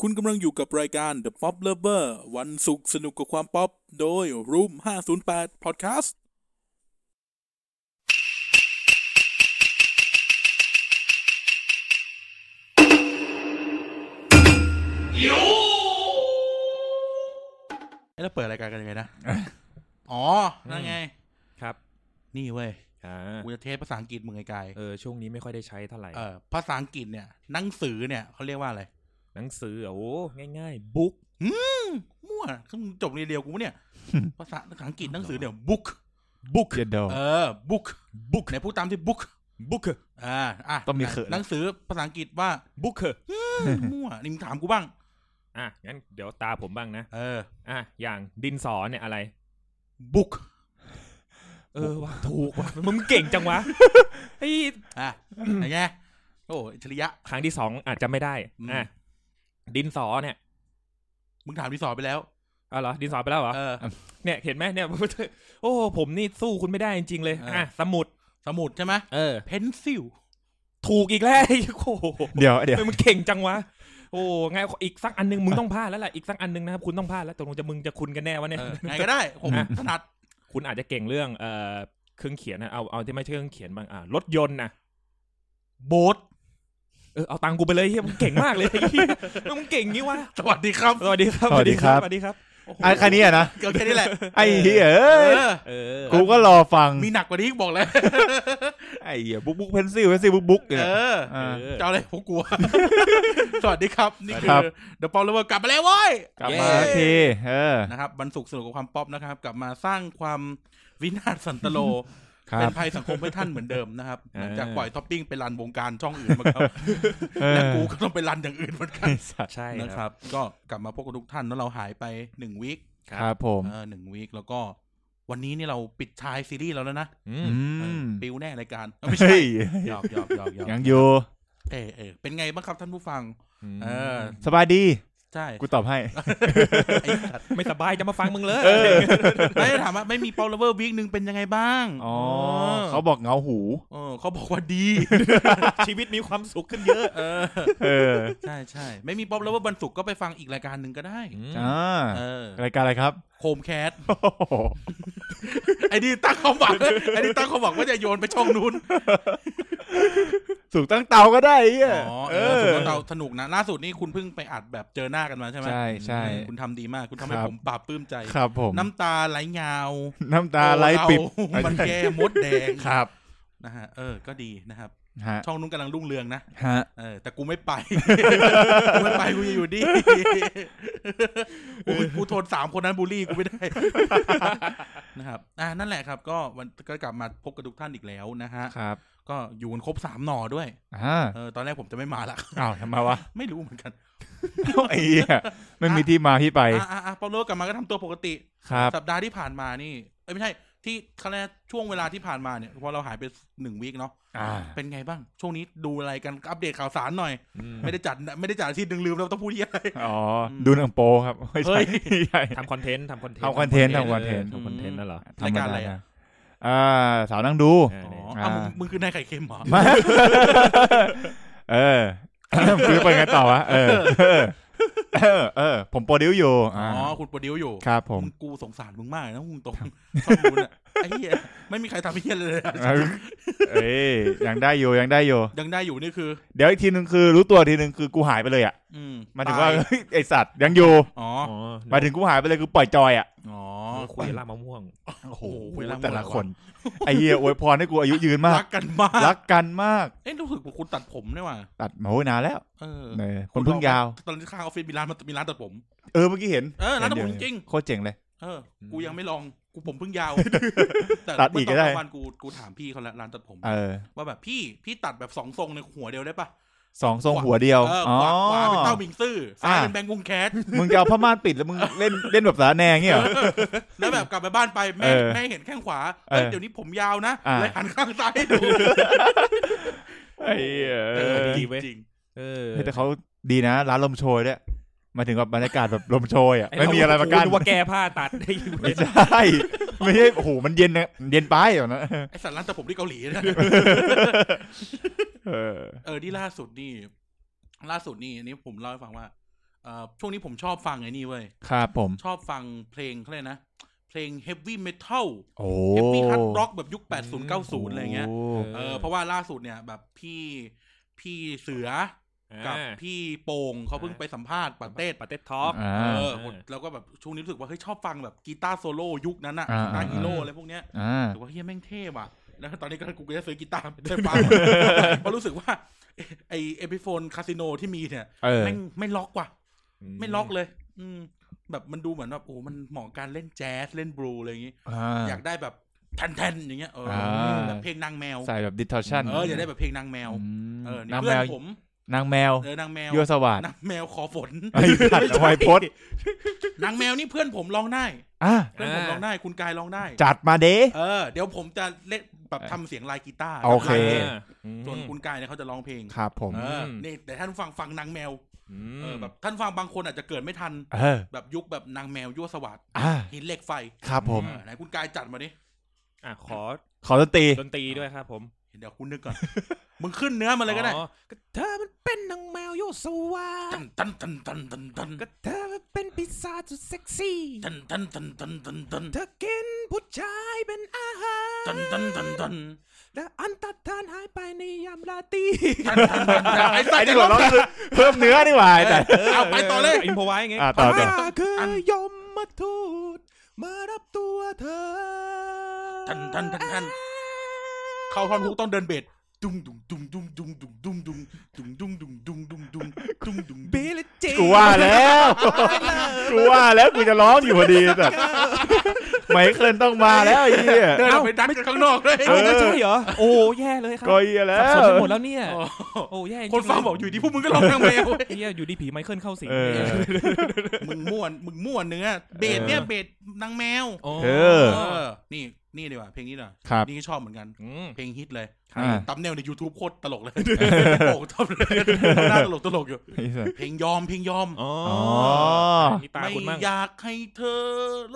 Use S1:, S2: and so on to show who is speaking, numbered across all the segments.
S1: คุณกำลังอยู่กับรายการ The Pop Lover วันศุกร์สนุกกับความป๊อป โดย Room 508 Podcast
S2: เอ้ยเราเปิดรายการกันยังไงนะ อ๋อ นั่นไง
S3: ครับ
S2: นี่เว้ย
S3: อ่า
S2: กูจะเทสภาษาอังกฤษมึงไกล
S3: เออช่วงนี้ไม่ค่อยได้ใช้เท่าไหร่
S2: ๆเออ ภาษาอังกฤษเนี่ย หนังสือเนี่ยเขาเรียกว่าอะไร
S3: หนังสือโอ้ง่ายๆ บุ๊ก
S2: มั่วเพิ่งจบเรียนเดียวกูเนี่ย ภาษาภาษาอังกฤษหนังสือเนี่ย book
S4: บุกเยด
S2: เออ book book ไหนพูดตามที่ book
S3: บุ๊ก
S2: อ่า อ่ะ
S4: ต้องมีเขิน
S2: หนังสือภาษาอังกฤษว่า
S3: บุ๊ก
S2: มั่ว นี่มึงถามกูบ้าง
S3: อ่ะงั้นเดี๋ยวตาผมบ้างนะ
S2: เออ
S3: อ่ะอย่างดินสอเนี่ยอะไร
S2: book
S3: เออว่ะถูกว่ะมึงเก่งจังวะ ไอ้
S2: อ่ะไหนไง โอ้อิจฉริยะ
S3: ครั้งที่สองอาจจะไม่ได้
S2: อืม
S3: อ่ะดินสอเนี่ย
S2: มึงถามที่สอบไปแล้ว
S3: อ๋อเหรอดินสอไปแล้วเหรอ
S2: เออ
S3: เนี่ยเห็นไหมเนี่ย โอ้ผมนี่สู้คุณไม่ได้จริงๆเลย
S2: เอออ่
S3: อ่ะสมุด
S2: สมุดใช่ไหม
S3: เออ
S2: pencil
S3: ถูกอีกแล้ว ไอ้โอ้โห
S4: เดี๋ยวเดี๋ยว
S3: ทำไมมึงเก่งจังวะ โอ้ไงอีกสักอันหนึงมึงต้องพลาดแล้วแหละอีกสักอันหนึงนะครับคุณต้องพลาดแล้วตกลงจะมึงจะคุณกันแน่วะเนี่ย
S2: เออไงก็ได้ ผม
S3: อ่ะ
S2: ถนัด
S3: คุณอาจจะเก่งเรื่องเอ่อเครื่องเขียนนะเอาเอาที่ไม่ใช่เครื่องเขียนบ้างอ่ารถยนต์นะ
S2: boat
S3: เออเอาตังค์กูไปเลยเฮียมึงเก่งมากเลยไอ้ เหี้ยมึงเก่งงี้วะ
S2: สวัสดีครับ
S3: สวัสดีครับ
S4: สวัสดีครับ
S3: สวัสดีครับโโห
S4: ไอ้คันนี้อะนะ
S2: เกี่ยวแค่นี้แหละ
S4: ไอ้เหี้ยเอ้ย
S2: เออ
S3: เออ
S4: กูก็รอฟัง
S2: มีหนักกว่านี้อีกบอกเลย
S4: ไอ้เหี้ยบุกบุกเพนซิลเพนซิลบุกบุกเนี่ย
S2: เออ
S3: เอ
S4: อ่า
S3: อ
S2: จะเอาอะไรผมกลัว สวัสดีครับ นี่คื
S4: ครั
S2: อบ เดอะป๊อปเลเวอร์กลับมาแล้วเว้ย
S4: กลับมาสักทีเออ
S2: นะครับวันศุกร์สนุกกับความป๊อปนะครับ กลับมาสร้างความวินาศสันตโล
S4: ครั
S2: เป็
S4: บ
S2: นภัยสังคมให้ท่านเหมือนเดิมนะครับ
S3: เอ
S2: ห
S3: อ
S2: ลังจากปล่อยท็อปปิ้งไปรันวงการช่องอื่นมาครับ
S4: เออ
S2: และกูก็ต้องไปรันอย่างอื่นเหมือนกัน
S4: ไอ้สัตว์
S3: ใช่
S2: นะครับ ก็กลับมาพบกับทุกท่านแล้วเราหายไปหนึ่งวีค
S4: ครับผม
S2: เออหนึ่งวีคแล้วก็ วันนี้นี่เราปิดท้ายซีรีส์เราแล้วนะ
S3: อืม
S4: อืม
S2: ปิวแน่รายการเอ้าไม่ใช่
S4: เฮ้ย
S2: หยอกหยอกหยอกหยอก
S4: ยังอยู่
S2: เออเออเป็นไงบ้างครับท่านผู้ฟัง เออ
S4: สบายดี
S2: ใช่
S4: กูตอบให้
S2: ไอ้สัตว์
S3: ไม่สบายจะมาฟังมึงเลย
S2: ไม่ได้ถามว่าไม่มีเปาเลเวอร์วีคหนึ่งเป็นยังไงบ้าง
S4: อ๋อ เขาบอกเงาหู
S2: เออเขาบอกว่าดี
S3: ชีวิตมีความสุขขึ้นเยอะ
S2: เออ
S4: เออ
S2: ใช่ใช่ไม่มีป๊อปเลเวอร์บันสุกร์ก็ไปฟังอีกรายการหนึ่งก็ได้
S4: อ่า
S2: เออ
S4: รายการอะไรครับ
S2: โคมแคท
S4: โอ้โห
S2: ไอ้นี่ตั้งความหวังไอ้นี่ตั้งความหวังว่าจะโยนไปช่องนู้น
S4: สูกตั้งเตาก็ได้ไอ้เหี้ย
S2: อ๋อเออสุดเราสนุกนะล่าสุดนี่คุณเพิ่งไปอัดแบบเจอหน้ากันมาใช่ไหม
S4: ใช่ใช่
S2: เออคุณทำดีมากคุณทำให้
S4: ครับ
S2: ผมปราบปลื้มใจ
S4: ครับผม
S2: น้ำตาไหลยาว
S4: น้ำตาไหลปิบ
S2: โอ้เรามันแก้มดแดง
S4: ครับ
S2: นะฮะเออก็ดีนะครับ
S4: ฮะ
S2: ช่องนู้นกำลังรุ่งเรืองนะ
S4: ฮะ
S2: เออแต่กูไม่ไป กูไม่ไปกูจะอยู่ดีกูกูทนสามคนนั้นบูลลี่กูไม่ได้ นะครับอ่านั่นแหละครับ ก็วันก็กลับมาพบกับทุกท่านอีกแล้วนะฮะ
S4: ครับ
S2: ก็อยู่กันครบสามหน่อด้วย
S4: อ่า
S2: เออตอนแรกผมจะไม่มาละ
S4: อ้าวทำไมวะ
S2: ไม่รู้เหมือนกัน
S4: ไอ้เหี้ย ไม่มีที่มาที่ไป
S2: อ่าอ่าอ่าเปาโลกลับมาก็ทำตัวปกติ
S4: ครับ
S2: สัปดาห์ที่ผ่านมานี่เอ้ยไม่ใช่ที่คะแนนช่วงเวลาที่ผ่านมาเนี่ยพอเราหายไปหนึ่งวีคเนาะ
S4: อ่า
S2: เป็นไงบ้าง ช่วงนี้ดูอะไรกันอัปเดตข่าวสารหน่อย
S3: อืม
S2: ไม่ได้จัดไม่ได้จัดอาที่ดึงลืมแล้วต้องพูดเหี้ยอะไร
S4: อ๋อ
S2: อืม
S4: ดูหนังโปครับไม่
S2: เฮ้
S4: ใช่
S2: ย
S4: ไม่ใช่
S3: ทำคอนเทนต์ทำคอนเทนต์
S4: ทำคอนเทนต์ทำคอนเทนต์
S3: ทำคอนเทนต์นั่นเหรอ
S2: รายการอะไร
S4: ธมด
S2: อะ
S4: อ่า สาวนั่งดู
S3: เออ
S2: อ๋อ
S3: เนี่ย
S2: เอามึงมึงคือนายไข่เค็มเหรอ
S4: มา เออ คือไปไงต่อวะ เออ เออ เออ เออ ผมโปรดิวอยู่
S2: อ๋
S4: อ่า
S2: อ คุณโปรดิวอยู่
S4: ครับผม
S2: มึงกูสงสารมึงมากเลยนะมึงตรงชอบคุณอะไอ้เหี้ยไม่มีใครทำไอ้เหี้ยเลยอะ
S4: เอ้ยยังได้อยู่ ยังได้อยู่
S2: ยังได้อยู่นี่คือ
S4: เดี๋ยวอีกทีนึงคือรู้ตัวทีนึงคือกูหายไปเลยอ่ะ
S2: อืม
S4: หมายถึงว่า
S2: ตย
S4: เฮ้ยไอสัตว์ยังอยู่
S2: อ๋อ
S4: หมายถึงกูหายไปเลยคือปล่อยจอยอ่ะ
S2: อ๋อ
S3: คุยล่ามะม่วง
S2: โอ้โห
S4: โอ้โห
S2: เวลา
S4: แต่ละ
S2: ห
S4: ค
S2: มดแวน
S4: ไอเหี้ยอวยพรให้กูอายุยืนมาก
S2: รักกันมาก
S4: รักกันมาก
S2: เอ้ยรู้สึกว่าคุณตัดผมด้วยว่ะ
S4: ตัดมาโอ้ยนานแล้ว
S2: เออ
S4: เออคนเพิ่งยาว
S2: ตอนที่ข้างออฟฟิศมีร้านมันมีร้านตัดผม
S4: เออเมื่อกี้เห็น
S2: เออร้านตัดผ
S4: เดี๋ยว
S2: มจริง
S4: โคตรเจ๋งเลย
S2: ๆเออ กูยังไม่ลอง กูผมเพิ่งยาว
S4: ตัดอีกก็ได้
S2: เมื่นตนกลางวันกูกูถามพี่เขาละร้านตัดผม
S4: เออ
S2: ว่าแบบพี่พี่ตัดแบบสองทรงในหัวเดียวได้ปะ
S4: สองทรงหัวเดียว
S2: เออ
S4: อ๋อ
S2: ขวาขวาเป็นเต้าบิงซื่อซ้าย
S4: อ่า
S2: เป็นแบงกุงแคท
S4: มึงจะเอาผ้าม่านปิดแล้วมึงเล่นเล่นแบบสาแนงเงี้ยเหรอ
S2: แล้วแบบกลับไปบ้านไปแม่
S4: เออ
S2: แม่เห็นแข้งขวาเอ้ย
S4: เออ
S2: เดี๋ยวนี้ผมยาวนะ
S4: อ่า
S2: เลยหันข้างซ้ายให้ดู
S4: ไอ้เหี้ยเออ
S3: ดีเว้ย
S2: จริง
S3: เออ
S4: เฮ้ยแต่เขาดีนะ ร้านลมโชยด้วยหมายถึงกับบรรยากาศแบบลมโชยอ่ะไม่มีอะไรมากั้น
S3: ว่าแก้ผ้าตัดได้
S4: ไม่ใช่ไม่ใช่โอ้โหมันเย็นนะเย็นไปอ่ะนะ
S2: ไอสัตว์ร้านแต่ผมที่เกาหลีนะ
S4: เออ
S2: เออที่ล่าสุดนี่ ล่าสุดนี่อันนี้ผมเล่าให้ฟังว่า เอ่อช่วงนี้ผมชอบฟังไอ้นี่เว้ย
S4: ครับผม
S2: ชอบฟังเพลงเขาเลยกนะ เพลงเฮฟวี่เมทัล
S4: โอ้
S2: เฮฟวี่ฮัดร็อกแบบยุค 80 90 อะไรเงี้ย
S4: โ
S2: เออเพราะว่าล่าสุดเนี่ยแบบพี่พี่เสือกับพี่โป่งเขาเพิ่งไปสัมภาษณ์ปาเต้
S3: ปาเต็ดท็อป
S4: อ่า
S2: เออผมแล้วก็แบบช่วงนี้รู้สึกว่าเฮ้ยชอบฟังแบบกีตาร์โซโล่ยุคนั้นอะ
S4: อ่า
S2: กีตาร์ฮีโร่
S3: อ่า
S2: อะไรพวกเนี้ย
S4: อ่า
S2: แต่ว่าเฮียแม่งเท่ว่ะ แล้วตอนนี้ก็กูก็จะซื้อกีตาร์ไปด้วย ฟังเพราะรู้สึกว่าไอ้ไอเอพิโฟนคาสิโนที่มีเนี่ย
S4: เออ
S2: แม่งไม่ล็อกว่ะ ไม่ล็อกเลย อืม แบบมันดูเหมือนแบบโอ้โหมันเหมาะกับการเล่นแจ๊สเล่นบลูอะไรอย่างงี้
S4: อ่า
S2: อยากได้แบบแทนๆอย่างเงี้ยเออ
S4: อ่า
S2: แบบเพลงนางแมว
S4: ใส่แบบ distortion
S2: เอออยากได้แบบเพลงนางแมว
S4: ม
S2: เออนี่
S4: นาง
S2: เพื่
S4: แม
S2: อน
S4: ว
S2: ผม
S4: นางแมว
S2: เออนางแมว
S4: ยัวสวัสด
S2: นางแมวขอฝน
S4: ไอ้ขัดไวยพจน์
S2: นางแมวนี่เพื่อนผมร้องได้
S4: อ่ะ
S2: เพื่อนผม
S3: อ่า
S2: ร้องได้ คุณกายร้องได้
S4: จัดมาเด้
S2: เออ เดี๋ยวผมจะเล่นแบบทำเสียงลายกีตาร์
S4: โอเค
S2: ลายล่น
S3: จ
S2: ส่วนน
S3: คุ
S2: คุณ ณกายเนี่ยเขาจะร้องเพลง
S4: ครับผม
S2: เอออ
S3: ม
S2: นี่แต่ท่านฟังฟังนางแมวเอ
S3: เอ
S2: อ
S3: อ
S2: แบ
S3: แบบ บ
S2: ท่านฟังบางคนอาจจะเกิดไม่ทัน
S4: เออ
S2: แบบยุคแบบนางแมวยั่วสวัสด
S4: อ่ะ
S2: หินเหล็กไฟ
S4: ครับผม
S2: เออไหนคุณกายจัดมาดิ
S3: อ่ะขอ
S4: ขอดนตรี
S3: ดนตรีด้วยครับผม
S2: เดี๋ยวคุณนึกก่อน มึงขึ้นเนื้อมาเลยก็ได้
S3: อ๋อก็เธอมันเป็นนางแมวโยสวา
S2: ตันตันตันตันตันตัน
S3: ก็เธอมันเป็นปีศาจสุดเซ็กซี่
S2: ตันตันตันตันตันตัน
S3: เธอกินผู้ชายเป็นอาหาร
S2: ตันตันตันตัน
S3: และอันตัดทานหายไปในยามราตรี
S2: ตันตันตันตันไอ้สั
S4: ไอ้
S2: ตว์
S4: นี่
S2: จะ
S4: หัว
S2: ร้อง
S4: เราะคือเพิ่มเนื้อนี่หว่าไอ้แต่
S2: เอาไปต่อเลย
S3: อินพอไว้ไง
S4: อ่ะต่อต่อ
S3: ข้าคือน ยมมาทูตมารับตัวเธอ
S2: ตันตันตันตันเข้าท่อนฮุกต้องเดินเบสดุ้งดุ้งดุ้งดุ้งดุ้งดุ้งดุ้งดุ้งดุ้งดุ้งดุ้งดุ้งดุ้งดุ้งดุ้งดุ้ง
S3: บิลจี
S4: กูว่าแล้ว กูว่าแล้วกูจะร้องอยู่พอดีแบบไมเคิลต้องมาแล้วไอ้เหี้ย
S2: เดินออกไปดันข้างนอกเลย
S4: เอ
S3: เอ้ย
S4: อ
S3: จะใช่เหรอ โอ้แย่เลยครับ
S4: ก็เหี้ยแล้
S3: สับ
S4: ว
S3: สนไปหมดแล้วเนี่ย โอ้แย่จริๆ
S2: คนฟังบอกอยู่ดีพวกมึงก็ร้องนางแมวเว้ย
S3: เหี้ยอยู่ดีผีไมเคิลเข้าสิง
S4: เออ
S2: มึงม่วนมึงม่วนเนื้อเบสเนี่ยเบสนางแมว
S3: โอ้
S4: เออ
S2: เออ นี่นี่ดีกว่าเพลงนี้ดีกว่า
S4: ครับ
S2: นี่ก็ชอบเหมือนกัน
S3: ม
S2: เพลงฮิตเลย
S4: อ่า
S2: ตับแนวใน YouTube โคตรตลกเลย โอ้ทำเลยหน้าตลกตลกอยู่ เพลงยอมเพลงยอม
S3: อ๋อ
S4: อ๋อ
S3: มีตา
S2: ไม่
S3: คุณมั่ง
S2: อยากให้เธอ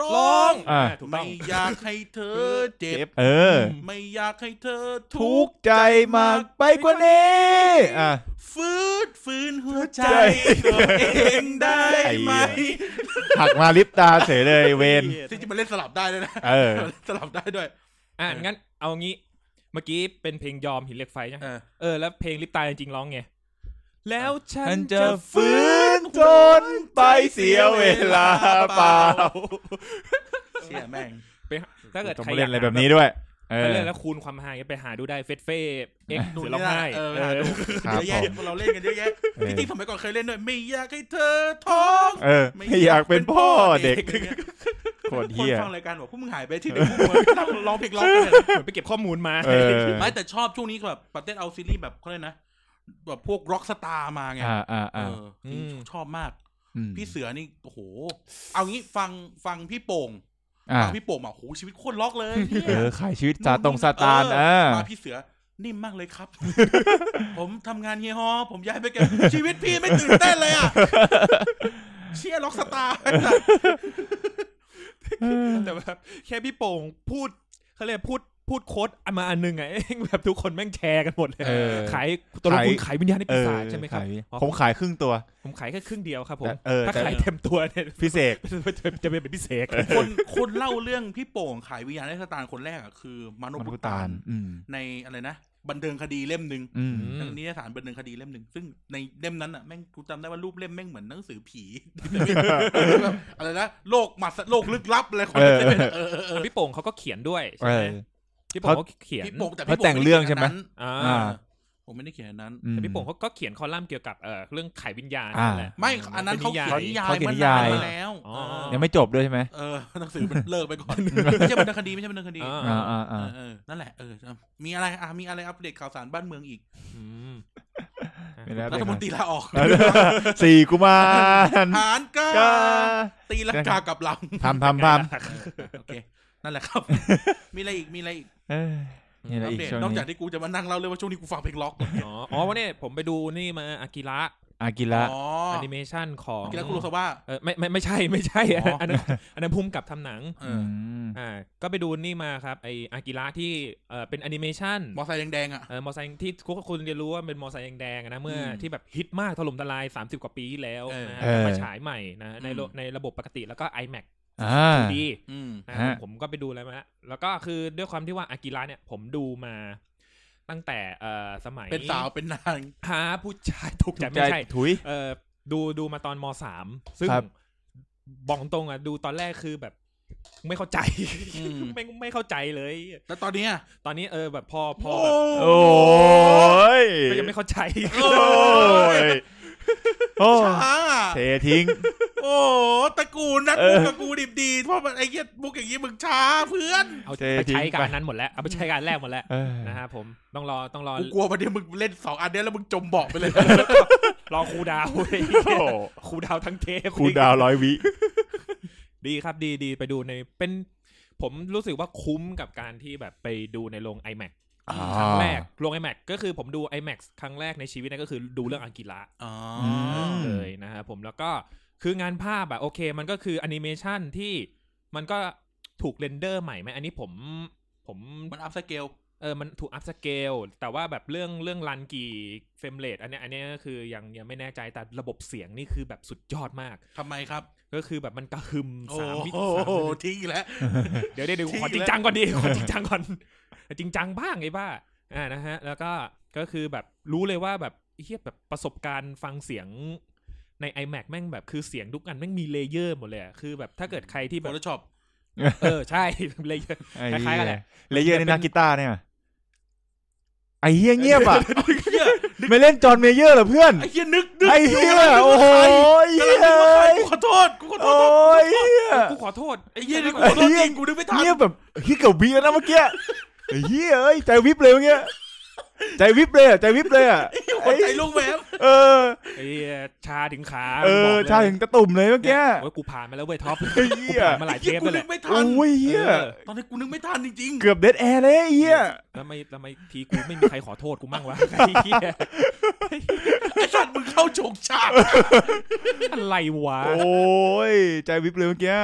S2: ร้
S3: ร้
S2: อ
S3: อง ง
S4: อ่ะ
S3: ถูกต้
S2: ไม่
S3: อง
S2: อยากให้เธอเจ็บ
S4: เออ
S2: ไม่อยากให้เธอ
S4: ทุ
S2: ทุ
S4: ก
S2: ก
S4: ข์
S2: ข์
S4: ใจมากไปกว่านี้อ่ะ
S2: ฟื้นฟื้นหัวใจ
S4: ใจ
S2: ตัวเองได้
S4: ไอ้เหี้
S2: ไหม
S4: ย หักมาลิปตาเฉยเลยเวน
S2: ที่จริงมันเล่นสลับได้ด้วยนะ
S4: เออ
S2: สลับได้ด้วย
S3: อ่ะ
S2: เออ
S3: งั้นเอางี้ เมื่อกี้เป็นเพลงยอมหินเหล็กไฟใช่ไหม
S2: เออ
S3: เออแล้วเพลงลิปตายจริงๆร้องไง แล้วฉั
S4: ฉัน
S3: นจะ
S4: จะฟื้นจนไปเสียเวลาเปล่า
S2: เชี่ยแม่ง
S3: ไปหาถ้าเกิด
S4: ต้อง
S3: ใคร
S4: มา
S3: อ
S4: เล่
S3: ยาน ก
S4: อะไรแบบนี้ด้วย เออ
S3: เล่นแล้วคูณความหายไปหาดูได้เฟสเฟ่เอ็กซ์
S2: ดู
S3: เสือร้องไห้
S2: เออ
S3: เอ
S2: หา
S3: อ
S2: ดู
S4: ครับ
S2: เยอะแยะ
S4: ผม
S2: เราเล่นกันเยอะแยะ
S4: เออ
S2: จริงๆสมัยก่อนเคยเล่นด้วยไม่อยากให้เธอท้อง
S4: เออ ไม่อยากเป็นพ่อเด็กโคตร
S2: คน
S4: เหี้ย
S2: ฟังรายการบอกพวกมึงหายไปที่ เด็กพวกมึงนั่งร้องเพลงร้องกันเลย
S3: เหมือนไปเก็บข้อมูลมา
S4: เออ
S2: ไม่แต่ชอบช่วงนี้แบบประเทศเอาซีรีส์แบบเขาเลยกนะ แบบพวกร็อกสตาร์มาไง
S4: อ่าอ่า
S2: เอ
S4: อ่า
S2: อจริงๆชอบมาก
S4: ม
S2: พี่เสือนี่โอ้โห เอางี้ฟังฟังพี่โป่ง
S4: อ่า
S2: ฟังพี่โป่งอ่ะโหชีวิตโคตรล็อกเลยนี่ย
S4: เออขายชีวิตซาตรงซาตาน
S2: เอ
S4: อ่า
S2: อมาพี่เสือนิ่มมากเลย ครับ ผมทำงานเฮียฮอผมย้ายไปแกบชีวิตพี่ไม่ตื่นเต้นเลยอ่ ะเชียร์ร็อกสตาร์
S3: แต่แบบแค่พี่โป่งพูดเขาเรียกพูดพูดโค้ดอันมาอันหนึงไง แบบทุกคนแม่งแชร์กันหมดเลย
S4: เออ
S3: ขายตัวละ
S4: ขาย
S3: คุณขายวิญญาณใน
S4: เอ
S3: ปี
S4: อ
S3: ศาจใช่ไหมครับ
S4: ขาย
S3: อ๋อ
S4: ผมขายครึ่งตัว
S3: ผมขายแค่ครึ่งเดียวครับผม
S4: แต่เออ
S3: ถ้า
S4: แต่
S3: ขายเต็มตัวเนี่ย
S4: พี่เสก
S3: จะเป็นจะเป็นพิเศษ
S2: คน คนเล่าเรื่องพี่โป่งขายวิญญาณได้สตางค์คนแรกอ่ะคือมานุ
S4: มัน
S2: พุ
S4: กุ
S2: ตา
S4: ตาน น อืม
S2: ในอะไรนะ บันเทิงคดีเล่มหนึ่ง
S4: อืม
S3: ม
S2: ในนิตยสารบันเทิงคดีเล่มหนึ่งซึ่งในเล่มนั้นอ่ะแม่งกูจำได้ว่ารูปเล่มแม่งเหมือนหนังสือ ผีแต่ไม่แบบอะไรนะโลกมาสโลกลึกลับอะไรคนนั้น
S4: เออ
S2: เออเออเออ
S3: พี่โป่งเขาก็เขียนด้วย
S4: เอ
S3: ใช่ไหม
S4: อ
S3: พี่โป่งเขาเขียน
S2: พี่โป่งแต่
S4: เขา
S2: พี่โป่
S4: แต่งเรื่องใช่ไหม
S3: อ่า
S2: ไม่ได้เขียนอันนั้นผม
S4: อืม
S2: ไม่ได้เขียนอันนั้น
S3: แต่พี่โป่งเขาก็เขียนคอลัมน์เกี่ยวกับเอ่อเรื่องขายวิญญาณ
S4: อ่า
S3: แหละ
S2: ไม่อันนั้นเขาเขียนนิยาย
S4: เขาเขียน
S2: มานาย
S4: นิาย
S2: นมาแล้ว
S3: อ๋อ
S4: ยังไม่จบด้วยใช่ไหม
S2: เออหนังสือมันเลิกไปก่อนไม่ใช่บันเทิงคดีไม่ใช่บันเทิงคดี
S3: อ่า
S4: อ่าอ่าอ่า
S2: เออเออนั่นแหละ เอออ่ะมีอะไร อ่ะ มีอะไรอัปเดตข่าวสารบ้านเมืองอีก
S3: อืม
S4: ไม่ได้
S2: รัฐมนตรีลาออก
S4: สี่กุมาร
S2: หารกล้า
S4: ก็
S2: ตีลังกากลับหลัง
S4: ทำทำท
S2: โอเค นั่นแหละครับ มีอะไรอีก มีอะไรอีก
S4: ำเออนี่แหละ
S2: อั
S4: อีก
S2: ปเดต
S4: ช่วง
S2: นอก
S4: นี้
S2: จากที่กูจะมานั่งเล่าเรื่องว่าช่วงนี้กูฟังเพลงล็อก
S3: อ๋ออ๋อวันนี้ผมไปดูนี่มาอากิระ
S4: อากิระ
S2: อ๋อ
S3: แอ
S2: อ
S3: นิเมชันของ
S2: กิระคุโรซาวะ
S3: เออไม่ไม่ไม่ใช่ ไม่ใช่
S2: อ๋ออั
S3: อันนั้นอันนั้นพุ่มกับทำหนัง
S2: เออ
S4: ม
S3: อ่าก็ไปดูนี่มาครับไออากิระที่เออเป็นแอนิเมชัน
S2: มอไซค์แดงๆอ่ะ
S3: เออมอไซค์ที่คุณคุณเรียนรู้ว่าเป็นมอไซค์แดงๆอะนะเมื่ออ
S2: ม
S3: ที่แบบฮิตมากถล่มทลาย 30 กว่าปีที่แล้ว
S2: เออ
S3: นะ
S4: เออ
S3: มาฉายใหม่นะในโล
S2: อืม
S3: ในระบบปกติแล้วก็ iMac
S4: อ่า
S3: ดี
S2: อืม
S3: นะครั
S4: ฮะ
S3: บผมก็ไปดูแล้วมาแล้วแล้วก็คือด้วยความที่ว่าอากิระเนี่ย ผมดูมาตั้งแต่เอ่อสมัย
S2: เป็นสาวเป็นนาง
S3: หาผู้ชาย ถูกใจ
S4: ถูกใจ
S3: ไม่ใช่
S4: ถุย
S3: เอ่อดูดูมาตอนมสามซึ่ง
S4: ครับ
S3: บอกตรงอ่ะดูตอนแรกคือแบบ ไม่เข้าใจ
S2: อืม
S3: ไม่ไม่เข้าใจเลย
S2: แล้วตอนเนี้ย
S3: ตอนนี้เออแบบพอพอ
S2: โอ้
S3: แบบ
S4: โอ้ย
S3: ก็ยังไม่เข้าใจ
S4: โอ้ยโอ้
S2: ช้า
S4: เททิ้ง
S2: โอ้ตระกูลนัด
S4: เอ
S2: กู
S4: อ
S2: กับกูดิบดีเพราะมันไอ้เหี้ยมุกอย่างนี้มึงช้าเพื่อน
S3: เอา
S4: เท
S3: ไป
S4: ทิ้ง
S3: ใช้การ
S4: ไป
S3: นั้นหมดแล้วเอาไปใช้การแรกหมดแล้ว
S4: เออ
S3: นะครับผมต้องรอต้องรอ
S2: กูกลัวประเดี๋ยวมึงเล่นสองอันเนี้ยแล้วมึงจมเบาะไปเลย
S3: รอครู ดาว
S4: โอ้
S3: ครูดาวทั้งเทป
S4: คูลดาวน์ร้อยวิ
S3: ดีครับดีดีไปดูในเป็นผมรู้สึกว่าคุ้มกับการที่แบบไปดูในโรง iMac ครั้งแรกโรง iMac ก็คือผมดู iMac ครั้งแรกในชีวิตเนยก็คือดูเรื่องอากิระ
S2: อ๋อ
S4: ม
S3: เลยนะครับผมแล้วก็คืองานภาพอะโอเค มันก็คือแอนิเมชันที่มันก็ถูกเรนเดอร์ใหม่ไหมอันนี้ผมผม
S2: มันอัพสเกล
S3: เออมันถูกอัพสเกลแต่ว่าแบบเรื่องเรื่องรันกี่เฟรมเรทอันเนี้ยอันเนี้ยก็คือยังยังไม่แน่ใจแต่ระบบเสียงนี่คือแบบสุดยอดมาก
S2: ทำไมครับ
S3: ก็คือแบบมันกระหึม
S2: โอ้
S3: สามวิ
S2: โห
S3: สามวิ
S2: ทิ้งอีกแล้ว
S3: เดี๋ยวเดี๋ยวเดี๋ยว
S2: ทิ้ง
S3: ขอจริ
S2: แล้ว
S3: งจัง ก่อนดิ ขอจริงจังก่อน จริงจังบ้างไอ้บ้าอ่านะฮะ แล้วก็ก็คือแบบรู้เลยว่าแบบเฮียแบบประสบการณ์ฟังเสียงใน iMac แม่งแบบคือเสียงทุกอันแม่งมีเลเยอร์หมดเลยอะคือแบบถ้าเกิดใครที่
S2: โฟ
S3: แบบ
S2: โต้ช็อป
S3: เออใช่ เลเยอร์
S4: ไอ้
S3: คล้ายๆกันแหละ
S4: เลเยอร์ในนักกีตาร์เนี่ยไอ้เฮียเงียบอ่ะไม่เล่นจอห์นเมเยอร์เหรอเพื่อน
S2: ไอ้เหี้ยนึกนึก
S4: ไอ้เฮียโอ้โหเฮี
S2: กำลังนึ
S4: ย
S2: กว่าใครกูขอโทษกูขอโท
S4: โอ้
S2: ษ
S4: ยเฮีย
S3: กูขอโทษ
S2: ไอ้เหี้ยนี่
S3: นี่
S2: กูขอโทษจริงกูนึกไม่ทัน
S4: เงียบแบบเฮียเกับบีแล้วนะเมื่อกี้ไอ้เฮียเอ้ยใจวิบเลยเมื่อกี้ใจวิบเลยอ่ะใจวิบเลยอ่ะ
S2: หัวใจลูกแวบ
S4: เออ
S3: ไอ้เหี้ยชาถึงขา
S4: เอ
S3: กูบ
S4: อก
S3: ลย
S4: ชาถึงตะตุ่มเลยเมื่อกี้
S3: โอ้ยกูผ่านมาแล้วเว้ยท็อป
S4: ไอ้เฮีย
S3: ผ่านมาหลายเท
S2: เหี้ย
S3: ป
S2: กู
S3: แล้
S2: นึ
S3: วแหละ
S2: กไม่ทัน
S4: โอ้ยเฮีย
S2: ตอนนี้กูนึกไม่ทันจริง
S4: เกือบเดดแอร์เลยไอ้เฮีย
S3: ทำไมทำไมทีกูไม่มีใครขอโทษกูมั่งวะไอ้เหี้ย
S2: ๆไอ้สัตว์มึงเข้าโฉกฉาก
S3: อะไรวะ
S4: โอ้ยใจวิบเลยเมื่อกี้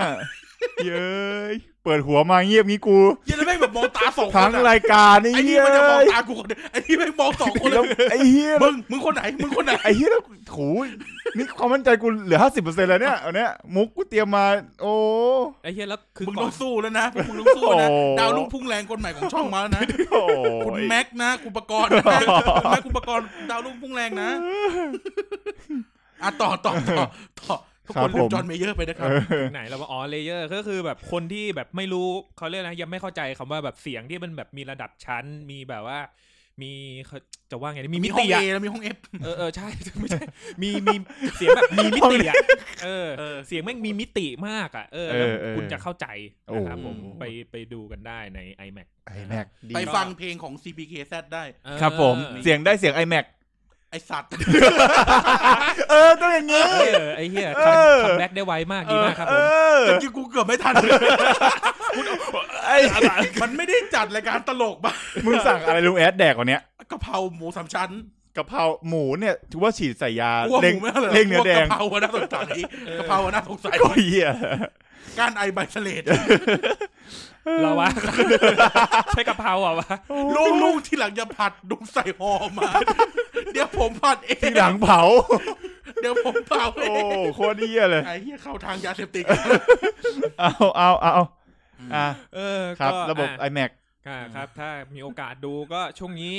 S4: เย้ยเปิดหัวมาเงียบงี้กู
S2: เหี้ยันแม่งแบบมองตาสองค
S4: ทั้
S2: น
S4: ง
S2: อะ
S4: รายการนี่
S2: ไอ้นี่
S4: เฮ้
S2: มันจะมอง
S4: ย
S2: ตากูคนเดียวไอ้นี่ไม่งมองสองคนเล
S4: แล้ว
S2: ย
S4: ไอ้เฮีย
S2: มึงมึงคนไหนมึงคนไหน
S4: ไอ้เฮียแล้วโถูนี่ความมั่นใจกูเหลือห้าสิบเปอร์เซ็นต์แล้วเนี่ยเอาเนี้ยมุกกูเตรียมมา โอ้
S3: ไอ้เหี้ยแล้วคือ
S2: มึง
S3: ก่
S2: ต้
S3: อ
S2: อน งสู้แล้วนะพวกมึงต้องสู้นะ
S4: โอ้
S2: ดาวลูกพุ่งแรงคนใหม่ของช่องมาแล้วนะ
S4: โอ้ย
S2: คุณแม็กนะคุณประกรณ์นะคุณแม็กคุณประกรณ์ดาวลูกพุ่งแรงนะอ่ะต่อต่อต่อต่อทุกคนลืมจอห์นเมเยอร์ไปนะครับ
S3: ถึงไหนแล้วว่าอ๋อเลเยอร์ก็คือแบบคนที่แบบไม่รู้เขาเรียกนะยังไม่เข้าใจคำว่าแบบเสียงที่มันแบบมีระดับชั้น มีแบบว่า มีเขาจะว่าไงดีมี
S2: มี
S3: มิ
S2: ห้อ
S3: ติ
S2: งเอ
S3: อะ
S2: แล้วมีห้องเอฟ
S3: เออเออใช่ ไม่ใช่ มี มีเสียงแบบมีมิติอะเออเสียงแม่งมีมิติมากอะเออแล้วคุณจะเข้าใจนะครับผมไปไปดูกันได้ใน iMac
S4: ไอแม็กดี
S2: ไปฟังเพลงของ CPKZ ได้
S3: เออ
S4: ครับผม เสียงได้เสียงไอแม็ก
S2: ไอสัตว์
S4: เออต้องอย่างงี้
S3: เออไอ้เหี้ย
S4: เออ
S3: คัมแบ็กได้ไวมากดีมากครับ
S4: เอ
S3: ผม
S4: อ
S2: จริงๆกูเกือบไม่ทัน
S4: ไอ้
S2: มันไม่ได้จัดรายการตลกบ้า
S4: มึงสั่งอะไรลุงแอดแดกกว่าเนี้ย
S2: กะเพราหมูสามชั้น
S4: กะเพราหมูเนี่ยถือว่าฉีดใส่ยา
S2: กูว่าห
S4: เล่ง
S2: มูไม่อร่อย
S4: เล่งเนื้อแดง
S2: กะเพราอะน่าสงสัยกะเพราอะน่าสงสัย
S4: ก็เหี้ย
S2: ก้านไอใบเสลด
S3: เราวะ ใช่กะเพราเหรอวะ
S2: ลูกลูกที่หลังจะผัดดุงใส่หอมา เดี๋ยวผมผัดเอง
S4: ที่หลังเผา
S2: เดี๋ยวผมเผาเอ
S4: โอ้
S2: ง
S4: โคตรเหี้ยเลย
S2: ไอ้เหี้ยเข้าทางยาเสพติด
S4: เอาเอาเอาอ่ะ
S3: เออ
S4: ครับ
S3: ก็
S4: ระบบ
S3: อ่
S4: iMac
S3: อ่าครับถ้ามีโอกาสดูก็ช่วงนี้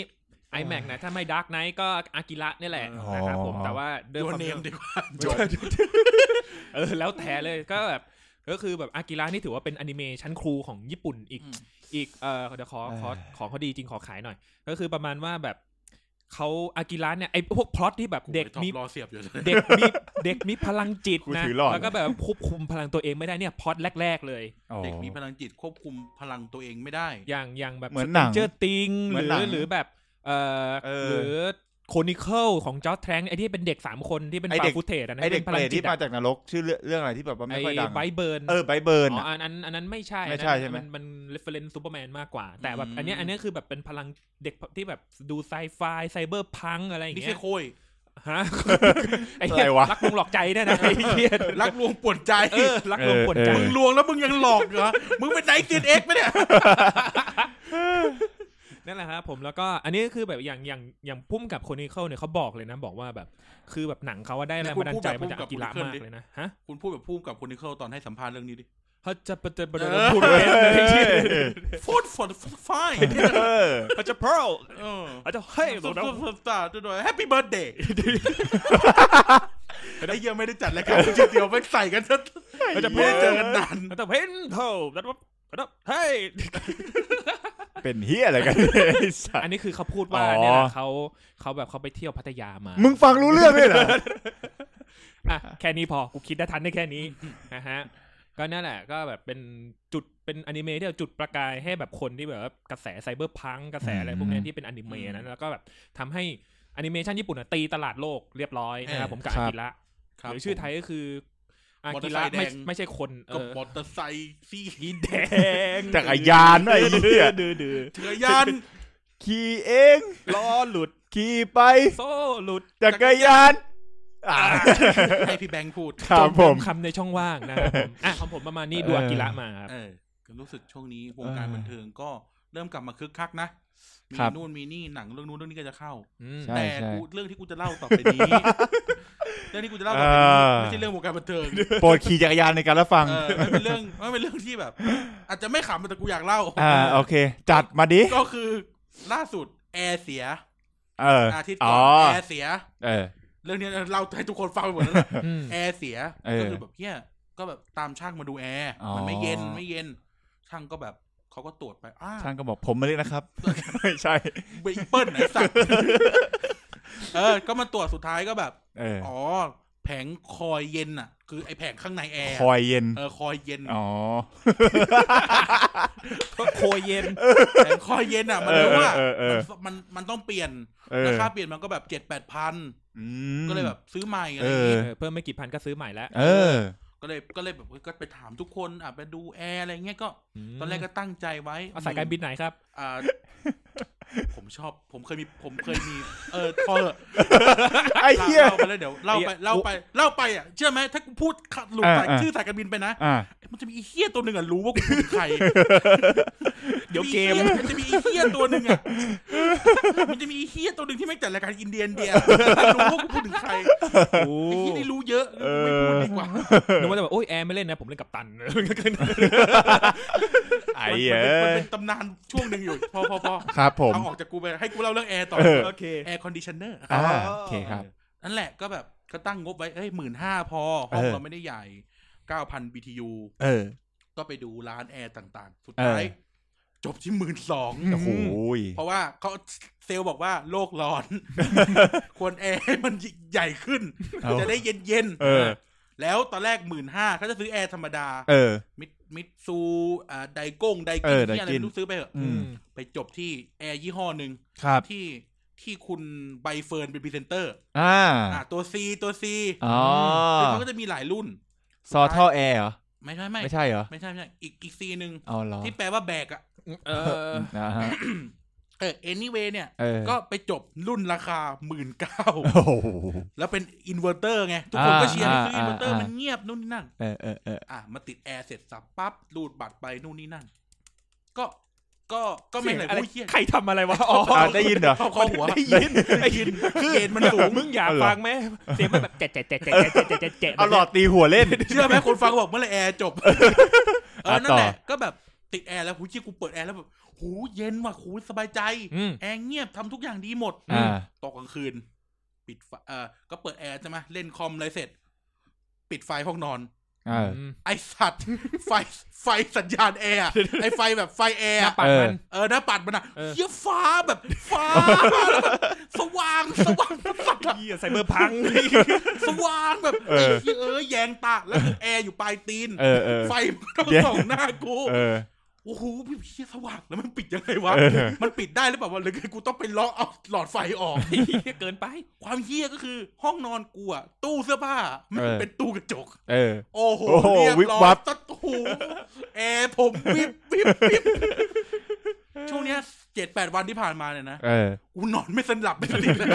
S3: iMac นะถ้าไม่ Dark Knight ก็อากิระนี่แหละ
S4: อ๋อ
S3: นะครับผมแต่ว่าด้
S2: เดี๋
S3: วย ยว ความ
S2: เนม
S3: ที่
S2: ดีกว่าจบ
S3: เออแล้วแต่เลยก็แบบก็คือแบบอากิระนี่ถือว่าเป็นอนิเมชันครูของญี่ปุ่นอีกอีกเออเดี๋ยวขอขอขอเขาดีจริงขอขายหน่อย ก็คือประมาณว่าแบบเขาอากิระเนี่ยไอพวกพล็อตที่แบบเด็กมี
S2: รอเสียบอยู่เลย
S3: เด็กมีเด็กมีพลังจิต
S4: กู
S3: นะ
S4: ถือหลอด
S3: แล้วก็แบบควบคุมพลังตัวเองไม่ได้เนี่ยพล็อตแรก ๆ เลย
S2: เด็กมีพลังจิตควบคุมพลังตัวเองไม่ได้
S3: อย่างอย่างแบบ
S4: เหมือนหนัง
S3: เจอร์ติง
S4: เหมื
S3: ห
S4: อน
S3: รือ
S4: หนัง
S3: หรือแบบเอ่อ
S4: เออ
S3: หรือโคนิเคิลของจอร์ดแทรงค์ไอที่เป็นเด็กสามคนที่เป็น
S4: ไอ้
S3: ฟา
S4: เด็ก
S3: ฟูเทจอะนะ
S4: ไอเด็ก
S3: ป็นพ
S4: เปร
S3: ลัง
S4: ต
S3: จิ
S4: ที่
S3: ต
S4: มา
S3: อะ
S4: จากนรกชื่อเรื่องเรื่องอะไรที่แบบว่า
S3: ไอ
S4: ไม่ค่อยดัง
S3: ไบเบิร์น
S4: เออไบเบิร์น
S3: อ๋อ
S4: อะ
S3: อันนั้นอันนั้นไม่ใช่
S4: ไม่ใช่ใช่ไหม
S3: นมันเรฟเฟรนซ์ซูเปอร์แมนมากกว่า แต่แบบ
S2: อืม
S3: อันเนี้ยอันเนี้ยคือแบบเป็นพลังเด็กที่แบบดูไซไฟไซเบอร์พังอะไรอย่าง
S2: นี่
S3: เงี้
S2: ใช่
S3: ย
S2: โคย
S3: ฮะ ไอ้เหี้ย
S4: อะไรวะ
S3: รักลวงหลอกใจเนี่ยนะไอ้เหี้ย
S2: รักลวงปวดใจ
S3: เออรักลวงปวดใจ
S2: มึงลวงแล้วมึงยังหลอกเหรอ มึงเป็นไนท์ซีนเอ็กซ์ไหม เนี่ย
S3: นั่นแหละครับผมแล้วก็อันนี้ก็คือแบบอย่างอย่างอย่างพุ่มกับคนนี้เข้าเนี่ยเขาบอกเลยนะ บอกว่าแบบ คือแบบหนังเขาว่าได้แรงบันดาลใจมาจากอากิระมากเลยนะฮะ
S2: คุณพูดแบบพูดกับคนที่เข้าตอนให้สัมภาษณ์เรื่องนี้ดิ
S3: เขาจะประเดิมประเดิมพูดเป็นเลยเหี้ย
S2: ฟูดฟอร์ฟูดไฟ
S4: เออ
S3: เขาจะเพร์ล
S2: เอ อ
S3: เขาจะเฮ้ย
S2: สุด
S3: เรา
S2: สุดสุดตาด้วยแฮปปี้เบิร์ดเด ย์ไอ้เหี้ยังไม่ได้จัดรายการเดียว ไม่ใส่กันจะ
S3: เขาจะเพ
S2: ไม่
S3: ร์
S2: ได้
S3: ล
S2: เจอกันนาน
S3: เขาจะเพนเพร์ลแล้วก็แล้วเฮ้ย
S4: เป็นเฮียอะไรกันไอ้สัต
S3: อั
S4: ว์
S3: นนี้คือเขาพูดว่า
S4: อ๋อ
S3: เนี่ยแหละเขาเขาแบบเขาไปเที่ยวพัทยามา
S4: มึงฟังรู้เรื่องด้วยเหรอ
S3: อ่ะแค่นี้พอกูคิดได้ทันได้แค่นี้นะฮะก็นั่นแหละก็แบบเป็นจุดเป็นอนิเมะที่แบบจุดประกายให้แบบคนที่แบบว่ากระแสไซเบอร์พังก์กระแสอะไรพวกเนี้ยที่เป็นอนิเมะนะแล้วก็แบบทำให้อนิเมชันญี่ปุ่นอะตีตลาดโลกเรียบร้อยนะครับผมกับอากิระ หรือชื่อไทยก็คืออากิระ
S2: มอเตอร์ไซค์แดง
S3: ไม่ไม่ใช่คนเอ
S2: ก็
S3: อ
S2: มอเตอร์ไซค์ซี่
S3: สีแดง
S4: จักรยานด้วยไอ้เหี้ย
S3: ดื้อดื้อ
S2: เถื่ยัน
S4: ขี่เองล้อหลุด ขี่ไป
S3: โซ่หลุด
S4: จักรยาน อ่า
S2: ให้พี่แบงค์พูด
S4: ครับ
S3: จ
S4: ผ
S3: ง
S4: ม
S3: จำคำในช่องว่างนะครับผมอ่ะของผมประมาณนี้ดูอากิระมาครับ
S2: เออรู้สึกช่วงนี้วงการ
S4: เออ
S2: บันเทิงก็เริ่มกลับมาคึกคักนะ มี
S4: ครับ
S2: นู่นมีนี่หนังเรื่องนู้นเรื่องนี้ก็จะเข้า
S3: อืม
S4: ใช่
S2: แต่กูเรื่องที่กูจะเล่าต่อไปนี้ เรื่องที่กูจะเล่าต่อไป
S4: เอ
S2: นี้
S4: อ
S2: ไม่ใช่เรื่องวงการบันเทิง
S4: โปรดขี่จักรยานในการรับฟัง
S2: เออมันเป็นเรื่องมันเป็นเรื่องที่แบบ อาจจะไม่ขำแต่กูอยากเล่า
S4: อ่าโอเค จัดมาดิ
S2: ก็คือล่าสุดแอร์เสีย
S4: เออ
S2: อาทิตย์
S4: อ๋
S2: ก่อ
S4: อน
S2: แอร์เสีย
S4: เออ
S2: เรื่องนี้เราให้ทุกคนฟังไปหมดแล้วนะ
S3: อืม
S2: แอร์เสีย
S4: เออ
S2: ก็คือแบบเนี้ยก็แบบตามช่างมาดูแอร์
S4: อ๋อ
S2: มันไม่เย็นไม่เย็น ช่างก็แบบเขาก็ตรวจไปอ้า
S4: ช่างก็บอกผมมาเลยนะครับ ไม่ใช่
S2: ไปเปิ้ลไหนสัตว์ เออ ก็มาตรวจสุดท้ายก็แบบ
S4: เออ
S2: อ๋อ แผงคอยเย็นอ่ะ คือไอ้แผงข้างในแอร์
S4: คอยเย็น
S2: เออ คอยเย็น
S4: อ๋อ
S3: โคเย็น
S2: แผงคอยเย็นอ่ะ มันรู้ว่า
S4: เออเออเออ
S2: มันมันมันต้องเปลี่ยน
S4: เออ
S2: ราคาเปลี่ยนมันก็แบบเจ็ดแปดพัน
S4: อืม
S2: ก็เลยแบบซื้อใหม่อะ
S4: เอ
S2: ไรอ
S4: อ
S2: ย่างงี้
S3: เออเพิ่มไม่กี่พันก็ซื้อใหม่แล้ว
S4: เออ
S2: ก็เลยก็เลยแบบเฮ้ยก็ไปถามทุกคนอ่ะไปดูแอร์อะไรเงี้ยก็ ตอนแรกก็ตั้งใจไว้
S3: เอาสายการบินไหนครับ
S2: อ่า ผมชอบ ผมเคยมี ผมเคยมี เออพอเถอะ
S4: ไอ้เหี้ย
S2: เล่าไปแล้วเดี๋ยวเล่าไปเล่าไปเล่าไปอ่ะเชื่อไหมถ้ากูพูดขัดหลุด
S4: อ่า
S2: สาย
S4: อ่า
S2: ชื่อสายการบินไปนะ
S4: อ่า
S2: มันจะมีไอ้เหี้ยตัวหนึ่งอ่ะรู้ว่ากูเป็นใคร
S3: เดี๋ยวเกม
S2: มันจะมีไอ้เหี้ยตัวหนึ่งอ่ะมันจะมีไอ้เหี้ยตัวหนึ่งที่ไม่งจัดรายการอินเดียนเดียรู้ว่ากูพูดถึงใคร
S3: โอ้
S2: ไอ้เหี้ยนี่รู้เยอะไม่พูดดีกว่า
S3: นึกว่าจะแบบโอ้ยแอร์ไม่เล่นนะผมเล่นกับตัน
S4: ไอ้
S2: มัน
S4: เอ
S2: เป็นมัน
S4: อ
S2: เป็นตำนานช่วงหนึ่งอยู่พอพอพอ
S4: ครับผม
S2: เอาออกจากกูไปให้กูเล่าเรื่องแอร์ต่อ
S4: เออ
S3: โอเค
S2: แอร์คอนดิชเนอร์
S4: อ่าโอเคครับ
S2: นั่นแหละก็แบบก็ตั้งงบไว้เอ้ยหมื่นห้าพอห้องเราไม่ได้ใหญ่เก้าพัน BTU
S4: เออ
S2: ก็ไปดูร้านแอร์ต่างๆ สุดท้าย
S4: เออ
S2: จบที่หมื่นสอง
S4: โอ้โหย
S2: เพราะว่าเขาเซลล์บอกว่าโลกร้อน ควรแอร์ให้มันใหญ่ขึ้น
S4: เอา
S2: จะได้เย็น
S4: เออ
S2: ๆ แล้วตอนแรกหมื่นห้าเขาจะซื้อแอร์ธรรมดา
S4: เออ
S2: มิดมิดซูอ่าไดโก้งได
S4: เอ
S2: กิน
S4: อ
S2: ที่อะไร
S4: Daikin
S2: ไม่รู้ซื้อไปเหอะ
S4: อืม
S2: ไปจบที่แอร์ยี่ห้อหนึ่ง
S4: ครับ
S2: ที่ที่คุณใบเฟิร์นเป็นพรีเซนเตอร์
S4: อ่า
S2: อ่าตัวซีตัวซี
S4: อ๋อ
S2: ซึ่งมันก็จะมีหลายรุ่น
S4: ซอท่อแอร์เหรอ
S2: ไม่ใช่ไม่
S4: ไม่ใช่เหรอ
S2: ไม่ใช่ไม่ใช่อีกอีกซีหนึ่ง
S4: เอาเหรอ
S2: ที่แปลว่าแบกอะ
S3: เออ
S4: อ่าฮะ
S2: เออ anyway เนี่ย
S4: เออ
S2: ก็ไปจบรุ่นราคาหมื่นเก้า
S4: โอ้โห
S2: แล้วเป็นอินเวอร์เตอร์ไง ทุกคนก็เชียร์ให้ซื้ออิ
S4: อ่าน
S2: เวอร์เตอร์
S4: อ่ามั
S2: มันเงียบนู่นนี่นั่น
S4: เออเออเออ
S2: อ่ะ มาติดแอร์เสร็จสับปั๊บรูดบัตรไปนู่นนี่นั่น ก็ก็ก็ไม่เลย
S3: เสียงอะไร
S2: อุ้ยเครียด
S3: ใครทำอะไรวะอ๋อ
S4: อ่าได้ยินเหรอ
S2: เข้าคอหัว
S3: ได้ยินได้ยิน
S2: คือเกณฑ์มันสูง
S3: มึงอยาก
S4: เอาเหรอ
S3: ฟังไหมเสียงมันแบบแจ๊ะแจ๊ะแจ๊ะแจ๊ะแจ๊ะแจ๊ะแจ๊ะ
S4: เอาหลอดตีหัวเล่น
S2: เชื่อไหมคนฟังบอกเมื่อไหรแอร์จบ เออ
S4: อ่ะ
S2: นั่นแหละ
S4: ต่อ
S2: ก็แบบติดแอร์แล้วหูยเชี่ยกูเปิดแอร์แล้วแบบหูเย็นว่ะหูสบายใจ
S3: อืม
S2: แอร์เงียบทำทุกอย่างดีหมด
S4: อ่า
S2: ตกกลางคืน ปิดไฟเออก็เปิดแอร์ใช่ไหมเล่นคอมอะไรเสร็จ ปิดไฟห้องนอน
S4: เออ
S2: ไอสัตว์ ไฟไฟสัญญาณแอร์อะไอไฟแบบไฟแอร์
S3: หน้า
S2: อะ
S3: ปากมัน
S2: เออหน้าปัดมันอะ
S3: เออ
S2: เยี่ยฟ้าแบบฟ้าแล้วแบบสว่างสว่างสัตว์อะ
S3: เหี้ยไซเบอร์พัง
S2: สว่างแบบ
S4: เอ
S2: ไอ้
S4: อ
S2: เหี้ยเออแยงตาแล้วคือแอร์อยู่ปลายตีน
S4: เออเออ
S2: ไฟมันก็
S4: เดี๋ยว
S2: ส่องหน้ากู
S4: เออ
S2: โอ้โหพี่เชี่ยสว่างแล้วมันปิดยังไงวะ
S4: เออ
S2: มันปิดได้หรือเปล่าวะหรือกูต้องไปเลาะเอาหลอดไฟออก
S3: เกินไป
S2: ความเฮี้ยก็คือห้องนอนกูอะตู้เสื้อผ้ามัน
S4: เออ
S2: เป็นตู้กระจก
S4: เออ
S2: โอ้โห
S4: โอ้โห
S2: เรียบ
S4: วิบ
S2: ร้อ
S4: วั
S2: ย
S4: บ
S2: ตัดหูแอร์ผมวิบวิบวิบ ช่วงเนี้ยเจ็ดแปดวันที่ผ่านมาเนี่ยนะ
S4: เออ
S2: กูนอนไม่สลับไม่สนิทเลย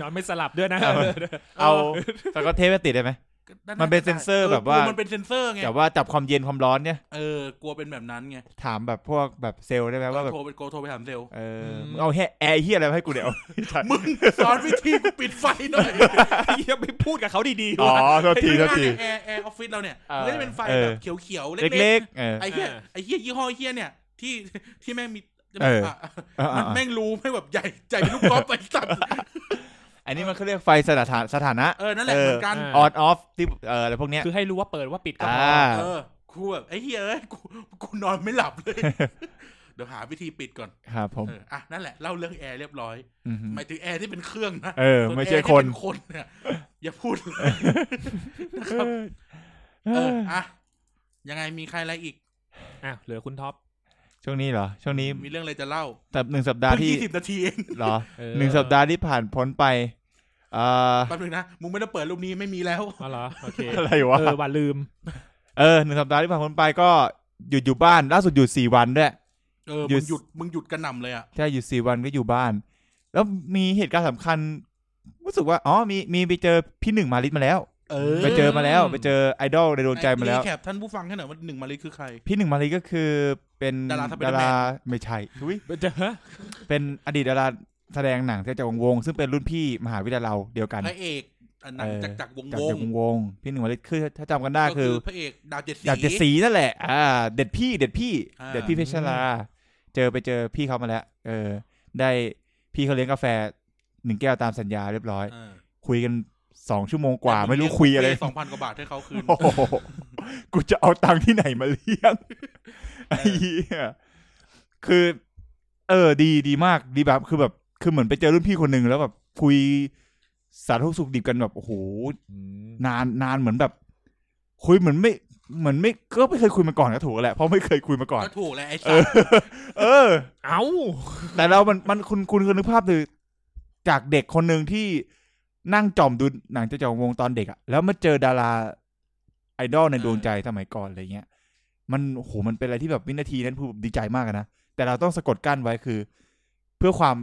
S3: นอนไม่สลับด้วยนะ
S4: เอา เอาสกอตเทปไปติดได้ไหม มันเป็นเซ็นเซอร์แบบว่า
S2: เออกลัมันเป็นเซนเซอร์ไง
S4: แต่ว่าจับความเย็นความร้อนเนี่ย
S2: เออกลัวเป็นแบบนั้นไง
S4: ถามแบบพวกแบบเซลล์ได้ไหมว่าแบบ
S2: โทรไปโกโทรไปถามเซลล์
S4: เออ
S3: ม
S4: มึงเอาแฮแอร์เฮียอะไรมาให้กูเดี๋ยว
S2: มึงสอนวิธีกูปิดไฟหน่อย
S3: เฮียไปพูดกับเขาดีๆ
S4: อ๋อ
S3: วะ
S4: โทษทีโทษที
S2: แอร์แอร์ออฟฟิศเราเนี่ย
S3: เออ
S2: มันก็จะเป็นไฟ
S4: เออ
S2: แบบเขียวๆ
S4: เล็
S2: เล็
S4: ก
S2: ก
S4: ๆเออ
S2: ๆ ไอ้เหี้ยไอ้เหี้ยยี่ห้อเหี้ยเนี่ย ที่ที่แม่งมี
S4: เออ
S2: ะ
S4: เออเออ
S2: มั
S4: น เออ
S2: แม่งรู้ไม่แบบใหญ่ใจเป็นลูกกอล์ฟไปสัตว์
S4: อันนี้มันเขาเรียกไฟสถานะสถานะ
S2: เออ นั่นแหละเหมือนกัน
S4: ออนออฟที่เอ่ออะไรพวกเนี้ย
S3: คือให้รู้ว่าเปิดว่าปิดก็พ
S4: อ่า
S3: ออ
S2: เออกูแบบไอ้เหี้ยเอ้ยกูกูนอนไม่หลับเลย เดี๋ยวหาวิธีปิดก่อน
S4: ครับผม
S2: เอออ่ะนั่นแหละ เล่าเรื่องแอร์เรียบร้อย
S4: ม
S2: หมายถึงแอร์ที่เป็นเครื่องนะ
S4: เออ
S2: ส่วน
S4: ไม่ใช่
S2: แอร์
S4: ค
S2: ที่
S4: น
S2: เป็นคนเนี่ยอย่าพูดเลยนะครับ
S4: เอ
S2: เอ
S4: อ
S2: ออ่ะยังไงมีใครอะไรอีก
S3: อ่ะเหลือคุณท็อป
S4: ช่วงนี้เหรอ ช่วงนี้
S2: มีเรื่องอะไรจะเล่า
S4: สัปหนึ่งสัปดาห์
S2: เพิ่ง
S4: ที่
S2: ยี่สิบนาทีเอง
S4: เหรอ
S3: เออ
S4: หนึ่งสัปดาห์ที่ผ่านพ้นไปเอ่อ
S2: แป๊บนึงนะ มึงไม่ต้องเปิดรูปนี้ไม่มีแล้ว
S3: อ๋อเหรอโอเค
S4: อะไรวะ
S3: เออว่าลืม
S4: เออหนึ่งสัปดาห์ที่ผ่านพ้นไปก็หยุดอยู่บ้าน ล่าสุดหยุดสี่วันด้วย
S2: เออ
S4: หยุ
S2: มึ
S4: ด
S2: งหยุด มึงหยุดกระหน่ำเลยอ่ะ
S4: ใช่หยุดสี่วันก็อยู่บ้าน แล้วมีเหตุการณ์สำคัญ รู้สึกว่า อ๋อมีมีไปเจอพี่หนึ่งมาลิตมาแล้ว
S2: เอ
S3: อ
S4: ไปเจอมาแล้ว ไปเจอไอดอลในดวงใจมาแล้ว
S2: รีแคปท่านผู้ฟังให้หน่อยว่าหนึ่งมาลิคือใคร
S4: พี่หนึ่งมาลิก็คือเป็น
S2: ดาราสไปเดอร์แมน
S4: ไม่ใช่อุ๊ย
S3: เจอ
S4: เป็นอดีตดาราแสดงหนังที่จากวงวง ซึ่งเป็นรุ่นพี่มหาวิทยาลัยเราเดียวกัน
S2: พระเอกอันนั้น
S4: เออ
S2: จากจากวง
S4: จาก
S2: วง
S4: จากวงวง พี่หนึ่งวันเล็กคือถ้าจำกันได้
S2: ก็
S4: คือ
S2: พระเอกดาวเจ็ดสี
S4: ดาบเจ็ดสีนั่นแหละ อ่า เด็ดพี่เด็ดพี่
S2: อ่า
S4: เด็ดพี่เพชรลาเจอไปเจอพี่เขามาแล้ว เออ ได้พี่เขาเลี้ยงกาแฟหนึ่งแก้วตามสัญญาเรียบร้อย
S2: เออ
S4: คุยกันสองชั่วโมงกว่าไม่รู้คุยอะไร
S2: สองพันกว่าบาทให้เขาคืน
S4: โอ้โหกูจะเอาตังค์ที่ไหนมาเลี้ ยงไอ้เหี้ยคือ เออ ดีดีมากดีแบบคือแบบ คือเหมือนไปเจอรุ่นพี่คนหนึ่งแล้วแบบคุยสารทุกข์สุขดิบกันแบบโอ้โหนานนานเหมือนแบบ คุยเหมือนไม่เหมือนไม่ก็ไม่เคยคุยมาก่อนก็ถูกแล้วแหละเพราะไม่เคยคุยมาก่อน
S2: ก็ถูกแหละไอ้สัตว์
S4: เออ
S3: เอ้า
S4: แต่เรามันมันคุณคุณคือนึกภาพคือจากเด็กคนหนึ่งที่นั่งจอมดูหนังเจ้าจอมวงตอนเด็กอะแล้วมาเจอดาราไอดอลในดวงใจสมัยก่อนอะไรเงี้ย มันโอ้โหมันเป็นอะไรที่แบบวินาทีนั้นผู้ดีใจมากอะนะแต่เราต้องสะกดกั้นไว้คือ เพื่อความ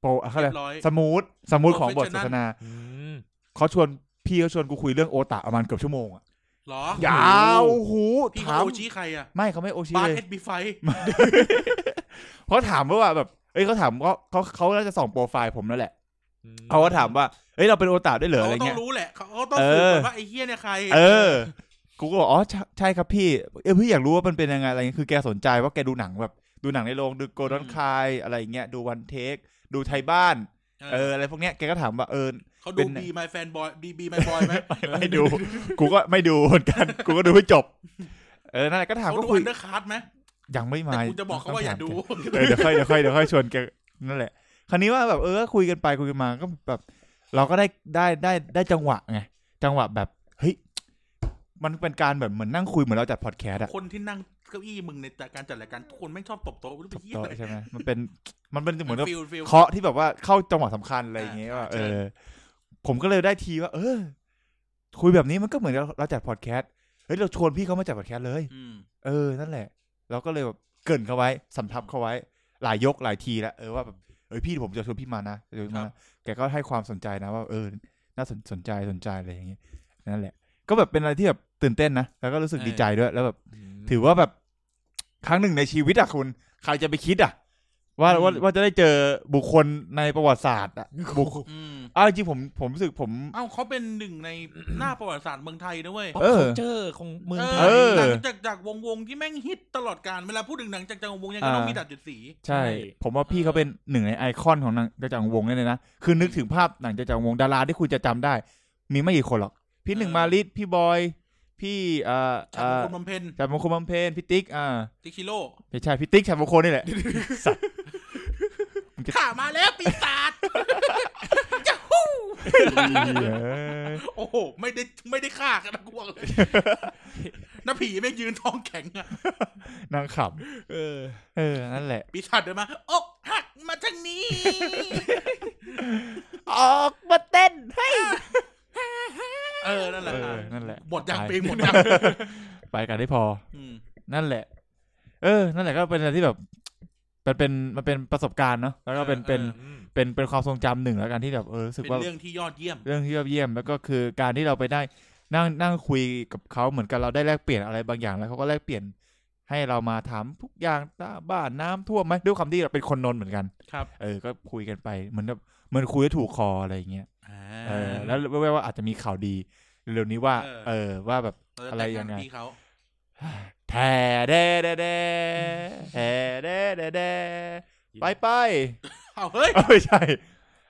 S4: โปรอะเขาเรี
S2: เรี
S4: ยก
S2: ยบร้อย
S4: สมูทสมูทของบทสนทนา
S3: อืม
S4: เขาชวนพี่เขาชวนกูคุยเรื่องโอตะประมาณเกือบชั่วโมงอะ
S2: เหรอ
S4: ยาวโอ้โห
S2: พี่
S4: ถาม
S2: เขาโอชี้ใครอ่ะ
S4: ไม่เขาไม่โอชิ
S2: บาร์
S4: เลย
S2: เอสบีไฟ
S4: เขาถามว่าแบบ เอ้ยเขาถามว่าเขาเขาน่าจะส่องโปรไฟล์ผมนั่นแหละ
S3: อืม
S4: เขาก็ถามว่า เอ้ย เราเป็นโอตาด้วยเหรออะ
S2: เขา
S4: ไร
S2: ต้อ
S4: เงี้
S2: ง
S4: ย
S2: รู้แหละเขาต้องสืบก่อนว่าไอ้เฮี้ยเนี่ยใคร
S4: เออ กูก็บอก อ๋อใช่ใช่ครับพี่ เอ้ยพี่อยากรู้ว่ามันเป็นยังไงอะไรเงี้ย คือแกสนใจว่าแกดูหนังแบบ ดูหนังในโรง ดูโกลดอนคายอะไรเงี้ย ดูวันเทค ดูไทยบ้าน เออ อะไรพวกเนี้ย แกก็ถามว่า เออ
S2: เขา
S4: เป็
S2: ดู
S4: นไหน
S2: บีมายแฟนบอยบีบีมายบอยไหม
S4: ไม่ดู กูก็ไม่ดูเหมือนกัน กูก็ดูไม่จบ เออ นั่นแหละก็ถาม
S2: เขา
S4: ก็
S2: ดู
S4: คุย
S2: อันเดอร์คัทไหม
S4: ยังไม่มา
S2: แต่กูจะบอกเขาว่าอย่า
S4: ต้งถม
S2: ดู
S4: แก เออเดี๋ยวค่อยเดี๋ยวค่อยเดี๋ยวค่อยชวนแกนั่นแหละ คราวนี้ว่าแบบเออคุยกันไปคุยกันมาก็แบบ เราก็ได้ได้ได้ได้จังหวะไงจังหวะแบบเฮ้ยมันเป็นการแบบเหมือนนั่งคุยเหมือนเราจัดพอดแคสต์อะ
S2: คนที่นั่งเก้าอี้มึงในการจัดรายการทุกคนแม่งชอบตบโต๊ะไม่รู้ไป
S4: ถูก
S2: เยี่ย
S4: ต้
S2: ม
S4: อง
S2: เลย
S4: ใช่ไหมมันเป็นมันเป็นเหมือนกับ
S2: ฟิลฟิล
S4: เคาะที่แบบว่าเข้าจังหวะสำคัญอะไรอย่างเงี้ย
S2: อ่า
S4: ว่า
S2: ใช่
S4: เออ ผมก็เลยได้ทีว่า เออ คุยแบบนี้มันก็เหมือนเราเราจัดพอดแคสต์เฮ้ยเราชวนพี่เขามาจัดพอดแคสต์เลย
S2: อืม
S4: เออ นั่นแหละ เราก็เลยแบบเกรินเขาไว้ สำทับเขาไว้ หลายยกหลายทีแล้ว เออว่าแบบเอ้ยพี่ผมจะชวนพี่มานะจะชวนพี่มานะแกก็ให้ความสนใจนะว่า เออ น่าสนสนใจสนใจอะไรอย่างเงี้ยนั่นแหละ ก็แบบเป็นอะไรที่แบบตื่นเต้นนะ แล้วก็รู้สึกดีใจด้วย แล้วแบบถือว่าแบบครั้งหนึ่งในชีวิตอะคุณ ใครจะไปคิดอะว่าว่าว่าจะได้เจอบุคคลในประวัติศาสตร์อะบุคคล
S2: อืม
S4: อ้าวจริงๆผมผมรู้สึกผม
S2: เอ้าเขาเป็นหนึ่งใน หน้าประวัติศาสตร์เมืองไทยนะเว้ย
S3: ป๊อป
S4: เออ
S3: คัลเจอร์ของเมืองไท
S4: เอย อ
S2: หนังจากจากวงวงที่แม่งฮิตตลอดการเวลาพูดถึงหนังจากจากวงวงยังก็ต้องมีดัดจุดสี
S4: ใช่
S3: ใช่
S4: ผมว่าพี่เขาเป็นหนึ่งในไอคอนของหนังจจังวงเนี่ยเลยนะ คือนึกถึงภาพหนังจจังวงดาราที่คุณจะจำได้ มีไม่กี่คนหรอก พี่หนึ่ง
S2: เออ
S4: มาลิดพี่บอย พี่เอ่อ
S2: จาก
S4: เอ่อ
S2: คนบำเพ็ญ
S4: จันมงคลบำเพ็ญพี่ติ๊กอ่า
S2: ติคิโร่
S4: ไม่ใช่พี่ติ๊กฉันมงคลนี่แหละ สัตว์
S2: ข่ามาแล้วปีศา จ
S4: เหี้ย
S2: โอ้โหไม่ได้ไม่ได้ฆ่ากันนะกูบอก เลยน้าผีแม่งยืนท้องแข็งอะ
S4: นางข
S3: เออ
S4: ำเออ นั่นแหละ
S2: ปีศาจเดินมาอกหักมาทางนี้
S4: ออกมาเต้นให้
S2: เออนั่นแหละ
S4: เออนั่นแหละ
S2: หมดยังเพลงหมดยัง
S4: ไปกันได้พอ
S2: อืม
S4: นั่นแหละ เออ นั่นแหละก็เป็นอะไรที่แบบ มันเป็นมันเป็นประสบการณ์เนาะแล้วก็เป็น
S2: เออ
S4: เป็น
S2: เออ
S3: อืม
S4: เป็นเป็นความทรงจำหนึ่งแล้วกันที่แบบเออรู้สึก
S2: เป็น
S4: ว่า
S2: เรื่องที่ยอดเยี่ยม
S4: เรื่องที่ยอดเยี่ยมแล้วก็คือการที่เราไปได้นั่งนั่งคุยกับเขาเหมือนกันเราได้แลกเปลี่ยนอะไรบางอย่างแล้วเขาก็แลกเปลี่ยนให้เรามาถามทุกอย่างบ้านน้ำท่วมไหมด้วยความที่เราเป็นคนนนท์เหมือนกัน
S2: ครับ
S4: เออก็คุยกันไปเหมือนแบบเหมือนคุยแล้วถูกคออะไรอย่างเงี้ย
S2: อ่า
S4: เออแล้วแว่วๆว่าอาจจะมีข่าวดีเร็วๆนี้ว่า
S2: เออ
S4: เออว่าแบบ
S2: เแต่
S4: อะไรยังไง
S2: พี่เขา
S4: แท่แด่แด่แด่แท่แด่แด่แด่ไปไป
S2: เอาเฮ้ย
S4: เอ้ยไม่ใช่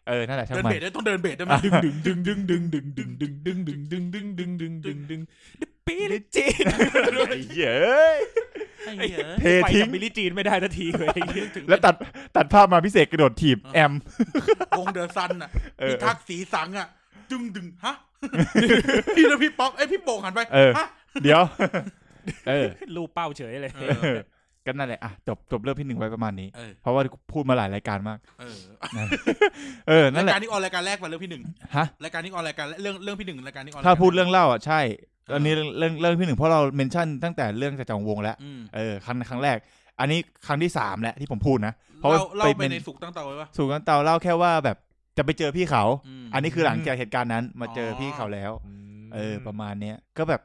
S4: เออนั่นแหละช่าง
S2: เดิน
S4: มัน
S2: เบสได้ต้องเดินเบสได้ไหม
S4: อ่ะ
S3: ดึงดึงดึงดึงดึงดึงดึงดึงดึงดึงดึงดึงดึงดึงดึงดึงดึงปีลิจีน
S4: ไอ้เหี้ยเอ้ย
S2: ไอ้เหี้ย
S4: เท
S3: ไป
S4: ทิ้
S3: กั
S4: ง
S3: บบิลลิจีนไม่ได้ทันทีเลยไอ้เหี้ย
S4: แล้วตัดตัดภาพมาพิเศษกระโดดถีบ
S2: อ่ะ
S4: แอม
S2: วงเดอะซันอ่ะ
S4: เออ
S2: พี่ทักษ์สีสังอ่ะดึงดึง ฮะ พี่แล้วพี่ป๊อกไอ้ยพี่โป่งหันไป
S4: เออ
S2: ฮะ
S4: เดี๋ยว เออ
S3: รูปเป้าเฉยเลย
S2: เออ
S4: ก็นั่นแหละอ่ะจบจบเรื่องพี่หนึ่งไว้ประมาณนี้
S2: เออ
S4: เพราะว่าพูดมาหลายรายการมาก
S2: เออ
S4: เออ นั่
S2: ราน ย
S4: แหละ
S2: การนี้ออนรายการแรกไปเรื่องพี่หนึ่ง
S4: ฮะ
S2: รายการนี้ออนรายการแรกเรื่องเรื่องพี่หนึ่งรายการนี้ออน
S4: ถ้าย
S2: ก
S4: พูดเรื่องเล่าอ่ะใช่อันนี้เรื่องเรื่องเรื่องพี่หนึ่งเพราะเราเมนชั่นตั้งแต่เรื่องจากจังวงแล้ว
S2: อืม
S4: เออครั้งครั้งแรก อันนี้ครั้งที่สามแล้วที่ผมพูดนะ เพราะ
S2: เล่าเล่า
S4: ไป
S2: ไป
S4: เป็น
S2: ในสุกตั้งเตาไว้ปะ
S4: สู่กันเตาเล่าแค่ว่าแบบจะไปเจอพี่เขา
S2: ม
S4: อันนี้คือหลัง
S3: อืม
S4: จากเหตุการณ์นั้น มาเจออ
S2: อ
S4: พี่เขาแล้ว เออประมาณเนี้ยก็แบบ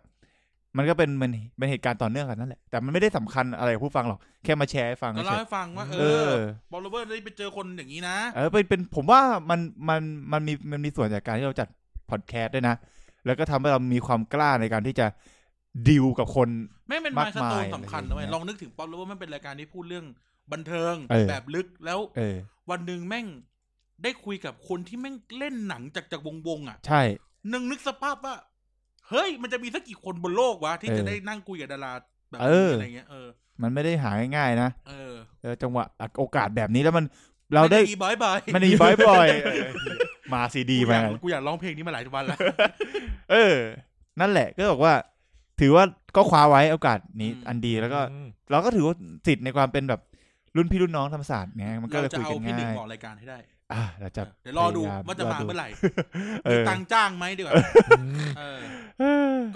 S4: มันก็เป็นมันเป็นเหตุการณ์ต่อเนื่องกันนั่นแหละแต่มันไม่ได้สำคัญอะไรกับผู้ฟังหรอกแค่มาแชร์ให้ฟัง
S2: ก็
S4: เฉ
S2: เล่าย ให้ฟังว่า
S4: ๆ
S2: เอ
S4: เอ
S2: อ
S4: อ
S2: บอลโลเวอร์ได้ไปเจอคนอย่างนี้นะ
S4: เออเป็นเป็นผมว่ามันมันมันมีมันมีส่วนจากการที่เราจัดพอดแคสต์ด้วยนะ แล้วก็ทำให้เรามีความกล้าในการที่จะดิวกับคน
S2: แม่งเป็
S4: มาม
S2: นาก ยสโตน
S4: มาย
S2: สำคัญนะ
S4: อะไร
S2: เว้ย
S4: อย่างเงี้ย
S2: ลองนึกถึงป๊อปรู้ว่ามันเป็นรายการที่พูดเรื่องบันเทิง
S4: เออ
S2: แบบลึกแล้ว
S4: เออ
S2: วันหนึ่งแม่งได้คุยกับคนที่แม่งเล่นหนังจากจากวงวงๆอ่ะ
S4: ใช่
S2: นึงนึกสภาพว่า เฮ้ย มันจะมีสักกี่คนบนโลกวะ ที่
S4: เออ
S2: จะได้นั่งคุยกับดาราแบบ
S4: เออ
S2: นี้
S4: อ
S2: อะไรเงี้ยเออ
S4: มันไม่ได้หาง่ายๆนะ
S2: เออ
S4: เออจังหวะโอกาสแบบนี้แล้วมันเราได้
S2: บอยบอย
S4: มันมีบ่อยๆเออมาซี ดี
S2: กูอ
S4: มา
S2: ยากกูอยากร้องเพลงนี้มาหลายวันแล้ว
S4: เออ นั่นแหละก็บอกว่า ถือว่าก็คว้าไว้โอกาสนี้
S2: อืม
S4: อันดีแล้วก็ เราก็ถือว่าติดในความเป็นแบบรุ่นพี่รุ่นน้องธรรมศาสตร์ไงมันก็
S2: เรา
S4: เลย
S2: จะ
S4: คุย
S2: เอา
S4: กัน
S2: พี่หนึ่ง
S4: ง่าย
S2: ออกรายการให้ได้
S4: อ่ะเราจะ
S2: เดี๋ยวรอดู
S4: พยย
S2: ว่าจะมาเมื่อไหร่
S4: เอ
S2: มี
S4: อ
S2: ตังค์จ้างไหมดีกว่าเออ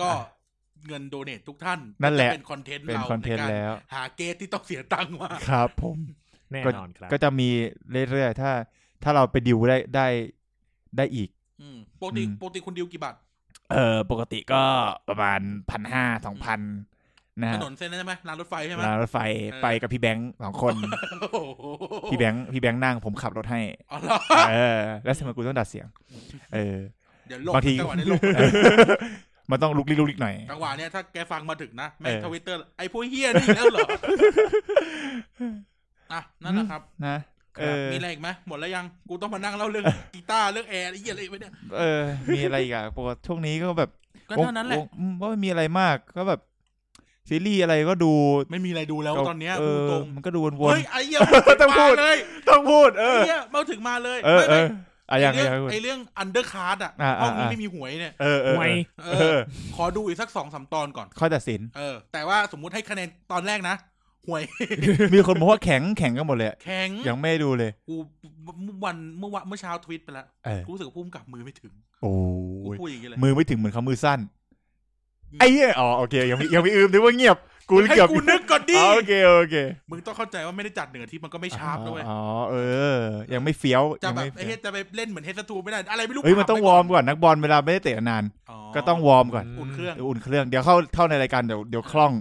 S2: ก็เงินโดเนททุกท่าน
S4: นั่นแหละ
S2: เป็นคอนเทนต์
S4: เป็น
S2: เรา
S4: คอนเทนต์
S2: ใการ
S4: แล้ว
S2: หาเกสที่ต้องเสียตังค์มา
S4: ครับผม
S3: แน่นอนครับ
S4: ก็จะมีเรื่อยๆถ้า ถ้าเราไปดิวได้ได้ได้อีก
S2: อืมปกติ
S4: อืม
S2: ปกติคุณดิวกี่บาท
S4: เออปกติก็ประมาณพันห้าสองพันนะ
S2: ถ
S4: ฮะ
S2: นนเส้นนั้นใช่ไหมรางรถไฟใช่ไหม
S4: รางรถไฟ
S2: เออ
S4: ไปกับพี่แบงค์สองคน
S2: โอ้โห
S4: พี่แบงค์พี่แบงค์นั่งผมขับรถให้
S2: อ๋อเหรอ
S4: เออ แล้วสมัยกูต้องดัดเสียง เอ อ
S2: เดี๋ยวลง
S4: บางที
S2: จังหวะนี้ลง
S4: มันต้องลุกลี้ลุกลิกหน่อย
S2: จังหวะเนี้ยถ้าแกฟังมาถึงนะแม่ง
S4: เออ
S2: ทวิตเตอร์ไอ้พวกเฮียนี่อีกแล้วเหรออ่ะนั่นแหละครับ
S4: นะเออ
S2: มีอะไรอีกไหมหมดแล้วยังกูต้องมานั่งเล่าเรื่องกีตาร์เรื่องแอร์ไอ้เหี้ยอะไรไปเนี่ย
S4: เออ มีอะไรอีกอะปกติช่วงนี้ก็แบบ
S2: ก็เท่านั้นแหละ
S4: วงอืมว่าไม่มีอะไรมากก็แบบซีรีส์อะไรก็ดู
S2: ไม่มีอะไรดูแล้วตอนเนี้ย
S4: เอ
S2: พูด
S4: อ
S2: ตรง
S4: มันก็ดูวน
S2: เฮ้ยไอ้เหี้ย
S4: ต้องพูด
S2: มาเลย
S4: ๆต้องพูด เอ
S2: ไอ้
S4: อ
S2: เหี้ยมาถึงมาเลย
S4: เออ
S2: ไม่
S4: เอ
S2: ไม่
S4: ออะยัง
S2: ไอ้
S4: ยัง
S2: เรื่
S4: ยัง
S2: ไอ้เรื่องอันเดอร์คาร์ดอ่ะ
S4: อ่า
S2: ห้องนี้
S4: อ่า
S2: ไม่มีหวยเนี่ย
S4: เออเออ
S3: ไว้
S2: เอ
S4: เอ
S2: อ
S4: อ
S2: ขอดูอีกสักสองสามตอนก่อน
S4: ข้อตัดสิน
S2: เออ แต่ว่าสมมุติให้คะแนนตอนแรกนะหวย
S4: มีคนบอกว่าแข็งแข็งกันหมดเลยอะ
S2: แข็ง
S4: ยังไม่ได้ดูเลย
S2: กูเมื่อวันเมื่อวันเมื่อเช้าทวิตไปแล้ว
S4: เออ
S2: กูรู้สึกว่าพุ่มกับมือไม่ถึง
S4: โอ้
S2: กู
S4: ย
S2: พูดอย่างนี้เลย
S4: มือไม่ถึงเหมือนเขามือสั้น ไอ้เหี้ยอ๋อโอเคยังมียังมีอืมนึกว่าเงียบ กู
S2: ให้
S4: เกือบ
S2: กูนึกก่อนดิ
S4: อ๋อโอเคโอเค
S2: มึงต้องเข้าใจว่าไม่ได้จัดเหนือที่มันก็ไม่ชาร์ปด้วย
S4: อ๋อเออ ยังไม่เฟี้ยว
S2: จะ
S4: ยัง
S2: แบบ
S4: ไม่
S2: ไอ้
S4: เฟี้ยว
S2: เฮ้ยจะไปเล่นเหมือนเฮสตูไม่ได้อะไรไม่รู้
S4: เฮ้ยมันต้องว
S2: ผ่า
S4: อ
S2: ไป
S4: ร์มก่อนนักบอลเวลาไม่ได้เตะนาน ก็ต้องวอร์มก่อน
S2: อุ่นเครื่อง
S4: เดี๋ยวอุ่นเครื่องเดี๋ยวเข้าเข้าในรายการเดี๋ยวเดี๋ยวคล่อง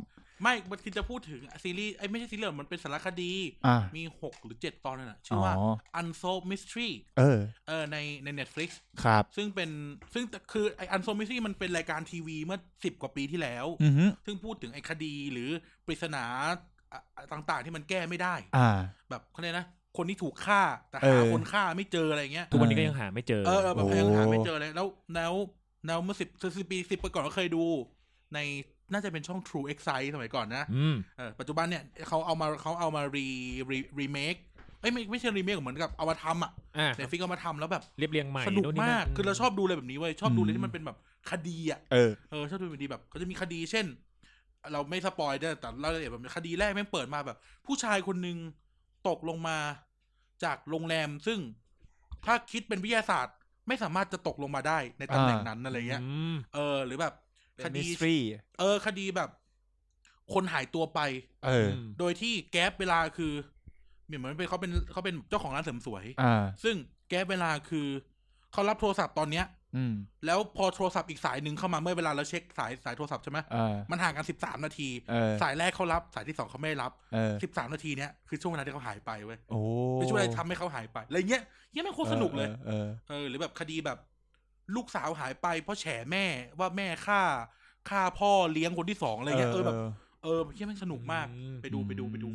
S2: ไม่มันคือจะพูดถึงซีรีส์ไอ้ยไม่ใช่ซีรีส์มันเป็นสารคดี
S4: อ่า
S2: มีหกหรือเจ็ดตอนนั่นแหละชื่
S4: อ๋
S2: อ
S4: อ
S2: ว่า Unsolved Mystery
S4: เออ
S2: เออในใน Netflix
S4: ครับ
S2: ซึ่งเป็นซึ่งคือไออันโซมิซี่มันเป็นรายการทีวีเมื่อสิบกว่าปีที่แล้ว
S4: อือฮึ
S2: ซึ่งพูดถึงไอคดีหรือปริศนาอ่ะต่างๆที่มันแก้ไม่ได้
S4: อ่า
S2: แบบเขาเรียกนะ คนที่ถูกฆ่า แต่
S4: เอ
S2: หา
S4: อ
S2: คนฆ่าไม่เจออะไรเงี้ย
S3: ทุกวันนี้ก็ยังหาไม่เจอ
S2: เออเออแบบ
S4: โอ้
S2: ยังหาไม่เจอเลยแล้วแล้วแล้วเมื่อสิบสิบปีสิบปีก่อนก็เคยดู ในน่าจะเป็นช่อง True Excite สมัยก่อนนะ
S3: อืม
S2: เออปัจจุบันเนี่ยเขาเอามาเขาเอามารีรีรีเมคเอ้ยไม่ไม่ใช่รีเมคเหมือนกับเอามาทำอ่ะ
S3: อ่า
S2: เนฟิกเอามาทำแล้วแบบ
S3: เรียบเรียงใหม่
S2: สนุก
S3: โนั่น
S2: มาก
S3: นั่น
S2: คือเราชอบดูอะไรแบบนี้เว้ย ชอบดูอะไร
S4: อืม
S2: ที่มันเป็นแบบคดีอ่ะ
S4: เออ
S2: เออ ชอบดูคดีแบบเขาจะมีคดี เช่น เราไม่สปอยได้แต่เราละเอียดแบบคดีแรกแม่งเปิดมาแบบ ผู้ชายคนหนึ่งตกลงมาจากโรงแรม ซึ่งถ้าคิดเป็นวิทยาศาสตร์ ไม่สามารถจะตกลงมาได้ในตำแหน่งนั้นอะไรเงี้ย
S3: อืม
S2: เออ หรือแบบ คดี
S4: mystery
S2: เออ คดีแบบ คนหายตัวไป
S4: เออ
S2: โดยที่แก๊ปเวลาคือ เหมือนเป็นเขาเป็นเขาเป็นเจ้าของร้านเสริมสวย
S4: อ่า
S2: ซึ่งแก้เวลาคือเขารับโทรศัพท์ตอนเนี้ย
S4: อืม
S2: แล้วพอโทรศัพท์อีกสายหนึ่งเข้ามาเมื่อเวลาเราเช็คสายสายโทรศัพท์ใช่ไหม
S4: อ่า
S2: มันห่างกันสิบสามนาที
S4: เออ
S2: สายแรกเขารับสายที่สองเขาไม่รับ
S4: เออ
S2: สิบสามนาทีเนี้ยคือช่วงเวลาที่เขาหายไปเว้ย
S4: โอ้
S2: เป็นช่วงเวลาที่ทำให้เขาหายไปอะไรเงี้ยเงี้ยไม่งโคตรสนุกเลย
S4: เออ
S2: เออหรือแบบคดีแบบ ลูกสาวหายไปเพราะแฉแม่ว่าแม่ฆ่าฆ่าพ่อเลี้ยงคนที่สองอะไรเงี้ยเออแบบเออเฮียแม่งสนุกมาก
S3: อืม
S2: ไปดูไปดูไปดู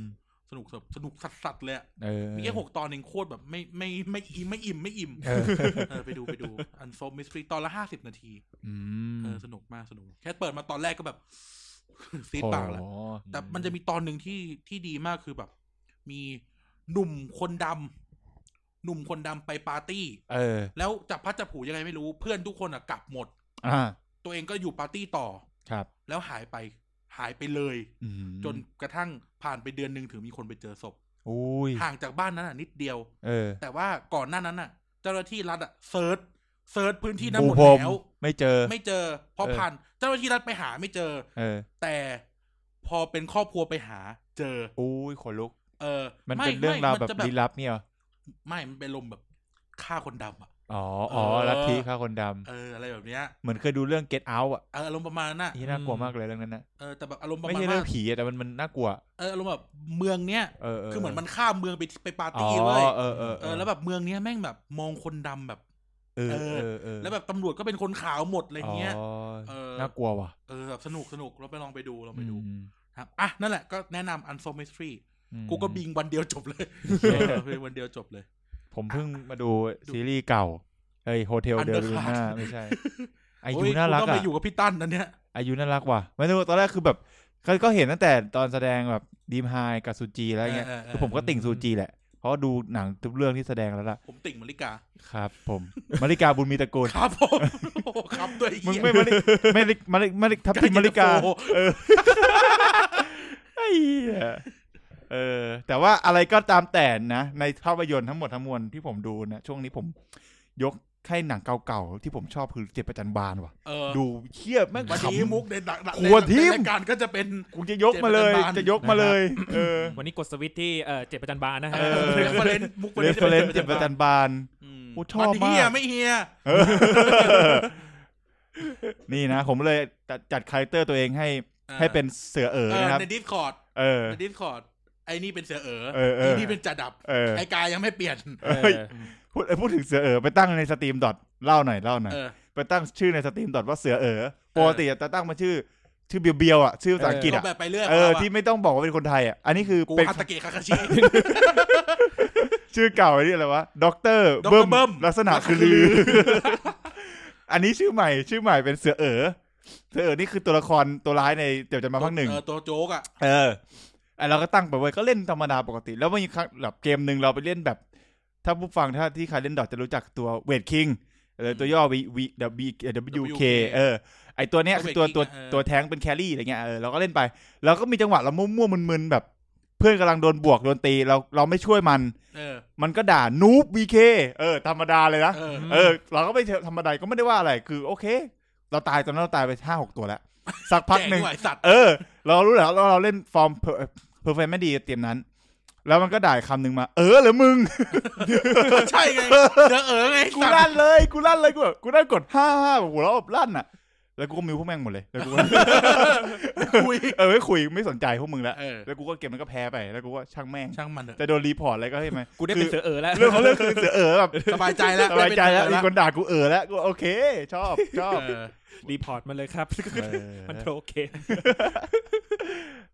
S2: สนุกสนุกสัสสัสๆเลยอะ
S4: เออ
S2: มีแค่หกตอนเองโคตรแบบไม่ไม่ไม่อิ่มไม่อิ่มไม่อิ่ม
S4: เออ
S2: เออไปดูไปดูอันโซมิสทรีตอนละห้าสิบนาที
S4: อืม
S2: เออสนุกมากสนุกแค่เปิดมาตอนแรกก็แบบ ซีดปากแล้ว
S4: โอ้
S2: แต่มันจะมีตอนหนึ่งที่ที่ดีมากคือแบบ มีหนุ่มคนดำหนุ่มคนดำไปปาร์ตี้
S4: เออ
S2: แล้วจับพัดจับผูยังไงไม่รู้เพื่อนทุกคนอ่ะกลับหมด
S4: อ่า
S2: ตัวเองก็อยู่ปาร์ตี้ต่อ
S4: ครับ
S2: แล้วหายไปหายไปเลย
S4: อืม
S2: จนกระทั่งผ่านไปเดือนหนึ่งถึงมีคนไปเจอศพ
S4: อุ้ย
S2: ห่างจากบ้านนั้นอ่ะนิดเดียว
S4: เออ
S2: แต่ว่าก่อนหน้านั้นอ่ะ เจ้าหน้าที่รัฐอ่ะเซิร์ชเซิร์ชพื้นที่นั้น
S4: ปู
S2: หมด
S4: พรม
S2: แล้ว
S4: ไม่เจอ
S2: ไม่เจอ พอ
S4: เออ
S2: ผ่านเจ้าหน้าที่รัฐไปหาไม่เจอ
S4: เออ
S2: แต่พอเป็นครอบครัวไปหา เจอ
S4: อุ้ยขนลุก
S2: เออ
S4: มัน
S2: ไ
S4: เป็นเรื่องราว
S2: มัน
S4: แบบ
S2: จะ
S4: ลี้ลับเนี่ยเหรอ
S2: ไม่มันเป็นลมณ์แบบฆ่าคนดำอ่ะ
S4: อ๋ออ๋อ
S2: เออ
S4: ลัทธิฆ่าคนดำ
S2: เอออะไรแบบเนี้ย
S4: เหมือนเคยดูเรื่อง Get Out อ่ะ
S2: เอออารมณ์ประมาณนั้นน่ะ
S4: ที่น่ากลัวมากเลยเรื่องนั้นนะ
S2: เออแต่แบบอารมณ์ประ
S4: ไม่
S2: มาณ
S4: ใช่เรื่
S2: ว่า
S4: องผีอะแต่มันมันน่ากลัว
S2: เอออารมณ์แบบเมืองเนี้ย
S4: เออ
S2: คือเหมือนมันข้ามเมืองไปไปปาร์ตี้
S4: อ๋อ
S2: เว้ย
S4: เออเออ
S2: เออแล้วแบบเมืองเนี้ยแม่งแบบมองคนดำแบบ
S4: เออเออเออ
S2: แล้วแบบตำรวจก็เป็นคนขาวหมดอะไรเงี้ย
S4: อ๋อ
S2: เออ
S4: น่ากลัวว่ะ
S2: เออแบบสนุกสนุกเราไปลองไปดูลองไปดู
S4: อืม
S2: ครับอ่ะนั่นแหละก็แนะนำ Unsolved Mystery กูก็บิงวันเดียวจบเลยเออ บิงวันเดียวจบเลย
S4: ผมเพิ่งมาดูซีรีส์เก่าเฮ้ยโฮเทลเด
S2: Undercard
S4: ลูน่าไม่ใช่อา
S2: โ
S4: ยุน่ารัก
S2: กูต้องไป
S4: อ่ะ
S2: อยู่กับพี่ตั้นนันเนี้ย
S4: อายุน่ารักว่ะไม่รู้ตอนแรกคือแบบก็ก็เห็นตั้งแต่ตอนแสดงแบบดีมไฮกับซูจีแล้วเงี้ย
S2: เออเออเออ
S4: คือผมก็ติ่งซูจีแหละเพราะดูหนังทุกเรื่องที่แสดงแล้วล่ะ
S2: ผมติ่งมาริกา
S4: ครับ ผมมาริกาบุญมีตระกูล
S2: ครับผมโอ้ครับด้วย
S4: มึง
S2: เหี้ย
S4: ไม่มาริ มาริมาริมาริทับทิมมาริกา
S2: โอ้โห
S4: ไอ้เหี้ยเออ แต่ว่าอะไรก็ตามแต่นะ ในภาพยนตร์ทั้งหมดทั้งมวลที่ผมดูนะ ช่วงนี้ผมยกให้หนังเก่าๆ ที่ผมชอบคือเจ็บประจันบานว่ะ
S2: เออ
S4: ดูเทียบแม่ง
S2: วัน
S4: ขำ
S2: นี้มุกในหนัก
S4: ครัวทิม
S2: รายการก็จะเป็น
S4: กูจะยกมาเลย
S2: เจ็บประจันบาน
S4: จะยกมาเลย เออ
S3: วันนี้กดสวิตช์ที่เออเจ็ดประจันบานนะฮะ
S4: เออ
S2: เรฟเฟรนมุกวัน
S4: เร
S2: นี้
S4: ฟ
S2: จะ
S4: เฟร
S2: เป็น
S4: ซ์เจ็บประจันบาน โอ้ชอบมาก
S2: วันเฮียไม่เฮีย
S4: เออ นี่นะ ผมเลยจัดจัดคาแรคเตอร์ตัวเองให้
S2: อ่า
S4: ให้เป็นเสือเอ๋อ
S2: เออ
S4: นะครับ
S2: ในดิสคอร์ด
S4: เออ
S2: ในดิสคอร์ดไอ้นี่เป็นเสือเออ
S4: เออเออ
S2: ไอ้นี่เป็นจ่าดับ
S4: เออ
S2: ไอ้กายยังไม่เปลี่ยน
S3: เออ
S4: เฮ้ย พูดเอ้ยพูดถึงเสือเอ๋อไปตั้งในสตรีมดอทเล่าหน่อยเล่าหน่อย
S2: เออ
S4: ไปตั้งชื่อในสตรีมดอทว่าเสือเอ๋อปกติจะตั้งมาชื่อ ชื่อเบียวเบียวๆอ่ะ ชื่อภาษาอังกฤษ
S2: ก็
S4: อ่ะ
S2: แบบไปเรื่อย
S4: เออ
S2: ขงราะ
S4: ที่ไม่ต้องบอกว่าเป็นคนไทยอ่ะ อันนี้คือ
S2: กู
S4: เป็น
S2: อัตเกะคาคาชิ
S4: ชื่อเก่าไอ้นี่อะไรวะด็อกเตอร์
S2: ดอกเตอร์
S4: เบิ้ม
S2: เบิ้ม
S4: ลักษณะคือลือ อันนี้ชื่อใหม่ ชื่อใหม่เป็นเสือเอ๋อเสือเอ๋อนี่คือตัวละครตัวร้ายในเดี๋ยวจะมาภาคหนึ่ง
S2: เออตัวโจ๊กอ่ะ
S4: เออไอเราก็ตั้งไปไว้ก็เล่นธรรมดาปกติ แล้วมีครั้งแบบเกมหนึ่งเราไปเล่นแบบ ถ้าผู้ฟังถ้าที่ใครเล่นดอทจะรู้จักตัวเวทคิงเออตัวย่อ V V W W K
S2: WK
S4: เออ ไอตัวเนี้ยคือตัว
S2: Wade King
S4: ตัว
S2: อะเออ
S4: ตัวแท้งเป็นแครี่อะไรเงี้ยเออเราก็เล่นไปเราก็มีจังหวะเรามั่วๆมึนๆแบบ เพื่อนกำลังโดนบวกโดนตีเราเราไม่ช่วยมัน
S2: เออ
S4: มันก็ด่านูบ VK เออ ธรรมดาเลยนะ
S2: เออ
S4: เออ เราก็ไม่เถอะธรรมดาก็ไม่ได้ว่าอะไรคือโอเค เราตายตอนนั้นเราตายไปห้าหกตัวแล้วสักพัก
S2: แจ
S4: หนึ่ง
S2: ด้วยไอ้สัตว์
S4: เออ เรารู้แล้วเราเราเล่นฟอร์มเพอร์เฟไม่ดีเตรียมนั้น แล้วมันก็ด่ายคำหนึ่งมา เออเหรือมึง
S2: ใช่ ไงเสือเออไง
S4: กู
S2: สัตว์
S4: ลั่นเลยกูลั่นเลยกูแบบกูลั่นกดห้าห้าแบบหัวเราะแบบลั่นอ่ะ แล้วกูก็มิวพวกแม่งหมดเลยแล้วกูก็
S2: คุย
S4: เออไม่คุยไม่สนใจพวกมึงแล้ว
S2: เออ
S4: แล้วกูก็เกมมันก็แพ้ไปแล้วกูก็ช่างแม่ง
S2: ช่างมันเถอะ
S4: จะโดนรีพอร์ตอะไรก็ให้มัน
S3: กูได้เป็นเสือเออแล้ว
S4: เรื่องของเรื่องคือเสือเออแบบ
S2: สบายใจแล้ว
S4: สบายใจแล้ว
S2: ได้
S4: มี
S2: เป็น
S4: ค
S2: เสือน
S4: ด่ากูเออแล้วกูโอเค ชอบชอบ
S2: เออ
S3: รีพอร์ตมันเลยครับ
S4: เออ
S3: มันโทรเค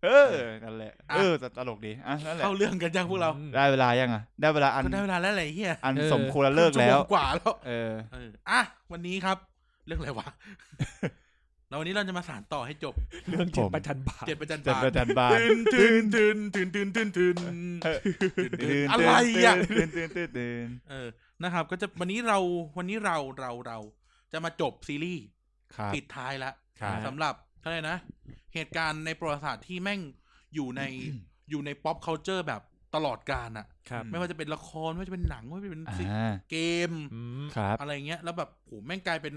S4: เออนั่นแหละเออแต่ตลกดีอ่ะนั่นแหละ
S2: เข้าเรื่องกันยังพวกเรา
S4: ได้เวลายังอ่ะได้เวลาอัน
S2: ก็ได้เวลาแล้วอะไรเฮีย
S4: อันสมควรเลิก
S2: ชั่
S4: แล้ว
S2: โมงกว่าแล้ว
S4: เออ
S2: เอออ่ะวันนี้ครับ เรื่องอะไรวะ เราวันนี้เราจะมาสานต่อให้จบ
S3: เรื่องเจ็ด
S4: ผม
S3: ประจันบาน
S2: เจ็ดประจัน
S4: เจ็ด
S2: บาน
S4: ประจันบาน
S2: ตื่นตื่นตื่นตื่นตื่นตื่นตื่นตื่นอะไรอ่ะ
S4: ตื่นตื่นตื่นตื่น
S2: เออนะครับ ก็จะวันนี้เราวันนี้เราเราเราจะมาจบซีรีส์
S4: ครับ
S2: ปิดท้ายละ
S4: ครับ
S2: สำหรับอะไรนะ เหตุการณ์ในประวัติศาสตร์ที่แม่งอยู่ใน อยู่ใน pop culture แบบตลอดกาลอะ
S3: ครับ
S2: ไม่ว่าจะเป็นละครไม่ว่าจะเป็นหนังไม่ว่าจะเป็นซี
S4: อ่า
S2: เกม
S3: อืม
S4: ครับ
S2: อะไรเงี้ย แล้วแบบโหแม่งกลายเป็น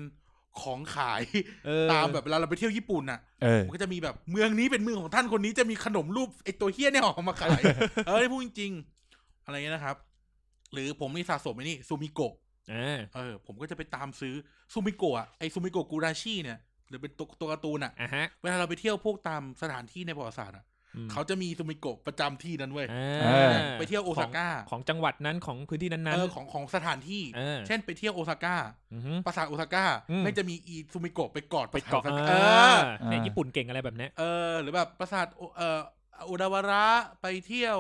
S2: ของขาย
S3: เออ
S2: ตามแบบเวลาเราไปเที่ยวญี่ปุ่นอะ
S4: เออ
S2: มันก็จะมีแบบเมืองนี้เป็นเมืองของท่านคนนี้จะมีขนมรูปไอตัวเฮี้ยเนี่ยออกมาขาย เออได้พูดจริง อะไรเงี้ยนะครับ หรือผมนี่สะสมไอ้นี่ซูมิโกะ
S3: อ่า
S2: เออผมก็จะไปตามซื้อซูมิโกะอะไอซูมิโกะกูราชิเนี่ยหรือเป็นตัวตัวการ์ตูนอะ
S3: อ่ะฮะ
S2: เวลาเราไปเที่ยวพวกตามสถานที่ในประวัติศาสตร์อะ
S3: อืม
S2: เขาจะมีซูมิโกะประจำที่นั้นเว้ย
S3: อ่
S4: เอา อ
S2: ไปเที่ยวโอซาก้า
S3: ของของจังหวัดนั้นของพื้นที่นั้นๆ
S2: เออของของสถานที่
S3: เออ
S2: เช่นไปเที่ยวโอซาก้า
S3: อือฮึ
S2: ปราสาทโอซาก้า
S3: อืม
S2: ไม่จะมีอีซูมิโกะไปกอด
S3: ไปเกาะ
S2: ปรสทโซ
S3: เอ
S2: เอ
S3: อ
S2: อ
S3: เนี่ย
S4: อ่า
S3: ญี่ปุ่นเก่งอะไรแบบเนี้ย
S2: เออหรือแบบปราสาทโอเออโอดาวาระไปเที่ยว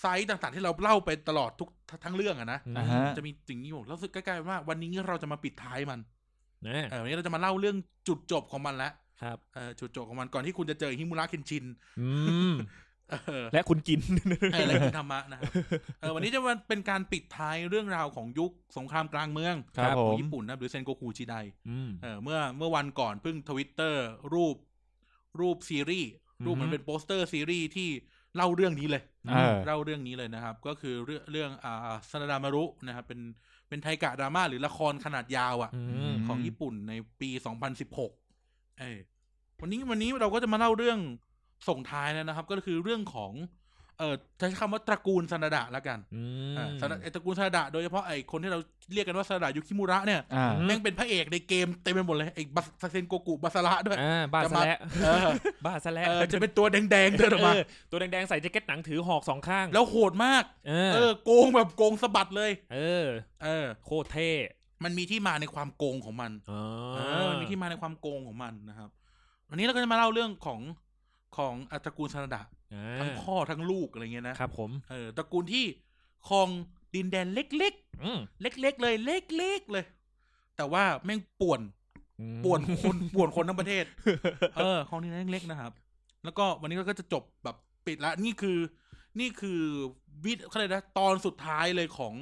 S2: ไซต์ต่างๆ ที่เราเล่าไปตลอดทุกทั้งเรื่องอะนะ
S3: อืม
S4: อ่าฮะ
S2: จะมีสิ่งนี้อยู่แล้วรู้สึกใกล้ๆมากวันนี้เราจะมาปิดท้ายมัน
S3: นะ
S2: เออวันนี้เราจะมาเล่าเรื่องจุดจบของมันแล้ว
S3: ครับ
S2: เออจุดจบของมันก่อนที่คุณจะเจอฮิมุระเคนชิน
S3: อืม
S2: เออ
S3: และคุณกิน
S2: เอออะไรคือธรรมะนะครับเออวันนี้จะมันเป็นการปิดท้ายเรื่องราวของยุคสงครามกลางเมือง
S4: ครับ
S2: ข
S4: ผ
S2: อง
S4: ม
S2: ญี่ปุ่นนะครับหรือเซนโกคุชิได
S3: อืม
S2: เออเมื่อเมื่อวันก่อนเพิ่งทวิตเตอร์รูป รูปซีรีส์รูปเหมั
S3: อื
S2: น
S3: อฮึ
S2: เป็นโปสเตอร์ซีรีส์ที่เล่าเรื่องนี้เลย
S4: เออ
S2: เล่าเรื่องนี้เลยนะครับ ก็คือเรื่องเรื่องอ่าซาดามารุนะครับเป็นเป็นไทกะดราม่าหรือละครขนาดยาวอ่ะ
S3: อืม
S2: ของญี่ปุ่นในปี 2016 เออวันนี้วันนี้เราก็จะมาเล่าเรื่องส่งท้ายแล้วนะครับ ก็คือเรื่องของ เออใช้คำว่าตระกูลซานาดะแล้วกัน
S3: อืม
S2: อ่าซานาไอ้ตระกูลซานาดะโดยเฉพาะไอ้คนที่เราเรียกกันว่าซานาดะยุคิมุระเนี่ย
S4: อ่า
S3: ม
S2: แม่งเป็นพระเอกในเกมเต็มไปหมดเลยไอ้บัสซาเซนโกกุบาสาระด้วย
S3: อ่าบ้า
S2: จะ
S3: ซะ
S2: มา
S3: แล้ว
S2: เออ
S3: บ้าซะแล้ว
S2: เออจะเป็นตัวแดงๆเดินออกมา
S3: เออตัวแดงๆใส่แจ็คเก็ตหนังถือหอกสองข้าง
S2: แล้วโหดมาก
S3: เอ
S2: เอ
S3: อ
S2: อ โกงแบบโกงสะบัดเลย
S3: เออ
S2: เออ
S3: โคตรเท่
S2: มันมีที่มาในความโกงของมัน
S3: อ๋อ
S2: เออมันมีที่มาในความโกงของมันนะครับ วันนี้เราก็จะมาเล่าเรื่องของของอ่ะตระกูลซานาดะ
S3: อ่า
S2: ทั้งพ่อทั้งลูกอะไรเงี้ยนะครับ
S3: ผม
S2: เออตระกูลที่ครองดินแดนเล็ก
S3: อืม
S2: ๆ เล็ก ๆ เลยเล็กๆเลย แต่ว่าแม่งป่วน
S3: อืม
S2: ป่วน คนป่วนคนทั้งประเทศ เออครองดินแดนเล็กๆนะครับ แล้วก็วันนี้เราก็จะจบแบบปิดละนี่คือ นี่คือวิดเขาเลยกนะตอนสุดท้ายเลยของ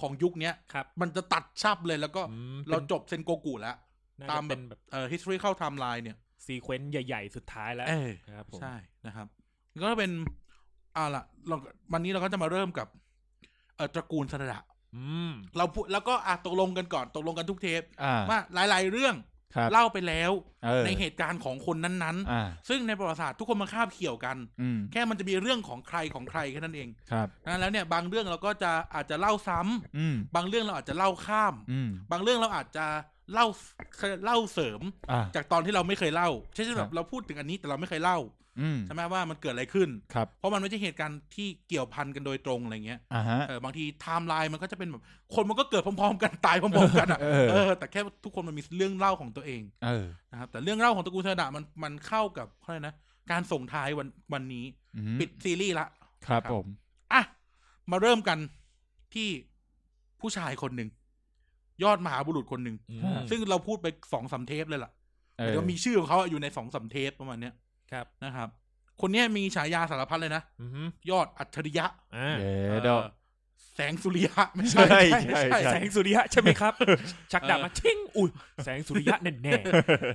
S2: ของยุคเนี้ย
S3: ครับ
S2: มันจะตัดชับเลยแล้วก็
S3: อืม
S2: เราจบเซนโกกุแล้ว
S3: เป็น
S2: ตาม
S3: น่จะเป็นแบบ
S2: เอ่อ history เข้า timeline เนี่ย
S3: ซีเควนต์ใหญ่ ๆ สุดท้ายแล้ว
S2: เออ
S3: ครับผม
S2: ใช่นะครับก็เป็นเอาล่ะเราวันนี้เราก็จะมาเริ่มกับเอ่อตระกูลสระ
S3: อืม
S2: เราพูดแล้วก็อ่ะตกลงกันก่อนตกลงกันทุกเทป
S4: อ่า
S2: ว่าหลาย ๆ เรื่อง
S4: ครับ
S2: เล่าไปแล้ว
S4: เออ
S2: ในเหตุการณ์ของคนนั้น
S4: อ่า
S2: ๆ ซึ่งในประวัติศาสตร์ทุกคนมันคาบเกี่ยวกัน
S4: อืม
S2: แค่มันจะมีเรื่องของใครของใครแค่นั้นเอง
S4: ครับ
S2: นะแล้วเนี่ยบางเรื่องเราก็จะอาจจะเล่าซ้ำ
S4: อืม
S2: บางเรื่องเราอาจจะเล่าข้าม
S4: อืม
S2: บางเรื่องเราอาจจะเล่าเล่าเสริม
S4: อ่า
S2: จากตอนที่เราไม่เคยเล่าเช่น
S4: ค
S2: แบ
S4: รับ
S2: บเราพูดถึงอันนี้แต่เราไม่เคยเล่า
S4: อืม
S2: ใช่ไหมว่ามันเกิดอะไรขึ้น
S4: ครับ
S2: เพราะมันไม่ใช่เหตุการณ์ที่เกี่ยวพันกันโดยตรงอะไรเงี้ย
S4: อ่าฮะ
S2: เออบางทีไทม์ไลน์มันก็จะเป็นแบบคนมันก็เกิดพร้อมๆ กันตายพร้อมๆกันอ่ะ
S4: เออ
S2: เออแต่แค่ทุกคนมันมีเรื่องเล่าของตัวเอง
S4: เออ
S2: นะครับแต่เรื่องเล่าของตระกูลเทดะมันมันเข้ากับเขาเรียกนะการส่งท้ายวันวันนี้
S4: อืม
S2: ปิดซีรีส์ละ
S4: ครับ
S2: ครับ
S4: ผม
S2: อ่ะมาเริ่มกันที่ผู้ชายคนหนึ่งยอดมหาบุรุษคนหนึ่ง
S3: อืม
S2: ซึ่งเราพูดไปสองสามเทปเลยล่ะ
S4: เออ
S2: เดี๋ยวมีชื่อของเขาอยู่ในสองสามเทปประมาณเนี้ย
S3: ครับ
S2: นะครับ คนเนี้ยมีฉายาสารพัดเลยนะ
S3: อือฮึ
S2: ยอดอัจฉริยะ
S3: อ่า
S4: เดี๋ยวเดี๋ยว
S2: เอ่อแสงสุริยะ ไม่
S4: ใช่
S2: ใช่
S4: ใช่
S2: ไม่
S4: ใช่
S3: แสงสุริยะใช่ไหมครับ ชักดาบมาชิงอุ้ยแสงสุริยะแน่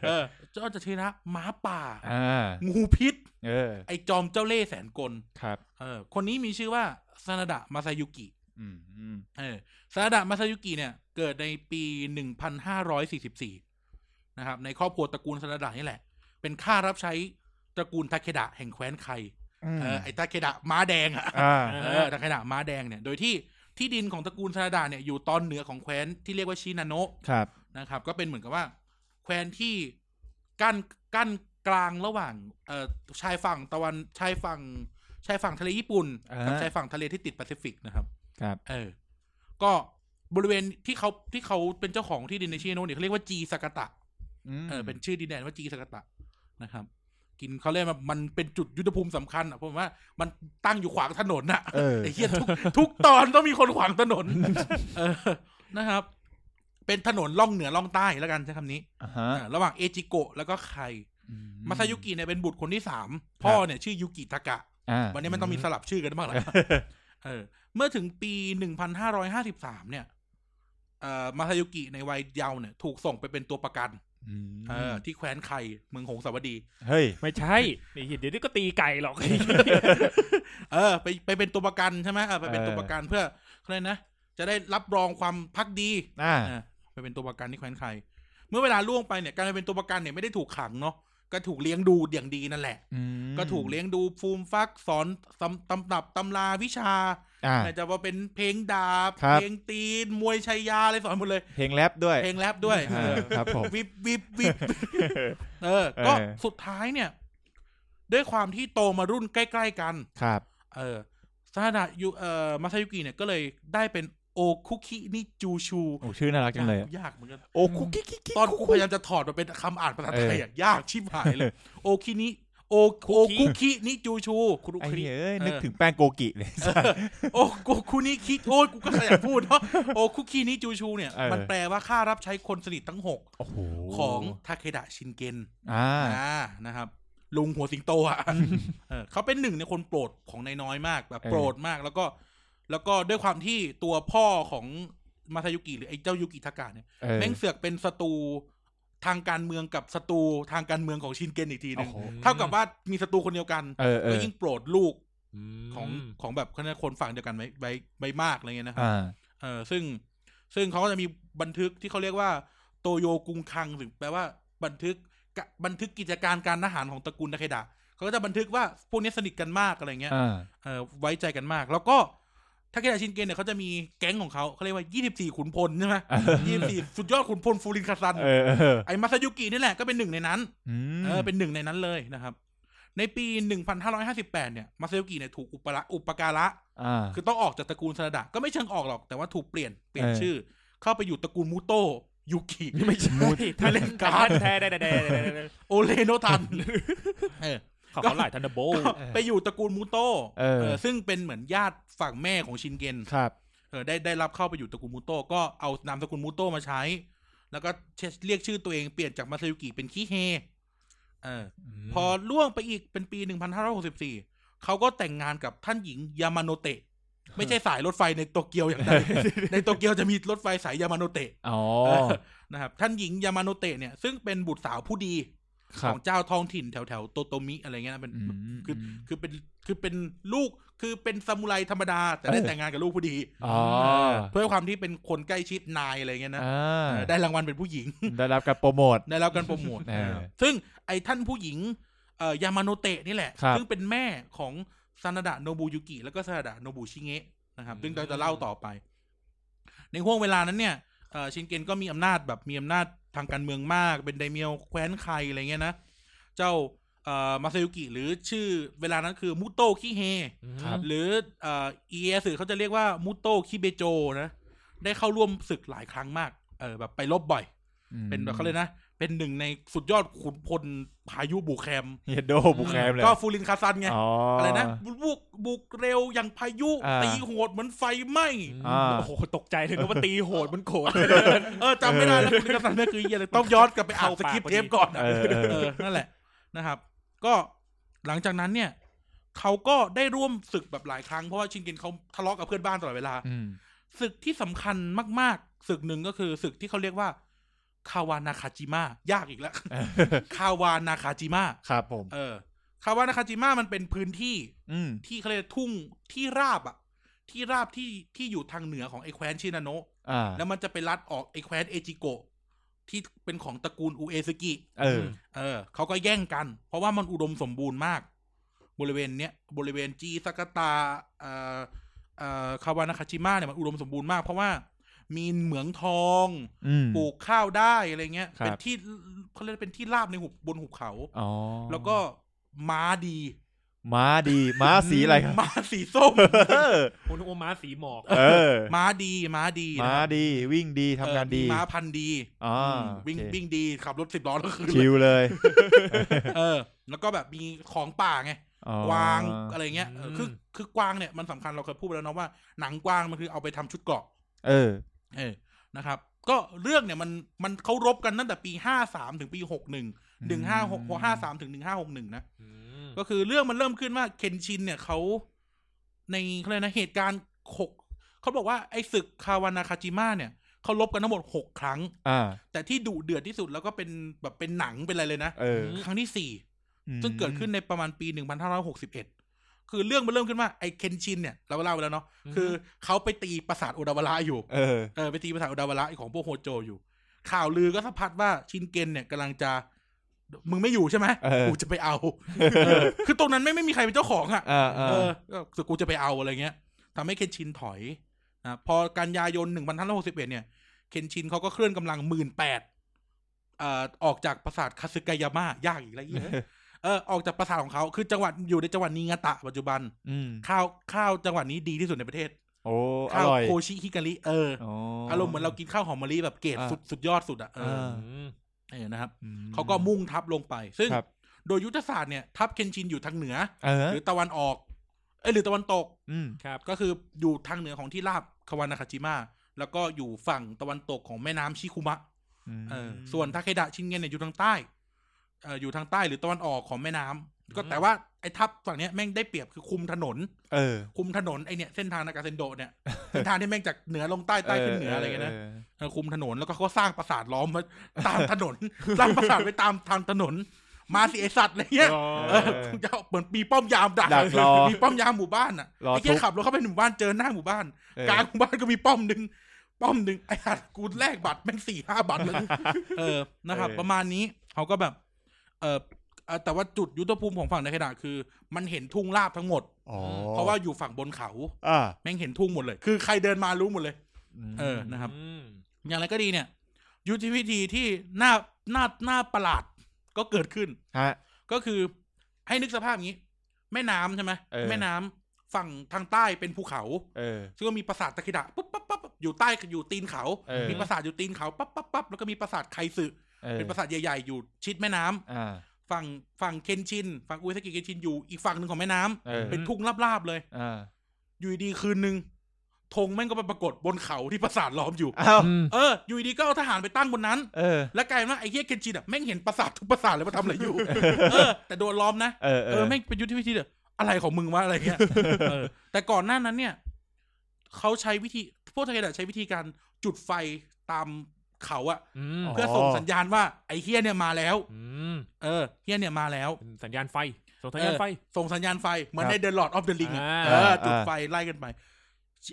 S2: เออยอดอัจฉริยะหมาป่า
S4: อ่า
S2: งูพิษ
S4: เออ
S2: ไอจอมเจ้าเล่ห์แสนกล
S4: ครับ
S2: เออคนนี้มีชื่อว่าซานาดะมาซายุกิ
S4: อืมอืม
S2: เออซานาดะมาซายุกิเนี่ย เกิดในปีหนึ่งพันห้าร้อยสี่สิบสี่นะครับ ในครอบครัวตระกูลซานาดะนี่แหละ เป็นข้ารับใช้ตระกูลทาเคดะแห่งแคว้นไค
S4: อืม
S2: เออไอ้ตาเคดะม้าแดงอะ
S4: อ่า
S2: เออตาเคดะม้าแดงเนี่ย โดยที่ที่ดินของตระกูลซาดาเนี่ยอยู่ตอนเหนือของแคว้นที่เรียกว่าชินาโนะครับ นะครับ ก็เป็นเหมือนกับว่า แคว้นที่กั้นกั้นกลางระหว่างเอ่อชายฝั่งตะวันชายฝั่งชายฝั่งทะเลญี่ปุ่น
S4: อ่ากั
S2: กับชายฝั่งทะเลที่ติดแปซิฟิกนะครับ
S4: ครับ
S2: เออ ก็บริเวณที่เขาที่เขาเป็นเจ้าของที่ดินในชินาโนะเนี่ยเขาเรียกว่าจีสากตะ
S4: ม
S2: เออเป็นชื่อดินแดนว่าจีสกตะนะครับ กินเขาเรียกว่ามันเป็นจุดยุทธภูมิสำคัญอ่ะเพราะว่ามันตั้งอยู่ขวางถนนอ่ะ
S4: เออ
S2: ไอ้เหี้ยทุกทุกตอนต้องมีคนขวางถนน เออนะครับ เป็นถนนล่องเหนือล่องใต้แล้วกันใช้คำนี้
S4: อ่าฮะ
S2: อ่าระหว่างเอจิโกะแล้วก็ไค
S4: อื
S2: มาซายุกิเนี่ยเป็นบุตรคนที่สามพ่อเนี่ยชื่อยูกิทากะ
S4: อ่า
S2: วันนี้มันต้องมีสลับชื่อกันบ้างแหละ เออ เมื่อถึงปี 1553 เนี่ยเอ่อมาซายุกิในวัยเยาว์เนี่ยถูกส่งไปเป็นตัวประกัน
S4: อืม
S2: เออที่แคว้นไคเมืองหงสาวดี
S4: เฮ้ย
S3: ๆ ไม่ใช่นี่เดี๋ยวนี้ก็ตีไก่หรอก
S2: เออ ไปไปเป็นตัวประกันใช่ไหมเออไปเป็นตัวประกันเพื่อเขาเรียกนะ จะได้รับรองความพักดี
S4: อ่า
S2: เออไปเป็นตัวประกันที่แคว้นไคเมื่อเวลาล่วงไปเนี่ยการไปเป็นตัวประกันเนี่ยไม่ได้ถูกขังเนาะ ก็ถูกเลี้ยงดูอย่างดีนั่นแหละ
S4: อืม
S2: ก็ถูกเลี้ยงดูฟูมฟักสอนตำตำตับตำราวิชา
S4: อ่า
S2: อาจจะว่าเป็นเพลงดาบ
S4: ครับ
S2: เพลงตีน มวยชัยยาอะไรสอนหมดเลย
S4: เพลงแรปด้วย
S2: เพลงแรปด้วย
S4: อ่า
S2: เออ
S4: ครับผม
S2: วิบวิบวิบเออ ก็สุดท้ายเนี่ย ด้วยความที่โตมารุ่นใกล้ ๆ กัน
S4: ครับ
S2: เออซาดะยูเอ่อมาซายุกิเนี่ยก็เลยได้เป็นโอคุคินิจูชู
S4: โอ้ชื่อน่ารักจังเลยอะ
S2: ยากเหมือนกัน
S4: โอ้คุกกิ๊กกิ๊กกิ๊ก
S2: ตอนกูพยายามจะถอดมาเป็นคำอ่านภาษาไทยอะยากชิบหายเลย โอคินิโอโอคุคินิจูชู
S4: ไอ้เหี้ยเอ้ยนึกถึงแป้งโกกิเลย
S2: โอ้กูคุนิคิโอ้ยกูก็ขยันพูด เนาะโอ้คุคินิจูชูเนี่ย
S4: เออ
S2: มันแปลว่าข้ารับใช้คนสนิททั้งหก
S4: โอ้โห
S2: ของทาเคดะชินเกน
S4: อ่า
S2: อ่านะครับ ลุงหัวสิงโต อ่ะเออเขาเป็นหนึ่งในคนโปรดของนายน้อยมากแบบ
S4: เออ
S2: โปรดมากแล้วก็ แล้วก็ด้วยความที่ตัวพ่อของมาซายุกิหรือไอ้เจ้ายุกิทากะเนี่ย
S4: เออ
S2: แม่งเสือกเป็นศัตรูทางการเมืองกับศัตรูทางการเมืองของชินเกนอีกทีหนึ่ง
S4: โอ้โห
S2: เท่ากับว่ามีศัตรูคนเดียวกัน
S4: เออเอ
S2: ก็
S4: อ
S2: ยิ่งโปรดลูก
S3: ม
S2: ของของแบบคนคนฝั่งเดียวกันไว้ไว้ไว้มากอะไรเงี้ยนะครับ
S4: อ่า
S2: เออซึ่งซึ่งเขาก็จะมีบันทึกที่เขาเรียกว่าโตโยกุงคังหรือแปลว่าบันทึกกะบันทึกกิจการการทหารของตระกูลนาเคดะเขาก็จะบันทึกว่าพวกนี้สนิทกันมากอะไรเงี้ย
S4: อ่า
S2: เออไว้ใจกันมาก แล้วก็ทาเคดะชินเกนเนี่ยเขาจะมีแก๊งของเขาเขาเรียกว่า 24 ขุนพล ใช่ไหม
S4: เออ
S2: ยี่สิบสี่สุดยอดขุนพลฟูรินคาซัน
S4: เออเออ
S2: ไอ้มาซายุกินี่แหละก็เป็นหนึ่งในนั้น
S4: อืม
S2: เออเป็นหนึ่งในนั้นเลยนะครับ ในปี 1558 เนี่ย มาซายุกิเนี่ยถูกอุปละอุปการะ
S4: อ่า
S2: คือต้องออกจากตระกูลซาดะก็ไม่เชิงออกหรอก แต่ว่าถูกเปลี่ยนเปลี่ยน
S4: เออ
S2: ชื่อ เข้าไปอยู่ตระกูลมูโตะยูกิ
S3: ไม่ใช่
S2: ถ้าเล่นการ์ด
S3: แท้ได้ได้ได้ได้
S2: โอเลโนทั นเออ
S3: ขอเขาหลายทันเดอร์โบลต์
S2: ก็ไปอยู่ตระกูลมูโตะ
S4: เออ
S2: เออซึ่งเป็นเหมือนญาติฝั่งแม่ของชินเกน
S4: ครับ
S2: เออได้ได้รับเข้าไปอยู่ตระกูลมูโตะก็เอานามสกุลมูโตะมาใช้ แล้วก็เรียกชื่อตัวเองเปลี่ยนจากมาซายุกิเป็นคิเฮเออ พอล่วงไปอีกเป็นปี 1564 เขาก็แต่งงานกับท่านหญิงยามาโนเตะ ไม่ใช่สายรถไฟในโตเกียว อย่างใด ในโตเกียวจะมีรถไฟสายยามาโนเตะ
S4: อ๋อ
S2: เออนะครับ ท่านหญิงยามาโนเตะเนี่ยซึ่งเป็นบุตรสาวผู้ดี
S4: ค
S2: ข
S4: รับ
S2: องเจ้าท้องถิ่นแถวแถวๆโตโตมิอะไรเงี้ยนะเป็น
S4: อืม
S2: คือคือเป็นคือเป็นลูกคือเป็นซามูไรธรรมดา แต่ได้แต่งงานกับลูกผู้ดี
S4: อ๋อ
S2: เพื่อความที่เป็นคนใกล้ชิดนายอะไรเงี้ยนะ
S4: อ่า
S2: เออได้รางวัลเป็นผู้หญิง
S4: ได้รับการโปรโมท
S2: ได้รับการโปรโมท
S4: เออ
S2: นะครับซึ่งไอ้ท่านผู้หญิงเอ่อยามาโนเตะนี่แหละ
S4: ครับ
S2: ซึ่งเป็นแม่ของซานาดะโนบุยุกิ แล้วก็ซานาดะโนบุชิเงะนะครับ ซึ่งเราจะเล่าต่อไป ในห่วงเวลานั้นเนี่ยเอ่อชินเกนก็มีอำนาจแบบมีอำนาจทางการเมืองมาก เป็นไดเมียวแคว้นไคอะไรเงี้ยนะ เจ้าเอ่อมาซายุกิ หรือชื่อเวลานั้นคือมุโตะคิเฮ
S4: ครับ
S2: หรือเอ่อเอสือเขาจะเรียกว่ามุโตะคิเบโจนะ ได้เข้าร่วมศึกหลายครั้งมาก เออแบบไปรบบ่อย เป็นแบบเขาเลยกนะ เป็นหนึ่งในสุดยอดขุนพลพายุบุกแคม
S4: เฮยโดบุกแคมเลย
S2: ก็ฟูรินคาซันไง
S4: อ๋อ
S2: อะ
S4: อะไร
S2: นะ บุกบุกเร็วอย่างพายุ
S4: อ่า
S2: ตีโหดเหมือนไฟไหม้
S3: อื
S4: อ่า
S3: มโอ้โหตกใจเลยนึกว่าตีโหดมันโขด
S2: เออจำไม่ได้แล้วฟูรินคาซันนี่นคือเหี้ยอะไรต้องย้อนกลับไปอ่านส
S3: เข้าปาก
S2: คริปต์
S3: พอ
S2: เท
S3: ดี
S2: ปก่อนอะ
S4: เออเออ
S2: เออนั่นแหละนะครับ ก็หลังจากนั้นเนี่ย เขาก็ได้ร่วมศึกแบบหลายครั้ง เพราะว่าชินเกินเขาทะเลาะกับเพื่อนบ้านตลอดเวลา
S4: อืม
S2: ศึกที่สำคัญมาก ๆ ศึกหนึ่งก็คือศึกที่เขาเรียกว่าคาวานาคาจิมะยากอีกแล้ว คาวานาคาจิมะ
S4: ครับผม
S2: เออคาวานาคาจิมะมันเป็นพื้นที่
S4: อืม
S2: ที่เขาเรียกทุ่งที่ราบอะที่ราบที่ที่อยู่ทางเหนือของไอแคว้นชินาโนะ
S4: อ่า
S2: แล้วมันจะไปรัดออกไอแคว้นเอจิโกะที่เป็นของตระกูลอุเอซึกิ
S4: เออ
S2: เออเขาก็แย่งกัน เพราะว่ามันอุดมสมบูรณ์มาก บริเวณเนี้ยบริเวณจีซากาตาเอ่อเอ่อคาวานาคาจิมะเนี่ยมันอุดมสมบูรณ์มากเพราะว่ามีเหมืองทอง
S4: อืม
S2: ปลูกข้าวได้อะไรเงี้ย
S4: ครับ
S2: เป็นที่เขาเรียกเป็นที่ราบในหุบบนหุบเขา
S4: อ๋อ
S2: แล้วก็ม้าดี
S4: ม้าดี ม้าสีอะไรครับ
S2: ม้าสีส้ ม
S4: เออ
S3: โอ้โหนึกว่าม้าสีหมอก
S4: เออ
S2: ม้าดีม้าดีนะ
S4: ม้าดี วิ่งดีทำงานดี
S2: เออมีม้าพันธุ์ดี
S4: อ๋อ
S2: มวิ่ง
S4: โอเค
S2: วิ่งดีขับรถสิบล้อแล้วคืน
S4: ชิวเลย
S2: เออ แล้วก็แบบมีของป่าไง
S4: อ๋อก
S2: วางอะไรเงี้ยเออ
S3: อืม
S2: คือคือกวางเนี่ยมันสำคัญเราเคยพูดไปแล้วเนาะว่าหนังกวางมันคือเอาไปทำชุดเกราะ
S4: เออ
S2: เออนะครับ ก็เรื่องเนี่ยมันมันเขารบกันตั้งแต่ปีห้าสามถึงปีหกหนึ่งหนึ่งห้าหกห้าสามถึงหนึ่งห้าหกหนึ่งนะ
S3: อืม
S2: ก็คือเรื่องมันเริ่มขึ้นว่าเคนชินเนี่ยเขาในเขาเรียกนะเหตุการณ์หกเขาบอกว่าไอ้ศึกคาวานาคาจิมะเนี่ยเขาลบกันทั้งหมดหกครั้ง
S4: อ่า
S2: แต่ที่ดุเดือดที่สุดแล้วก็เป็นแบบเป็นหนังเป็นอะไรเลยนะ
S4: เออ
S2: ครั้งที่สี่
S4: อืม
S2: ซึ่งเกิดขึ้นในประมาณปีหนึ่งพันห้าร้อยหกสิบเอ็ดคือเรื่องมันเริ่มขึ้นว่าไอ้เคนชินเนี่ยเราเล่าไปแล้วเนาะคือเขาไปตีปราสาทโอดาวาระอยู่
S4: เออ
S2: เออไปตีปราสาทโอดาวาระของพวกโฮโจอยู่ ข่าวลือก็สะพัดว่าชินเกนเนี่ยกำลังจะ มึงไม่อยู่ใช่ไหม
S4: เออ
S2: กูจะไป เอาเออคือตรงนั้นไม่ไม่มีใครเป็นเจ้าของอ่ะ
S4: เออเอ
S2: เอ
S4: อ
S2: อก็กูจะไปเอาอะไรเงี้ยทำให้เคนชินถอยนะพอกันยายนหนึ่งพันหกสิบเอ็ดเนี่ย เคนชินเขาก็เคลื่อนกำลังหมื่นแปดเอ่อออกจากปราสาทคาซึกายามะยากอีกแล้วเหี้ยเออออกจากปราสาทของเขาคือจังหวัดอยู่ในจังหวัดนิงาตะปัจจุบัน
S4: อืม
S2: ข้าวข้าวจังหวัดนี้ดีที่สุดในประเทศ
S4: โอ้อ
S2: ข้าว
S4: ร่อย
S2: โคชิฮิการิเออ
S4: อ๋อ
S2: อา
S4: อ
S2: รมณ์เหมือนเรากินข้าวหอมมะลิแบบเกรด
S4: อ่า
S2: สุดสุดยอดสุดอ่ะเอออา
S3: ม
S2: เออนะครับ
S4: อืม
S2: เขาก็มุ่งทับลงไป ซึ่ง
S4: ครับ
S2: โดยยุทธศาสตร์เนี่ยทับเคนชินอยู่ทางเหนือ
S4: เออ
S2: หรือตะวันออกเอยหรือตะวันตก
S4: อืม
S2: ก็คืออยู่ทางเหนือของที่ราบคาวานาคาจิมะแล้วก็อยู่ฝั่งตะวันตกของแม่น้ำชิคุมะเออส่วนทาเคดะชินเงนเนี่ยอยู่ทางใต้เอออยู่ทางใต้หรือตะวันออกของแม่น้ำก็
S3: อืม
S2: แต่ว่าไอ้ทัพฝั่งเนี้ยแม่งได้เปรียบคือคุมถนน
S4: เออ
S2: คุมถนนไอเนี่ยเส้นทางนากาเซน โดะเนี่ย เส้นทางที่แม่งจากเหนือลงใต้ใต้ขึ้นเหนืออะไรเงี้ยนะเออคุมถนนแล้วก็เขาสร้างปราสาทล้อมไว้ตามถน น สร้างปราสาทไปตามทางถนน มาสิไอสัตว์อะไรเงี้ย เออ
S4: เออ
S2: จะเอาเหมือนมีป้อมยามดัก
S4: ดักรอ
S2: มีป้อมยามหมู่บ้านอ่ะ
S4: รอ
S2: ไอ้แค่
S4: ทุบ
S2: ขับรถเข้าไปหมู่บ้านเจอหน้าหมู่บ้าน
S4: เออ
S2: กลางหมู่บ้านก็มีป้อมหนึ่งป้อมหนึ่งไอ้ห่ากูแลกบัตรแม่งสี่ห้าบัตร เลยเออนะครับ
S4: เออ
S2: ประมาณนี้เขาก็แบบ เออเอ่อแต่ว่าจุดยุทธภูมิของฝั่งในขณะคือ มันเห็นทุ่งลาบทั้งหมด
S4: อ๋อ
S2: เพราะว่าอยู่ฝั่งบนเขา
S4: อ่า
S2: แม่งเห็นทุ่งหมดเลย คือใครเดินมารู้หมดเลย
S4: ม
S2: เออนะครับ
S3: อืม
S2: อย่างไรก็ดีเนี่ย ยุทธวิธีที่น่าน่าน่าประหลาดก็เกิดขึ้น
S4: ฮะ
S2: ก็คือให้นึกสภาพอย่างนี้ แม่น้ำใช่ไหม
S4: เออ
S2: แม่น้ำฝั่งทางใต้เป็นภูเขา
S4: เออ
S2: ซึ่งก็มีปราสาทตะคิดะปุ๊บปั๊บปั๊บอยู่ใต้อยู่ตีนเขา
S4: เออ
S2: มีปราสาทอยู่ตีนเขาปั๊บปั๊บปั๊บแล้วก็มีปราสาทไคสึ
S4: ออ
S2: เป็นปราสาทใหญ่ๆอยู่ชิดแม่น้ำ
S4: อ่า
S2: ฝั่งฝั่งเคนชินฝั่งอุยซากิเคนชินอยู่อีกฝั่งหนึ่งของแม่น้ำ
S4: เออ
S2: เป็นทุ่งลาบๆเลย
S4: อ่า
S2: อยู่ดีๆคืนหนึ่งธงแม่งก็ไปปรากฏบนเขาที่ปราสาทล้อมอยู่
S4: อ้าว
S3: อืม
S2: เอออยู่ดีๆก็เอาทหารไปตั้งบนนั้น
S4: เออ
S2: แล้วกลายเป็นว่าไอ้เฮียเคนชินอ่ะแม่งเห็นปราสาททุกปราสาทเลยว่าทำอะไรอยู่ เออ แต่โดนล้อมนะ
S4: เออ
S2: เออไม่งเป็นยุทธวิธีเด้ออะไรของมึงวะอะไรเงี้ย เออ แต่ก่อนหน้านั้นเนี่ยเขาใช้วิธีพวกทาเกดะใช้วิธีการจุดไฟตามเขาอะ
S3: อืม
S2: เพื่อส่งสัญญาณว่าไอ้เฮียเนี่ยมาแล้ว
S3: อืม
S2: เออเฮียเนี่ยมาแล้ว
S3: เป็นสัญญาณไฟส่งสัญญาณไฟ
S2: ส่งสัญญาณไฟเหมือน
S4: ครับ
S2: ในเดอะลอ d ออฟเดอะลิงอะ
S3: อ่า
S2: เออจุดไฟไล่กันไป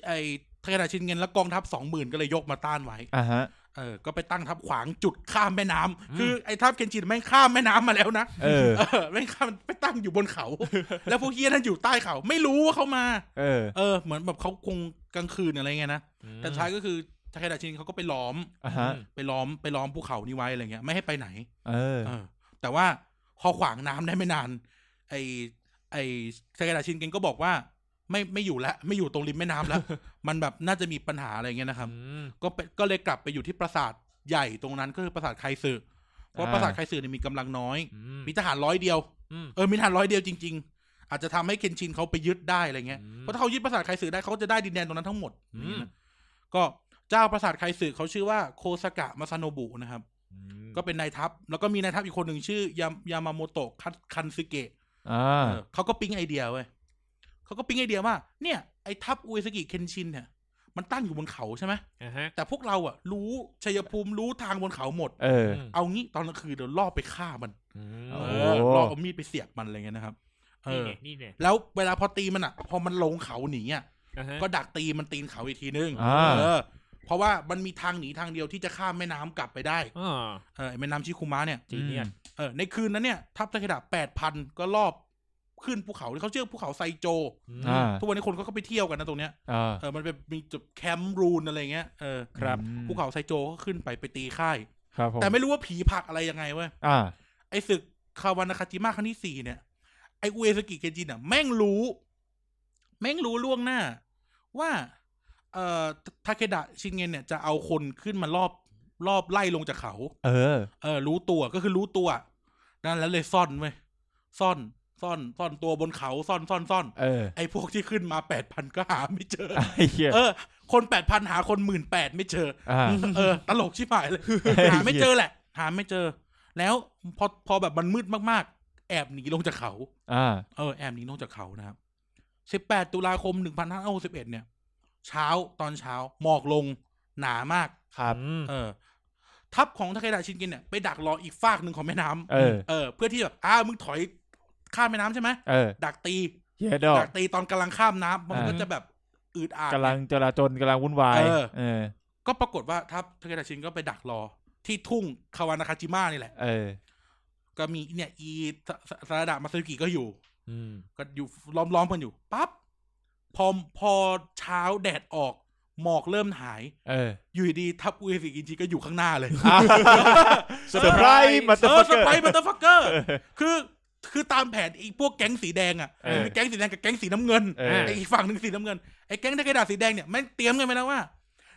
S2: ไอ้ทาเกดะชินเงินแล้วกองทัพสองหมื่นก็เลยยกมาต้านไว้
S4: อ่าฮะ
S2: เออก็ไปตั้งทัพขวางจุดข้ามแม่น้ำคือไอ้ทัพเคนจินแม่งข้ามแม่น้ำมาแล้วนะ
S4: เออ
S2: เออแม่งข้ามไปตั้งอยู่บน เขา แล้วพวกเฮียนั่นอยู่ใต้เขา ไม่รู้ว่าเขามา
S4: เออ
S2: เออ เหมือนแบบเขาคงกลางคืนอะไรเงี้ยนะ แต่สุดท้ายก็คือทาเคดาชินเขาก็ไปล้อม
S4: อ่าฮะ
S2: ไปล้อมไปล้อมภูเขานี้ไว้อะไรเงี้ย ไม่ให้ไปไหน
S4: เออ
S2: เออ แต่ว่าพอขวางน้ำได้ไม่นาน ไอไอทาเคดาชินเกนก็บอกว่า ไม่ไม่อยู่แล้วไม่อยู่ตรงริมแม่น้ำ แล้ว มันแบบน่าจะมีปัญหาอะไรเงี้ยนะครับ
S3: อืม
S2: ก็ไปก็เลยกลับไปอยู่ที่ปราสาทใหญ่ตรงนั้นก็คือปราสาทไคสึเพราะ
S4: อ่า
S2: ปราสาทไคสึเนี่ยมีกำลังน้อย
S3: อืม
S2: มีทหารร้อยเดียว
S3: อืม
S2: เออมีทหารร้อยเดียวจริง ๆ อาจจะทำให้เคนชินเขาไปยึดได้อะไรเงี้ย
S3: อืม
S2: เพราะถ้าเขายึดปราสาทไคสึได้เขาก็จะได้ดินแดนตรงนั้นทั้งหมด
S3: อืม
S2: อย่างเงี้ยนะก็เจ้าปราสาทไคสึเขาชื่อว่าโคสกะมาซาโนบุนะครับ
S3: อืม
S2: ก็เป็นนายทัพ แล้วก็มีนายทัพอีกคนหนึ่งชื่อยามยามาโมโตะคัตคันซึเกะ
S4: อ่า
S2: เออเขาก็ปิ๊งไอเดียเว้ยเขาก็ปิ๊งไอเดียว่า เนี่ยไอทัพอุเอซากิเคนชินเนี่ย มันตั้งอยู่บนเขาใช่ไหม
S3: อ่าฮะ
S2: แต่พวกเราอะรู้ชัยภูมิรู้ทางบนเขาหมด
S4: เออ
S2: เอางี้ตอนกลางคืนเดี๋ยวล่อไปฆ่ามัน
S3: อืม
S2: เอ
S4: โโห
S2: อล่อเอามีดไปเสียบมันอะไรเงี้ยนะครับ เอ
S3: นี่
S2: อ
S3: ไงนี่ไง
S2: แล้วเวลาพอตีมันอ่ะ พอมันลงเขาหนีอ่ะ
S3: อ่าฮะ
S2: ก็ดักตีมันตีนเขาอีกทีนึง
S4: อ่า
S2: เออ เพราะว่ามันมีทางหนีทางเดียวที่จะข้ามแม่น้ำกลับไปได้
S3: อ่า
S2: เออแม่น้ำชิคุมะเนี่ย
S3: จีเนียส
S2: เออในคืนนั้นเนี่ย ทัพตะเคดะแปดพันก็รอบขึ้นภูเขาที่เขาเชื่อภูเขาไซโจ
S3: ม
S4: อ่า
S2: ทุกวันนี้คนเขาก็ไปเที่ยวกันนะตรงเนี้ย
S4: อ่า
S2: เออมันเป็นมีจุดแคมป์รูนอะไรเงี้ยเออ
S4: อืม
S2: ภูเขาไซโจก็ขึ้นไปไปตีค่าย
S4: ครับผม
S2: แต่ไม่รู้ว่าผีผลักอะไรยังไงเว้ย
S4: อ่า
S2: ไอ้ศึกคาวานาคาจิมะครั้งที่สี่เนี่ย ไอ้อุเอสกิเกจินอ่ะแม่งรู้ แม่งรู้ล่วงหน้า ว่าเอ่อทาเคดะชินเงนเนี่ยจะเอาคนขึ้นมารอบรอบไล่ลงจากเขา
S4: เออ
S2: เออ รู้ตัวก็คือรู้ตัวนั่นแล้วเลยซ่อนไว้ยซ่อนซ่อนซ่อนตัวบนเขาซ่อนซ่อนซ่อน
S4: เออ
S2: ไอ้พวกที่ขึ้นมาแปดพันก็หาไม่เจอ
S4: ไอ้เหี้ย
S2: เออ คนแปดพันหาคนหมื่นแปดไม่เจอ
S4: อ่า
S2: เออตลกชิบหายเลย หาไม่เจอแหละ หาไม่เจอ แล้วพอพอแบบมันมืดมากๆ แอบหนีลงจากเขา
S4: อ่า
S2: เออแอบหนีลงจากเขานะครับ 18 ตุลาคม 1561 เนี่ย เช้าตอนเช้าหมอกลงหนามาก
S4: ครับ
S3: อืม
S2: เออ ทัพของทาเคดะชินเกินเนี่ย ไปดักรออีกฝากหนึ่งของแม่น้ำ
S4: เออ
S2: เออ เพื่อที่แบบอ้าวมึงถอยข้ามแม่น้ำใช่ไหม
S4: เออ
S2: ดักตี
S4: เหี้ยดอก
S2: ดักตีตอนกำลังข้ามน้ำมันก็
S4: อ่า
S2: จะแบบอืดอาด
S4: กำลังจราจนกำลังวุ่นวาย
S2: เออ
S4: เออ
S2: ก็ปรากฏว่าทัพทาเคดะชินก็ไปดักรอ ที่ทุ่งคาวานาคาจิมะนี่แหละ
S4: เออ
S2: ก็มีเนี่ยอีสสสารดามาซุกิก็อยู่
S3: อืม
S2: ก็อยู่ล้อมๆกันอยู่ปั๊บพอพอเช้าแดดออก หมอกเริ่มหาย
S4: เออ
S2: อยู่ดีๆทับอุเอสิกินจิก็อยู่ข้างหน้า เลย
S4: เซอร์ไพรส์มา
S2: เอ
S4: เอ
S2: อ
S4: ร์
S2: สไป
S4: ไพร
S2: ร์
S4: ส์
S2: บัตเตอร์ฟักเก อร์ คือคือตามแผนไอ้พวกแก๊งสีแดงอ่ะ
S4: เออ
S2: มีแก๊งสีแดงกับแก๊งสีน้ำเงิน
S4: เออ
S2: ไอ้อีกฝั่งหนึ่งสีน้ำเงินไอ้แก๊งตะกระดาษสีแดงเนี่ยแม่งเตรียมกันไปแล้วว่า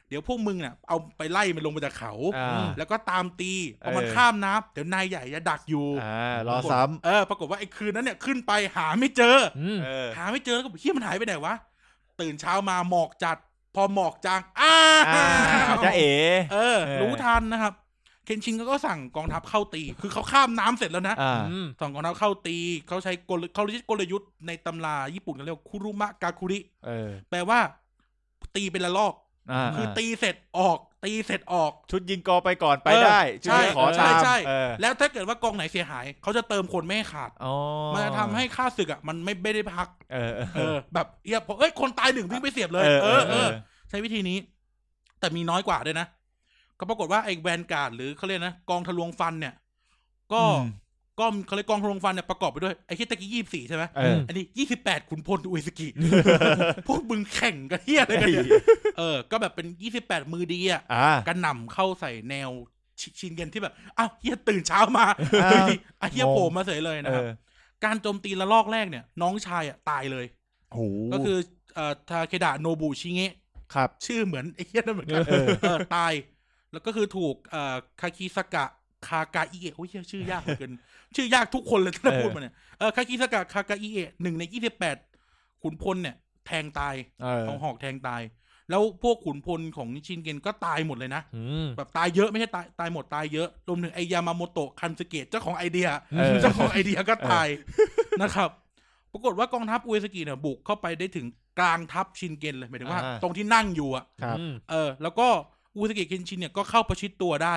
S2: เดี๋ยวพวกมึงเนี่ยเอาไปไล่มันลงมาจากเขา
S4: อ่า
S2: แล้วก็ตามตีพอมัน
S4: เออ
S2: ข้ามน้ำเดี๋ยวนายใหญ่จะดักอยู่
S4: อ่ารอ
S2: ปรากฏ
S4: ซ้
S2: เออปรากฏว่าไอ้คืนนั้นเนี่ยขึ้นไปหาไม่เจอ
S3: อืม
S4: ำเออ
S2: หาไม่เจอแล้วก็เฮียมันหายไปไหนวะตื่นเช้ามาหมอกจัด พอหมอกจางอ้า
S4: อ่าจ้าเอ๋
S2: เออ
S4: เออ
S2: รู้ทันนะครับ เคนชินก็สั่งกองทัพเข้าตี คือเขาข้ามน้ำเสร็จแล้วนะ
S4: อ่า
S3: อืม
S2: สองกองทัพเข้าตีเขาใช้กลเขาเรียกกลยุทธ์ในตำราญี่ปุ่นกันเรียกว่าคุรุมะกาคุริ
S4: เออ
S2: แปลว่า ตีเป็นละลอก
S4: อ่า
S2: คือตีเสร็จออก ตีเสร็จออก
S4: ชุดยิงกอไปก่อนไปได้
S2: เออ
S4: ชุดยิงขอ
S2: ใช่
S4: ตาม
S2: ใช่
S4: เออ
S2: แล้วถ้าเกิดว่ากองไหนเสียหาย เขาจะเติมคนไม่ให้ขาด
S4: อ๋อ
S2: มันจะทำให้ค่าศึกอ่ะมันไม่ไม่ได้พัก
S4: เออ
S2: เออ แบบเอียบพอเอ้ยคนตายหนึ่งวิ่งไปเสียบเลย เออเออ ใช้วิธีนี้ แต่มีน้อยกว่าด้วยนะ ก็ปรากฏว่าไอ้แวนการ์ดหรือเขาเรียกนะกองทะลวงฟันเนี่ย ก็
S4: อืม
S2: ก็เขาเรียกกองทะลวงฟันเนี่ยประกอบไปด้วยไอ้ที่ตะกี้ยี่สิบสี่ใช่ไหม
S4: เออ
S2: อันนี้ยี่สิบแปดขุนพลอุยสกิ พวกมึงแข่งกันเฮียอะไรกันเนี่ยเออ ก็แบบเป็นยี่สิบแปดมือดีอ่ะ
S4: อ่า
S2: กันหน่ำเข้าใส่แนวชิชินเกันที่แบบอ้าวเฮียตื่นเช้ามา
S4: อ่า
S2: เฮ้ยอ่ะเฮียโผล่มาเฉยเลยนะครับ
S4: เออ
S2: การโจมตีละลอกแรกเนี่ย น้องชายอ่ะตายเลย
S4: โห
S2: ก็คือเอ่อทาเคดะโนบุชิเงะ
S4: ครับ
S2: ชื่อเหมือนไอ้เหี้ยนั่นเหมือนกัน
S4: เออ
S2: เออตาย แล้วก็คือถูกเอ่อคาคิสกะคากาอิเอะโอ้ยเหี้ยชื่อยากเหลือเกิน ชื่อยากทุกคนเลยที่เราพูดมาเนี่ยเออคาคิสกะคากาอิเอะหนึ่งในยี่สิบแปดขุนพลเนี่ย แทงตาย
S4: เออ
S2: เอาหอกแทงตาย แล้วพวกขุนพลของชินเกนก็ตายหมดเลยนะ
S3: อืม
S2: แบบตายเยอะไม่ใช่ตายตายหมดตายเยอะรวมถึงไอยามาโมโตะคันสเกตเจ้าของไอเดีย
S4: เออ
S2: เจ้าของไอเดียก็ตายนะครับ ปรากฏว่ากองทัพอุเอสกิเนี่ยบุกเข้าไปได้ถึงกลางทัพชินเกนเลยหมายถึงว่า
S4: อ่า
S2: ตรงที่นั่งอยู่อะ
S4: ครับ
S3: อืม
S2: เออแล้วก็อุสเกะเคนชินเนี่ยก็เข้าประชิดตัวได้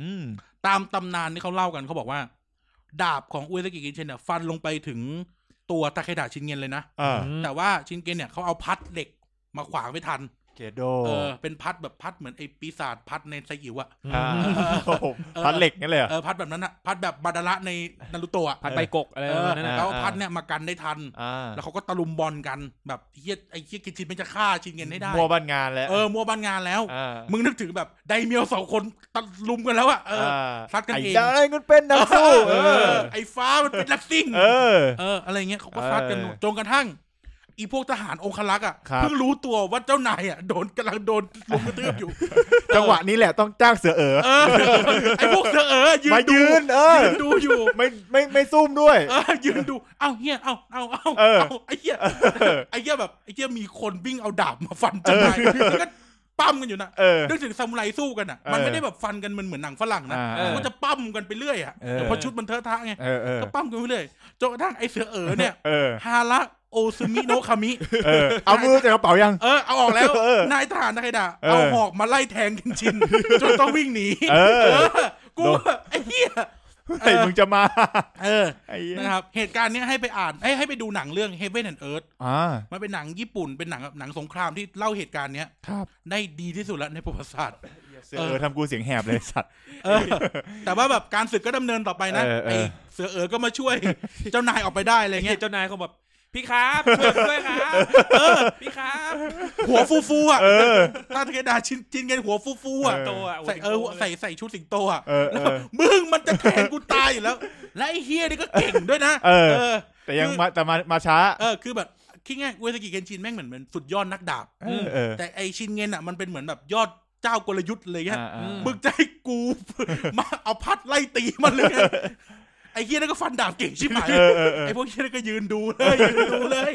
S4: อืม
S2: ตามตำนานที่เขาเล่ากันเขาบอกว่า ดาบของอุสเกะเคนชินเนี่ยฟันลงไปถึงตัวตะเคดะชินเงินเลยนะ
S4: อ่า
S2: แต่ว่าชินเกนเนี่ยเขาเอาพัดเหล็กมาขวางไม่ทัน
S4: เกโด
S2: เออเป็นพัดแบบพัดเหมือนไอ้ปีศาจพัดในไซอิวอะ
S4: อ่า
S3: อืม
S4: โอ้โหพันเหล็กงั้นเลยเหรอ
S2: เออพัดแบบนั้นอะพัดแบบบาดาระในนารุโตะอะ
S3: พัดใบกกอะไร
S2: เออ
S3: ประมาณนั้นนะ
S4: ะ
S2: แล้วเอาพัดเนี่ยมากันได้ทัน
S4: อ่า
S2: แล้วเขาก็ตะลุมบอลกันแบบเฮียไอ้เฮียเคนชินมันจะฆ่าชินเงินให้ได้
S4: มัวบ้านงานแล้ว
S2: เออมัวบันงานแล้ว
S4: า
S2: มึงนึกถึงแบบไดเมียวสองคนตะลุมกันแล้วอะเออ
S4: า
S2: ซัดกันเอง
S4: ไดาวมันเป็นนักสู้
S2: เอ
S4: เออ
S2: อไอ้ฟ้ามันเป็นนักซิ่ง
S4: เออ
S2: เออ อะไรเงี้ยเขาก็ซัดกัน
S4: เออ
S2: จนกระทั่ง อีพวกทหารองคลักษ์อ่ะ
S4: ครับ
S2: เพิ่งรู้ตัวว่าเจ้านายอ่ะโดนกำลังโดนลุมกระตืบอยู่
S4: จังหวะนี้แหละต้องจ้างเสือเอ๋อ
S2: เออ ไอ้พวกเสือเออยื
S4: มาน
S2: ดู
S4: ยืนเออ
S2: ยืนดูอยู่
S4: ไม่ไม่ไม่ซุ่มด้วย
S2: เออยืนดูเอ้าเฮียเอ้าเอ้าเอ้า
S4: เออ
S2: เอ้าไอ้เฮียไอ้เฮียแบบไอ้เฮียมีคนวิ่งเอาดาบมาฟันเจ้านายแล้วก็ปั้มกันอยู่นะ
S4: เออ
S2: นึกถึงซามูไรสู้กันอ่ะ มันไม่ได้แบบฟันกันมันเหมือนหนังฝรั่งนะ
S4: อ่า
S2: มันจะปั้มกันไปเรื่อยอ่ะแต่พอชุดมันเทอะทะไง
S4: เออเออ
S2: ก็ปั้มกันไปเรื่อยจนกระทั่งไอ้เสือเอ๋อเนี่ย
S4: เออ
S2: ฮาระโอซึมิโนะคามิ
S4: เออเอามือจากกระเป๋ายัง
S2: เออ เอาออกแล้ว
S4: เออน
S2: ายทหารนะไคดะ
S4: เออ
S2: เอาหอกมาไล่แทงกินชิน จนต้องวิ่งหนี
S4: เอ
S2: เอ
S4: อ
S2: อ กู
S4: โดน
S2: แบบไอ้เหี้ย
S4: ไอ้ยมึงจะมา
S2: เออ
S4: ไอ้เหี้ย
S2: นะครับ เหตุการณ์เนี้ยให้ไปอ่าน ให้ยให้ไปดูหนังเรื่อง Heaven and Earth
S4: อ่า
S2: มันเป็นหนังญี่ปุ่น เป็นหนังแบบหนังสงครามที่เล่าเหตุการณ์เนี้ย
S4: ครับ
S2: ได้ดีที่สุดแล้วในประวัติศาสตร์
S4: เสือเออทำกูเสียงแหบเลยสัตว์
S2: เออ แต่ว่าแบบการศึกก็ดำเนินต่อไปนะ
S4: เออเออ
S2: ไอ้เสือเอ๋อก็มาช่วย เจ้านายออกไปได้อะไร
S3: ไอ้เงี้
S2: เงี้
S3: ย
S2: ย
S3: เจ้านายเขาแบบพี่ครับช่วยด้วยครับเออพี่ครับ
S2: หัวฟูๆอ่ะ
S4: เออ
S2: ตาเทกดาชินจินกันหัวฟูๆอ่ะ
S4: เออ
S3: โตอ่ะโโห
S2: ใส่เออหัวใส่ใส่ชุดสิงโตอ่ะ
S4: เออเออ
S2: มึงมันจะแทงกูตายอยู่แล้ว และไอ้เฮียนี่ก็เก่งด้วยนะ
S4: เออ
S2: เออ
S4: แต่ยังมาแต่มามาช้า
S2: เออ คือแบบคิดง่ายๆเวสกิเคนชินแม่งเหมือนเป็นสุดยอดนักดาบ
S4: เออเออ
S2: แต่ไอชินเงินอ่ะมันเป็นเหมือนแบบยอดเจ้ากลยุทธ์เลยเงี้ย
S4: อ่าอ่า
S2: มึงจะให้กู มา เอาพัดไล่ตีมันเลยไง ไอ้เฮียนั่นก็ฟันดาบเก่งชิบหาย
S4: เออเออเออ
S2: ไอ้พวกเฮียนั่นก็ยืนดูเลย ยืนดูเลย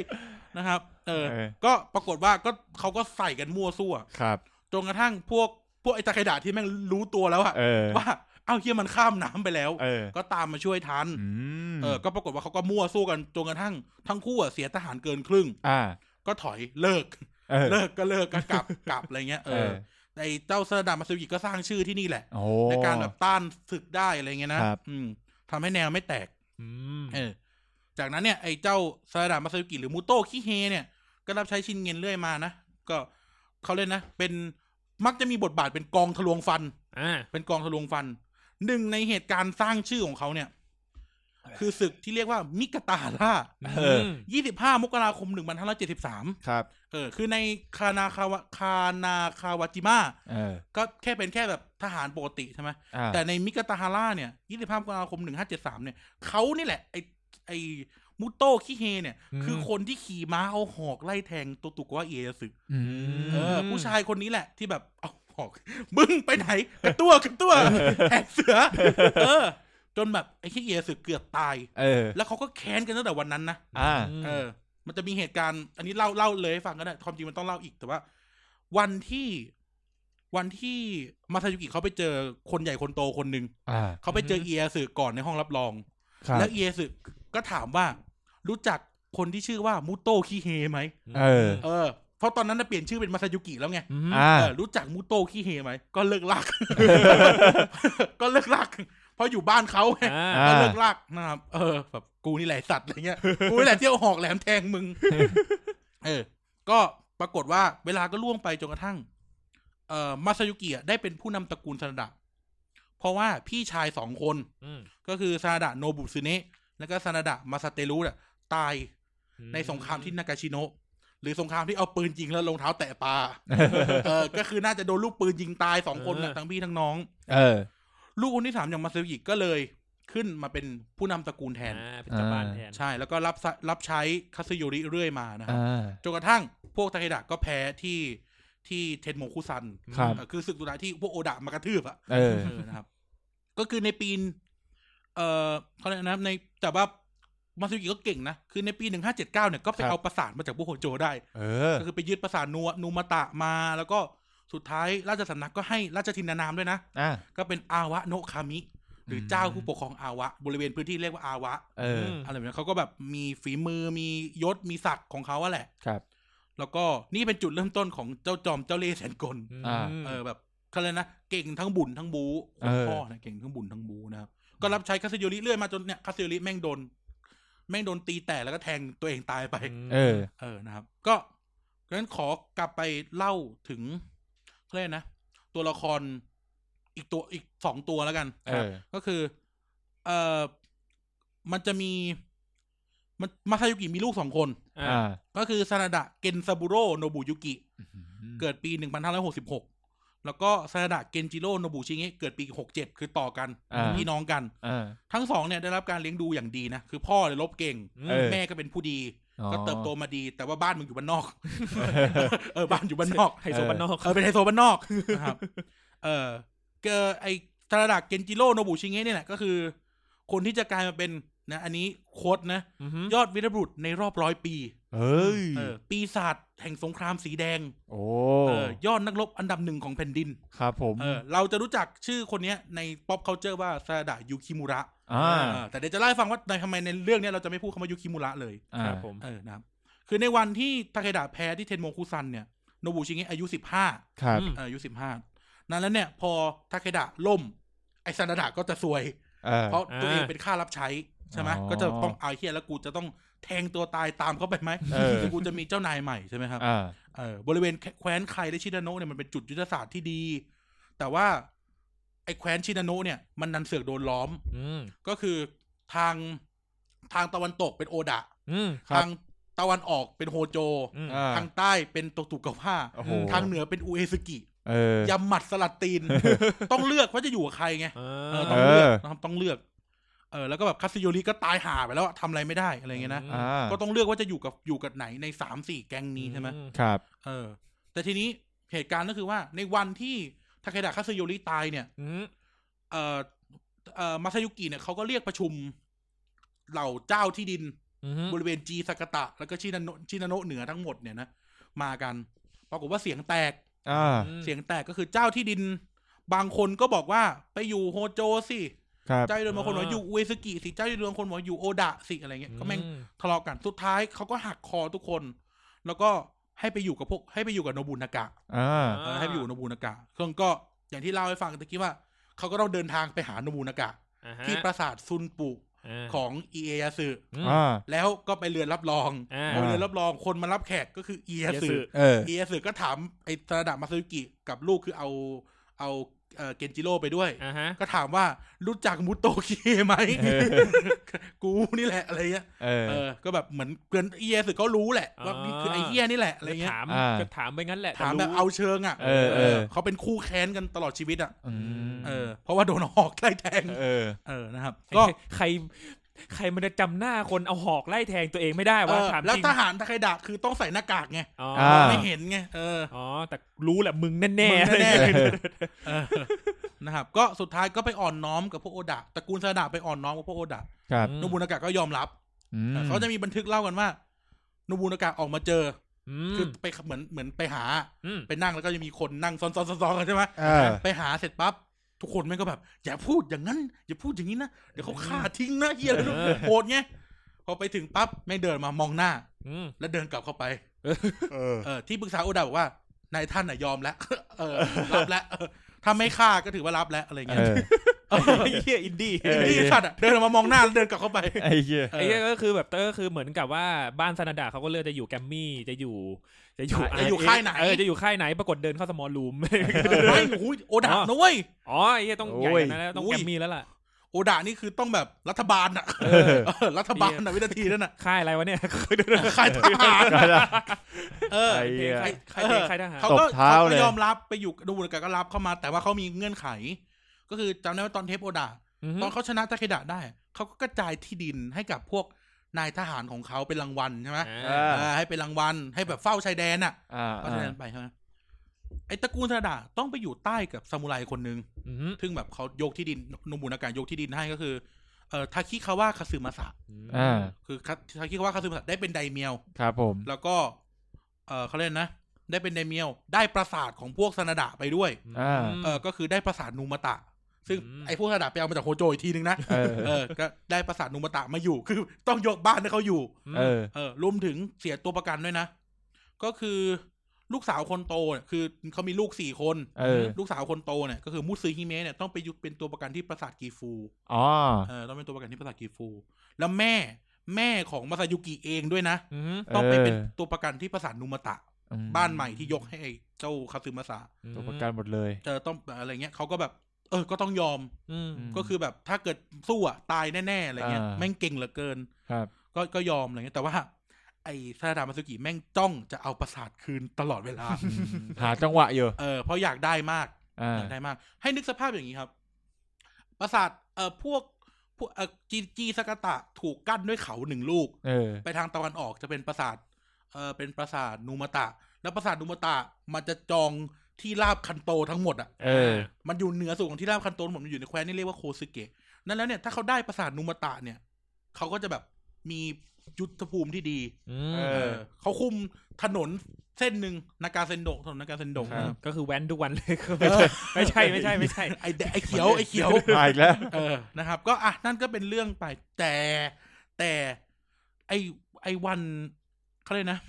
S2: นะครับ เออ
S4: เออ
S2: ก็ปรากฏว่าก็เขาก็ใส่กันมั่วซั่ว
S4: ครับ
S2: จนกระทั่งพวกพวกไอ้ตะไคร่ดาบที่แม่งรู้ตัวแล้วอะ
S4: เออ
S2: ว่า เอ้าเฮียมันข้ามน้ำไปแล้ว
S4: เออ
S2: ก็ตามมาช่วยทัน
S4: อืม
S2: เออ ก็ปรากฏว่าเขาก็มั่วสู้กันจนกระทั่งทั้งคู่อะเสียทหารเกินครึ่ง
S4: อ่า
S2: ก็ถอยเลิก
S4: เออ
S2: เลิกก็เลิกก็กลับ กลับอะไรเงี้ย เอ
S4: เอ
S2: อ
S4: อ
S2: ไอเจ้าเซอร์ดามาซูกิก็สร้างชื่อที่นี่แหละ
S4: โอ้
S2: ในการแบบต้านศึกได้อะไรเงี้ยนะครับ อืมทำให้แนวไม่แตก
S3: อืม
S2: เออ จากนั้นเนี่ยไอเจ้าเซอร์ดามาซูกิหรือมูโต้คิเฮเนี่ย ก็รับใช้ชินเงินเรื่อยมานะ ก็เขาเล่นนะ เป็นมักจะมีบทบาทเป็นกองทะลวงฟัน
S3: อ่า
S2: เป็นกองทะลวงฟัน หนึ่งในเหตุการณ์สร้างชื่อของเขาเนี่ย คือศึกที่เรียกว่ามิกาตาล่า
S4: เออ
S3: ม
S2: 25 มกราคม 1573
S4: ครับ
S2: เออ คือในคานาคาวะคานาคาวาจิมะ
S4: เออ
S2: ก็แค่เป็นแค่แบบทหารปกติใช่ไหม
S4: อ่า
S2: แต่ในมิกาตาฮาร่าเนี่ย 25 มกราคม 1573 เนี่ย เขานี่แหละ ไอไอมุโต้คิเฮเนี่ย คือคนที่ขี่ม้าเอาหอกไล่แทงโตัวตุกวะเอยสึ
S4: อืม
S2: เออ ผู้ชายคนนี้แหละที่แบบ เอาหอก มึงไปไหนกระตัวกระตัว แหกเสือ เออ จนแบบไอ้คิเอยสึเกือบตาย
S4: เออ
S2: แล้วเขาก็แค้นกันตั้งแต่วันนั้นนะ
S4: อ่า
S2: เออ มันจะมีเหตุการณ์ อันนี้เล่าเล่าเลยให้ฟังก็ได้ ความจริงมันต้องเล่าอีก แต่ว่า วันที่ วันที่มาซายุกิเขาไปเจอคนใหญ่คนโตคนหนึ่ง
S4: อ่า
S2: เขาไปเจอเอียสึก่อนในห้องรับรอง
S4: ครับ
S2: แล้วเอียสึก็ถามว่า รู้จักคนที่ชื่อว่ามุโตะคิเฮไหม
S4: เออ
S2: เออ เพราะตอนนั้นน่ะเปลี่ยนชื่อเป็นมาซายุกิแล้วไง
S3: ม
S4: อ่า
S2: เออ รู้จักมุโตะคิเฮไหม ก็เลิกลาก ก็เลิกลาก เพราะอยู่บ้านเขาไง
S3: อ่า
S4: อ่า
S2: ก็เลิกลากนะครับ เออ แบบกูนี่แหละไอ้สัตว์อะไรเงี้ย กูนี่แหละเที่ยวหอกแหลมแทงมึง เออ ก็ปรากฏว่าเวลาก็ล่วงไปจนกระทั่ง เอ่อ มาซายุกิอะได้เป็นผู้นำตระกูลซาดะ เพราะว่าพี่ชายสองคน
S3: อืม
S2: ก็คือซาดะโนบุซึเนะแล้วก็ซาดะมาซาเตรุเนี่ยตายในสงครามที่นากาชิโนะหรือสงครามที่เอาปืนยิงแล้วลงเท้าแตะปลา เออ ก็คือน่าจะโดนลูกปืนยิงตายสองคนน่ะทั้งพี่ทั้งน้อง
S4: เออ
S2: ลูกคนที่สามอย่างมาซายุกิก็เลยขึ้นมาเป็นผู้นำตระกูลแทน
S3: อ่าเป็นเจ้าบ้านแทน
S2: ใช่ แล้วก็รับสะรับใช้คาซึโยริเรื่อยมานะครับ
S4: อ่า
S2: จนกระทั่งพวกทาเคดะก็แพ้ที่ที่เทนโมคุซัน
S4: ครับ
S2: เอ่อคือศึกสุดท้ายที่พวกโอดะมากระทืบอะ
S4: เออ
S2: เออนะครับ ก็คือในปีนเอ่อเขาเรียกนะครับในแต่ว่ามาซูกิก็เก่งนะ คือในปีหนึ่งห้าเจ็ดเก้าเนี่ยก็ไป
S4: ครับ
S2: เอาประสาทมาจากพวกโฮโจได้
S4: เออ
S2: ก็คือไปยึดประสาทนูนูมาตะมา แล้วก็สุดท้ายราชสำนักก็ให้ราชทินานามด้วยนะ
S4: อ่า
S2: ก็เป็นอาวะโนะคามิ หรืออ
S4: ม
S2: เจ้าผู้ปกครองอาวะ บริเวณพื้นที่เรียกว่าอาวะ
S4: เออ
S3: ม
S2: อะไรแบบนี้เขาก็แบบมีฝีมือมียศมีศักดิ์ของเขาอะแหละ
S4: ครับ
S2: แล้วก็นี่เป็นจุดเริ่มต้นของเจ้าจอมเจ้าเล่ห์แสนกล
S4: อ่า
S2: เออแบบเขาเลยกนะเก่งทั้งบุญทั้งบูคุ
S4: เอ
S2: ณ
S4: อ
S2: พ่อนะเก่งทั้งบุญทั้งบูนะครับก็รับใช้คาซิโยริเรื่อยมาจนเนี่ยคาซิโยริแม่งโดน แม่งโดนตีแต่แล้วก็แทงตัวเองตายไป
S4: เออ
S2: เออนะครับ ก็งั้นขอกลับไปเล่าถึงเขาเรียกนะ ตัวละครอีกตัวอีกสองตัวแล้วกัน
S4: เออ
S2: ก็คือ เออมันจะมี มันมาซายุกิมีลูกสองคน
S4: อ่า
S2: ก็คือซานาดะเกนซาบุโร่โนบุยุกิ เกิดปีหนึ่งพันห้าร้อยหกสิบหกแล้วก็ซานาดะเกนจิโร่โนบุชิเงะเกิดปีหกเจ็ดคือต่อกัน
S4: อ่า
S2: พี่น้องกัน
S4: อ่า
S2: ทั้งสองเนี่ยได้รับการเลี้ยงดูอย่างดีนะ คือพ่อเลยรบเก่ง
S4: เออ
S2: แม่ก็เป็นผู้ดี
S4: อ๋อ
S2: ก็เติบโตมาดี แต่ว่าบ้านมึงอยู่บ้านนอก เออบ้านอยู่บ้านนอก
S3: ไฮโซบ้านนอก
S2: เออเป็นไฮโซบ้านนอกนะครับ เออเกอไอทาราดะเกนจิโร่โนบุชิเงะเนี่ยแหละก็คือ คนที่จะกลายมาเป็นนะ อันนี้โค้ดนะ
S3: หื
S2: ยอดวีรบุรุษในรอบร้อยปี
S4: เฮ้ย
S2: เออ ปีศาจแห่งสงครามสีแดง
S4: โอ้
S2: เออยอดนักรบอันดับหนึ่งของแผ่นดิน
S4: ครับผม
S2: เออ เราจะรู้จักชื่อคนเนี้ยในป๊อปเคาเจอร์ว่าซาดะยูคิมุระ
S4: อ่า
S2: เออแต่เดี๋ยวจะเล่าให้ฟังว่าในทำไมในเรื่องเนี้ยเราจะไม่พูดคำว่ายูคิมุระเลย
S4: อ่า
S3: ครับผม
S2: เออนะครับ คือในวันที่ทาเคดะแพ้ที่เทนโมคุซันเนี่ยโนบุชิเงะอายุสิบห้า
S4: ครับ
S3: อืม
S2: เอ่ออายุสิบห้านั้นแล้วเนี่ย พอทาเคดะล่ม ไอซันดะก็จะซวย
S4: เออ
S2: เพราะตัวเอง
S3: อ่า
S2: เป็นค่ารับใช้ ใช่ไหม
S4: อ๋อ
S2: ก็จะต้องเอาเฮียแล้วกูจะต้องแทงตัวตายตามเขาไปไหม
S4: เออ
S2: คือกูจะมีเจ้านายใหม่ใช่ไหมครับ
S4: อ่า
S2: เออบริเวณแคว้นไคและชิดาโนะเนี่ยมันเป็นจุดยุทธศาสตร์ที่ดี แต่ว่า ไอแคว้นชิดาโนะเนี่ยมันนันเสือกโดนล้อม
S3: อืม
S2: ก็คือทางทางตะวันตกเป็นโอดะ
S3: อืม
S4: ครับ
S2: ทางตะวันออกเป็นโฮโจ
S3: อืม
S4: อ่า
S2: ทางใต้เป็นโตตุกาวะ
S4: โอ้โห
S2: ทางเหนือเป็นอุเอซึกิ
S4: เออ
S2: ยำหมัดสลัดตีน ต้องเลือกว่าจะอยู่กับใครไง เออต้อง
S4: เอ
S2: เลือ
S4: อ
S2: กนะครับต้องเลือก เออ แล้วก็แบบคาสิโยริก็ตายห่าไปแล้วอะทำอะไรไม่ได้อะไรเงี้ยนะ
S3: อืม
S4: อ่า
S2: ก็ต้องเลือกว่าจะอยู่กับอยู่กับไหนในสามสี่แก๊งนี้ใช่ไหม
S4: ครับ
S2: เออ แต่ทีนี้เหตุการณ์ก็คือว่าในวันที่ทาเคดะคาสิโยริตายเนี่ย
S3: อืม
S2: เออเออมาซายุกิเนี่ยเขาก็เรียกประชุม เหล่าเจ้าที่ดิน
S3: อืม
S2: บริเวณจีสากตะ แล้วก็ชินาโนะชินาโนะเหนือทั้งหมดเนี่ยนะมากันปรากฏว่าเสียงแตก
S4: อ่า
S2: เสียงแตกก็คือเจ้าที่ดิน บางคนก็บอกว่าไปอยู่โฮโจสิ
S4: ครับ
S2: เจ้าที่ดินบางคนบอกอยู่อุเอซกิสิเจ้าที่ดินบางคนบอกอยู่โอดะสิอะไรเงี้ยก็แม่งทะเลาะกันสุดท้ายเขาก็หักคอทุกคน แล้วก็ให้ไปอยู่กับพวกให้ไปอยู่กับโนบุนากะ
S4: อ่า
S2: เออให้ไปอยู่กับโนบุนากะเครื่องก็อย่างที่เล่าให้ฟังตะกี้ว่าเขาก็ต้องเดินทางไปหาโนบุนากะ
S3: อ่าฮะ
S2: ที่ปราสาทซุนปุ
S3: า
S2: ของอิเอยาสึ
S3: ม
S4: อ่า
S2: แล้วก็ไปเรือนรับรอง
S3: อ่า
S2: พอไปเรือนรับรองคนมารับแขกก็คืออิเอยา
S3: เย
S2: สึ
S3: สึ
S4: เออ
S2: เอเอสึก็ถามไอ้ซาดะมาซุกิกับลูกคือเอาเอา เอ่อเกนจิโร่ไปด้วย
S3: อ่าฮะ
S2: ก็ถามว่ารู้จักมุตโตคิเอะไหม
S3: เออ
S2: กูนี่แหละอะไรเงี้ย
S4: เออ
S2: เออก็แบบเหมือนเพื่อนเอียสึก็รู้แหละว่านี่คือไอเฮียนี่แหละอะไรเงี้ย
S3: ถาม
S4: อ่า
S3: ก็ถามไปงั้นแหละ
S2: ถามแบบ
S3: รู้
S2: เอาเชิงอ่ะ
S4: เออเออ
S2: เขาเป็นคู่แค้นกันตลอดชีวิตอ่ะ
S4: อืม
S2: เออเพราะว่าโดนหอกไล่แทง
S4: เออ
S2: เออนะครับ
S3: ก็
S2: ก็
S3: ใครใครมันจะจำหน้าคนเอาหอกไล่แทงตัวเองไม่ได้
S2: เอ
S3: วะ
S2: อ
S3: ถาม
S2: แล้ว
S3: จริง
S2: ทหารทาเคดะคือต้องใส่หน้ากากไง
S3: อ๋อ
S4: อ่า
S2: ไม่เห็นไงเออ
S3: อ๋อแต่รู้แหละมึงแน่ๆ
S2: มึงแน่ เออนะครับก็สุดท้ายก็ไปอ่อนน้อมกับพวกโอดะตระกูลซาดะไปอ่อนน้อมกับพวกโอดะ
S4: ครับ
S2: โนบุนากะก็ยอมรับ
S4: อืม
S2: เขาจะมีบันทึกเล่ากันว่าโนบุนากะออกมาเจอ
S3: อื
S2: อ
S3: ม
S2: คือไปเหมือนเหมือนไปหา
S3: อืม
S2: ไปนั่งแล้วก็จะมีคนนั่งซ้อนๆซ้อนๆกันใช่ไหม
S4: เออ
S2: ไปหาเสร็จปั๊บทุกคนแม่งก็แบบ อย่าพูดอย่างนั้น อย่าพูดอย่างนี้นะ เดี๋ยวเขาฆ่าทิ้งนะเฮียอะไรนู่นโหดไงพอไปถึงปั๊บแม่งเดินมามองหน้า
S3: อืม
S2: แล้วเดินกลับเข้าไป
S4: เออ
S2: เออที่ปรึกษาโอดะบอกว่านายท่านน่ะยอมแล้ว เออรับแล้ว เออถ้าไม่ฆ่าก็ถือว่ารับแล้วอะไรเงี้
S4: เ
S2: ย
S4: ออ
S3: ไอ้เหี้ยอินดี้
S4: เออ
S2: นี่สัตว์อะเดินออกมามองหน้าแล้วเดินกลับเข้าไป
S4: ไอ้เหี้ย
S2: เอ
S3: ไอ้
S2: อ
S3: เหี้ยก็คือแบบเตอร์คือเหมือนกับว่าบ้านซานาดาเขาก็เลือกจะอยู่แกรมมี่จะอยู่ จะอยู่
S2: จะอยู่
S3: RF
S2: ค่ายไหน
S3: เออจะอยู่ค่ายไหนปรากฏเดินเข้าสมอลรูม
S2: เออไม่โอ้ยโอดะนะเว้ย
S3: อ๋อไอ้เหี้ยต้อง
S4: โอ้ย
S3: ใหญ่กว่านั้นแล้วต้อง
S2: โอ้ย
S3: แกรมมี่แล้วล่ะ
S2: โอดะนี่คือต้องแบบรัฐบาลอะ
S4: เออ
S2: เออรัฐบาลอะวินาทีนั้นอะ
S3: ค่ายอะไรวะเนี่ย
S2: ใครทหาร
S4: ก็ได้
S2: เออ
S4: ไอ้เหี้ย
S3: ค่ายค่าย
S2: เออ
S3: ค่ายทหาร
S2: เขา
S4: ต
S2: ก็
S4: บเท้า
S2: เขาก็
S4: เลย
S2: ยอมรับไปอยู่ดูบุญกันก็รับเข้ามา แต่ว่าเขามีเงื่อนไข ก็คือจำได้ว่าตอนเทปโอดะ
S3: อือฮึ
S2: ตอนเขาชนะทาเคดะได้ เขาก็กระจายที่ดินให้กับพวกนายทหารของเขาเป็นรางวัลใช่ไหม
S4: เอ
S3: อ่า
S4: อ
S2: เออให้เป็นรางวัลให้แบบเฝ้าชายแดนอะ
S4: อ่า
S2: เฝ้าชายแดนไปใช่ไหมไอ้ตระกูลซาดะต้องไปอยู่ใต้กับซามูไรคนหนึ่ง
S3: อือฮึ
S2: ซึ่งแบบเขายกที่ดินนมบุนากาศยกที่ดินให้ก็คือเอ่อทาคิคาวะคาซึมาสะ
S4: อ่า
S2: คือคาทาคิคาวะคาซึมาสะได้เป็นไดเมียว
S4: ครับผม
S2: แล้วก็เอ่อเขาเล่นนะ ได้เป็นไดเมียว ได้ปราสาทของพวกซานาดะไปด้วย
S3: ม
S4: อ่า
S2: เออก็คือได้ปราสาทนูมาตะ ซึ่ง
S3: อืม
S2: ไอ้พวกซานาดะไปเอามาจากโฮโจอีกทีนึงนะ
S4: เออ
S2: เออก็ได้ปราสาทนูมาตะมาอยู่ คือต้องยกบ้านให้เขาอยู่
S4: เออ
S2: เออรวมถึงเสียตัวประกันด้วยนะ ก็คือลูกสาวคนโตเนี่ยคือเขามีลูกสี่คน
S4: เออ
S2: ลูกสาวคนโตเนี่ยก็คือมุซึฮิเมะเนี่ยต้องไปอยู่เป็นตัวประกันที่ปราสาทกีฟู
S4: อ๋อ
S2: เออต้องเป็นตัวประกันที่ปราสาทกีฟู แล้วแม่แม่ของมาซายุกิเองด้วยนะ
S3: อือฮึ
S2: ต้องไปเป็น
S4: เออ
S2: ตัวประกันที่ปราสาทนุมตะ
S4: อื
S2: บ้านใหม่ที่ยกให้ไอ้เจ้าคาซึมาสะ
S4: ตัวประกันหมดเลย
S2: เออต้องอะไรเงี้ยเขาก็แบบ เออก็ต้องยอม
S3: อืม
S4: ม
S2: ก็คือแบบถ้าเกิดสู้อ่ะตายแน่ๆอะไรเงี้ย
S4: อ่า
S2: แม่งเก่งเหลือเกิน
S4: ครับ
S2: ก็ก็ยอมอะไรเงี้ยแต่ว่า ไอ้ซาดามาซุกิแม่งจ้องจะเอาปราสาทคืนตลอดเว ลา
S4: หาจังหวะอยู่
S2: เออเพราะอยากได้มาก
S4: อ่า
S2: อยากได้มาก ให้นึกสภาพอย่างนี้ครับ ปราสาทเอ่อพวกพวกเอ่อจีจีสกตะถูกกั้นด้วยเขาหนึ่งลูก
S4: เออ
S2: ไปทางตะวันออกจะเป็นปราสาทเอ่อเป็นปราสาทนูมาตะ แล้วปราสาทนูมาตะมันจะจองที่ราบคันโตทั้งหมดอ่ะ
S4: เออ
S2: มันอยู่เหนือสุดของที่ราบคันโตทั้งหมดมันอยู่ในแคว้นนี่เรียกว่าโคซึเกะนั่นแล้วเนี่ยถ้าเขาได้ปราสาทนูมาตะเนี่ยเขาก็จะแบบมียุทธภูมิที่ดี
S3: อื
S4: เอ
S3: ม
S2: เอ
S4: อ
S2: อเขาคุมถนนเส้นหนึ่งนากาเซนโดะถนนนากาเซนโดะ
S4: ครับ
S2: นะครับ
S3: ก็คือแว้นทุกวันเลย ก็ไม่ใช่ไม่ใช่ไม่ใช่ไม่ใช่
S2: ไอแดไอเขียวไอเขียว
S4: มาอีกแล้ว
S2: เออ นะครับ ก็อ่ะนั่นก็เป็นเรื่องไป แต่แต่ไอไอวันเขาเลยกนะ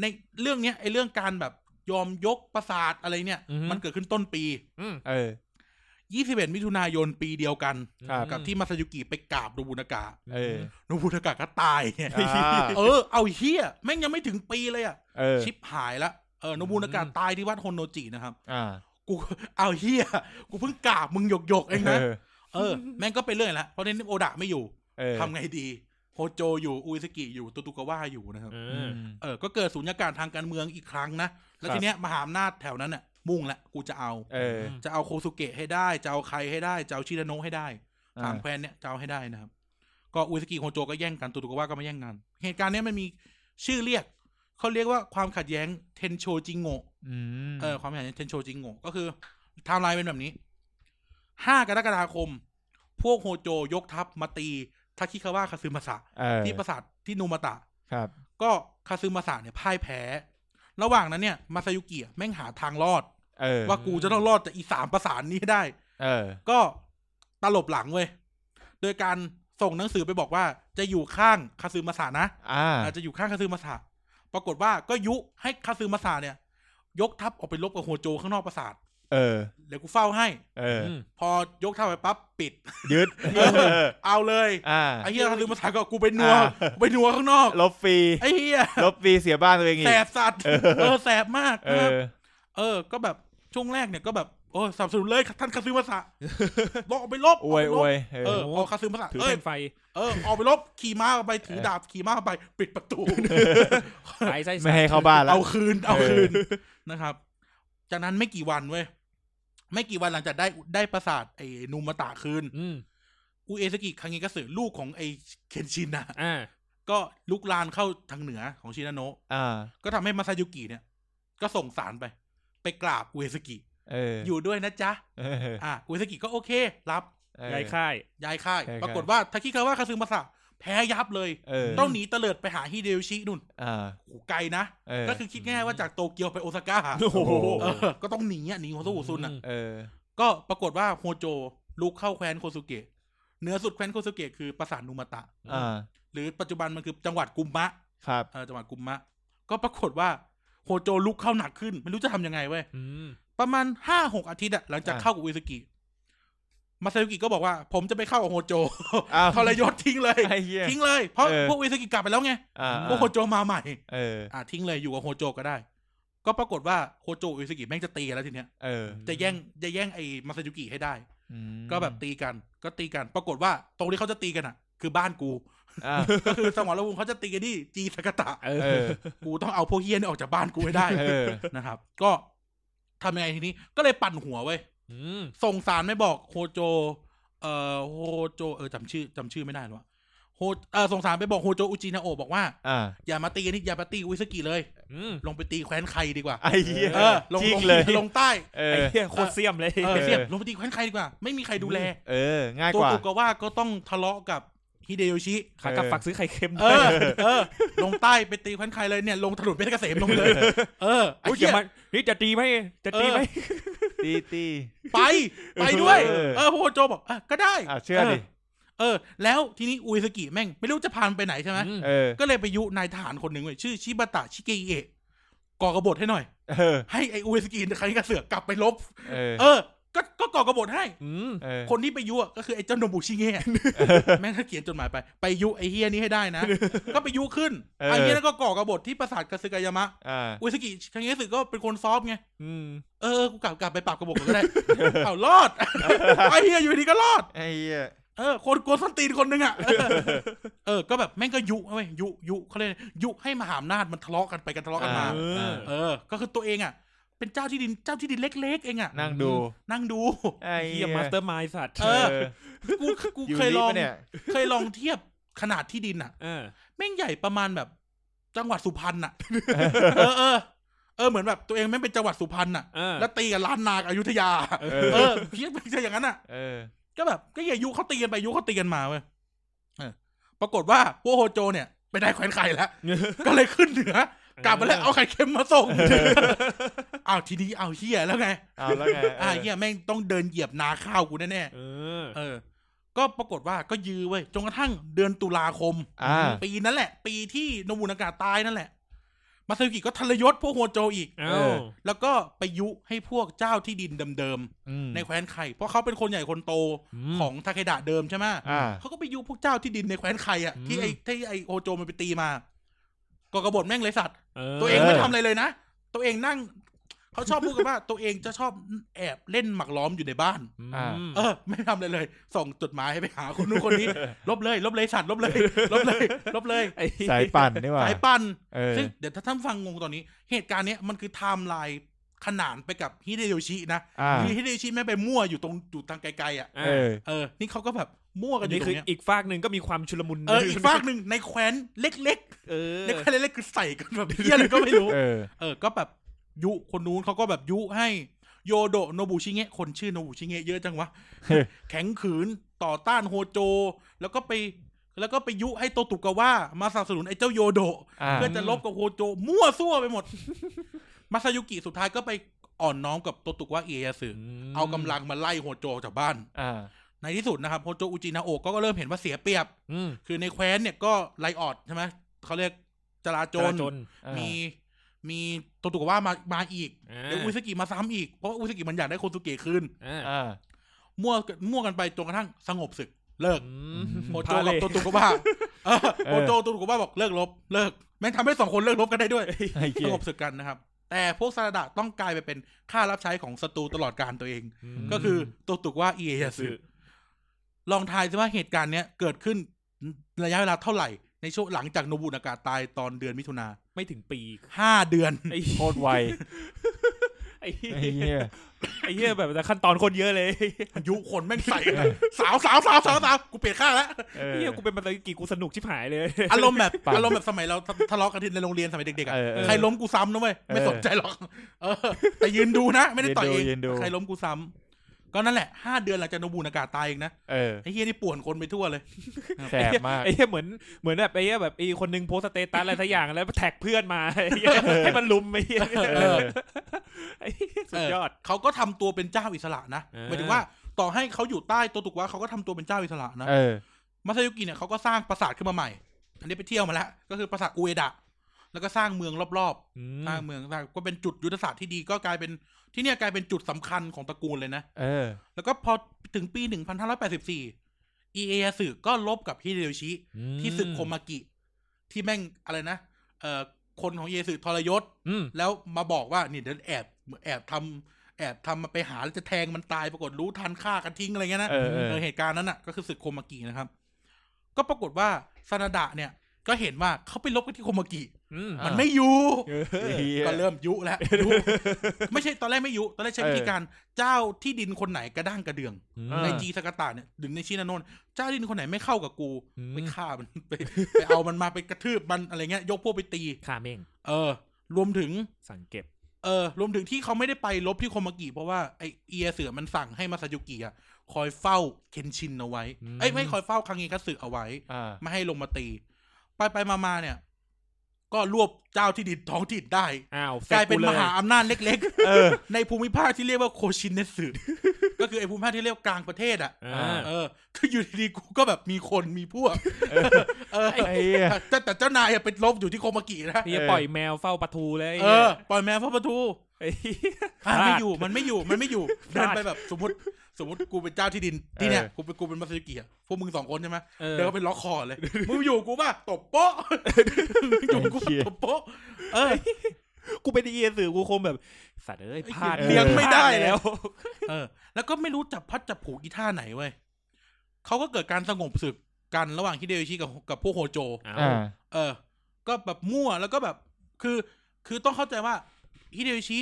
S2: ในเรื่องเนี้ยไอเรื่องการแบบยอมยกประสาทอะไรเนี่ย
S3: อือฮึ
S2: มันเกิดขึ้นต้นปี
S3: อืม
S4: เออ
S2: 21 มิถุนายนปีเดียวกัน
S4: ครับ
S2: กับที่มาซายุกิไปกราบโนบุนากะ
S4: เออ
S2: โนบุนากะก็ตายไง
S4: อ่า
S2: เออ เอาเฮียแม่งยังไม่ถึงปีเลยอะ
S4: เออ
S2: ชิปหายละเออโนบุนากะตายที่วัดโฮโนจินะครับ
S4: อ่า
S2: กูเอาเฮียกูเพิ่งกราบมึงหยกหยกๆเองนะ
S4: เออ
S2: เออ แม่งก็เป็นเรื่องละเพราะนี่โอดะไม่อยู่
S4: เออ
S2: ทำไงดีโฮโจอยู่ อุยสกิอยู่ตุตุกาวะอยู่นะครับ
S3: เอ
S4: อื
S3: อ
S4: ม
S2: เออ ก็เกิดสุญญากาศทางการเมืองอีกครั้งนะ แล้ว
S4: ครับ
S2: ทีเนี้ยมหาอำนาจแถวนั้นน่ะ มุ่งละ กูจะเอา
S4: เออ
S2: จะเอาโคสุเกะให้ได้ จะเอาใครให้ได้ จะเอาชิราโนะให้ได้
S4: อ่า
S2: สามแควนเนี่ยจะเอาให้ได้นะครับ ก็อุยสกิโฮโจก็แย่งกันตุตุกาวะก็มาแย่งกัน เหตุการณ์เนี้ยมันมีชื่อเรียก เขาเรียกว่าความขัดแย้งเทนโชจิงโงะ
S4: อืม
S2: เออความขัดแย้งเทนโชจิงโงะก็คือไทม์ไลน์เป็นแบบนี้ ห้ากรกฎาคม พวกโฮโจยกทัพมาตีทาคิคาวะคาซึมาสะ
S4: เออ
S2: ที่ปราสาทที่นูมาตะ
S4: ครับ
S2: ก็คาซึมาสะเนี่ยพ่ายแพ้ ระหว่างนั้นเนี่ย มาซายุกิอะแม่งหาทางรอด
S4: เออ
S2: ว่ากูจะต้องรอดจากอีสามประสานนี้ให้ได้
S4: เออ
S2: ก็ตลบหลังเว้ย โดยการส่งหนังสือไปบอกว่าจะอยู่ข้างคาซึมาสะนะ
S4: อ่า
S2: อาจจะอยู่ข้างคาซึมาสะปรากฏว่าก็ยุให้คาซึมาสะเนี่ย ยกทัพออกไปรบกับโฮโจข้างนอกปราสาท
S4: เออ
S2: เดี๋ยวกูเฝ้าให้
S4: เออ
S3: อืม
S2: พอยกทัพไปปั๊บปิด
S4: ยึด
S2: เอ เอาเลย
S4: อ่า
S2: ไอ้เหี้ยคาซึมาสะก็กูไปนัว
S4: อ่า
S2: ไปนัวข้างนอก
S4: ลบฟรี
S2: ไอ้เหี้ย
S4: ลบฟรีเสียบ้านตัวเองอี
S2: แส
S4: ก
S2: บสัตว์
S4: เออ
S2: เออแสบมาก
S4: เอ
S2: นะครับ
S4: อ
S2: เออ ก็แบบช่วงแรกเนี่ยก็แบบ โอ้ยสนับสนุนเลยท่านคาซึมาสะ ลองออกไปลบ
S4: อวย
S2: ก
S4: อ
S2: ไปลบ
S4: วยเอ
S2: เอ
S4: อ
S2: อออกคาซึมาสะ
S3: ถือ
S2: เอ้ย
S3: เป็นไฟ
S2: เออออกไปลบขี่ม้าออกไปถือดาบขี่ม้าออกไป ปิดประตู
S3: ไฟไส้
S4: ไม่ให้เข้าบ้านแล้ว
S2: เอาคืน เอา
S4: เออ
S2: คืนนะครับ จากนั้นไม่กี่วันเว้ย ไม่กี่วันหลังจากได้ได้ประสาทไอ้นูมาตะคืน
S3: อืม
S2: อุเอซากิคังเงกัสึลูกของไอ้เคนชินนะ
S3: อ่า
S2: ก็ลุกลานเข้าทางเหนือของชินาโนะ
S4: อ่า
S2: ก็ทำให้มาซายุกิเนี่ย ก็ส่งสารไป ไปกราบอุเอซากิ
S4: เออ
S2: อ
S4: อยู่
S2: ด้วยนะจ๊ะ
S4: เออ
S2: อ่ะอุเอซากิก็โอเค รับ
S4: เออ
S3: ยายค่าย
S2: ย้ายค่าย
S4: ย้ายค่าย
S2: ปรากฏว่าทาคิคาวะคาซึมาสะแพ้ยับเลย
S4: เออ
S2: ต้องหนีเตลิดไปหาฮิเดโยชินุ่น
S4: อ่า
S2: โหไกลนะ
S4: เออ
S2: ก็คือคิดง่ายๆว่าจากโตเกียวไปโอซาก้า
S3: โอ้โห
S2: เออก็ต้องหนีอ่ะหนีโฮโซอุซุนอ่ะ
S4: เออ
S2: ก็ปรากฏว่าโฮโจลุกเข้าแคว้นโคสุเกะเหนือสุดแคว้นโคสุเกะคือปราสาทนุมาตะ
S4: อ่า
S2: หรือปัจจุบันมันคือจังหวัดกุมมะ
S4: ครับ
S2: เออจังหวัดกุมมะ ก็ปรากฏว่าโฮโจลุกเข้าหนักขึ้น ไม่รู้จะทำยังไงเว้ย
S3: อืม
S2: ประมาณห้าหกอาทิตย์อะหลังจาก
S4: อ่ะ
S2: เข้ากับอุซุกิมาซายุกิก็บอกว่า ผมจะไปเข้ากับโฮโจ
S4: อ้าว
S2: ทรยศทิ้งเลย
S4: ไอ้เหี้ย
S2: ทิ้งเลย เพราะ
S4: เออ
S2: พวกอุซุกิกลับไปแล้วไง
S4: อ่า
S2: พวกโฮโจมาใหม่
S4: เออ
S2: อ่ะทิ้งเลยอยู่กับโฮโจก็ได้ ก็ปรากฏว่าโฮโจกับอุซุกิแม่งจะตีกันแล้วทีเนี้ย
S4: เออ
S2: จะแย่งจะแย่งไอ้มาซายุกิให้ได้
S4: อืม
S2: ก็แบบตีกัน ก็ตีกัน ปรากฏว่า ตรงที่เขาจะตีกันอ่ะ คือบ้านกู
S4: อ่า
S2: ก็คือสมรวงศ์เขาจะตีกันที่จีสกตะ
S3: เอ
S4: เอ
S3: อ
S4: อ
S2: กูต้องเอาพวกเฮียนี่ออกจากบ้านกูให้ได้
S4: เออ
S2: นะครับ ก็ทำยังไงทีนี้ ก็เลยปั่นหัวเว้ย
S3: อืม
S2: ส่งสารไม่บอกโฮโจ เอ่อโฮโจ เออจำชื่อจำชื่อไม่ได้หรอวะโฮเออส่งสารไปบอกโฮโจอุจินาโอะบอกว่า
S4: อ่า
S2: อย่ามาตีกันนี่อย่ามาตีวิสกิเลย
S3: อืม
S2: ลงไปตีแคว้นใครดีกว่า
S4: ไอ้เหี้ย
S2: เออ ลง
S4: จริ
S2: ล
S4: ง
S2: ง
S4: เลย
S2: ลงใต้
S4: เอ
S3: ไอ้
S4: อ
S3: เหี้ยโคตรเสียมเลย
S2: เออ
S4: เออ
S2: เสียบลงไปตีแคว้นใครดีกว่า ไม่มีใครดูแล
S4: เออ ง่าย
S2: ตัว
S4: กว่า
S2: กูก็ว่าก็ต้องทะเลาะกับฮิเดโยชิ
S3: ขากลับฝากซื้อไข่เค็ม
S2: เอ
S3: ด้วย
S2: อ เออ ลงใต้ไปตีแคว้นใครเลยเนี่ย ลงถนนเพชรเกษมลงไปเลย เออ
S3: โอ้
S2: ไอ้
S3: ย
S2: เหี้ย
S3: มันนี่จะตีไหมจะตีไหม
S2: เอ
S4: ตีตี
S2: ไป ไปด้วย
S4: เออ
S2: เออพวกโจบอกอ่ะก็ได้
S4: อ่ะเชื่อดิ
S2: เออ แล้วทีนี้อุยสกิแม่ง ไม่รู้จะพานไปไหนใช่ไหม
S3: อืม
S4: เออ
S2: ก็เลยไปยุนายทหารคนหนึ่งเลยชื่อชิบะตะชิเกอิเอะก่อกบฏให้หน่อย
S4: เออ
S2: ให้ไออุยสกิใครกระเสือกกลับไปลบ
S4: เออ
S2: เออ ก็ก็ก่อกบฏให้
S3: อืม
S4: เออ
S2: คนที่ไปยุอ่ะก็คือไอ้เจ้าโนบุชิ เงะ แม่งก็เขียนจดหมายไป ไปยุไอ้เฮียนี้ให้ได้นะ ก็ไปยุขึ้น
S4: เออ
S2: ไอ้เฮียนั้นก็ก่อกบฏที่ปราสาทกาซึกายามะ
S4: อ่า
S2: อุยสกิครั้งนี้สึกก็เป็นคนซอฟต์ไง
S3: อืม
S2: เออ กูกลับกลับไปปรับกบฏก็ได้ เอารอด ไอ้เฮียอยู่ดีก็รอด
S4: ไอ้เหี้ย
S2: เออ คนกวนส้นตีนคนหนึงอ่ะ เออ ก็แบบแม่งก็ยุเว้ยยุยุเขาเรียกอะไรยุให้มหาอำนาจมันทะเลาะกันไปกันทะเลาะกันมา
S4: อ่า
S3: เออ
S2: เออ ก็คือตัวเองอ่ะ เป็นเจ้าที่ดินเจ้าที่ดินเล็ก ๆ เองอ่ะ
S4: นั่งดู
S2: นั่งดู
S4: ไอ้
S3: เฮียมาสเตอร์มายสัตว์
S2: เออ กูกู
S4: อยู่
S2: เคย
S4: ลิฟต์
S2: ลอง
S4: ปะเนี่ย
S2: เคยลองเทียบขนาดที่ดินอ่ะ
S3: เออ
S2: แม่งใหญ่ประมาณแบบ จังหวัดสุพรรณ น่ะ เออเออเออเหมือนแบบตัวเองแม่งเป็นจังหวัดสุพรรณน่ะ
S3: เออ
S2: แล้วตีกับล้านนากับอยุธยา
S4: เอ
S2: เอ
S4: อ
S2: อเพี้ยนไปอย่างนั้นน่ะ
S4: เออ
S2: ก็แบบก็อย่ายุเขาตีกันไปยุเขาตีกันมาเว้ยเออปรากฏว่าพวกโฮโจเนี่ยไปได้แขวนไข่แล้ว ก็เลยขึ้นเหนือกลับมาแล้วเอาไข่เค็มมาส่ง อ้าวทีนี้เอาเฮียแล้วไง
S4: เอาแล้วไง
S2: อ่าเฮียแม่งต้องเดินเหยียบนาข้าวกูแน่
S3: เออ
S2: ๆเออ ก็ปรากฏว่าก็ยื้อเว้ยจนกระทั่งเดือนตุลาคม
S4: อ่า
S2: ปีนั้นแหละ ปีที่โนบุนากาตายนั่นแหละ มาซายุกิก็ทรยศพวกโฮโจอีก
S3: เอ้า
S4: เออ
S2: แล้วก็ไปยุให้พวกเจ้าที่ดินเดิม
S4: อืม
S2: ๆในแคว้นไข่เพราะเขาเป็นคนใหญ่คนโต
S3: ม
S2: ของทาเคดะเดิมใช่ไหม
S4: อ่า
S2: เขาก็ไปยุพวกเจ้าที่ดินในแคว้นไข่อะ
S3: อืม
S2: ที่ไอ้ที่ไอ้โฮโจมันไปตีมาก่อกบฏแม่งเลยสัตว์
S3: เออ
S2: ตัวเองไม่ทำอะไรเลยนะ ตัวเองนั่งเขาชอบพูดกันว่า ตัวเองจะชอบแอบเล่นหมักล้อมอยู่ในบ้าน
S3: ม
S4: อ่า
S2: เออ ไม่ทำอะไรเลย ส่งจดหมายให้ไปหาคนนู้นคนนี้ ลบเลย ลบเลยสัตว์ลบเลย ลบเลยลบเลย
S3: ไอ้
S4: สายปั่นนี่หว่า
S2: สายปั่น
S4: เออ
S2: ซึ่งเดี๋ยวถ้าท่านฟังงงตอนนี้ เหตุการณ์เนี้ยมันคือไทม์ไลน์ขนานไปกับฮิเดโยชินะ
S4: อ่า
S2: คือฮิเดโยชิแม่งไปมั่วอยู่ตรงจุดทางไกลๆอ่ะ
S3: อ่า
S4: เออ
S2: เออ นี่เขาก็แบบมั่วกัน
S3: อัน
S2: อ
S3: นี้
S2: ยู่ตร
S3: คือง
S2: เนี้ย
S3: อีกฝากหนึ่งก็มีความชุลมุน
S2: เอออีกฝากหนึ่งในแคว้นเล็ก
S3: เอ
S2: ๆ
S3: อ
S2: ในแคว้นเล็กๆคือใส่กันแบบ เฮียอะไรก็ไม่รู้
S4: เออ
S2: เออ ก็แบบยุคนนู้นเขาก็แบบยุให้โยโดะโนบุชิเงะคนชื่อโนบุชิเงะเยอะจังวะ
S4: เฮ้ย
S2: แข็งขืนต่อต้านโฮโจ แล้วก็ไป แล้วก็ไปยุให้โตตุกาวะมาสนับสนุนไอ้เจ้าโยโดะ
S4: อ่า
S2: เพื่อจะลบกับโฮโจ มั่วซั่วไปหมด มาซายุกิสุดท้ายก็ไปอ่อนน้อมกับโตตุกวะเอียสึ
S3: ม
S2: เอากำลังมาไล่โฮโจออกจากบ้าน
S4: อ่า
S2: ในที่สุดนะครับโฮโจอุจินาโอะก็เริ่มเห็นว่าเสียเปรียบ
S3: อืม
S2: คือในแคว้นเนี่ยก็ไล่ออดใช่ไหมเขาเรียกจราจ
S3: จรา
S2: ล
S3: จน
S2: มี มีโตตุกวะมามาอีก
S3: อ่า
S2: เดี๋ยวอุซากิมาซ้ำอีกเพราะว่าอุซากิมันอยากได้โคซุเกะคืน
S3: อ่า
S4: อ่า
S2: มั่วมั่วกันไปจนกระทั่งสงบศึกเลิก
S3: อืม
S2: โฮโจ
S3: พาเล
S2: กับ
S3: ย
S2: โตตุกวะเออโฮโจโตตุกวะบอกเลิกลบเลิกแม่งทำให้สองคนเลิกลบกันได้ด้วย
S4: ไอ้
S2: ส
S4: เหี้ย
S2: งบศึกกันนะครับ แต่พวกซาดะต้องกลายไปเป็นค่ารับใช้ของศัตรูตลอดการตัวเอง ก็คือโตตุกว่าเอียสึลองทายซิว่าเหตุการณ์เนี้ยเกิดขึ้นระยะเวลาเท่าไหร่ ในช่วงหลังจากโนบุนากาตายตอนเดือนมิถุนา
S3: ไม่ถึงปี
S2: ห้าเดือน
S3: ไอ้
S4: โคตรไว
S3: ไอ้เหี้ย
S4: ไอ้เหี้ย
S3: ไอ้เหี้ยแบบแต่ขั้นตอนโคนเยอะเลย
S2: ยุคนแม่งใส่กันสาวสาวสาวสาวสาวกูเปลี่ยนข้างแล้ว
S4: เออ
S3: เหี้ยกูเป็นมาตากีกูสนุกชิบหายเลย
S2: อารมณ์แบบ
S4: ปาก
S2: อารมณ์แบบสมัยเราทะเลาะกันที่ในโรงเรียนสมัยเด็กๆอะ
S4: เออเออ
S2: ใครล้มกูซ้ำนะเว้ยไม่
S4: เออ
S2: สนใจหรอกเออ แต่ยืนดูนะ ไม่ได้ต่อยเอง
S4: ยืนดูยืนดู
S2: ใครล้มกูซ้ำก็นั่นแหละห้าเดือนหลังจากโนบุนากาตายเองนะ
S4: เออ
S2: ไอ้เฮียนี่ป่วนคนไปทั่วเลย
S4: แสบมาก
S3: ไอ้เหี้ยเหมือนเหมือนแบบไอ้เหี้ยแบบไอ้คนหนึงโพสต์สเตตัสอะไรสักอย่างแล้วแท็กเพื่อนมาไอ้เหี้ยให้มันลุมไอ้เหี้ย
S4: เออ
S3: ไอ้เหี้ยสุดยอด
S2: เเขาก็ทำตัวเป็นเจ้าอิสระนะ
S3: เออ
S2: หมายถึงว่าต่อให้เขาอยู่ใต้ตัวตุกวะเขาก็ทำตัวเป็นเจ้าอิสระนะ
S4: เออ
S2: มาซายุกิเนี่ยเขาก็สร้างปราสาทขึ้นมาใหม่ อันนี้ไปเที่ยวมาแล้วก็คือปราสาทอุเอดะแล้วก็สร้างเมืองรอบๆสร้างเมืองสร้างก็เป็นจุดยุทธศาสตร์ที่ดีก็กลายเป็นที่เนี่ยกลายเป็นจุดสำคัญของตระกูลเลยนะ
S4: เออ
S2: แล้วก็พอถึงปี 1584 อีเอสึก็ลบกับฮิเดโยชิ
S3: อืม
S2: ที่ศึกโคมากิ ที่แม่งอะไรนะเอ่อคนของเอสึทรยศ
S3: อืม
S2: แล้วมาบอกว่านี่เดี๋ยวแอบแอบทำแอบทำมาไปหาแล้วจะแทงมันตายปรากฏรู้ทันฆ่ากันทิ้งอะไรเงี้ยนะ
S4: เออเออ
S2: เหตุการณ์นั้นน่ะก็คือศึกโคมากินะครับ ก็ปรากฏว่าซานาดะเนี่ย ก็เห็นว่าเขาไปลบกันที่โคมากิ
S3: อืม
S2: มันไม่อยู่
S3: เออ
S4: เหี้ย
S2: ก็เริ่มยุ แล้วยุไม่ใช่ตอนแรกไม่ยุตอนแรกใช้วิธี
S4: เออ
S2: การเจ้าที่ดินคนไหนกระด้างกระเดือง
S4: เออ
S2: ในจีสกาตาเนี่ยหรือในชินานนท์เจ้าที่ดินคนไหนไม่เข้ากับกู
S3: อืม
S2: ไปฆ่ามัน ไปไปเอามันมาไปกระทืบมันอะไรเงี้ย ยกพวกไปตี
S3: ค่าเม่ง
S2: เออ รวมถึง
S3: สั่งเก็บ
S2: เออ รวมถึงที่เขาไม่ได้ไปลบที่โคมากิเพราะว่าไอเอียเสือมันสั่งให้มาซายุกิอะคอยเฝ้าเคนชินเอาไว้
S3: อืม
S2: เอ้ยไม่คอยเฝ้าคังเงคัตสึเอาไว้
S4: อ่า
S2: ไม่ให้ลงมาตี ไปไปมามาเนี่ย ก็รวบเจ้าที่ดินท้องถิ่นได้
S3: อ้าวส
S2: ก
S3: ร็จ
S2: ลายเป็นมหาอำนาจเล็ก
S4: เออ
S2: ๆ ในภูมิภาคที่เรียกว่าโคชินเนสึก็คือไอภูมิภาคที่เรียกว่ากลางประเทศอ่ะ
S3: อ่า
S2: เออ คืออยู่ดีๆกูก็แบบมีคนมีพวก เออ
S4: ไอ้เหี้ย
S2: แต่แต่เจ้านายอะเป็นลบอยู่ที่โคมากินะ
S3: นี่จะ
S4: เออ
S3: ปล่อยแมวเฝ้าประตูเลย
S2: เออ ปล่อยแมวเข้าประตู
S3: ไอ้เหี้ย
S2: อ่ะ
S3: พลาด
S2: ไม่อยู่ มันไม่อยู่ มันไม่อยู่
S3: พลา
S2: เดิ
S3: ด
S2: นไปแบบสมมติ สมมติกูเป็นเจ้าที่ดินที่เนี่ย
S4: เออ
S2: กูเป็นกูเป็นมาซายุกิอะพวกมึงสองคนใช่ไหม
S3: เออ
S2: เดินเข้าไปล็อกคอเลย มึงอยู่กูป่ะ ตบโป๊ะ อยู่กูป่ะตบโป๊ะ เออ
S3: กูเป็นเอียสื่อกูคงแบบ สัตว์เอ้ยพลาด
S2: เลี้ยงไม่ได้
S3: พาแล้ว
S2: เออ แล้วก็ไม่รู้จับพัดจับผูอีท่าไหนเว้ยเขาก็เกิดการสงบศึกกันระหว่างฮิเดโยชิกับกับพวกโฮโจ
S4: อ่า
S2: เออ ก็แบบมั่วแล้วก็แบบ คือ คือต้องเข้าใจว่าฮิเดโยชิ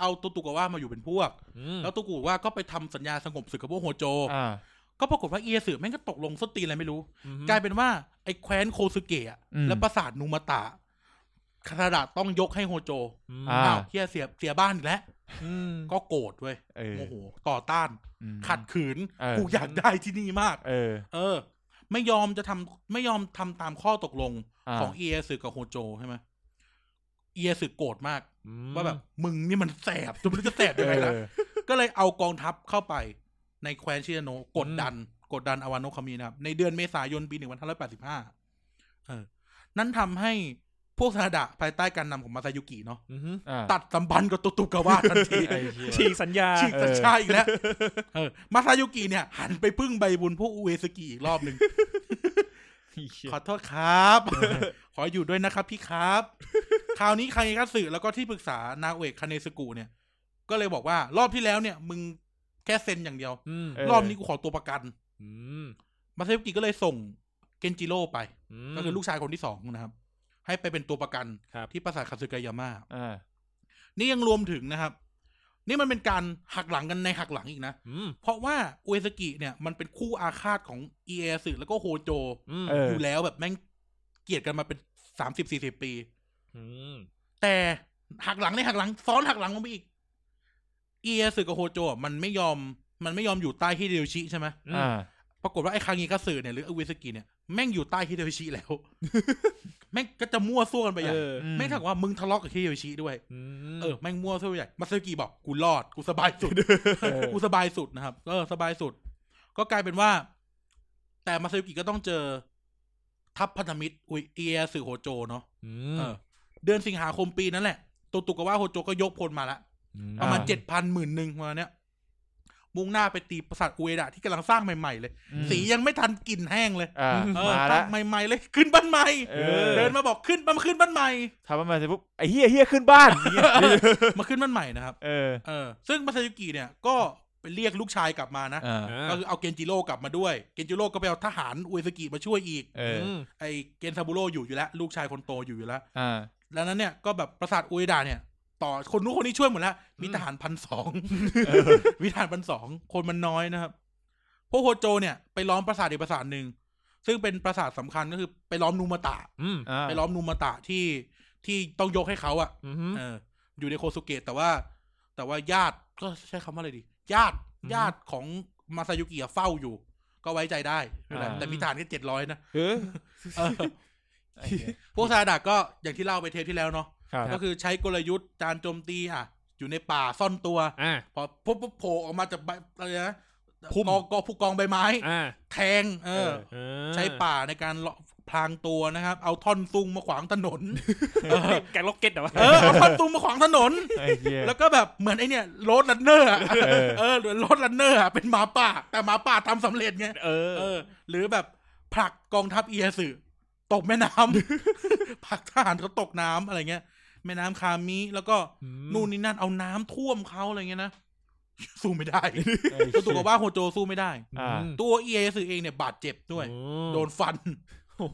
S2: เอาตัวตุกาว่ามาอยู่เป็นพวก แล้วตัวกูว่าก็ไปทำสัญญาสงบศึกกับพวกโฮโจ
S4: อ่า
S2: ก็ปรากฏว่าเอียสือแม่งก็ตกลงสนตีนอะไรไม่รู้ กลายเป็นว่าไอ้แคว้นโคซึเกะอะ
S4: อืม
S2: และปราสาทนูมาตะคาดะต้องยกให้โฮโจ
S4: อ่า
S2: อ้าวเฮียเสียเสียบ้านอีกแล้ว ก็โกรธเว้ย
S4: เออ
S2: โมโหต่อต้าน
S4: อืม
S2: ขัดขืน
S4: เออ
S2: กูอยากได้ที่นี่มาก
S4: เออ
S2: เออ ไม่ยอมจะทำไม่ยอมทำตามข้อตกลง
S4: อ่า
S2: ของเอียสึกับโฮโจใช่ไหมเอียสึโกรธมาก ว่าแบบมึงนี่มันแสบจนไม่รู้จะแสบยังไงนะ
S4: เออ
S2: ก็เลยเอากองทัพเข้าไปในแคว้นชิโนโนะกดดัน กดดันอาวานโนะคามินะครับ ในเดือนเมษายนปี 1585เออ นั่นทำให้พวกซาดะภายใต้การนำของมาซายุกิเนาะ
S4: อ่า
S2: ตัดสัมพันธ์กับตุตุกาวะทันที
S4: ไอ้เหี้ย
S3: ฉีกสัญญา
S2: ฉีกสัญชาติอีกแล้วเออมาซายุกิเนี่ย หันไปพึ่งใบบุญพวกอุเอสกิอีกรอบหนึ่ง ขอโทษครับ ขออยู่ด้วยนะครับพี่ครับ คราวนี้คางเอกัตสึแล้วก็ที่ปรึกษานาโอเอะคาเนสกุเนี่ย ก็เลยบอกว่ารอบที่แล้วเนี่ย มึงแค่เซ็นอย่างเดียว
S3: อืม
S4: เออ
S2: รอบนี้กูขอตัวประกัน
S3: ม
S2: มาเซฟกิก็เลยส่งเกนจิโร่ไป ก็คือลูกชายคนที่สองนะครับ ให้ไปเป็นตัวประกัน
S3: ครับ
S2: ที่ปราสาทคาซึกายาม่า
S4: อ่า
S2: นี่ยังรวมถึงนะครับ นี่มันเป็นการหักหลังกันในหักหลังอีกนะ
S3: อืม
S2: เพราะว่าอุเอสกิเนี่ยมันเป็นคู่อาฆาตของเอเอสึแล้วก็โฮโจ
S3: อืม
S4: เออ
S2: อยู่แล้วแบบแม่งเกลียดกันมาเป็นสามสิบสี่สิบปี
S3: ม
S2: แต่หักหลังในหักหลังซ้อนหักหลังลงไปอีก เอเอสึกับโฮโจอ่ะมันไม่ยอม มันไม่ยอมอยู่ใต้ฮิเดโยชิใช่ไหม
S4: อ่า
S2: ปรากฏว่าไอ้คางเงคัตสึเนี่ยหรืออุเอสกิเนี่ยแม่งอยู่ใต้ฮิเดโยชิแล้ว แม่งก็จะมั่วซั่วกันไปใหญ่
S3: เออ
S4: ม
S2: แม่งถักว่ามึงทะเลาะกับฮิเดโยชิด้วย
S3: อืม
S2: เออแม่งมั่วซะไปใหญ่มาซึกิบอกกูรอดกูสบายสุด
S4: เออ
S2: กูสบายสุดนะครับเออสบายสุด ก็กลายเป็นว่า แต่มาซึกิก็ต้องเจอ ทัพพันธมิตรอุยเอียสึโฮโจเนาะ
S3: อื
S2: เอ
S3: ม
S2: อ เดือนสิงหาคมปีนั้นแหละโตตุกาวะโฮโจก็ยกพลมาละ ประมาณ
S4: อ่า
S2: เจ็ดพันหมื่นหนึ่งมาเนี้ย มุ่งหน้าไปตีปราสาทอุเอดะที่กำลังสร้างใหม่ๆเลย
S4: อืม
S2: สียังไม่ทันกลิ่นแห้งเลย
S4: อ่า
S2: เออ
S4: มา
S2: ตั้
S4: ละ
S2: งใหม่ๆเลย ขึ้นบ้านใหม่
S4: เออ
S2: เดินมาบอกขึ้นมาขึ้นบ้านใหม่
S4: ทำมาเสร็จปุ๊บไอ้เฮียเฮียขึ้นบ้านอย่างเงี้ย
S2: มาขึ้นบ้านใหม่นะครับ
S4: เออ
S2: เออ ซึ่งมาซายุกิเนี่ยก็ไปเรียกลูกชายกลับมานะ
S4: อ่า
S2: ก็คือเอาเกนจิโร่กลับมาด้วย เกนจิโร่ก็ไปเอาทหารอุเอซากิมาช่วยอีก
S4: เออ
S3: ม
S2: ไอเกนซาบุโร่อยู่อยู่แล้ว ลูกชายคนโตอยู่อยู่แล้ว
S4: อ่า
S2: แล้วนั้นเนี่ยก็แบบปราสาทอุเอดาเนี่ย ต่อคนนู้นคนนี้ช่วยหมดแล้ว มีทหารพันสองมีทหารพันสองคนมันน้อยนะครับ พวกโฮโจเนี่ยไปล้อมปราสาทอีกปราสาทหนึ่งซึ่งเป็นปราสาทสำคัญก็คือไปล้อมนูมาตะ
S3: อืม
S4: อ่า
S2: ไปล้อมนูมาตะที่ที่ต้องยกให้เขาอะ
S3: อืมอืม
S2: เออ อยู่ในโคสุเกะแต่ว่า แต่ว่าญาติก็ใช้คำว่าอะไรดี ญาติ
S3: อืม
S2: ญาติของมาซายุกิอะเฝ้าอยู่ ก็ไว้ใจได้ไม่เป็นไรแต่มีฐานแค่เจ็ดร้อยนะ
S3: เออ
S2: เออพวกซาดาก็อย่างที่เล่าไปเทปที่แล้วเนาะ
S4: ครับ
S2: ก็คือใช้กลยุทธ์การโจมตีอ่ะ อยู่ในป่าซ่อนตัว
S3: อ่า
S2: พอปุ๊บปุ๊บโผล่ออกมาจากใบอะไรนะ
S3: พุ่ม
S2: กอกอผู้กองใบไม้
S3: อ่า
S2: แทง เออ
S3: เออ
S2: ใช้ป่าในการเลาะพรางตัวนะครับ เอาท่อนซุงมาขวางถนน
S3: แกงล็อกเก็ตเหรอวะ
S2: เออเอาท่อนซุงมาขวางถนน
S4: ไอ้เฮีย
S2: แล้วก็แบบเหมือนไอเนี่ยโรดลันเนอร์อะ
S4: เออ
S2: เออหรือโรดลันเนอร์อะเป็นหมาป่า แต่หมาป่าทำสำเร็จไง
S3: เออ
S2: เออ หรือแบบผลักกองทัพเอียสึตกแม่น้ำ ผลักทหารเขาตกน้ำอะไรเงี้ย แม่น้ำคามิแล้วก็
S3: อืม
S2: นู่นนี่นั่นเอาน้ำท่วมเขาอะไรเงี้ยนะ สู้ไม่ได้
S4: ไอ้
S2: ก็
S4: เหี้ย
S2: ถูกกับว่าโฮโจสู้ไม่ได้
S4: อ่า
S3: ม
S2: ตัวเอียสึเองเนี่ยบาดเจ็บด้วย
S3: อืม
S2: โดนฟัน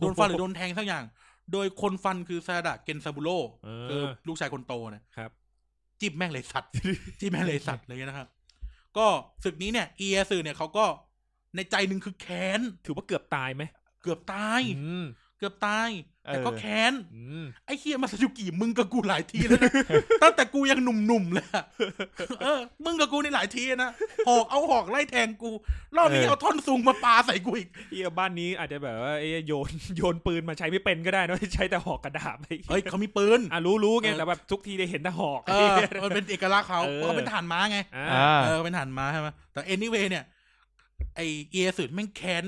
S2: โดนฟันหรือโดนแทงสักอย่าง โดยคนฟันคือซาดะเกนซาบุโร่
S3: เอ
S2: คือ
S3: อ
S2: ลูกชายคนโตเนี่ย
S3: ครับ
S2: จิ้มแม่งเลย สัตว์ จิ้มแม่งเลยสัตว์อะไรเงี้ยนะครับ ก็ศึกนี้เนี่ยเอียสึเนี่ยเขาก็ในใจหนึ่งคือแค้น
S3: ถือว่าเกือบตายไหม
S2: เกือบตาย
S3: อืม
S2: เกือบตาย แต่
S4: เออ
S2: ก็แค้น
S3: อืม
S2: ไอ้เคียมาซายุกิมึงกับกูหลายทีแล้วนะ ตั้งแต่กูยังหนุ่มๆเลยอะ เออ มึงกับกูนี่หลายทีนะ หอกเอาหอกไล่แทงกู รอบนี้
S4: เออ
S2: เอาท่อนซุงมาปาใส่กูอีก
S3: เฮียบ้านนี้อาจจะแบบว่าเอ้ยโยน โยนปืนมาใช้ไม่เป็นก็ได้เนอะ ใช้แต่หอกกระดาษไป
S2: เฮ้ยเขามีปืน
S3: อ่ะรู้รู้ไง
S2: เออ
S3: แต่แบบทุกทีได้เห็นแต่หอก
S2: เออ
S3: เหี้ย
S2: มันเป็นเอกลักษณ์เขา
S3: เออ
S2: เพราะเขาเป็นฐานม้าไง
S3: อ่า
S4: อ่า
S2: เออ เป็นฐานม้าใช่ไหมแต่ anyway เนี่ย ไอเอสุดแม่งแค้น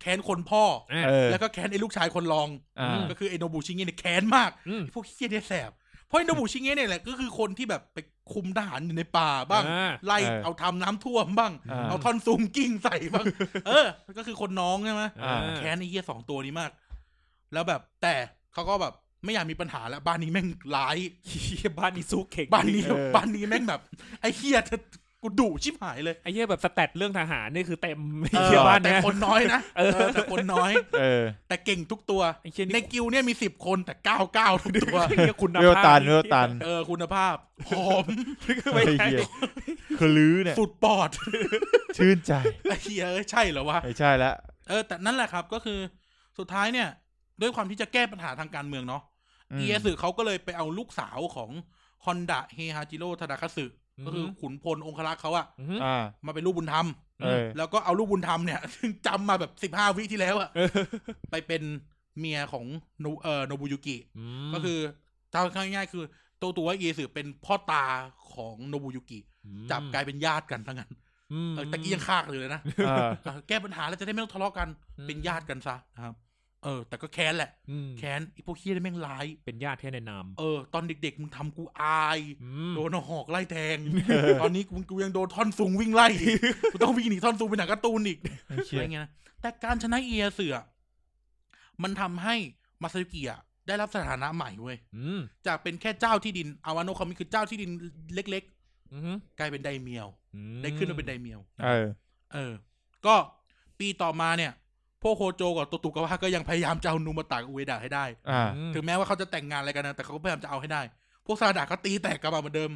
S2: แค้นคนพ่อ
S3: อ่า
S4: เออ
S2: แล้วก็แค้นไอ้ลูกชายคนรอง
S4: อ่า
S3: ม
S2: ก็คือไอโนบุชิเงะเนี่ยแค้นมาก
S3: อืม
S2: พวกเฮียเนี่ยแสบ เพราะไอ้โนบุชิเงะเนี่ยแหละก็คือคนที่แบบไปคุมทหารอยู่ในป่าบ้าง
S3: อ่
S2: ไล่
S4: เออ
S2: เอาทำน้ำท่วมบ้าง
S4: อ่า
S2: เอาท่อนซูมกิ้งใส่บ้าง เออ ก็คือคนน้องใช่ไหม
S4: อ่า
S2: แค้นไอ้เหี้ยสองตัวนี้มาก แล้วแบบแต่เขาก็แบบไม่อยากมีปัญหาแล้วบ้านนี้แม่งร้าย
S3: เหี้ยบ้านนี้สู้เข่ง
S2: บ้านนี้
S4: เออ
S2: บ้านนี้แม่งแบบ ไอ้เหี้ยเธอกูดุชิบหายเลย
S3: ไอ้เหี้ยแบบสแตทเรื่องทหารนี่คือเต็ม
S2: เอ
S3: ไอ้เหี้ย
S2: อ
S3: บ้าน
S2: แต่
S3: เนี้ย
S2: คนน้อยนะ
S3: เออ
S2: เออแต่คนน้อย
S4: เออ
S2: แต่เก่งทุกตัว
S3: ไอ้เหี้ย
S2: ใน
S3: นี่
S2: กิลด์เนี่ยมีสิบคนแต่เก้าเก้าทุก ตัว
S3: ไอ้เหี้ยคุณภาพ
S4: เวลตันเวลตัน
S2: เออคุณภาพหอม
S3: ไม่
S4: ไอ้
S3: ใช่
S4: เฮียคือลื้อเนี่ย
S2: สุดปอด
S4: ชื่นใจ
S2: ไอ้เหี้ยเอ้ยใช่เหรอวะ
S4: ไม่ใช่แล้ว
S2: เออแต่นั่นแหละครับก็คือสุดท้ายเนี่ย ด้วยความที่จะแก้ปัญหาทางการเมืองเนาะ
S4: อืม
S2: เอียสึเขาก็เลยไปเอาลูกสาวของคอนดะเฮฮาจิโร่ทาดาคัตสึก็คือขุนพลองครักษ์เขาอะ
S3: อือหือ
S4: อ่า
S2: มาเป็นลูกบุญธรรม
S4: เออ
S2: แล้วก็เอาลูกบุญธรรมเนี่ย ซึ่งจำมาแบบสิบห้าวิที่แล้วอะ
S3: เออ
S2: ไปเป็นเมียของโนเอ่อโนบุยุกิ
S3: ม
S2: ก็คือถ้าง่ายๆคือตัวตัวเอียสึเป็นพ่อตาของโนบุยุกิ
S3: ม
S2: จับกลายเป็นญาติกันทั้งนั้น
S3: ม
S2: เออตะกี้ยังฆ่ากันอยู่เลยนะ
S4: อ่า
S2: เออแก้ปัญหาแล้วจะได้ไม่ต้องทะเลาะกัน
S3: อืม
S2: เป็นญาติกันซะนะครับ เออ แต่ก็แค้นแหละ
S3: อืม
S2: แค้นไอ้พวกเฮียนี่แม่งร้าย
S3: เป็นญาติแค่ในนาม
S2: เออ ตอนเด็กๆ มึงทำกูอาย
S3: อืม
S2: โดนหอกไล่แท ง ตอนนี้กูกูยังโดนท่อนซุงวิ่งไล่ กูต้องวิ่งหนีท่อนซุงเป็นหนังการ์ตูนอีกอะไรเงี้ยนะแต่การชนะเอียเสือมันทำให้มาซายุกิอะได้รับสถานะใหม่เว้ย
S3: อืม
S2: จากเป็นแค่เจ้าที่ดินอาวาโนะคามิคือเจ้าที่ดินเล็ก
S3: อือหือ
S2: ๆ กลายเป็นไดเมียว
S3: อืม
S2: ได้ขึ้นมาเป็นไดเมียว
S4: เออ
S2: เออ ก็ปีต่อมาเนี่ย พวกโฮโจกับโตตุกาวะก็ยังพยายามจะเอานูมาตะกับอุเอดะให้ได้
S4: อ่า
S3: อืม
S2: ถึงแม้ว่าเขาจะแต่งงานอะไรกันนะ แต่เขาก็พยายามจะเอาให้ได้ พวกซาดะก็ตีแตกกลับมาเหมือนเดิม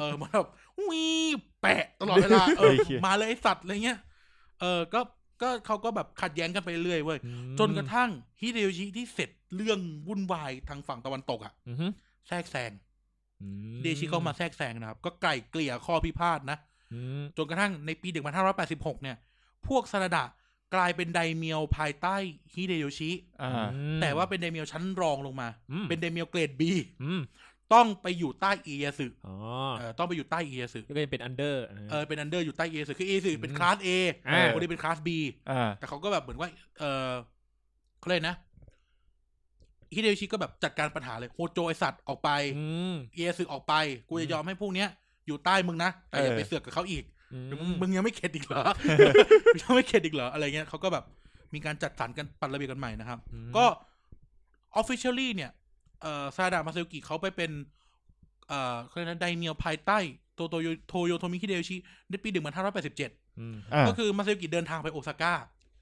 S2: เออเหมันแบบวีแปะตลอดเวลา เออ
S4: ไอ้เหี้ย
S2: มาเลยไอ้สัตว์อะไรเงี้ย เออ ก็ ก็เขาก็แบบขัดแย้งกันไปเรื่อยเว้ย
S3: อืม
S2: จนกระทั่งฮิเดโยชิที่เสร็จเรื่องวุ่นวายทางฝั่งตะวันตกอะ
S3: อือหือ
S2: แทรกแซง
S3: อืม
S2: เดชิก็มาแทรกแซงนะครับ ก็ไกล่เกลี่ยข้อพิพาทนะ
S3: อืม
S2: จนกระทั่งในปี 1586 เนี่ย พวกซาดะกลายเป็นไดเมียวภายใต้ฮิเดโยชิ
S4: อ่า
S3: อืม
S2: แต่ว่าเป็นไดเมียวชั้นรองลงมา
S3: อืม
S2: เป็นไดเมียวเกรดบี
S3: อืม
S2: ต้องไปอยู่ใต้เอียสึ
S3: อ๋อ
S2: เออต้องไปอยู่ใต้เอียสึ
S3: ก็เลยเป็นอันเดอร์
S2: เออเป็นอันเดอร์อยู่ใต้เอียสึคือเอียสึเป็น
S3: อืม
S2: คลาสเอ
S3: อ่า
S2: คนนี้เป็นคลาสบี
S4: อ่า
S2: แต่เขาก็แบบเหมือนว่า เออเขาเลยกนะฮิเดโยชิก็แบบจัดการปัญหาเลยโฮโจไอสัตว์ออกไป
S3: อืม
S2: เอียสึออกไป กูจะยอมให้พวกเนี้ย อยู่ใต้มึงนะแต่อย่า
S4: เออ
S2: ไปเสือกกับเขาอีก
S3: อื
S2: มึงมึงยังไม่เข็ดอีกเหรอ มึงยังไม่เข็ดอีกเหรออะไรเงี้ยเขาก็แบบมีการจัดสรรกันปัดระเบียบกันใหม่นะครับ
S3: อืม
S2: ก็ officially เนี่ยเอ่อซาดามาเซลกิเขาไปเป็นเอ่อเขาเรียกนะไดเมียวภายใต้โตโตโยโทโยโทมิคิเดโยชิในปี 1587
S3: อืม
S4: อ่า
S2: ก็คือมาเซลกิเดินทางไปโอซาก้า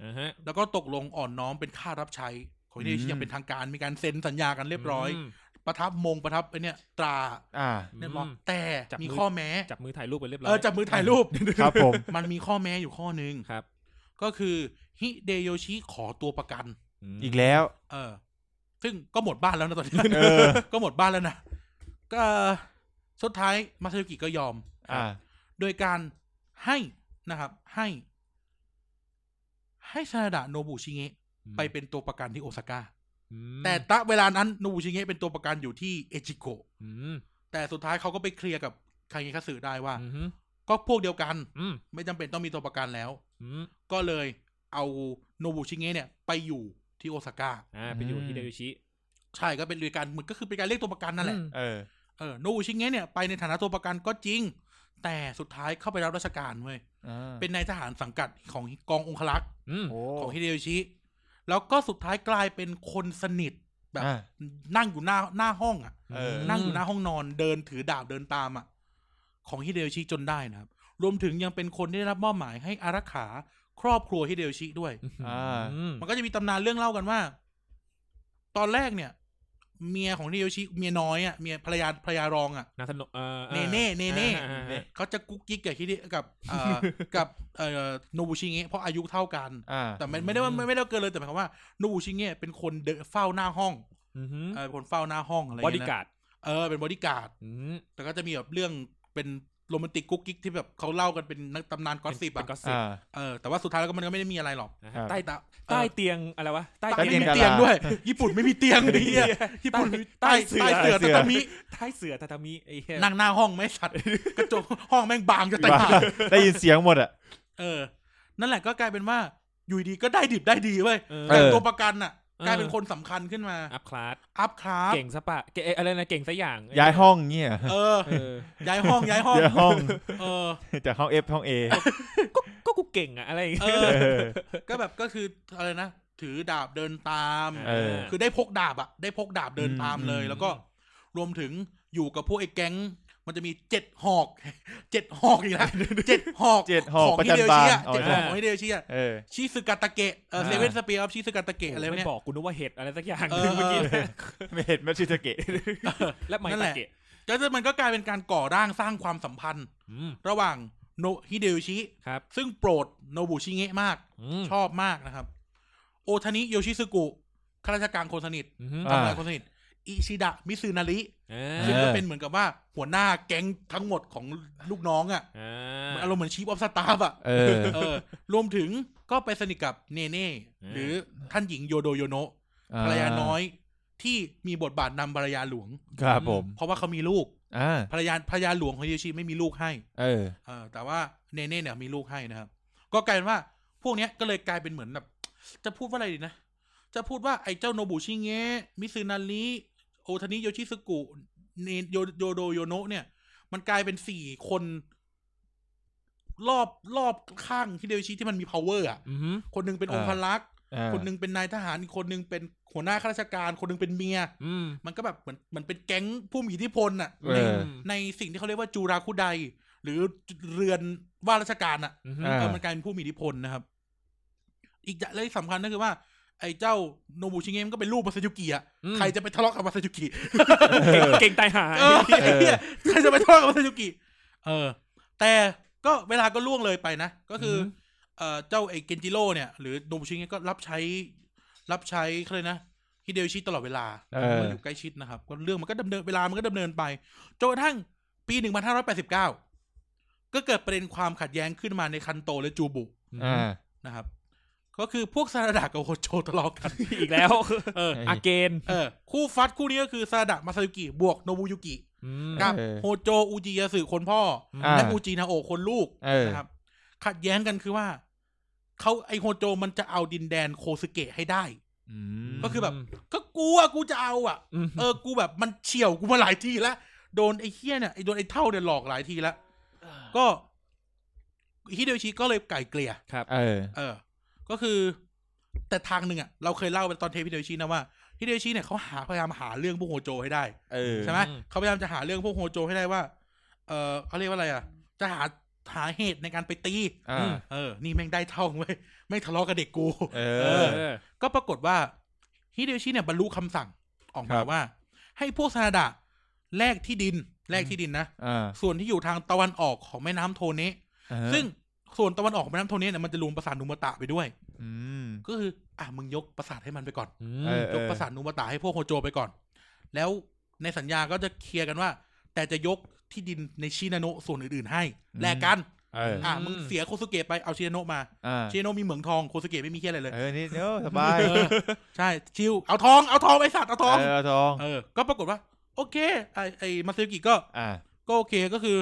S3: อ่าฮะ
S2: แล้วก็ตกลงอ่อนน้อมเป็นค่ารับใช้ ของฮิเดโยชิอย่างเป็นทางการมีการเซ็นสัญญากันเรียบร้อย
S3: ม
S2: ประทับมงประทับไอเนี่ยตรา
S4: อ่า
S2: เนี่ยบอก
S3: อืม
S2: แต่
S3: จับ
S2: มี
S3: มือ
S2: ข้อแม้
S3: จับมือถ่ายรูปไปเรียบร้อย
S2: เออจับมือถ่ายรูป
S4: ครับผม
S2: มันมีข้อแม้อยู่ข้อหนึ่ง
S3: ครับ
S2: ก็คือฮิเดโยชิขอตัวประกัน
S3: ม
S4: อีกแล้ว
S2: เออ ซึ่งก็หมดบ้านแล้วนะตอนนี้
S4: เออ
S2: ก็หมดบ้านแล้วนะก็สุดท้ายมาซาโยกิก็ยอม
S4: อ่า
S2: โดยการให้นะครับ ให้ ให้ซาดะโนบุชิเงะไปเป็นตัวประกันที่โอซาก้า
S3: อืม
S2: แต่ตะเวลานั้นโนบุชิเงะเป็นตัวประกันอยู่ที่เอจิโกะ
S3: อืม
S2: แต่สุดท้ายเขาก็ไปเคลียร์กับคางเงคัตสึได้ว่า
S3: อืม
S2: ก็พวกเดียวกัน
S3: อืม
S2: ไม่จำเป็นต้องมีตัวประกันแล้ว
S3: อืม
S2: ก็เลยเอาโนบุชิเงะเนี่ย ไปอยู่ที่โอซาก้า
S3: อ่าไปอยู่
S4: อืม
S3: ที่เดโยชิ
S2: ใช่ก็เป็นเรื่องการเหมือนก็คือเป็นการเรียกตัวประกันนั่นแหละ
S3: อืม
S4: เออ
S2: เออโนบุชิเงะเนี่ยไปในฐานะตัวประกันก็จริง แต่สุดท้ายเข้าไปรับราชการเว้ย
S4: อ่า
S2: เป็นนายทหารสังกัดของกององครักษ์
S3: อืม
S4: โอ้
S2: ของฮิเดโยชิ แล้วก็สุดท้ายกลายเป็นคนสนิท แบบ
S4: อ่า
S2: นั่งอยู่หน้าหน้าห้องอ่ะ
S4: เออ
S2: นั่งอยู่หน้าห้องนอนเดินถือดาบเดินตามอ่ะ ของฮิเดโยชิจนได้นะครับ รวมถึงยังเป็นคนที่ได้รับมอบหมายให้อารักขาครอบครัวฮิเดโยชิด้วย
S4: อ่า
S3: อืม
S2: มันก็จะมีตำนานเรื่องเล่ากันว่า ตอนแรกเนี่ย เมียของฮิเดโยชิเมียน้อยอ่ะเมียภรรยาภรรยารองอ่ะ
S3: นาสนุกเออออ
S2: เนเน่เนเน่
S3: อ่าอ่าอ่า
S2: เขาจะกุ๊กกิ๊กกับฮิเดกับเอ่อ กับเอ่อโนบุชิเงะเพราะอายุเท่ากัน
S4: อ่า
S2: แต่ไม่ไม่ได้ว่าไม่ไม่ได้ว่าเกินเลยแต่หมายความว่าโนบุชิเงะเป็นคนเดินเฝ้าหน้าห้อง
S3: อืม
S2: เออเป็นคนเฝ้าหน้าห้องอะไรอย่
S3: บอง ดี้
S2: เงี้ยนะ
S3: การ์ด
S2: เออเป็นบอดี้การ์ด
S3: อืม
S2: แต่ก็จะมีแบบเรื่องเป็นโรแมนติกกุ๊กกิ๊กที่แบบเขาเล่ากันเป็นนักตำนานก็สิบ
S3: เป็น
S2: อ่ะ
S3: ก็สิบ
S4: อ่า
S2: เออแต่ว่าสุดท้ายแล้วก็มันก็ไม่ได้มีอะไรหรอก
S3: นะฮะ
S4: ครับ
S3: ใต้
S2: แต่เอ
S3: ใต้
S2: อ
S3: เตียงอะไรวะ
S2: ใต้
S4: ใต้
S2: ไม่
S4: เตียง
S2: มี
S4: กาลา
S2: เตียงด้วย ญี่ปุ่นไม่มีเตียงดิเหี้ยญี่ปุ่นใต้ใต้
S4: ใต้
S2: เสือ
S4: เสือ
S2: ตะตามิ
S3: ใต้เสือทาทามิไอ้เหี้ย
S2: นั่งหน้าห้องไม่สัตว์กระจกห้องแม่งบางจะตายห่า
S4: ได้ยินเสียงหมดอ่ะ
S2: เออ นั่นแหละก็กลายเป็นว่าอยู่ดีก็ได้ดิบได้ดีเว้ย
S3: เออ
S2: จาก
S4: เออ
S2: ตัวประกันน่ะ
S3: เออ
S2: กลายเป็นคนสำคัญขึ้นมา
S3: อัพคลาส
S2: อัพคราฟ
S3: เก่งสปะเก่งเอ้ยอะไรนะเก่งสักอย่าง
S4: ย้ายห้องเงี้ย
S2: เออ
S3: เออ
S2: ย้ายห้องย้ายห้อง
S4: ย้ายห้อง
S2: เออ
S4: จากห้อง F ห้อง A
S3: ก็กูเก่งอะอะไรอย่างเงี้ย
S2: เอ อ
S4: เออ
S2: ก็แบบก็คืออะไรนะถือดาบเดินตาม
S4: เออ
S2: คือได้พกดาบอะได้พกดาบเดินตามเลย
S4: อืม
S2: แล้วก็รวมถึงอยู่กับพวกไอ้แก๊ง มันจะมีเจ็ดหอก เจ็ดหอกอีกแล้วเจ็ดหอก
S4: เจ็ดหอก
S2: ของ
S4: ประ
S2: ฮิ
S4: จัน
S2: เดโย
S4: บา
S2: ชิ
S4: น
S2: อะ
S4: อ๋อ
S2: เจ็ดห
S4: ใช่
S2: อกของฮิเดโยชิอะ
S4: เออ
S2: ชิซึกาตะเกะเออ
S4: อ่า
S2: เซเว่นสเปียร์ออฟชิซึกาตะเกะอะไรพวก
S3: ไม่
S2: เนี้ย
S3: บอกกูนึกว่าเห็ดอะไรสักอย่าง
S2: เออ
S3: เมื่อกี้นะ
S4: ไม่เห็นไม่ชิตะเกะ
S3: และไม
S2: นั่นแห
S3: ตะ
S2: ละ
S3: เกะ
S2: ก็จะมันก็กลายเป็นการก่อร่างสร้างความสัมพันธ์
S3: อืม
S2: ระหว่างโนฮิเดโยชิ
S3: ครับ
S2: ซึ่งโปรดโนบุชิเงะมาก
S3: อืม
S2: ชอบมากนะครับ โอทานิโยชิซึกุข้าราชการคนสนิท
S3: อืม
S4: อ่า
S2: ทำงานคนสนิทอิชิดะ มิซึนาริ
S3: อ่า
S2: ซึ่งก็เป็นเหมือนกับว่าหัวหน้าแก๊งทั้งหมดของลูกน้องอ่ะ
S3: อ่
S2: เหมื
S3: า
S2: อนอารมณ์เหมือนชีฟออฟสตาฟอ่ะ
S4: เออ
S2: เออ รวมถึงก็ไปสนิทกับเนเน่หรือท่านหญิงโยโดโยโนะภรรยาน้อยที่มีบทบาทนำภรรยาหลวง
S4: ครับผม
S2: เพราะว่าเขามีลูก
S4: อ่า
S2: ภรรยาภรรยาหลวงของฮิโยชิไม่มีลูกให้
S4: เออ
S2: เออแต่ว่าเนเน่เนี่ยมีลูกให้นะครับ ก็กลายเป็นว่า พวกเนี้ยก็เลยกลายเป็นเหมือนแบบ จะพูดว่าอะไรดีนะ จะพูดว่าไอ้เจ้าโนบุชิเงะมิซึนาริโอทานิโยชิสกุเนโยโยโดโยโนะเนี่ย มันกลายเป็นสี่คน รอบรอบข้างฮิเดโยชิที่มันมี power อ่ะ
S3: อืม
S2: คนหนึงเป็น
S4: เอ
S2: อ
S4: อ
S2: งครักษ์
S4: อ่า
S2: คนหนึงเป็นนายทหารอีกคนหนึงเป็นหัวหน้าข้าราชการ คนหนึงเป็นเมีย
S3: อืม
S2: มันก็แบบเหมือนเหมันเป็นแก๊งผู้มีอิทธิพลอ่ะ
S4: เออ
S2: ในสิ่งที่เขาเรียกว่าจูราคุไดหรือเรือนว่าราชการอ่ะ
S3: อืม
S4: อ่า
S2: เออมันกลายเป็นผู้มีอิทธิพลนะครับ อีกอย่างเลยสำคัญก็คือว่า ไอ้เจ้าโนบุชิเงะมันก็เป็นลูกมาซาจุกิอ่ะ ใครจะไปทะเลาะกับมาซาจุกิ
S3: เก่งเก่งตายหา
S2: เออไอ้เหี้ยใครจะไปทะเลาะกับมาซาจุกิ เออ แต่ก็เวลาก็ล่วงเลยไปนะ ก็คืออเอ่อเจ้าไอ้เกนจิโร่เนี่ย หรือโนบุชิเงะก็รับใช้ รับใช้เขาเลยกนะฮิเดโยชิตลอดเวลา
S4: เออ
S2: มันอยู่ใกล้ชิดนะครับก็เรื่องมันก็ดำเนินเวลามันก็ดำเนินไปจนกระทั่งปีหนึ่งพันห้าร้อยแปดสิบเก้าก็เกิดประเด็นความขัดแย้งขึ้นมาในคันโตและจูบุ
S4: อ่า
S2: นะครับ ก็คือพวกซาดะกับโฮโจทะเลาะกัน
S3: อีก แล้ว
S2: เออ
S3: อาเกน
S2: เออ คู่ฟัดคู่นี้ก็คือซาดะมาซายุกิบวกโนบุยุกิ
S3: อืม
S2: กับ
S4: เออ
S2: โฮโจอุจิยาสึคนพ่ออา และอุจินาโอะคนลูก
S4: เออ
S2: นะครับ ขัดแย้งกันคือว่าเขาไอโฮโจมันจะเอาดินแดนโคสึเกะให้ได้
S4: อืม
S2: ก็คือแบบ ก็กูอะกูจะเอาอะ
S3: อืม
S2: เออ กูแบบมันเฉี่ยวกูมาหลายทีแล้ว โดนไอ้เฮี้ยเนี่ยไอโดนไอ้เท่าเนี่ยหลอกหลายทีแล้ว ก็ ฮิเดโยชิก็เลยไก่เกลี่ย
S4: เออ
S2: เออ ก็คือ แต่ทางหนึ่งอ่ะ เราเคยเล่าไปตอนเทปฮิเดโยชินะว่าฮิเดโยชิเนี่ยเขาหาพยายามหาเรื่องพวกโฮโจให้ได้
S4: เออ
S2: ใช่ไหม
S3: อืม
S2: เขาพยายามจะหาเรื่องพวกโฮโจให้ได้ว่า เออเขาเรียกว่าอะไรอ่ะ จะหาหาเหตุในการไปตี
S4: อ่า
S2: เออ นี่แม่งได้ท่องเว้ยแม่งทะเลาะกับเด็กกู
S4: เอ
S3: เอ
S4: อ
S3: อ
S2: ก็ปรากฏว่าฮิเดโยชิเนี่ยบรรลุคำสั่งออก
S4: ค
S2: มา
S4: รับ
S2: ว่า ให้พวกซาดะแลกที่ดินแลกที่ดินนะ
S4: อ่า
S2: ส่วนที่อยู่ทางตะวันออกของแม่น้ำโทเนะ
S4: อ่าฮะ
S2: ซึ่งส่วนตะวันออกของแม่น้ำโทเนะเนี่ยมันจะรวมปราสาทนุมตะไปด้วย
S4: อืม
S2: ก็คือ อ่ะมึงยกปราสาทให้มันไปก่อน
S3: อื
S4: เอ
S3: ม
S4: อ
S2: ยกปราสาทนุมตะให้พวกโฮโจไปก่อน แล้วในสัญญาก็จะเคลียร์กันว่า แต่จะยกที่ดินในชินาโนะส่วนอื่นๆให้แลกกัน
S4: เออ
S2: อ่ะมึงเสียโคสุเกะไปเอาชินาโนะมา
S4: อ่า
S2: ชินาโนะมีเหมืองทองโคสุเกะไม่มีเฮียอะไรเลย
S4: เออนี่เนอะสบาย
S2: เออใช่ชิวเอาทองเอาทองไปสัตว์เอาทอง
S4: เออทอง
S2: เออ ก็ปรากฏว่า โอเค ไอไอมาซึกิก็
S4: อ่า
S2: ก็โอเคก็คือ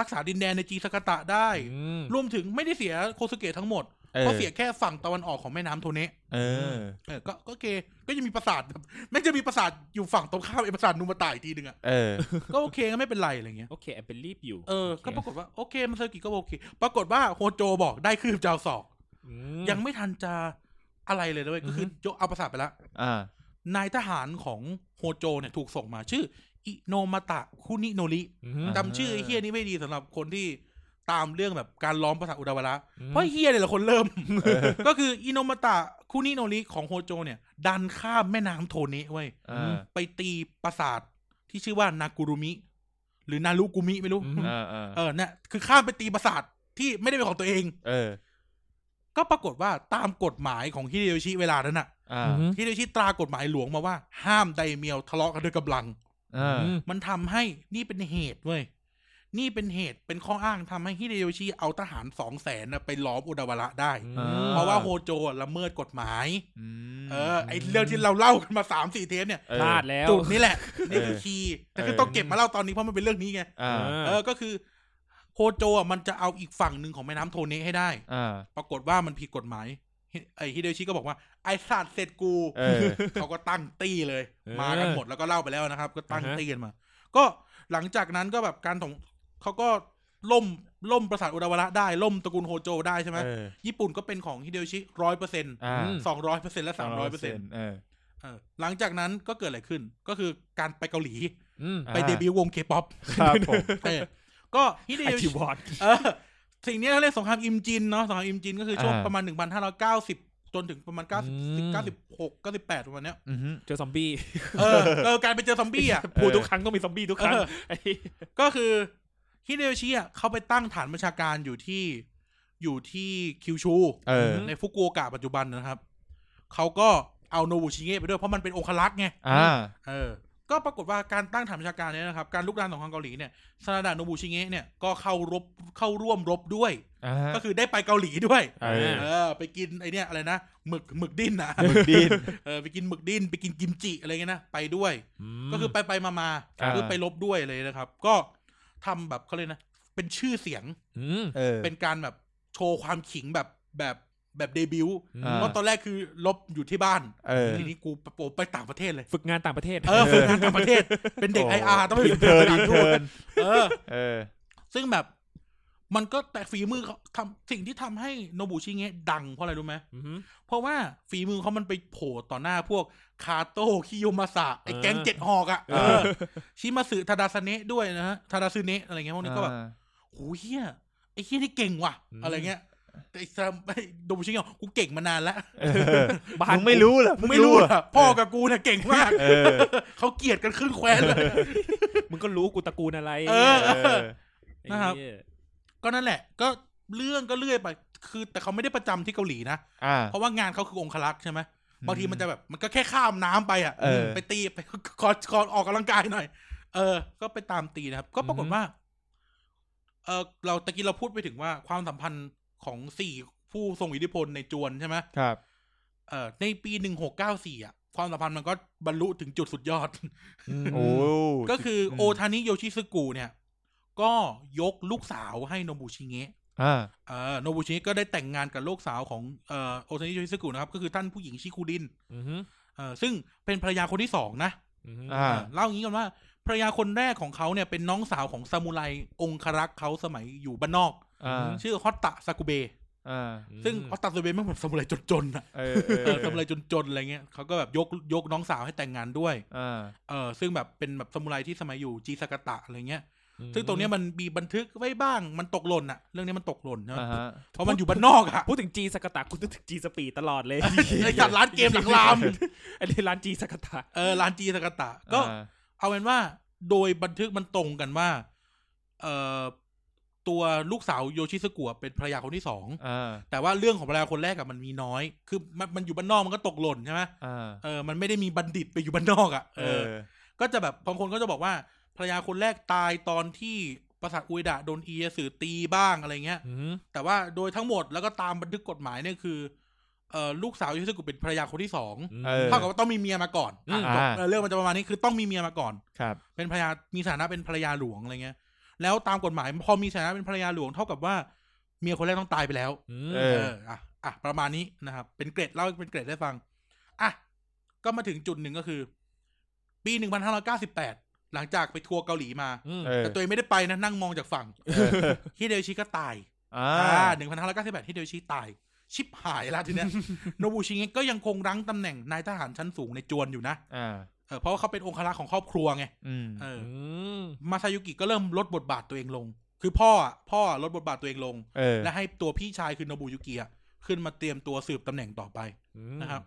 S2: รักษาดินแดนในจีสกตะได้
S3: อืม
S2: รวมถึงไม่ได้เสียโคสุเกะทั้งหมด
S4: เออ
S2: เพราะเสียแค่ฝั่งตะวันออกของแม่น้ำโทเนะ
S4: เออ
S2: เออก็ก็โอเค ก็ยังมีปราสาท แบบแม่งจะมีปราสาทอยู่ฝั่งตรงข้ามไอปราสาทนูมาตายทีหนึ่งอ่ะ
S4: เออ
S2: ก็โอเคก็ไม่เป็นไรอะไรเงี้ย
S3: โอเคแอบเป็นรีบอยู่
S2: เออก็ปรากฏว่าโอเคมาซึกิก็โอเค ปรากฏว่าโฮโจบอกได้คืบเจ้าศอก
S3: ยั
S2: ยัง งไม่ทันจะอะไรเลยนะเว้ยก็คืออยกเอาปราสาทไปละ
S4: อ่าน
S2: ายทหารของโฮโจเนี่ยถูกส่งมาชื่อ อิโนมาตะคุนิโนริจำชื่อไอ้เฮียนี้ไม่ดีสำหรับคนที่ตามเรื่องแบบการล้อมปราสาทอุดาวาระ
S3: อืม
S2: เพราะไอ้เฮียเนี่ยแหละคนเริ่ม ก็คืออิโนมาตะคุนิโนริของโฮโจเนี่ย ดันข้ามแม่น้ำโทเนะเว้ย
S4: อ่า
S2: ไปตีปราสาทที่ชื่อว่านากุรุมิ หรือนารุกุมิไม่รู้
S3: อืม
S4: อ่าอ่า
S2: เออเนี่ยคือข้ามไปตีปราสาทที่ไม่ได้เป็นของตัวเอง
S4: เออ
S2: ก็ปรากฏว่าตามกฎหมายของฮิเดโยชิเวลานั้นน่ะ
S4: อ่า
S2: ฮิโดชิตรากฎหมายหลวงมาว่า ห้ามไดเมียวทะเลาะกันด้วยกำลัง
S4: อ่า
S2: มันทำให้นี่เป็นเหตุเว้ยนี่เป็นเหตุเป็นข้ออ้างทำให้ฮิเดโยชิเอาทหารสองแสนน่ะไปล้อมอุดาวาระได้
S4: า
S2: เพราะว่าโฮโจละเมิดกฎหมาย
S4: อืม
S2: เออไอเรื่องที่เราเล่ากันมาสามสี่เทปเนี่ย
S4: เออ
S3: พลาดแล้ว
S2: จุดนี่แหละ นี่คือ
S4: เออ
S2: คีย์แต่คือ
S4: เออ
S2: ต้องเก็บมาเล่าตอนนี้เพราะมันเป็นเรื่องนี้ไง
S4: อ่า
S2: เออก็คือโฮโจอ่ะมันจะเอาอีกฝั่งหนึ่งของแม่น้ำโทเนะให้ได้
S4: อ่า
S2: ปรากฏว่ามันผิดกฎหมายฮิไอฮิเดโยชิก็บอกว่าไอสัตว์เสร็จกู
S4: เออ
S2: เขาก็ตั้งตี้เลย
S3: เออ
S2: มากันหมดแล้วก็เล่าไปแล้วนะครับ ก็ตั้ง
S3: อ่าฮะ
S2: ตี้กันมา ก็หลังจากนั้นก็แบบการถงเขาก็ล่มล่มปราสาทอุดาวาระได้ล่มตระกูลโฮโจได้ใช่ไหม
S4: เออ
S2: ญี่ปุ่นก็เป็นของฮิเดโยชิร้อยเปอร์เซ็นต์
S4: อ่า
S2: สองร้อยเปอร์เซ็นต์และสามร้อยเปอร์เซ็นต์
S4: เออ
S2: หลังจากนั้นก็เกิดอะไรขึ้น ก็คือการไปเกาหลี
S3: อืม
S4: อ่า
S2: ไปเดบิวต์วงเคป๊อป
S4: ครับผม
S2: ก็ฮิเด
S3: ไอ
S2: โย
S3: คิ
S2: ชิ
S3: วบอร์ด
S2: เออสิ่งนี้เขาเรียกสงครามอิมจินเนาะสงครามอิมจินก็คือช่วงประมาณหนึ่งพันห้าร้อยเก้าสิบจนถึงประมาณเก้าสิบ
S3: อืม
S2: เก้าสิบหกเก้าสิบแปดประมาณเนี้ย
S4: อือฮึ
S3: เจอซอมบี้
S2: เออเออการไปเจอซอมบี้อ่ะ
S3: พูดทุกครั้งต้องมีซอมบี้ทุกครั้ง
S2: เออ
S3: ไอ้
S2: ก็คือฮิเดโยชิอ่ะเขาไปตั้งฐานประชาการอยู่ที่อยู่ที่คิวชู
S4: เออ
S2: ในฟุกุโอกะปัจจุบันนะครับ เขาก็เอาโนบุชิเงะไปด้วยเพราะมันเป็นองคลักษ์ไง
S4: อ่า
S2: เออ ก็ปรากฏว่าการตั้งฐานประชาการเนี่ยนะครับ การลุกรานของทางเกาหลีเนี่ยซาดาโนบุชิเงะเนี่ยก็เข้ารบเข้าร่วมรบด้วย
S4: อ่าฮะ
S2: ก็คือได้ไปเกาหลีด้วย
S4: เออ
S2: เออ ไปกินไอเนี่ยอะไรนะหมึกหมึกดิ้นนะ
S4: หมึกดิน
S2: เออไปกินหมึกดิ้นไปกินกิมจิอะไรเงี้ยนะไปด้วย
S3: ม
S2: ก็คือไปไปมามา
S4: อ่า
S2: คือไปลบด้วยเลยนะครับ ก็ทำแบบเขาเลยกนะ เป็นชื่อเสียง
S3: อืม
S4: เออ
S2: เป็นการแบบโชว์ความขิงแบบแบบแบบเดบิวต์
S3: อื
S4: อ่า
S2: เพ
S3: ม
S2: ราะตอนแรกคือลบอยู่ที่บ้าน
S4: เออ
S2: ทีนี้กูไปโปไปต่างประเทศเลย
S3: ฝึกงานต่างประเทศ
S2: เออฝึกงานต่างประเทศ เป็นเด็ก
S4: โอ้
S2: ไออาร์ต้องไป
S4: อินเทิร์นอินเทิร์น
S2: เออ
S4: เออ
S2: ซึ่งแบบมันก็แต่ฝีมือเขาทำสิ่งที่ทำให้โนบุชิเงะดังเพราะอะไรรู้ไหม
S3: อืม
S2: เพราะว่าฝีมือเขามันไปโผล่ต่อหน้าพวกคาโต้คิโยมาสะไอแก๊ง
S3: อ่า
S2: เจ็ดหอกอะ
S4: เออ
S2: เออ ชิมาสึทาดาสเนะด้วยนะฮะทาดาซึเนะอะไรเงี้ยพวกนี้ก็แบบ
S4: อ่า
S2: โหเฮียไอ้เฮียนี่เก่งว่ะ
S3: อืม
S2: อะไรเงี้ย แต่ไอ้ซามไอ้โดมชิงเงากูเก่งมานานแล้ว
S4: เออ
S3: บ้าน
S4: มึงไม่รู้เหรอ
S2: มึ
S4: เพิ่
S2: ง
S4: ง
S2: ไม่รู้
S4: เหรอ
S2: เหรอพ่อกับกูเนี่ยเก่งมาก
S4: เออ
S2: เขาเกลียดกันครึ่งแคว้นเลย
S3: มึงก็รู้กูตระกูลอะไร
S2: เออ
S4: เออ
S3: ไอ้เหี้ย
S2: นะครับ ก็นั่นแหละ ก็เรื่องก็เลื่อยไป คือ แต่เขาไม่ได้ประจำที่เกาหลีนะ
S4: อ่า
S2: เพราะว่างานเขาคือองคลักษ์ใช่ไหมบางทีมันจะแบบมันก็แค่ข้ามน้ำไปอ่ะ
S4: เออ
S2: ไปตีไปขอขอออกกำลังกายหน่อย เออ ก็ไปตามตีนะครับ ก็ปรากฏว่า เออเราตะกี้เราพูดไปถึงว่าความสัมพันธ์ของสี่ผู้ทรงอิทธิพลในจวนใช่ไหม
S4: ครับ
S2: เออในปีหนึ่งหกเก้าสี่อ่ะ ความสัมพันธ์มันก็บรรลุถึงจุดสุดยอด
S3: ม
S4: โอ้
S2: ก็คือโอทานิโยชิซึกุเนี่ย ก็ยกลูกสาวให้โนบุชิเงะ
S4: อ่า
S2: เออโนบุชิก็ได้แต่งงานกับลูกสาวของเอ่อโอซานิโยชิซึกุนะครับ ก็คือท่านผู้หญิงชิคุดิน
S3: อืม
S2: เออซึ่งเป็นภรรยาคนที่สองนะ
S3: อืม
S4: อ่า
S2: เออเล่าอย่างนี้ก่อนว่าภรรยาคนแรกของเขาเนี่ยเป็นน้องสาวของซามูไรองครักษ์เขาสมัยอยู่บ้านนอก
S4: อ่า
S2: ชื่อฮอตตะซากุเบะ
S4: อ่า
S2: ซึ่งฮอตตะซากุเบะแม่งแบบสมุไรจนๆอะ
S4: เออเออ
S2: เอ อสมุไรจนๆอะไรเงี้ยเขาก็แบบยกยกน้องสาวให้แต่งงานด้วย
S4: อ่า
S2: เออซึ่งแบบเป็นแบบสมุไรที่สมัยอยู่จีซากะตะอะไรเงี้ย ซึ่งตรงเนี้ยมันมีบันทึกไว้บ้างมันตกหล่นอะเรื่องนี้มันตกหล่นใช่ไหม
S4: อ่าฮะ
S2: เพราะมันอยู่บ้านนอกอะ
S3: พูดถึงจีสกตาคุณนึกถึงจีสปีตลอดเลย
S2: ไอ้จัดร้าน เกมหลังราม
S3: อันนี้ร้านจีสกตา
S2: เออร้านจีซากะตะก็
S4: อ่า
S2: เอาเป็นว่าโดยบันทึกมันตรงกันว่า เอ่อตัวลูกสาวโยชิสกัวเป็นภรรยาคนที่สอง
S4: อ่า
S2: แต่ว่าเรื่องของภรรยาคนแรกอะมันมีน้อย คือมันมันอยู่บ้านนอกมันก็ตกหล่นใช่ไหม
S4: อ่า
S2: เออมันไม่ได้มีบัณฑิตไปอยู่บ้านนอกอะ
S4: เอ
S2: เอ
S4: อ
S2: อ ก็จะแบบบางคนก็จะบอกว่าภรรยาคนแรกตายตอนที่ประสาทอุยดะโดนเอียสื่อตีบ้างอะไรเงี้ย แต่ว่าโดยทั้งหมดแล้วก็ตามบันทึกกฎหมายเนี่ยคือเอ่อลูกสาวโยชิสกัวเป็นภรรยาคนที่สอง
S4: เออ
S2: เท่ากับว่าต้องมีเมียมาก่อนอ่ะ
S4: อ่า
S2: เออเรื่องมันจะประมาณนี้คือต้องมีเมียมาก่อน
S4: ครับ
S2: เป็นภรรยา มีฐานะเป็นภรรยาหลวงอะไรเงี้ย แล้วตามกฎหมายพอมีฐานะเป็นภรรยาหลวงเท่ากับว่าเมียคนแรกต้องตายไปแล้ว
S4: เออ
S2: เออ อ่ะ อ่ะ ประมาณนี้นะครับ เป็นเกรดเล่าเป็นเกรดได้ฟัง อ่ะ ก็มาถึงจุดหนึ่งก็คือ ปีหนึ่งพันห้าร้อยเก้าสิบแปด หลังจากไปทัวร์เกาหลีมา
S4: เออ
S2: แต่ตัวเองไม่ได้ไปนะ นั่งมองจากฝั่ง ฮิเดโยชิก็ตาย
S4: อ่า
S2: อ่าหนึ่งพันห้าร้อยเก้าสิบแปดฮิเดโยชิตาย ชิบหายละทีเนี้ ย โนบุชิเงะก็ยังคงรั้งตำแหน่งนายทหารชั้นสูงในจวนอยู่นะ
S4: อ่า
S2: เออ เพราะว่าเขาเป็นองครักษ์ของครอบครัวไง
S4: อืม
S2: เออ
S3: ม
S2: มาซายุกิก็เริ่มลดบทบาทตัวเองลง คือพ่ออะพ่อลดบทบาทตัวเองลง
S4: เออ
S2: และให้ตัวพี่ชายคือโนบุยุกิอะขึ้นมาเตรียมตัวสืบตำแหน่งต่อไปนะครับ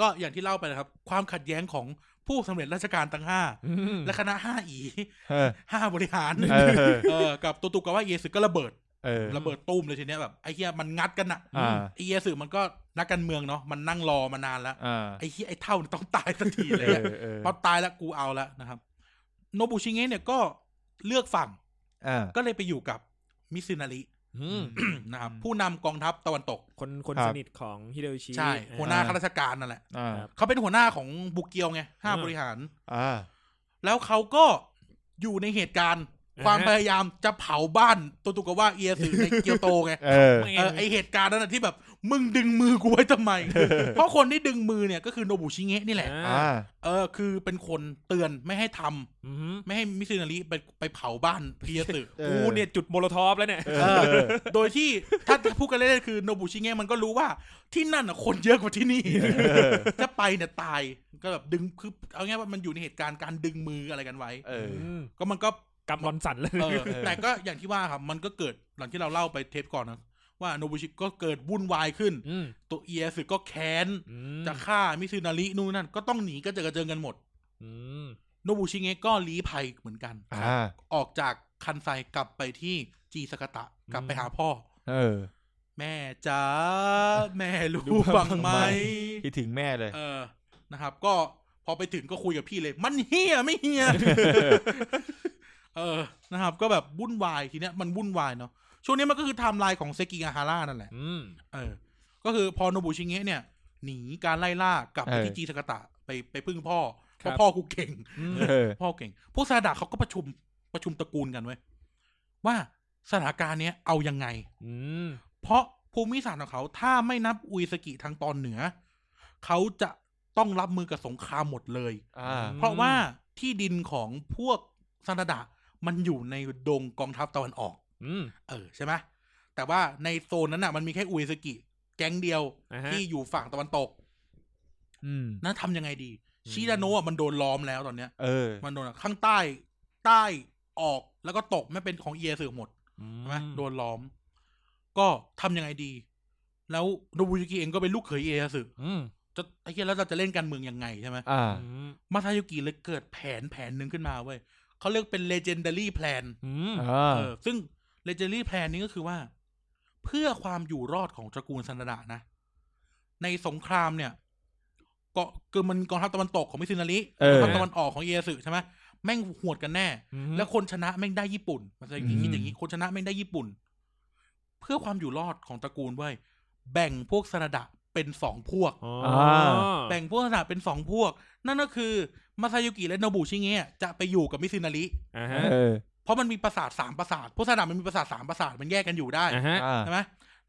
S2: ก็อย่างที่เล่าไปนะครับ ความขัดแย้งของผู้สำเร็จราชการทั้งห้าและคณะห้าอี
S4: เออ
S2: ห้าบริหาร
S4: เออ
S2: เออกับตัวตุกาว่าเยสึก็ระเบิด
S4: เออ
S2: ระเบิดตุ้มเลยทีเนี้ยแบบไอ้เฮียมันงัดกันอะ
S4: อ่า
S2: ไอ้เยสึมันก็นักการเมืองเนาะมันนั่งรอมานานแล้ว
S4: อ่า
S2: ไอ้เฮียไอ้เท่าเนี่ยต้องตายสักทีเล
S4: เอยอ
S2: อะ
S4: เออ
S2: พอตายแล้วกูเอาแล้วนะครับ โนบุชิเงะเนี่ยก็เลือกฝั่ง
S4: อ่า
S2: ก็เลยไปอยู่กับมิซึนาริ นะครับผู้นำกองทัพตะวันตก
S3: คนคนสนิทของฮิเดโยชิ
S2: ใช่ หัวหน้าข้าราชการนั่นแหละ
S4: อ่า
S3: ครับ
S2: เขาเป็นหัวหน้าของบุกเกียวไงห้า
S3: อ่า
S2: บริหาร
S4: อ่า
S2: แล้วเขาก็อยู่ในเหตุการณ์ ความพยายามจะเผาบ้านโตตุกาวะเอียสึในเกียวโตไง
S4: เออ
S2: เออไอเหตุการณ์นั้นนะที่แบบ มึงดึงมือกูไว้ทำไม เพราะคนที่ดึงมือเนี่ยก็คือโนบุชิเงะนี่แหละ
S4: อ่า
S2: เออคือเป็นคนเตือนไม่ให้ทำ
S3: อืม
S2: ไม่ให้มิซึนาริไปไปเผาบ้านพียสึ
S4: เออ
S3: กูเนี่ยจุดโมโลทอฟแล้วเนี่ย
S4: เออเออ
S2: โดยที่ ถ้าพูดกันเล่นๆคือโนบุชิเงะมันก็รู้ว่าที่นั่นน่ะคนเยอะกว่าที่นี่
S4: อ
S2: ถ้าไปเนี่ยตายก็แบบดึงคือเอาง่ายว่ามันอยู่ในเหตุการณ์การดึงมืออะไรกันไว้
S4: เออ
S3: ม
S2: ก็มันก็
S3: กำลอนสันเลย
S2: เออแต่ก็อย่างที่ว่าครับมันก็เกิดหลังที่เราเล่าไปเทปก่อนนะว่าโนบุชิก็เกิดวุ่นวายขึ้น
S3: อืม
S2: ตัวเอียสึก็แค้น
S3: อืม
S2: จะฆ่ามิซึนารินู่นนั่นก็ต้องหนีก็เจอกระเจิงกันหมด
S3: อืม
S2: โนบุชิเงะก็ลี้ภัยเหมือนกัน
S4: อ่า
S2: ออกจากคันไซกลับไปที่จีสกตะ กลับไปหาพ่อ
S4: เออ
S2: แม่จ๋าแม่รู้
S4: รู้บ้า
S2: บ้าง ง
S4: ไห
S2: ไห
S4: ม
S2: ม
S4: คิดถึงแม่เลย
S2: เออนะครับ ก็พอไปถึงก็คุยกับพี่เลย มันเฮียไม่เฮีย เออนะครับ ก็แบบวุ่นวายทีเนี้ยมันวุ่นวายเนาะช่วงนี้มันก็คือไทม์ไลน์ของเซกิงาฮาร่านั่นแหละ
S3: อืม
S2: เออก็คือพอโนบุชิเงะเนี่ย หนีการไล่ล่ากลับไปที่
S4: เออ
S2: จีสกตะไปไปพึ่งพ่อเพ
S4: ค
S2: ราะ
S4: รับ
S2: พ่อกูเก่ง
S3: อืม
S4: เออ
S2: พ่อเก่ง พวกซาดะเขาก็ประชุมประชุมตระกูลกันเว้ยว่าสถานการณ์เนี้ยเอายังไง
S3: อืม
S2: เพราะภูมิศาสตร์ของเขาถ้าไม่นับอุยสกิทางตอนเหนือ เขาจะต้องรับมือกับสงครามหมดเลย
S4: อ่า
S2: เพราะว่าที่ดินของพวกซาดะมันอยู่ในดงกองทัพตะวันออก
S3: อืม
S2: เออใช่ไหมแต่ว่าในโซนนั้นน่ะมันมีแค่อุยสกิ แก๊งเดียว
S3: อ่าฮะ
S2: ที่อยู่ฝั่งตะวันตก
S4: อืม
S2: นะทำยังไงดี ชิดาโนะอ่ะมันโดนล้อมแล้วตอนเนี้ย
S4: เออ
S2: มันโดนอะข้างใต้ใต้ออกแล้วก็ตกไม่เป็นของเอเสือหมด
S3: อื
S2: ใช่ไหมโดนล้อม ก็ทำยังไงดี แล้วโนบุยุกิเองก็เป็นลูกเขยเอเสือ
S3: อืม
S2: จะไอ้เหี้ยแล้วเราจะเล่นการเมืองยังไงใช่ไหม
S4: อ่า
S3: อืม
S2: มาทายุกิเลยเกิดแผนแผนหนึ่งขึ้นมาเว้ยเขาเรียกเป็น legendary plan
S3: อืม
S4: อ่า
S2: เออ ซึ่ง legendary plan นี้ก็คือว่า เพื่อความอยู่รอดของตระกูลซันดะนะ ในสงครามเนี่ยก็คือมันกองทัพตะวันตกของมิซึนาริ
S4: เออ
S2: กองทัพตะวันออกของเอเสือใช่ไหมแม่งหวดกันแน่ แล้วคนชนะแม่งได้ญี่ปุ่น มันจะคิดอย่างนี้ คนชนะแม่งได้ญี่ปุ่น เพื่อความอยู่รอดของตระกูลเว้ย แบ่งพวกสระดะเป็นสองพวก
S3: อ๋อ
S2: แบ่งพวกสระดะเป็นสองพวก นั่นก็คือ มาซาโยุกิและโนบุชิเงะจะไปอยู่กับมิซึนาริ
S3: อ่าฮะ
S4: เออ
S2: เพราะมันมีปราสาทสามปราสาท พวกสระดะมันมีปราสาทสามปราสาท มันแยกกันอยู่ได้
S3: อ่าฮะ
S4: อ่า
S2: ใช่ไหม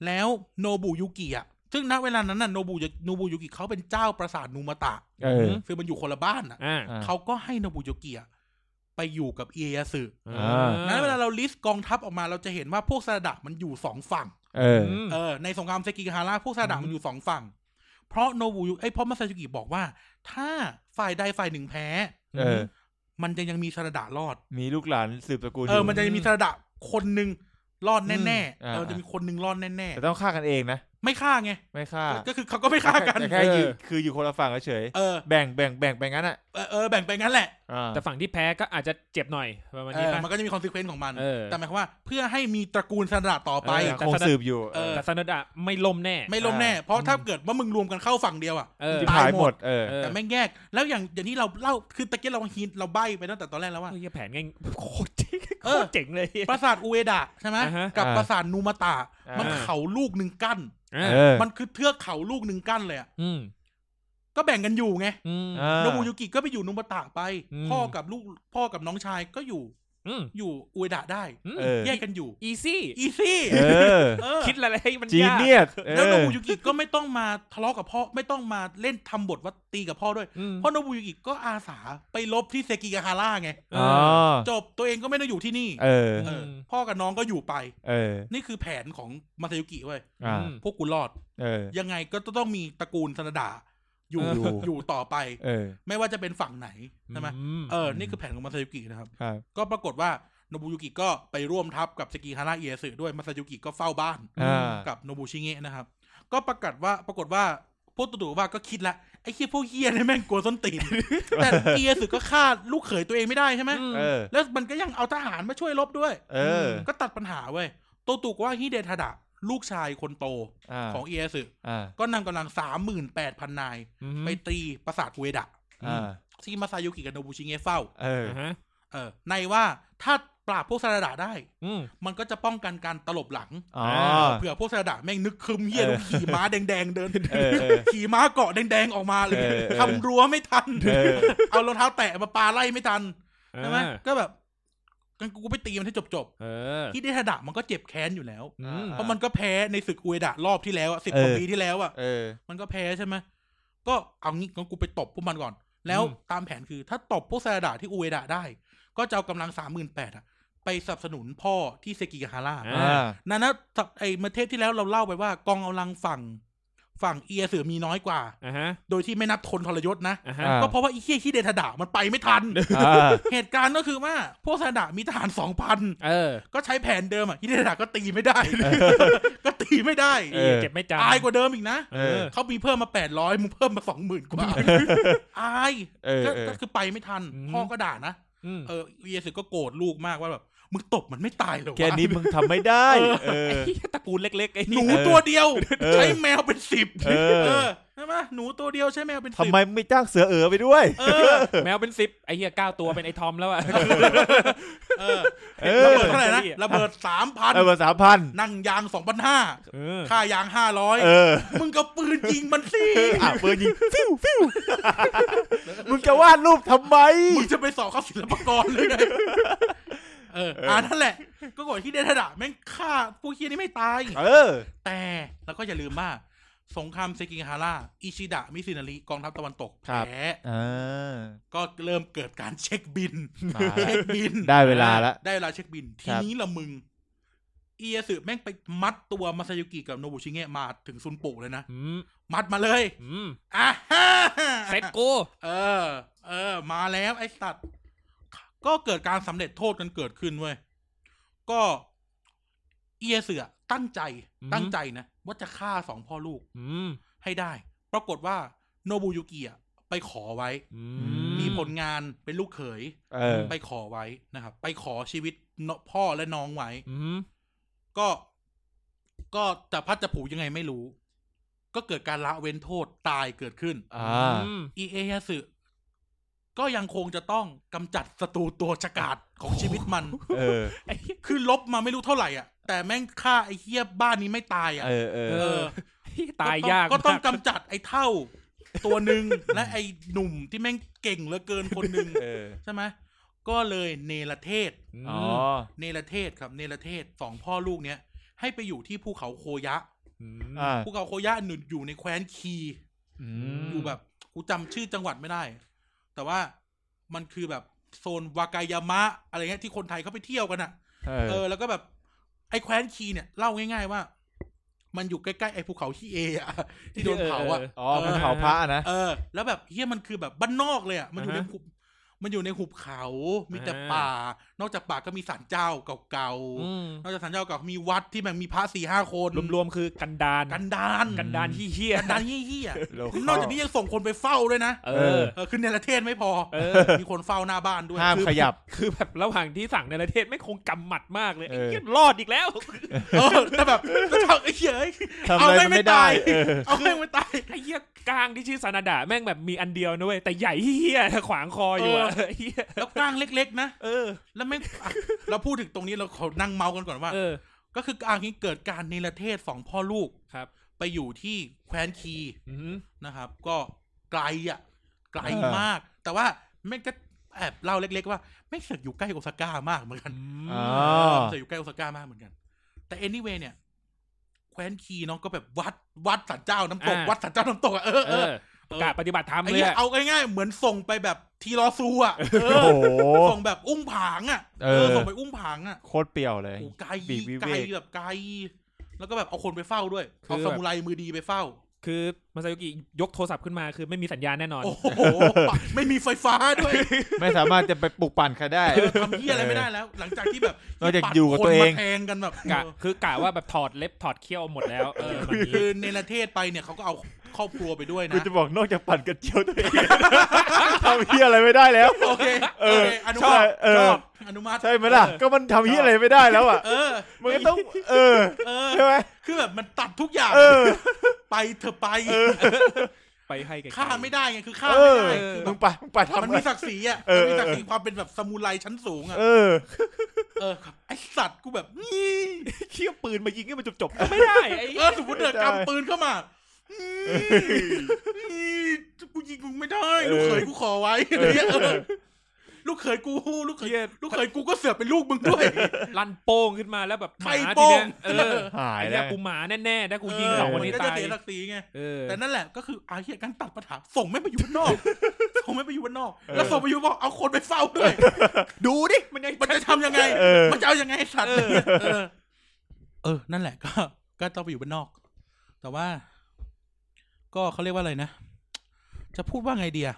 S2: แล้วโนบุยุกิอ่ะ ซึ่งณเวลานั้นน่ะโนบุยุโนบุยุกิเขาเป็นเจ้าปราสาทนูมาตะ
S4: เออ
S2: คือมันอยู่คนละบ้านอ่ะ
S3: อ่า
S4: อ่า
S2: เขาก็ให้โนบุยุกิอะไป ไปอยู่กับเอียสึ
S4: อ่า
S2: นั้นเวลาเราลิสต์กองทัพออกมาเราจะเห็นว่าพวกซาดะมันอยู่สองฝั่ง
S4: เออ
S2: เออในสงครามเซกิฮาระพวกซาดะมันอยู่สองฝั่ง เพราะโนบุยุไอ้ยเพราะมาซาจุกิบอกว่า ถ้าฝ่ายใดฝ่ายหนึ่งแพ้
S4: เออ
S2: มันจะยังมีซาดะรอด
S4: มีลูกหลานสืบตระกูล
S2: เออยู่ มันจะมีซาดะคนหนึ่งรอดแน่ๆ
S4: อืม
S2: เออจะมีคนหนึ่งรอดแน่
S4: แต่ต้องฆ่ากันเองนะ
S2: ๆ ไม่ฆ่าไง
S4: ไม่ฆ่า
S2: ก็คือเขา ก็ไม่ฆ่ากัน
S4: แต่แค่
S3: เออ
S4: ยืนคืออยู่คนละฝั่งเฉย
S2: เออ
S4: ๆแบ่งแบ่งแบ่งไปงั้นอ่ะ
S2: เออเออแบ่งไปงั้นแหละ
S4: อ่า
S3: แต่ฝั่งที่แพ้ก็อาจจะเจ็บหน่อยประมาณ
S2: เอ
S3: นี้
S2: อ
S3: ป่ะ
S2: มันก็จะมีคอนซิเควนต์ของมัน
S3: เออ
S2: แต่หมายความว่าเพื่อให้มีตระกูลซาดะต่อไป
S4: เออ
S3: แต่
S4: คงสืบอยู่
S2: เออ
S3: แต่ซาโนดะไม่ล้มแน่
S2: ไม่ล้มแน่ เพราะถ้าเกิดว่ามึงรวมกันเข้าฝั่งเดียวอ่ะ
S3: เออ
S4: ที่
S2: ตา
S4: หาย ย
S2: ห
S4: ห
S2: ม
S4: ม
S2: ด
S4: ดเออ
S3: เออ
S2: แต่แม่งแยก แล้วอย่างอย่างที่เราเล่าคือตะเกียบเราฮินเราใบ้ไปตั้งแต่ตอนแรกแล้วว่า
S3: เฮ้ยแผนง่ายโคตรเจ๋งโค
S2: เออ
S3: ตรเจ๋งเลย
S2: ปราสาทอุเอดะใช่ไหม
S3: อ่าฮะ
S2: กับ
S4: อ่า
S2: ปราสาทนูมาตะ
S4: อ่ามั
S2: มันเขาลูกหนึ่งกั้น
S3: อ่า
S4: เออ
S2: มันคือเทือกเขาลูกหนึ่งกั้นเลยอะ
S3: อืม
S2: ก็แบ่งกันอยู่ไง
S3: อืม
S4: อ่า
S2: โนบุยุกิก็ไปอยู่นูมาตะไป
S3: อืม
S2: พ่อกับลูกพ่อกับน้องชายก็อยู่
S3: อืม
S2: อยู่อุเอดะได้
S3: อืม
S4: เออ
S2: แยกกันอยู่
S3: อีซี่
S2: อีซี่
S4: เออ
S2: เออ
S3: คิดอะไรให้มัน
S4: จี
S3: ยาก
S4: เนียส
S2: แล้วโน
S4: เออ
S2: บุยุกิก็ไม่ต้องมาทะเลาะกับพ่อไม่ต้องมาเล่นทำบทว่าตีกับพ่อด้วย
S3: อืม
S2: เพราะโนบุยุกิก็อาสาไปลบที่เซกิกาฮาร่าไง
S3: เ
S4: อ๋อ
S2: จบตัวเองก็ไม่ได้อยู่ที่นี่
S4: เออ
S2: เออ พ่อกับน้องก็อยู่ไป
S4: เออ
S2: นี่คือแผนของมาซายุกิเว้ย
S4: อ่า
S3: อืม
S2: พวกกูรอด
S4: เออ
S2: ยังไงก็ต้องมีตระกูลซานาดาอยู่
S4: อยู่
S2: อยู่ต่อไป
S4: เออ
S2: ไม่ว่าจะเป็นฝั่งไหนใช่ไหม
S3: ม
S2: เออนี่คือแผนของมาซายุกินะครับ
S4: ครับ
S2: ก็ปรากฏว่าโนบุยุกิก็ไปร่วมทัพกับเซกิฮาระเอียสึด้วยมาซายุกิก็เฝ้าบ้าน
S4: อ่า
S2: กับโนบุชิเงะนะครับ ก็ประกาศว่าปรากฏว่าพวกตุตุว่าก็คิดละไอ้เคียพวกเฮียเนี่ยแม่งกลัวส้น ตีน แต่เอียสึก็ฆ่าลูกเขยตัวเองไม่ได้ใช่ไหม
S3: อืม
S4: เออ
S2: แล้วมันก็ยังเอาทหารมาช่วยรบด้วย
S4: เออ
S2: ก็ตัดปัญหาเว้ย โตตุกว่าฮิเดทาดะ ลูกชายคนโต
S4: อ่า
S2: ของเอเอสึ
S4: อ่า
S2: ก็นำกำลังสามหมื่นแปดพันนาย
S3: อืม
S2: ไปตีปราสาทอุเวดะ
S4: อ่า
S2: ที่มาซาโยุกิกับโนบุชิเงะเฝ้า
S4: เออ
S3: าฮะ
S2: เออ ในว่าถ้าปราบพวกซาดะได้
S3: อืม
S2: มันก็จะป้องกันการตลบหลัง
S4: อ๋อ
S2: เผื่อพวกซาดะแม่งนึกคึมเฮียดูขี่ม้าแดงๆเดิน
S4: เออเออ
S2: ขี่ม้าเกาะแดงๆออกมาเลย
S4: เออเออ
S2: ทำรั้วไม่ทัน
S4: เออ
S2: เอารองเท้าแตะมาปาไล่ไม่ทัน ใช่ไหม
S3: อ่า
S2: ก็แบบงั้นกูไปตีมันให้จบ
S3: เออ
S2: ๆฮิเดทาดะมันก็เจ็บแค้นอยู่แล้ว
S3: อืม
S2: เพราะมันก็แพ้ในศึกอุเอดะรอบที่แล้วอะสิบ
S4: เอก อ
S2: ว่าปีที่แล้วอะ
S4: เออ
S2: มันก็แพ้ใช่ไหมก็เอางี้งั้นกูไปตบพวกมันก่อน แล้วตามแผนคือถ้าตบพวกซาดาที่อุเอดะได้ ก็จะเอากำลังสามหมื่นแปดอะไปสนับสนุนพ่อที่เซกิกาฮาร่า
S3: า
S4: อ่า
S2: นั่นนะสัปไอ้เมื่อเทปที่แล้วเราเล่าไปว่ากองกำลังฝั่ง ฝั่งเอียเสือมีน้อยกว่า
S3: อ่าฮะ
S2: โดยที่ไม่นับทนทรยศนะ
S3: อ่าฮะ
S4: อ่า
S2: ก็เพราะว่าไอีเคียฮิเดทาดะมันไปไม่ทัน
S4: อ่า
S2: เหตุการณ์ก็คือว่าพวกซาดะมีทหารสองพัน
S3: เออ
S2: ก็ใช้แผนเดิมอ่ะฮิเดทาดะก็ตีไม่ได้ ก็ตีไม่ได้
S4: เออ
S3: เจ็บไม่จำ
S2: ตายกว่าเดิมอีกนะ
S3: เออ
S2: เขามีเพิ่มมาแปดร้อยมึงเพิ่มมาสองหมื่นกว่า อาย
S4: เออ
S2: ก็
S4: เออ
S2: ก็คือไปไม่ทัน
S3: อืม
S2: พ่อก็ด่านะ
S3: อืม
S2: เออเยสึก็โกรธลูกมากว่าแบบ มึงตบมันไม่ตายเหรอวะ
S4: แค่นี้มึงทำไม่ได้ เออ
S3: ไอ้เหี้ยตระกูลเล็กๆไอ้
S2: ห
S3: นี่
S2: นู
S4: เออ
S2: ตัวเดียว
S4: เออ
S2: ใช้แมวเป็นสิบ
S4: เออ
S2: ใช่ไหมหนูตัวเดียวใช้แมวเป็น
S4: ทำ
S2: สิบ
S4: ไมมึงไม่จ้างเสือเออไปด้วย
S2: เออ
S3: แมวเป็นสิบไอ้เหี้ยเก้าตัวเป็นไอ้ทอมแล้วอะ
S2: เออ
S4: เอ
S2: ระ
S4: อ
S2: เบิดเท่าไหร่นะระเบิดสามพัน
S4: เออมาสามพัน
S2: นั่งยางสองพันห้า
S3: เออ
S2: ค่ายางห้าร้อย
S4: เออ
S2: มึงก็ปืนยิงมันสิ
S4: อ่ะปืนยิงฟิวฟิว มึงจะวาดรูปทำไม
S2: มึงจะไปสอบเข้าศิลปากรเลยไงเอออ่านั่นแหละ ก็กดที่เดนทดะแม่งฆ่าพวกเคียนี่ไม่ตาย
S4: เออ
S2: แต่แล้วก็อย่าลืมว่า สงครามเซกิงฮาร่าอิชิดะ มิซินาริกองทัพตะวันตก
S4: ครับ
S2: แพ้
S4: อ่า
S2: ก็เริ่มเกิดการเช็คบิน
S4: มา
S2: เช็คบิน
S4: ได้เวลาละ
S2: ได้เวลาเช็คบิน ทีนี้ละมึง เอียสึแม่งไปมัดตัวมาซาโยุกิกับโนบุชิเงะมาถึงซุนปุเลยนะ
S3: อืม
S2: มัดมาเลย
S3: อืม
S2: อ่ะฮะ
S3: เซ็ตกู
S2: เออ เออ มาแล้วไอ้สัตว์ก็เกิดการสำเร็จโทษกันเกิดขึ้นเว้ยก็ เอียเสือะตั้งใจตั้งใจนะว่าจะฆ่าสองพ่อลูก
S3: อืม
S2: ให้ได้ ปรากฏว่าโนบุยุกิอ่ะไปขอไว้
S3: อื
S2: มีผลงานเป็นลูกเขย
S4: เออ
S2: ไปขอไว้นะครับ ไปขอชีวิตเนาะพ่อและน้องไว้
S3: อืม
S2: ก็ ก็จะพัดจะผูยังไงไม่รู้ ก็เกิดการละเว้นโทษตายเกิดขึ้น
S4: อ่า
S3: อืม
S2: อีเอยาสึก็ยังคงจะต้องกำจัดศัตรูตัวฉกาจของชีวิตมัน
S4: เออ
S3: ไอ้เหี้ย
S2: คือลบมาไม่รู้เท่าไหร่อ่ะ แต่แม่งฆ่าไอ้เฮียบ้านนี้ไม่ตายอ่ะ
S4: เออ เออ
S3: เออ ตาย
S2: ก็ต้อง
S3: ยาก
S2: ก็ต้อง
S3: มาก
S2: ำจัดไอ้เท่า ตัวหนึ่ง และไอ้หนุ่มที่แม่งเก่งเหลือเกินคนหนึ่ง
S4: เออ
S2: ใช่ไหมก็เลยเนรเทศ
S3: ม
S4: อ๋อ
S2: เนรเทศครับเนรเทศสองพ่อลูกเนี้ยให้ไปอยู่ที่ภูเขาโคยะ
S3: ม
S4: อ่า
S2: ภูเขาโคยะหนุนอยู่ในแคว้นคี
S4: อื
S3: ม
S2: อยู่แบบกูจำชื่อจังหวัดไม่ได้ แต่ว่ามันคือแบบ โซนวากายามะ อะไรเงี้ยที่คนไทยเขาไปเที่ยวกันอ่ะ
S4: เอ
S2: เอ
S4: อ
S2: อแล้วก็แบบ ไอ้แคว้นคีเนี่ยเล่าง่าย ๆ ว่า มันอยู่ใกล้ๆไอ้ภูเขาที่เออะ ที่โดนเผาอ่ะ
S4: อ๋อเป็นเผาพระนะ
S2: เออ แล้วแบบเฮียมันคือแบบบ้านนอกเลยอ่ะมันอยู่ใน
S3: อ่าฮะ
S2: หุบมันอยู่ในหุบเขามีแต่
S3: อ่า
S2: ป่า นอกจากป่าก็มีศาลเจ้าเก่าๆนอกจากศาลเจ้าเก่ามีวัดที่แบบมีพระสี่ห้าคน
S3: รวมรวมๆคือกันดาน
S2: กันดาน
S3: กันดานที่เฮีย
S2: กันดานเหี้ยๆ
S4: Local
S2: นอกจากนี้ยังส่งคนไปเฝ้าด้วยนะ
S3: เอ
S4: เอ
S3: อ
S4: อ
S2: เออขึ้นในประเทศไม่พอ
S3: เออ
S2: มีคนเฝ้าหน้าบ้านด้วย
S4: ห้าม
S2: คือ
S4: ขยับ
S3: คือแบบระหว่างที่สั่งในประเทศไม่คงกำหมัดมากเลย
S4: เออ
S3: ไอ้เหี้ยรอดอีกแล้ว
S2: เออแต่แบบแต่แบบไอ้เหี้ยเอ้ย
S4: ทำอะไร
S2: แง
S4: ไม่ได้เออ
S2: เอาแม่งไม่ตาย
S3: ไอ้เหี้ยกลางที่ชื่อซานาดะแม่งแบบมีอันเดียวนะเว้ยแต่ใหญ่เหี้ยขวางคออยู่อะไอ้เหี้ย
S2: แล้วกลางเล็ก ๆ นะ
S3: เออ
S2: แล้วไม่งอ่ะเราพูดถึงตรงนี้เราขอนั่งเมาส์กันก่อนว่า
S3: เออ
S2: ก็คือกลางนี้เกิดการนิรเทศสองพ่อลูก
S3: ครับ
S2: ไปอยู่ที่แคว้นคี
S3: อืม
S2: นะครับ ก็ไกลอ่ะไกล
S4: เออ
S2: มาก แต่ว่าแม่งก็แอบเล่าเล็ก ๆ ว่าไม่งเสือกอยู่ใกล้โอซาก้ามากเหมือนกัน
S4: อ๋อ
S2: เสือกอยู่ใกล้โอซาก้ามากเหมือนกัน แต่ anyway เนี่ย แคว้นคีเนาะก็แบบวัดวัดสันเจ้าน้ำตก
S3: อ่า
S2: วัดสันเจ้าน้ำตกอะเออ
S3: เอ
S2: เออ
S3: อ
S2: เออก
S3: ะปฏิบัติธรรม
S2: ไอ้
S3: เลย
S2: เนี่ย
S3: อะ
S2: เอาง่ายๆเหมือนส่งไปแบบทีรอซูอะเอ
S4: โอ้
S2: อ
S4: โห
S2: ส่งแบบอุ้มผางอะ
S4: เออ
S2: ส่งไปอุ้มผางอะ
S4: โคตรเปรี้ยวเลย
S2: โอ้ไกล
S4: ปีกวิ
S2: ไก
S4: เวก
S2: ลแบบไกล แล้วก็แบบเอาคนไปเฝ้าด้วย เอาสมุไรมือดีไปเฝ้า
S3: คือมาซาโยกิยกโทรศัพท์ขึ้นมาคือไม่มีสัญญาณแน่นอน
S2: โอ้โหปะไม่มีไฟฟ้าด้วย
S4: ไม่สามารถจะไปปลูกปั่นใครได้
S2: เออทำเฮียอะไรไม่ได้แล้ว หลังจากที่แบบ
S4: นอกจาก
S2: ปัด
S4: อยู่กับตัวเอง
S2: คนมาแทงกันแบบ
S3: กะคือกะว่าแบบถอดเล็บถอดเขี้ยวหมดแล้วเอ
S2: เอ
S3: อ
S2: อ
S3: มัน
S2: คื
S3: นี้
S2: อในประเทศไปเนี่ยเขาก็เอาครอบครัวไปด้วย
S4: กู
S2: นะ
S4: จะบอกนอกจากปั่นกระเจียวตัวเอง ทำเฮียอะไรไม่ได้แล้ว
S2: โอเค
S4: เออ
S2: โเคอนุ
S4: ใช่
S2: มัติ
S4: เออ
S2: ชอบอนุมัติ
S4: ใช่ไหมล่ะ ก็มันทำเฮียอะไรไม่ได้แล้วอ่ะ
S2: เออ
S4: มันก็ต้อง เออ
S2: เออ
S4: ใช่ไหม
S2: คือแบบมันตัดทุกอย่าง
S4: เออ
S2: ไปเธอะไป
S3: ไปให้ไกลๆ
S2: ฆ่าไม่ได้ไงคือฆ่า
S4: เอ
S2: ไ
S4: อ
S2: ม่ได้คือแบ
S4: มึ
S2: บ
S4: งไปมึงไปทำ
S2: มัน
S4: อะไร
S2: มีศักดิ์ศรีอ่ะ
S4: เออ
S2: มันมีศักดิ์ศรีความเป็นแบบสมุไรชั้นสูงอ่ะ
S4: เออ
S2: เออครับไอสัตว์กูแบบนี่
S3: เขี้ยวปืนมายิงให้มันจบๆ ก็ไม่ได้ไอ้
S2: เออสมมติเดินกำปืนเข้ามานี่นี่กูยิงมึงไม่ได้
S4: เอ
S2: ลูก
S4: อ
S2: เขยกูขอไว้อะไรเงี้ยเออลูกเขยกูลูกเขย
S3: เหี้ย
S2: ลูกเขยกูก็เสือกเป็นลูกมึงด้วย
S3: ลั่นโป้งขึ้นมาแล้วแบบห
S2: ใคร
S3: มาที
S2: โป้
S3: เนี้
S2: ง
S3: ยเออ
S4: หาย
S3: ไอ้
S4: แล้
S3: เนี่
S4: วย
S3: กูหมาแน่ๆถ้ากูยิง
S2: เ
S3: สองคนนี้
S2: มัก็จะ
S3: ตาย
S2: เสียศักดิ์ศรีไง
S3: เออ
S2: แต่นั่นแหละก็คืออาเฮียการตัดปัญหาส่งไม่งไปอยู่บ้านนอก ส่งไม่งไปอยู่บ้านนอก แล้วส่งไปอยู่บอกเอาคนไปเฝ้าด้วย
S3: ดูดิ มันยัง
S2: มันจะทำยังไง
S4: เออ
S2: มันจะเอายังไงไอ้สัตว์เนี่ยเออ เออ นั่นแหละก็ ก็ต้องไปอยู่บ้านนอก แต่ว่า ก็เขาเรียกว่าอะไรนะ จะพูดว่าไงเดีย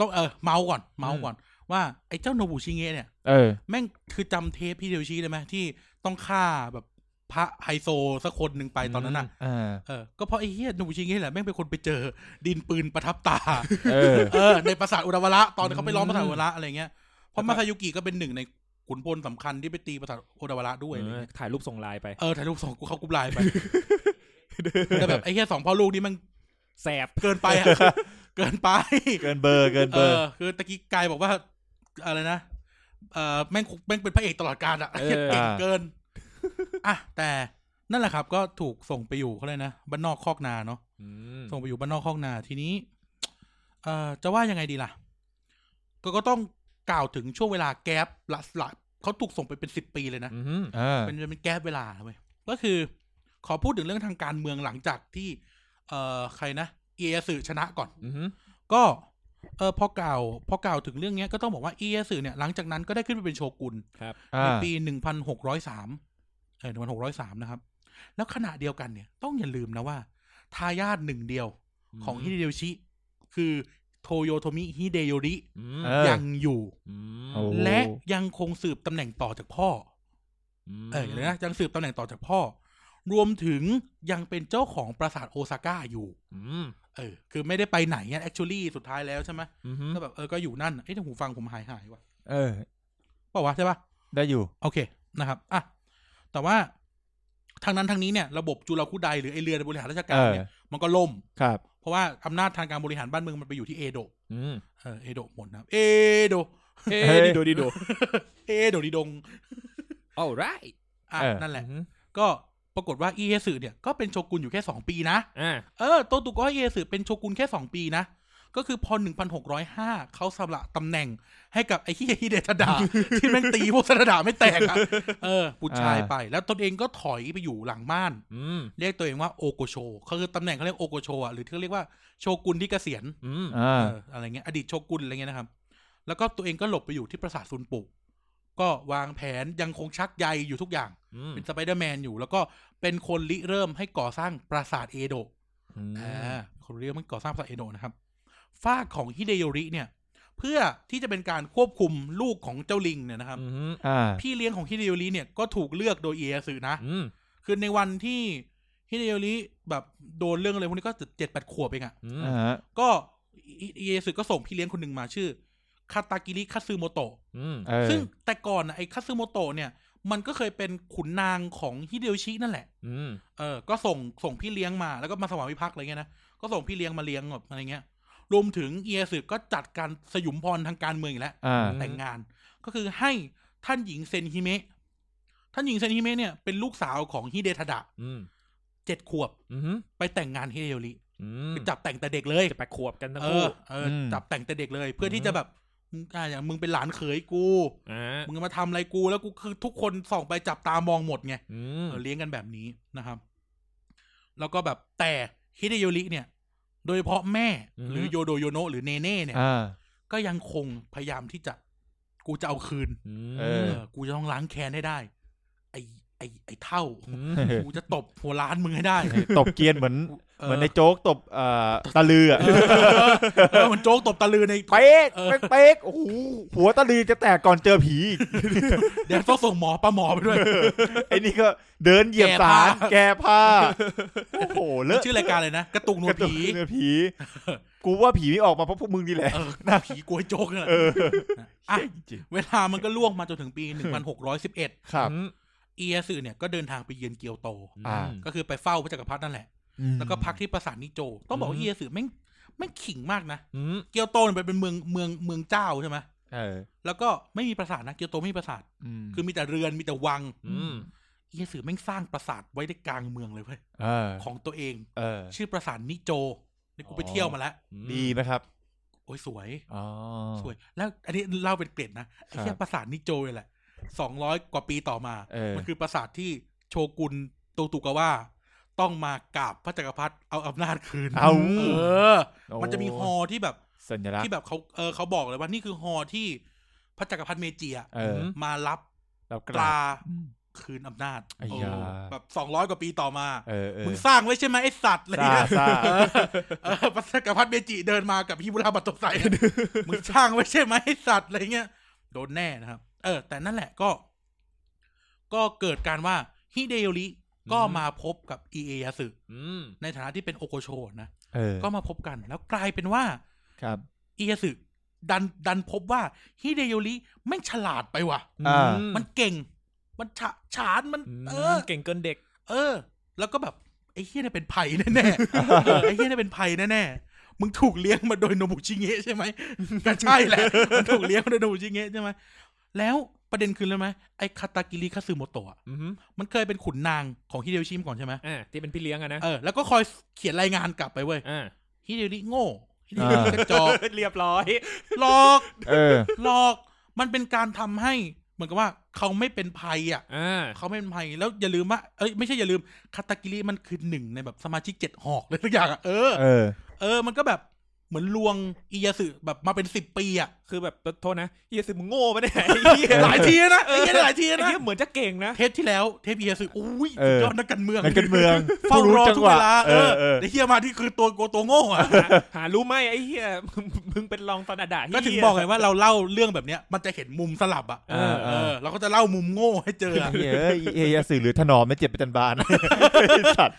S2: ต้องเออ เมาส์ก่อน เมาส์ก่อน ว่าไอ้เจ้าโนบุชิเงะเนี่ย
S4: เออ
S2: แม่งคือจำเทปพี่เดียวชีได้ไหมที่ต้องฆ่าแบบพระไฮโซสักคนหนึ่งไปตอนนั้นน่ะ
S4: อ่า
S2: เออ ก็เพราะไอ้เฮียโนบุชิเงะแหละแม่งเป็นคนไปเจอ ดินปืนประทับตา
S4: เออ
S2: เออในปราสาทอุดาวระตอนเขาไปล้อมปราสาทอุดาวระอะไรเงี้ยเพราะมาซายุกิก็เป็นหนึ่งในขุนพลสำคัญที่ไปตีปราสาทอุดาวระด้วยอะไร
S3: เออ
S2: เงี้ย
S3: ถ่ายรูปส่งไลน์ไป
S2: เออถ่ายรูปสองกูเขากรุ๊ปไลน์ ไปแต่แบบไอ้แค่สองพ่อลูกนี่มัน
S3: แสบ
S2: เกินไป อะเกินไป
S4: เกินเบอร์เกิน
S2: เอ
S4: เบอร์
S2: อคือตะกี้กายบอกว่าอะไรนะเออแม่งแม่งเป็นพระเอกตลอดกาลอะ
S3: เออ
S2: เก่งเกินอ่ะแต่นั่นแหละครับ ก็ถูกส่งไปอยู่เขาเลยกนะบ้านนอกคอกนาเนาะ
S3: อืม
S2: ส่งไปอยู่บ้านนอกห้องนาทีนี้ เอ่อจะว่ายังไงดีล่ะ ก็ก็ต้องกล่าวถึงช่วงเวลาแก๊ปละละเขาถูกส่งไปเป็นสิบปีเลยนะ
S3: อืม
S4: อ่า
S2: เป็นเป็นแก๊ปเวลาเว้ยก็คือ ขอพูดถึงเรื่องทางการเมืองหลังจากที่ เอ่อใครนะเอสือชนะก่อน
S3: อืม
S2: ก็เออพอกล่าวพอกล่าวถึงเรื่องเนี้ยก็ต้องบอกว่าเอสือเนี่ยหลังจากนั้นก็ได้ขึ้นไปเป็นโชกุน
S4: อ่า
S2: ในปีหนึ่งพันหกร้อยสามเออหนึ่งพันหกร้อยสามนะครับ แล้วขณะเดียวกันเนี่ย ต้องอย่าลืมนะว่า ทายาทหนึ่งเดียวของฮิเดโยชิ คือโทโยโทมิฮิเดโยริ
S3: อืม
S4: เออ
S2: ยังอยู่
S4: โอ้
S2: และยังคงสืบตำแหน่งต่อจากพ่ออเออเดี๋ยวนะยังสืบตำแหน่งต่อจากพ่อ รวมถึงยังเป็นเจ้าของปราสาทโอซาก้าอยู่
S3: อืม
S2: เออ คือไม่ได้ไปไหนเนี่ย actually สุดท้ายแล้วใช่ไหม
S3: อืม
S2: ก็แบบเออก็อยู่นั่นเอ้ยแต่หูฟังผมหายหายว่ะ
S4: เออ
S2: เปล่าวะใช่ปะ
S4: ได้อยู่
S2: โอเคนะครับ อ่ะ แต่ว่าทางนั้นทางนี้เนี่ย ระบบจุลคุไดหรือไอเรือบริหารราชการเนี่ย มันก็ล่ม
S4: ครับ
S2: เพราะว่าอำนาจทางการบริหารบ้านเมืองมันไปอยู่ที่เอโดะ
S3: อืม
S2: เออเอโดะหมดนะครับเอโดะ
S3: เอ้
S4: เฮ้ย
S3: ดีโดดีโด
S2: เอโดะดิดง
S3: เอาไร
S2: อ่ะ
S4: เออ
S2: นั่นแหละ ก็ปรากฏว่าเอเอสึเนี่ย ก็เป็นโชกุนอยู่แค่สองปีนะ
S3: อ่า
S2: เออ โตตุโกะเอเอสึเป็นโชกุนแค่สองปีนะ ก็คือพอหนึ่งพันหกร้อยห้าเขาสละตำแหน่งให้กับไอ้เฮี ยฮิเดทดา ที่แม่งตีพวกสดาไม่แตกอะเออบุตรชายไป แล้วตนเองก็ถอยไปอยู่หลังม่าน
S3: อืม
S2: เรียกตัวเองว่าโอโกโชเขาคือตำแหน่งเขาเรียกโอโกโชอ่ะหรือที่เขาเรียกว่าโชกุนที่เกษียณ
S3: อืม
S4: อ่า
S2: เอออะไรเงี้ยอดีตโชกุนอะไรเงี้ยนะครับ แล้วก็ตัวเองก็หลบไปอยู่ที่ปราสาทซุนปุ ก็วางแผนยังคงชักใยอยู่ทุกอย่าง
S3: อืม
S2: เป็นสไปเดอร์แมนอยู่ แล้วก็เป็นคนริเริ่มให้ก่อสร้างปราสาทเอโดะ
S3: อืม
S2: อ่าคนเรียกมันก่อสร้างปราสาทเอโดะนะครับฟากของฮิเดโยริเนี่ย เพื่อที่จะเป็นการควบคุมลูกของเจ้าลิงเนี่ยนะครับ
S3: อืม
S4: อ่า
S2: พี่เลี้ยงของฮิเดโยริเนี่ยก็ถูกเลือกโดยเอเอสึนะ
S3: อืม
S2: คือในวันที่ฮิเดโยริแบบโดนเรื่องอะไรพวกนี้ก็เจ็ดแปดขวบเองอะ
S3: อืม
S4: อ่าฮะ
S2: ก็เอเอสึก็ส่งพี่เลี้ยงคนหนึ่งมาชื่อคาตากิริคัตซึโมโตะ
S3: อืม
S4: เออ
S2: ซึ่งแต่ก่อนน่ะไอ้คัตซึโมโตะเนี่ย มันก็เคยเป็นขุนนางของฮิเดโยชินั่นแหละ
S3: อืม
S2: เออ ก็ส่งส่งพี่เลี้ยงมาแล้วก็มาสวามิภักดิ์อะไรเงี้ยนะ ก็ส่งพี่เลี้ยงมาเลี้ยงแบบอะไรเงี้ย รวมถึงเอียสึก็จัดการสยุมพรทางการเมืองอีกแล้ว
S4: อ่า
S2: แต่งงาน ก็คือให้ท่านหญิงเซนฮิเมะ ท่านหญิงเซนฮิเมะเนี่ยเป็นลูกสาวของฮิเดทาดะ
S3: อืม
S2: เจ็ดขวบ
S3: อืม
S2: ไปแต่งงานฮิเดโยริ
S3: อืม
S2: คือจับแต่งแต่เด็กเลย
S3: จะไปขวบกันทั้ง
S2: เอ
S3: คู่
S2: อเอออ
S4: ม
S2: จับแต่งแต่เด็กเลย เพื่อที่จะแบบมึงอ่าอย่างมึงเป็นหลานเขยกู
S3: อ่า
S2: มึงมาทำอะไรกูแล้วกูคือทุกคนส่องไปจับตามองหมดไง
S3: อืม
S2: เออเลี้ยงกันแบบนี้นะครับ แล้วก็แบบแต่ฮิเดโยริเนี่ย โดยเฉพาะแม่ หรือโยโดโยโนะหรือเนเน่เนี่ย
S4: อ่า
S2: ก็ยังคงพยายามที่จะ กูจะเอาคืน
S3: อืม
S4: เอ
S2: เอ
S4: อ
S2: อกูจะต้องล้างแค้นให้ได้ ไอไอไอเท่า
S3: ม
S2: กูจะตบหัวล้านมึงให้ได้
S4: ตบเกรียนเหมือน
S2: เอ
S4: เห
S2: อ
S4: มือนในโจ๊กตบเอ่อตะลืออะ
S2: เออมันโจ๊กตบตะลือใน
S4: เป๊ก
S2: เออ
S4: เป๊กเป๊กโอ้โหหัวตะลือจะแตกก่อนเจอผีอีก
S2: เดี๋ยวต้องส่งหมอปลาหมอไปด้วย
S4: ไอ้นี่ก็เดินเหยียบสารแก้ผ้า โอ้โหเลอะ
S2: ชื่อรายการเลยนะ กระตุกหนวดผี
S4: เจอผี กูว่าผีไม่ออกมาเพราะพวกมึงนี่แหละ
S2: เออหน้าผีกลัวโจ๊กนั่นแหละ
S4: เออ
S2: อ่ะเวลามันก็ล่วงมาจนถึงปีหนึ่งพันหกร้อยสิบเอ็ด
S4: ครับ
S3: อืม
S2: เอียสึเนี่ยก็เดินทางไปเยือนเกียวโต
S4: อ่า
S2: ก็คือไปเฝ้าพระจักรพรรดินั่นแหละ แล้วก็พักที่ปราสาทนิโจ ต้องบอกว่าเอียสึแม่งแม่งขิงมากนะ
S3: อืม
S2: เกียวโตเนี่ยเป็นเมืองเมืองเมืองเจ้าใช่ไหม
S4: เออ
S2: แล้วก็ไม่มีปราสาทนะ เกียวโตไม่มีปราสาท
S4: อืม
S2: คือมีแต่เรือนมีแต่วัง
S3: อืม
S2: เอียสึแม่งสร้างปราสาทไว้ในกลางเมืองเลยเว้ย
S4: เออ
S2: ของตัวเอง
S4: เออ
S2: ชื่อปราสาทนิโจนี่กูไป
S4: อ๋อ
S2: เที่ยวมาแล้ว
S4: ดีไหมครับ
S2: โอ้ยสวย
S4: อ๋อ
S2: สวย แล้วอันนี้เล่าเป็นเกร็ดนะ ไอ้
S4: ค
S2: แค่
S4: รับ
S2: ปราสาทนิโจเลยแหละ สองร้อยกว่าปีต่อมา
S4: เออ
S2: มันคือปราสาทที่โชกุนโตตุกาวะต้องมากราบพระจักรพรรดิเอาอำนาจคืน
S4: เอา
S2: เออ มันจะมีฮอ
S4: โ
S2: ที่แบบ
S4: สัญลักษ
S2: ที่
S4: ณ์
S2: แบบเขาเออเขาบอกเลยว่านี่คือฮอที่พระจักรพรรดิเมจิอะ
S4: เออ
S2: มารับ
S4: แล้วกลา
S2: ตรา
S4: บ
S2: คืนอำนาจ
S4: ไอ้ยา
S2: โอ้แบบสองร้อยกว่าปีต่อมา
S4: เออเออ
S2: มึงสร้างไว้ใช่ไหมไอ้สัตว์อะไร
S4: ซ่า
S2: เลย
S4: ซ่า
S2: เออพระจักรพรรดิเมจิเดินมากับฮิบุระบัตตกใส่มึงสร้างไว้ใช่ไหมไอ้สัตว์อะไรเงี้ยโดนแน่นะครับ เออ แต่นั่นแหละก็ ก็เกิดการว่าฮิเดโยริก็มาพบกับอีเอยาสึ
S3: อืม
S2: ในฐานะที่เป็นโอโกโชนะ
S4: เออ
S2: ก็มาพบกันแล้วกลายเป็นว่า
S4: ครับ
S2: เอียสึดันดันพบว่าฮิเดโยริไม่งฉลาดไปว่ะ
S4: อ่า
S2: มันเก่ง มันฉะฉานมัน
S3: อืม
S2: เออ
S3: เก่งเกินเด็ก
S2: เออ แล้วก็แบบ ไอ้เฮียเนี่ยเป็นภัยแน่ๆเออไอ้เฮีย เนี่ยเป็นภัยแน่ๆมึงถูกเลี้ยงมาโดยโนบุชิเงะใช่ไหมก็ใช่แหละมันถูกเลี้ยงมาโดยโนบุชิเงะใช่ไหมแล้วประเด็นคืออะไรไหมไอ้คาตากิริคาซึโมโตะอะ
S3: อืม
S2: มันเคยเป็นขุนนางของฮิเดโยชิมาก่อนใช่ไหม
S3: อ่าที่เป็นพี่เลี้ยงอะนะ
S2: เออแล้วก็คอยเขียนรายงานกลับไปเว้ย
S3: อ่า
S2: ฮิเดโยริโง่ฮิเดโยริกระจอก
S3: เรียบร้อย
S2: หลอก
S4: เออ
S2: หลอก มันเป็นการทำให้ เหมือนกับว่าเขาไม่เป็นภัยอ่ะ
S3: อ่า
S2: เขาไม่เป็นภัย แล้วอย่าลืมว่าเอ้ย ไม่ใช่อย่าลืม คาตากิริมันคือหนึ่งในแบบสมาชิกเจ็ดหอกเลยทุกอย่างอ่ะ เออ
S4: เออ
S2: เออ มันก็แบบ เหมือนลวงอียาสึแบบมาเป็นสิบปีอ่ะ
S3: คือแบบโทษนะเฮียสิมึงโง่ไปะเนี่ยไอ้ เหี้ย
S4: เออ
S2: หลายทีนะ
S3: เอ
S2: ไอ้
S3: อ
S2: เหี้ยหลายที
S3: ไอ้
S2: นะ
S3: เหี้ยเหมือนจะเก่งนะ
S2: เทปที่แล้ว เทปอียาสึอุ้ย
S4: เอ
S2: สุด
S4: อ
S2: ยอดนักการเมือง
S4: นักการเมือง
S2: เฝ้ารอ
S4: ผู้
S2: ทุ
S4: จั
S2: ก
S4: งห
S2: เว
S4: วะ
S2: ลา
S4: เอ
S2: เอ
S4: อ
S2: อ
S4: เออ
S2: ไอ้เฮียมาที่คือตัวโกตัวโง่อ่ะ
S3: หาหารู้ไหมไอ้เฮียมึงมึงเป็นรองตอนด่าเหี้ย
S2: ก็ถึงบอกไงว่าเราเล่าเรื่องแบบเนี้ย มันจะเห็นมุมสลับอ่ะ
S3: เออ
S2: เออ เราก็จะเล่ามุมโง่ให้เจออะ
S4: เหี้ยเอ้ยเอยาสื่อหรือถนอมไม่เจ็บประจันบ าน ไอ้สัตว์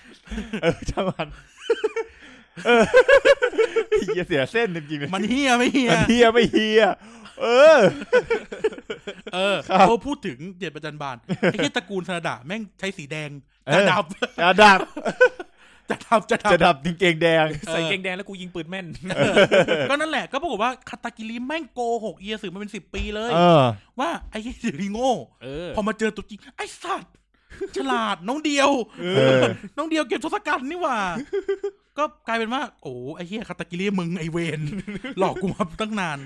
S4: เออช่างมันเออ เฮียเสียเส้นจริงๆเลย
S2: มันเฮียไม่เฮีย
S4: มันเฮียไม่เฮียเออ
S2: เออ
S4: ครับ
S2: เขาพูดถึงเจ็ดประจันบาน ไอ้เหี้ยตระกูลซาดะแม่งใช้สีแดง จะดับ
S4: จะดับ
S2: จะดับจะดั
S4: จะ
S2: บ
S4: ดับกางเกงแดง
S3: ใส่เกงแดงแล้วกูยิงปืนแม่น
S2: ก็นั่นแหละก็ปรากฏว่าคาตากิริแม่งโกหกเอียสือมาเป็นสิบปีเลย
S4: เออ
S2: ว่าไอ้เหี้ยสือริโง่
S3: เออ
S2: พอมาเจอตัวจริง ไอ้สัตว์ ฉลาดน้องเดียว
S4: เออ
S2: น้องเดียวเก็บทศกัณฐ์นี่หว่า ก็กลายเป็นว่า โอ้ไอ้เหี้ยคาตากิริมึงไอ้เวนหลอกกูมาตั้งนาน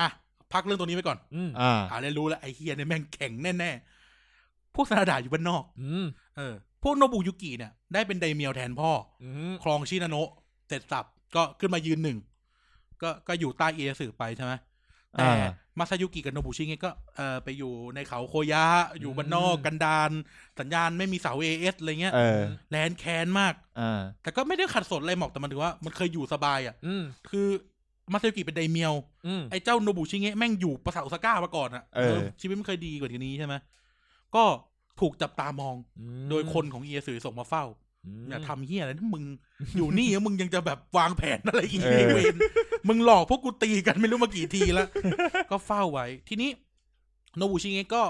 S2: อ่ะพักเรื่องตรงนี้ไปก่อน
S3: อืม
S4: อ่า
S2: อ่ะเรียนรู้แล้วไอ้เหี้ยเนี่ยแม่งแข็งแน่ๆพวกซาดะอยู่บ้านนอก
S3: อืม
S2: เออพวกโนบุยุกิเนี่ยได้เป็นไดเมียวแทนพ่อ
S3: อืม
S2: ครองชินาโนะเสร็จสับก็ขึ้นมายืนหนึ่ง ก็ก็อยู่ใต้เอเยสึไปใช่ไหม แต่
S4: อ่า
S2: มาซายุกิกับโนบุชิเงก็เออไปอยู่ในเขาโคยะ อยู่บ้านนอก
S3: อืม
S2: กันดาน สัญญาณไม่มีเสาเอเอสอะไรเงี้ย
S4: เออ
S2: แลนแค้นมาก
S4: อ่า
S2: แต่ก็ไม่ได้ขัดสนอะไรหมอกแต่มันถือว่ามันเคยอยู่สบายอ่ะ
S3: อืม
S2: คือมาซายุกิเป็นไดเมียว
S3: อืม
S2: ไอ้เจ้าโนบุชิเงะแม่งอยู่ภาษาโอซาก้ามาก่อนอะ
S4: เออ
S2: ชีวิตมันเคยดีกว่านี้ใช่ไหมก็ถูกจับตามอง
S3: อืม
S2: โดยคนของเอสือส่งมาเฝ้า
S3: ม
S2: อย่าทำเฮียอะไรนะมึง อยู่นี่แล้วมึงยังจะแบบวางแผนอะไรอีก
S4: เออ
S2: เวนมึงหลอกพวกกูตีกันไม่รู้มากี่ทีแล้ว ก็เฝ้าไว้ ทีนี้โนบุชิเงะก็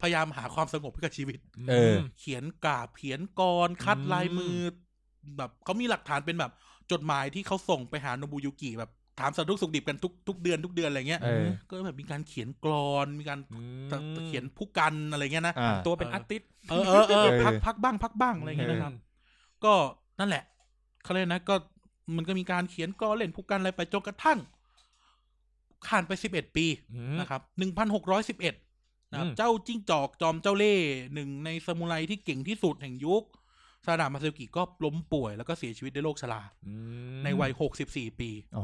S2: พยายามหาความสงบให้กับชีวิต
S4: เออ
S2: เขียนกราบเขียนกรคัด
S3: อืม
S2: ลายมือ แบบเขามีหลักฐานเป็นแบบ จดหมายที่เขาส่งไปหาโนบุยุกิแบบถามสารทุกข์สุขดิบกันทุกทุกเดือนทุกเดือนอะไรเงี้ย
S4: เออ
S2: ก็แบบมีการเขียนกรอน มีการ
S3: อืม
S2: ตะเขียนผู้กันอะไรเงี้ยนะ
S4: อ่า
S3: ตัวเป็น
S2: เออ
S3: อาร์ติสต์
S2: เออเออเออ
S4: เออ
S2: พักพักบ้างพักบ้างอะไรเงี้ยนะครับ ก็นั่นแหละเขาเรียกนะก็มันก็มีการเขียนกรอนเล่นผู้กันอะไรไปจนกระทั่งผ่านไปสิบเอ็ดปี
S3: อืม
S2: นะครับหนึ่งพันหกร้อยสิบเอ็ดนะครั
S3: อื
S2: บ
S3: ม
S2: เจ้าจิ้งจอกจอมเจ้าเล่ห์หนึ่งในซามูไรที่เก่งที่สุดแห่งยุคซาดามาเซลกิก็ล้มป่วยแล้วก็เสียชีวิตด้วยโรคชรา
S3: อืม
S2: ในวัยหกสิบสี่ปี
S4: โอ้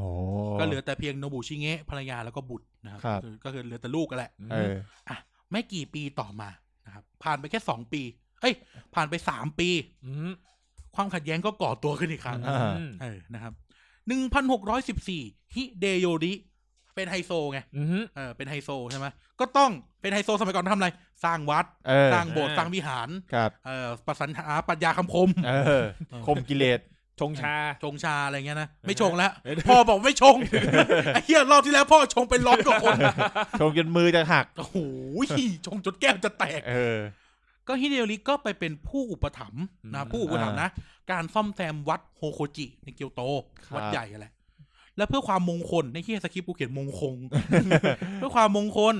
S2: ก็เหลือแต่เพียงโนบุชิเงะภรรยาแล้วก็บุตรนะครับ
S4: ครับ
S2: คือก็คือเหลือแต่ลูกกันแหละ
S4: เออ
S2: อ่ะไม่กี่ปีต่อมานะครับผ่านไปแค่สองปีเอ้ย ผ่านไปสามปี
S3: อืม
S2: ความขัดแย้งก็ก่อตัวขึ้นอีกครั้ง
S4: อ่า
S3: อืม
S2: เออนะครับหนึ่งพันหกร้อยสิบสี่ฮิเดโยริเป็นไฮโซไง
S3: อืม
S2: เออเป็นไฮโซใช่ไหมก็ต้องเป็นไฮโซสมัยก่อนทำอะไร สร้างวัด
S4: เออ
S2: สร้างโบสถ์
S3: เออ
S2: สร้างวิหาร
S4: ครับ
S2: เออประสันหาปรัญญาคำคม
S4: เออ คมกิเลส
S3: ชงชา
S2: ชงชาอะไรเงี้ยนะ ไม่ชงแล้ว
S3: เออ
S2: พ่อบอกไม่ชง ไอ้เหี้ยรอบที่แล้วพ่อชงเป็นร้อยกว่าคน
S4: ชงจนมือจะหัก
S2: โอ้โหช งจนแก้วจะแตก
S4: เออ
S2: ก็ฮิเดโอริก็ไปเป็นผู้อุปถัมภ์นะ
S3: อืม
S2: ผู้อุปถัมภ์นะ การซ่อมแซมวัดโฮโคจิ ในเกียวโต
S4: ครับ
S2: วัดใหญ่อะไรและเพื่อความมงคลในที่สคริปต์กูเขียนมงค ง เพื่อความมงคล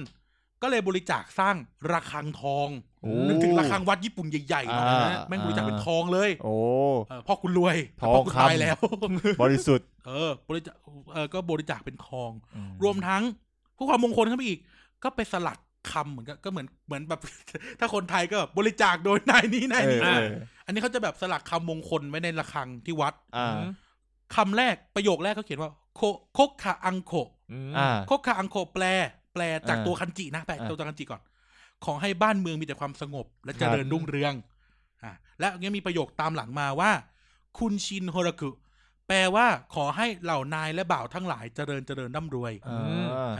S2: ก็เลยบริจาคสร้างระฆังทอง
S4: โอ้
S2: นึกถึงระฆังวัดญี่ปุ่นใหญ่ๆเนาะ
S4: อ่า
S2: แม่งบริจาคเป็นทองเลย
S4: โอ้
S2: เออพ่อคุณรวยแต่
S4: ทอง
S2: พ่อคุณ
S4: คำ
S2: ตายแล้ว
S4: บริสุทธิ์
S2: เออบริจาคเออก็บริจาคเป็นทอง รวมทั้งเพื่อความมงคลเข้าไปอีก ก็ไปสลักคำเหมือนกับก็เหมือนเหมือนแบบ ถ้าคนไทยก็แบบบริจาคโดยนายนี้นาย
S4: เอ
S2: นี้
S4: อเออ
S2: อันนี้เขาจะแบบสลักคำมงคลไว้ในระฆังที่วัด
S4: อ่า
S2: คำแรกประโยคแรกเขาเขียนว่าโคโคคาอังโค
S3: อืม
S4: อ่า
S2: โคคาอังโคแปล แปลจาก
S4: อ่า
S2: ตัวคันจินะแปลจาก
S4: อ่า
S2: ตัวคันจิก่อน ขอให้บ้านเมืองมีแต่ความสงบ และเจริญ
S3: ครับ
S2: รุ่งเรืองอ่าและยังมีประโยคตามหลังมาว่า คุณชินโฮรากุแปลว่าขอให้เหล่านายและบ่าวทั้งหลายเจริญเจริญร่ำรวย
S4: า
S2: เ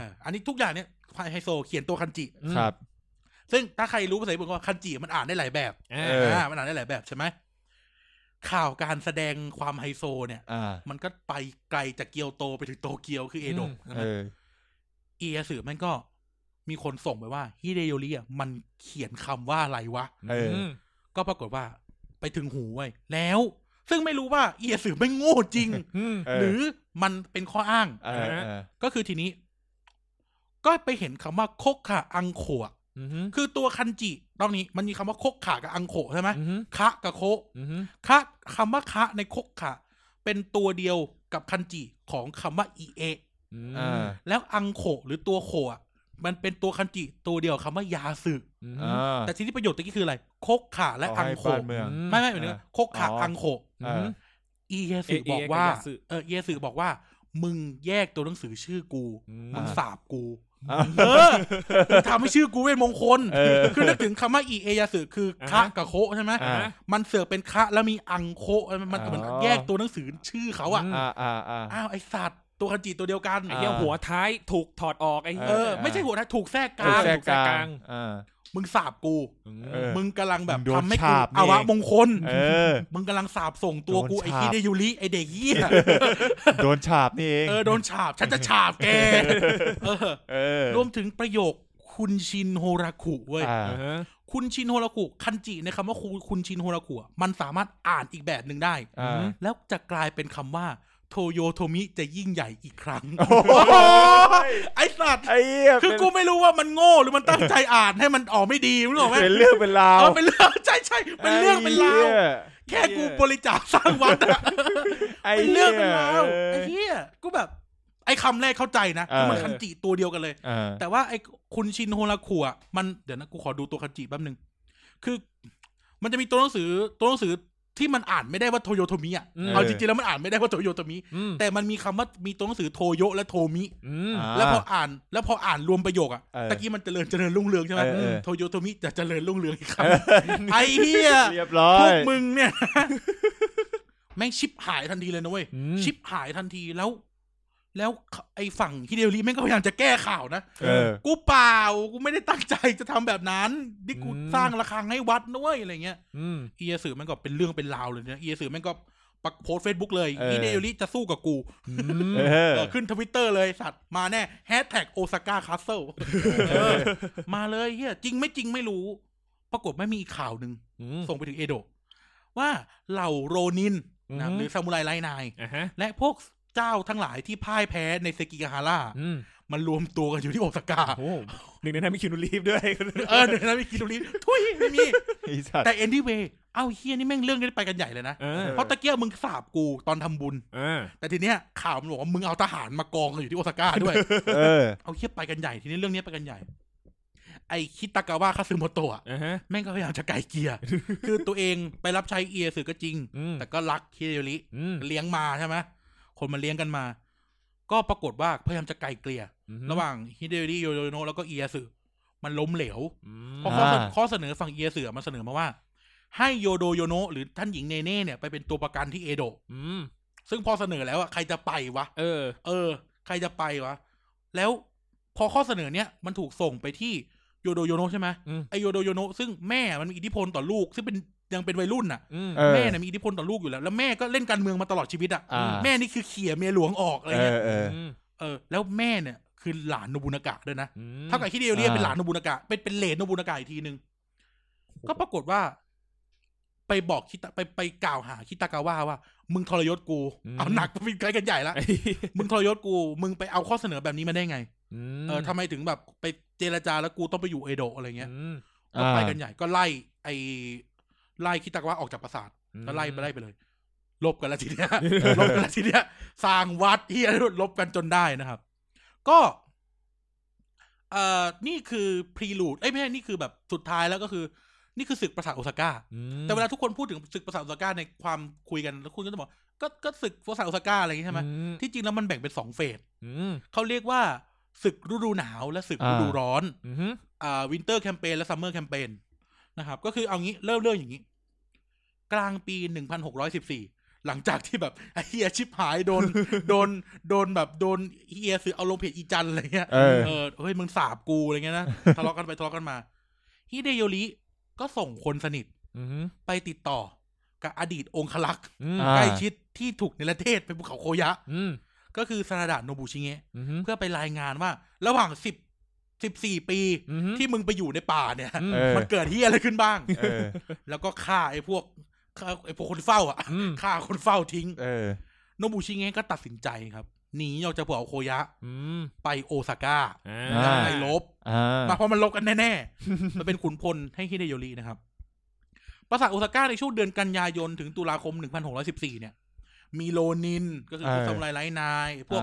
S2: อออันนี้ทุกอย่างเนี่ยไฮโซเขียนตัวคันจิ
S4: ครับ
S2: ซึ่งถ้าใครรู้ภาษาญี่ปุ่นก็คันจิมันอ่านได้หลายแบบ
S3: อ่า
S4: เออ
S2: อ่ามันอ่านได้หลายแบบใช่ไหมข่าวการแสดงความไฮโซเนี่ย
S4: อ่า
S2: มันก็ไปไกลจากเกียวโตไปถึงโตเกียวคือเอโดะใช่ไห
S4: เอ
S2: ม
S4: อ
S2: เอียสือมันก็มีคนส่งไปว่าฮิเดโยริอ่ะมันเขียนคำว่าอะไรวะ
S4: เออ
S3: ม
S2: ก็ปรากฏว่าไปถึงหูไว้ยแล้ว ซึ่งไม่รู้ว่าเอียสือไม่งโง่จริง
S3: อืม
S4: เออ
S2: หรือมันเป็นข้ออ้าง
S4: เออเออ
S2: ก็คือทีนี้ ก็ไปเห็นคำว่าโคกขาอังโขะ
S3: อืมอืม
S2: คือตัวคันจิตอนนี้มันมีคำว่าโคกขากับอังโขะใช่ไหม
S3: อืม
S2: คะกับโคะ
S3: อืม
S2: คะคำว่าคะในคกคะเป็นตัวเดียวกับคันจิของคำว่าอีเอะ
S3: อืม
S4: อ่า
S2: แล้วอังโขหรือตัวโขอะมันเป็นตัวคันจิตัวเดียวกับคำว่ายาสึ
S3: อืม
S4: อ่า
S2: แต่ทีนี้ประโยชน์ตะกี้คืออะไรคกขาและ
S4: ขอ
S2: อัง
S4: ให้
S2: โข
S4: บ้านเมือง
S3: อื
S2: ไม่ไม่เหมือนกันคกขา
S4: อ๋ออั
S2: อังโข
S4: เออ
S2: อีเยสึ
S3: เอะเอะ
S2: บอกว่า
S3: กับยาสึ
S2: เออเยสึบอกว่า มึงแยกตัวหนังสือชื่อกู
S3: อืม
S2: มึง
S4: อ่า
S2: สาบกู
S4: อ่า
S2: เออมึงทำให้ชื่อกูเป็นมงคล
S4: เออ
S2: คือนึกถึงคำว่าอีเอยาสึคือคะกับโคะใช่ไหม
S4: อ่า
S2: มันเสือกเป็นคะแล้วมีอังโคะมันเหมือน
S4: อ๋อ
S2: แยกตัวหนังสือชื่อเขาอะ
S3: อืม
S4: อ่าอ่าอ่า
S2: อ้าวไอสัตว์ตัวคันจิตัวเดียวกัน
S3: ไอ้เหี้ย
S4: อ่า
S3: หัวท้ายถูกถอดออกไอ้
S2: เอ
S3: เหี้ย
S2: อ ไม่ใช่หัวนะถูกแทรกก
S4: ถู
S2: ลาง
S4: แทรกกล
S3: ถูกแทรกก
S4: า
S3: ลาง ง
S4: อ่า
S2: มึงสาบกู
S3: ม
S4: เออ
S2: มึงกำลังแบบ
S4: มึงโดน
S2: ทำให้กู
S4: ฉาบนี่
S2: อาวะมงคล
S4: เออ
S2: มึงกำลังสาบส่งตัวกู
S4: โดน
S2: ไอ
S4: ฉาบ
S2: ฮีเดยุริไอเด็กเหี้ย
S4: โดนฉาบนี่เอง
S2: เออโดนฉาบฉันจะฉาบแกเออ
S4: เออ
S2: รวมถึงประโยคคุณชินโฮราคุเว้ย
S4: อ่า
S3: อ่าฮะ
S2: คุณชินโฮราคุคันจิในคำว่าคุณชินโฮราคุอะมันสามารถอ่านอีกแบบหนึ่งได้
S4: อ่า
S2: แล้วจะกลายเป็นคำว่า โทโยโทมิจะยิ่งใหญ่อีกครั้ง
S4: โอ้ย
S2: ไอสัตว์
S4: ไอ้เหี้ย
S2: คือกูไม่รู้ว่ามันโง่หรือมันตั้งใจอ่านให้มันออกไม่ดีมึงบอกไหม
S4: เป็นเรื่องเป็นราว
S2: เออเป็นเรื่องใช่ใช่เป็นเรื่องเป็นรา
S4: ไอ้
S2: ว
S4: หี้ย
S2: แค่กูบริจาคสร้างวัดอะ
S4: ไอ้หี้ย
S2: เป็นเรื่องเป็นราวไอ้เหี้ยกูแบบ ไอ้คำแรกเข้าใจนะ
S4: เออ
S2: คือมันคันจิตัวเดียวกันเลย
S4: เออ
S2: แต่ว่าไอ้คุณชินโฮราคัวมันเดี๋ยวนะกูขอดูตัวคันจิแป๊บหนึ่งคือ มันจะมีตัวหนังสือตัวหนังสือ ที่มันอ่านไม่ได้ว่าโทโยโทมิอ่ะ
S3: อืม
S2: เอาจริงๆแล้วมันอ่านไม่ได้ว่าโทโยโทมิ
S3: อืม
S2: แต่มันมีคำว่ามีตัวหนังสือโทโยและโทมิ
S3: อืม
S4: อ่า
S2: แล้วพออ่านแล้วพออ่านรวมประโยคอ่ะ
S4: เออ
S2: ตะกี้มันเจริญเจริญรุ่งเรืองใช่ไหม
S4: เออเออ
S2: โทโยโทมิจะเจริญรุ่งเรืองอีกครั้งไอ้เหี้ย
S4: เรียบร้อ
S2: พวย กมึงเนี่ย แม่งชิปหายทันทีเลยนะเว้ย
S3: อืม
S2: ชิปหายทันทีแล้ว แล้วไอ้ฝั่งฮิเดโอริแม่งก็พยายามจะแก้ข่าวนะ
S4: เออ
S2: กูเปล่ากูไม่ได้ตั้งใจจะทำแบบนั้นนี่กู
S3: อืม
S2: สร้างระฆังให้วัดนะเว้ยอะไรเงี้ย
S3: อืม
S2: อีเยสือแม่งก็เป็นเรื่องเป็นราวเลยเนี่ยอีเยสือแม่งก็ปักโพสเฟซบุ๊กเลย
S4: เออ
S2: ฮิเดโอริจะสู้กับกู
S4: เออ
S2: เออขึ้นทวิตเตอร์เลยสัตว์มาแน่แฮชแท็กโอซาก้าคาสเซิลมาเลยเฮียจริงไม่จริงไม่รู้ ปรากฏไม่งมีอีกข่าวหนึ่ง
S3: อืม
S2: ส่งไปถึงเอโดะว่าเหล่าโรนินนะครับ
S3: อืม
S2: หรือซามูไรไล่นาย
S3: อ่ะฮะ
S2: และพวกเจ้าทั้งหลายที่พ่ายแพ้ในเซกิกาฮาร่า
S3: อืม
S2: มันรวมตัวกันอยู่ที่โอซาก้า
S3: โอ้โหหนึ่งในนั้นมีคิวนูรีฟด้วย
S2: เออเดี๋ยวนะมีกิโลลิทุยไม่มี
S4: ไอ้สัตว์
S2: แต่เอนดี้เวเอ้าเฮียนี่แม่งเรื่องนี้ไปกันใหญ่เลยนะ
S3: เออ
S2: เพราะตะเกียบมึงสาบกูตอนทำบุญ
S3: อ่า
S2: แต่ทีเนี้ยข่าวมันบอกว่ามึงเอาทหารมากองกันอยู่ที่โอซาก้าด้วย
S4: เออ
S2: เอาเฮียไปกันใหญ่ทีนี้เรื่องนี้ไปกันใหญ่ ไอคิตากาวะคาซึโมโตะ
S3: อ่ะฮะ
S2: แม่งก็พยายามจะไกลเกลีย คือตัวเองไปรับใช้เอียสือก็จริง
S3: อืม
S2: แต่ก็รักคิเดริ
S3: อืม
S2: เลี้ยงมาใช่ไหมคนมาเลี้ยงกันมา ก็ปรากฏว่าพยายามจะไกลเกลี่ย ระหว่างฮิเดริโยโยโนะแล้วก็เอียสึมันล้มเหลว
S3: อื
S2: เพ
S3: ม
S2: ราะข้อเสน
S4: อ่า
S2: ข้อเสนอฝั่งเอียสึมันเสนอมาว่า ให้โยโดโยโนะหรือท่านหญิงเนเน่เนี่ยไปเป็นตัวประกันที่เอโดะ
S3: อืม
S2: ซึ่งพอเสนอแล้วอะใครจะไปวะ
S3: เออ
S2: เออ ใครจะไปวะ แล้วพอข้อเสนอเนี่ยมันถูกส่งไปที่โยโดโยโนะใช่ไหม
S3: อืม
S2: ไอโยโดโยโนะซึ่งแม่มันมีอิทธิพลต่อลูก ซึ่งเป็นยังเป็นวัยรุ่นน่ะ
S3: อืม
S4: เออ
S2: แม่เนี่ยมีอิทธิพลต่อลูกอยู่แล้ว แล้วแม่ก็เล่นการเมืองมาตลอดชีวิตอ่ะ
S4: อ่า
S2: แม่นี่คือเขี่ยเมียหลวงออกอะไร
S4: เอ
S2: เงี้
S4: อย เออ
S3: ม
S2: เออ แล้วแม่เนี่ยคือหลานโนบุนากะด้วยนะ
S3: อืม
S2: เท่ากับที่เดียวเรียก
S4: อ่า
S2: เป็นหลานโนบุนากะ เป็นเป็นเหลนโนบุนากะอีกทีนึง ก็ปรากฏว่า ไปบอกคิตะไปไปกล่าวหาคิตากาว่าว่า มึงทรยศกู เอาหนักไปไกลกันใหญ่ละ
S3: ไอ้
S2: มึงทรยศกู มึงไปเอาข้อเสนอแบบนี้มาได้ไง
S3: ม
S2: เออทำไมถึงแบบไปเจรจาแล้วกูต้องไปอยู่เอโดะอะไรเงี้ย
S3: อืม
S2: ก็ไปกันใหญ่ก็ไล่ ไอไล่คิตากาวะออกจากปราสาท แล้วไล่ไปไล่ไปเลย ลบกันแล้วทีเนี้ย ลบกันแล้วทีเนี้ยสร้างวัดที่ลบกันจนได้นะครับ ก็เอ่อนี่คือพรีลูดเอ้ยไม่ใช่นี่คือแบบสุดท้ายแล้วก็คือ นี่คือศึกปราสาทโอซาก้า
S3: อืม
S2: แต่เวลาทุกคนพูดถึงศึกปราสาทโอซาก้าในความคุยกันแล้วคุณก็จะบอกก็ก็ศึกปราสาทโอซาก้าอะไรอย่างงี้ใช่ไหม
S3: อื
S2: ที่จริงแล้วมันแบ่งเป็นสองเฟส
S3: อืม
S2: เขาเรียกว่าศึกฤดูหนาวและศึกฤดูร้อน
S3: อืม
S2: อ่าวินเตอร์แคมเปญและซัมเมอร์แคมเปญนะครับ ก็คือเอางี้เริ่มเรื่องอย่างนี้ กลางปีหนึ่งพันหกร้อยสิบสี่หลังจากที่แบบไอ้เฮียชิบหาย โดน โดนโดนแบบโดนเฮียซื้อเอาลงเพจอีจันอะไรเงี้ย
S4: เออ
S2: เออเฮ้ยมึงสาบกูอะไรเงี้ยนะ ทะเลาะกันไปทะเลาะกันมาฮิเดโยริก็ส่งคนสนิท
S3: อืม
S2: ไปติดต่อ กับอดีตองคลักษ์
S3: อืม
S4: อ่า
S2: ใกล้ชิดที่ถูกเนรเทศเป็นภูเขาโคยะ
S3: อืม
S2: ก็คือซานาดะโนบุชิเงะ
S3: อืม
S2: เพื่อไปรายงานว่า ระหว่างสิบสิบสี่ปี
S3: อือฮึ
S2: ที่มึงไปอยู่ในป่าเนี่ย
S3: อืม
S4: เออ
S2: มันเกิดเฮียอะไรขึ้นบ้าง
S4: เออ
S2: แล้วก็ฆ่าไอ้พวกฆ่าไอ้พวกคนเฝ้าอ่ะ
S3: อืม
S2: ฆ่าคนเฝ้าทิ้ง
S4: เออ
S2: โนบุชิเงะก็ตัดสินใจครับ หนีออกจากภูเขาโคยะ
S3: อืม
S2: ไปโอซาก้า
S3: อ่า
S4: อ่า
S2: ไปลบ
S4: อ่า
S2: มาเพราะมันลบกันแน่ๆ มันเป็นขุนพลให้ฮิเดโยรินะครับ ปราสาทโอซาก้าในช่วงเดือนกันยายนถึงตุลาคม 1614 เนี่ย มีโลนินก็คือพวก
S4: เออ
S2: ซามูไรไร้นาย พวก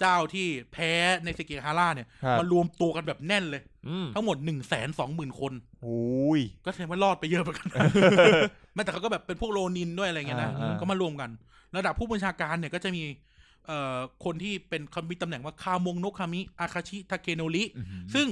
S2: เจ้าที่แพ้ในเซกิฮาร่าเนี่ย
S4: ครับ
S2: มารวมตัวกันแบบแน่นเลย
S3: อืม
S2: ทั้งหมดหนึ่งแสนสองหมื่นคน
S4: โอ้ย
S2: ก็แสดงว่ารอดไปเยอะเหมือนกัน ไม่แต่เขาก็แบบเป็นพวกโรนินด้วยอะไรเงี้ยนะ
S4: อ่าอ่า
S2: ก็มารวมกัน ระดับผู้บัญชาการเนี่ยก็จะมี เอ่อ คนที่เป็นคำมีตำแหน่งว่าคามงโนคามิ อาคาชิ ทาเคโนริ ซึ่ง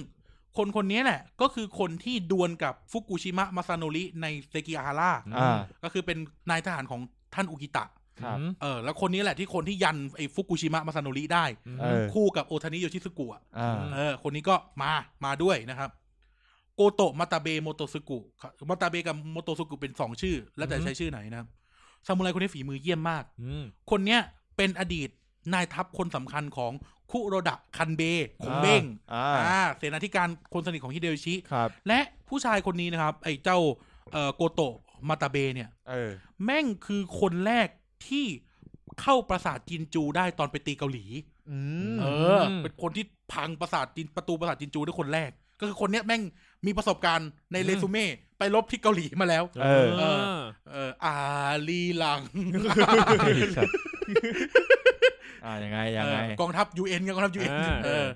S2: คนคนนี้แหละ ก็คือคนที่ดวลกับฟุกุชิมะ มาซาโนริ ในเซกิอาฮาร่า
S4: อ่า
S2: ก็คือเป็นนายทหารของท่านอุกิตะ
S4: ครับ
S3: อืม
S2: เออ แล้วคนนี้แหละที่คนที่ยันไอ้ฟุกุชิมะ มาซาโนริได้
S4: เออ
S2: คู่กับโอทานิโยชิสึกุอะ
S4: อ่า
S2: เออ คนนี้ก็มา มาด้วยนะครับ โกโตะมาตาเบโมโตสึกุมาตาเบกับโมโตสึกุเป็นสองชื่อ แล้วแต่ใช้ชื่อไหนนะครับซามูไรคนนี้ฝีมือเยี่ยมมาก
S3: อืม
S2: คนเนี้ยเป็นอดีตนายทัพคนสำคัญของคุโรดะคันเบขงเบง
S4: อ่า
S2: อ่าเสนาธิการคนสนิทของฮิเดโยชิ
S4: ครับ
S2: และผู้ชายคนนี้นะครับ ไอ้เจ้าเอ่อโกโตะมาตาเบเนี่ย
S4: เออ
S2: แม่งคือคนแรกที่เข้าปราสาทจินจูได้ตอนไปตีเกาหลี
S4: อืม
S2: เออ เป็นคนที่พังปราสาทจินประตูปราสาทจินจูด้วยคนแรก ก็คือคนเนี้ยแม่งมีประสบการณ์ในเรซูเม่ไปลบที่เกาหลีมาแล้ว
S4: เออ
S3: เออ
S2: เอออาลีหลัง
S4: ไอ้สัตว์อ่ายังไง ยังไง
S2: เออกองทัพยูเอ็นกองทัพยูเอ็น
S3: อ่า
S2: เออ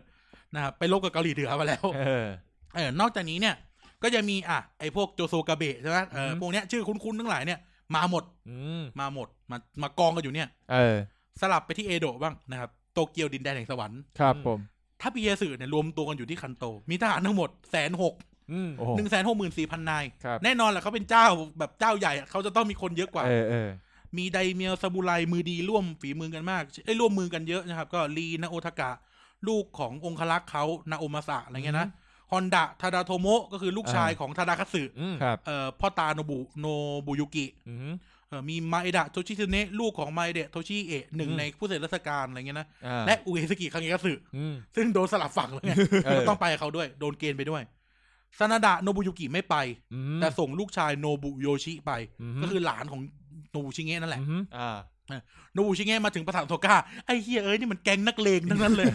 S2: นะครับไปลบกับเกาหลีเหนือมาแล้ว
S4: เออ
S2: เออนอกจากนี้เนี่ย ก็จะมีอ่ะไอ้พวกโจโซกาเบะใช่ไหมเอออ
S3: ม
S2: พวกเนี้ยชื่อคุ้นๆทั้งหลายเนี่ย มาหมด
S3: อืม
S2: มาหมด มามากองกันอยู่เนี่ย
S4: เออ
S2: สลับไปที่เอโดะบ้างนะครับ โตเกียวดินแดนแห่งสวรรค์
S4: ครับผม
S2: ถ้าปีเยสึเนี่ยรวมตัวกันอยู่ที่คันโต มีทหารทั้งหมดแสนหก
S3: อืม
S4: โอ้โห
S2: หนึ่งแสนหกหมื่นสี่พันนาย
S4: ครับ
S2: แน่นอนแหละเขาเป็นเจ้าแบบเจ้าใหญ่อะเขาจะต้องมีคนเยอะกว่า
S4: เออเออ
S2: มีไดเมียวซามูไรมือดีร่วมฝีมือกันมากเอ้ยร่วมมือกันเยอะนะครับ ก็ลีนาโอทากะ ลูกขององคลักษ์เขานาโอมาสะอะไรเงี้ยนะฮอนดะทาดาโทโมะก็คือลูกชาย
S4: อ่า
S2: ของทาดาคัตสึ
S3: อืม
S4: ครับ
S2: เอ่อพ่อตาโนบุโนบุยุกิ
S3: อืม
S2: เอ่อมีมาเอดะโทชิซึเนะลูกของมาเอเดะโทชิเอะหนึ่ง
S3: อืม
S2: ในผู้เสด็จราชการอะไรเงี้ยนะ
S4: อ่า
S2: และอุเอสกิคังเอกสึ
S3: อืม
S2: ซึ่งโดนสลับฝั่งแล้วไง
S4: เออ
S2: ก็ต้องไปกับเขาด้วย โดนเกณฑ์ไปด้วยซานาดะโนบุยุกิไม่ไป
S3: อืม
S2: แต่ส่งลูกชายโนบุโยชิไป
S3: อืม
S2: ก็คือหลานของโนบุชิเงะนั่นแหละ
S3: อืม
S4: อ่า
S2: โนบุชิเงะมาถึงประสานโทก้าไอ้เฮียเอ้ยนี่มันแก๊งนักเลงทั้ง นั้นเลย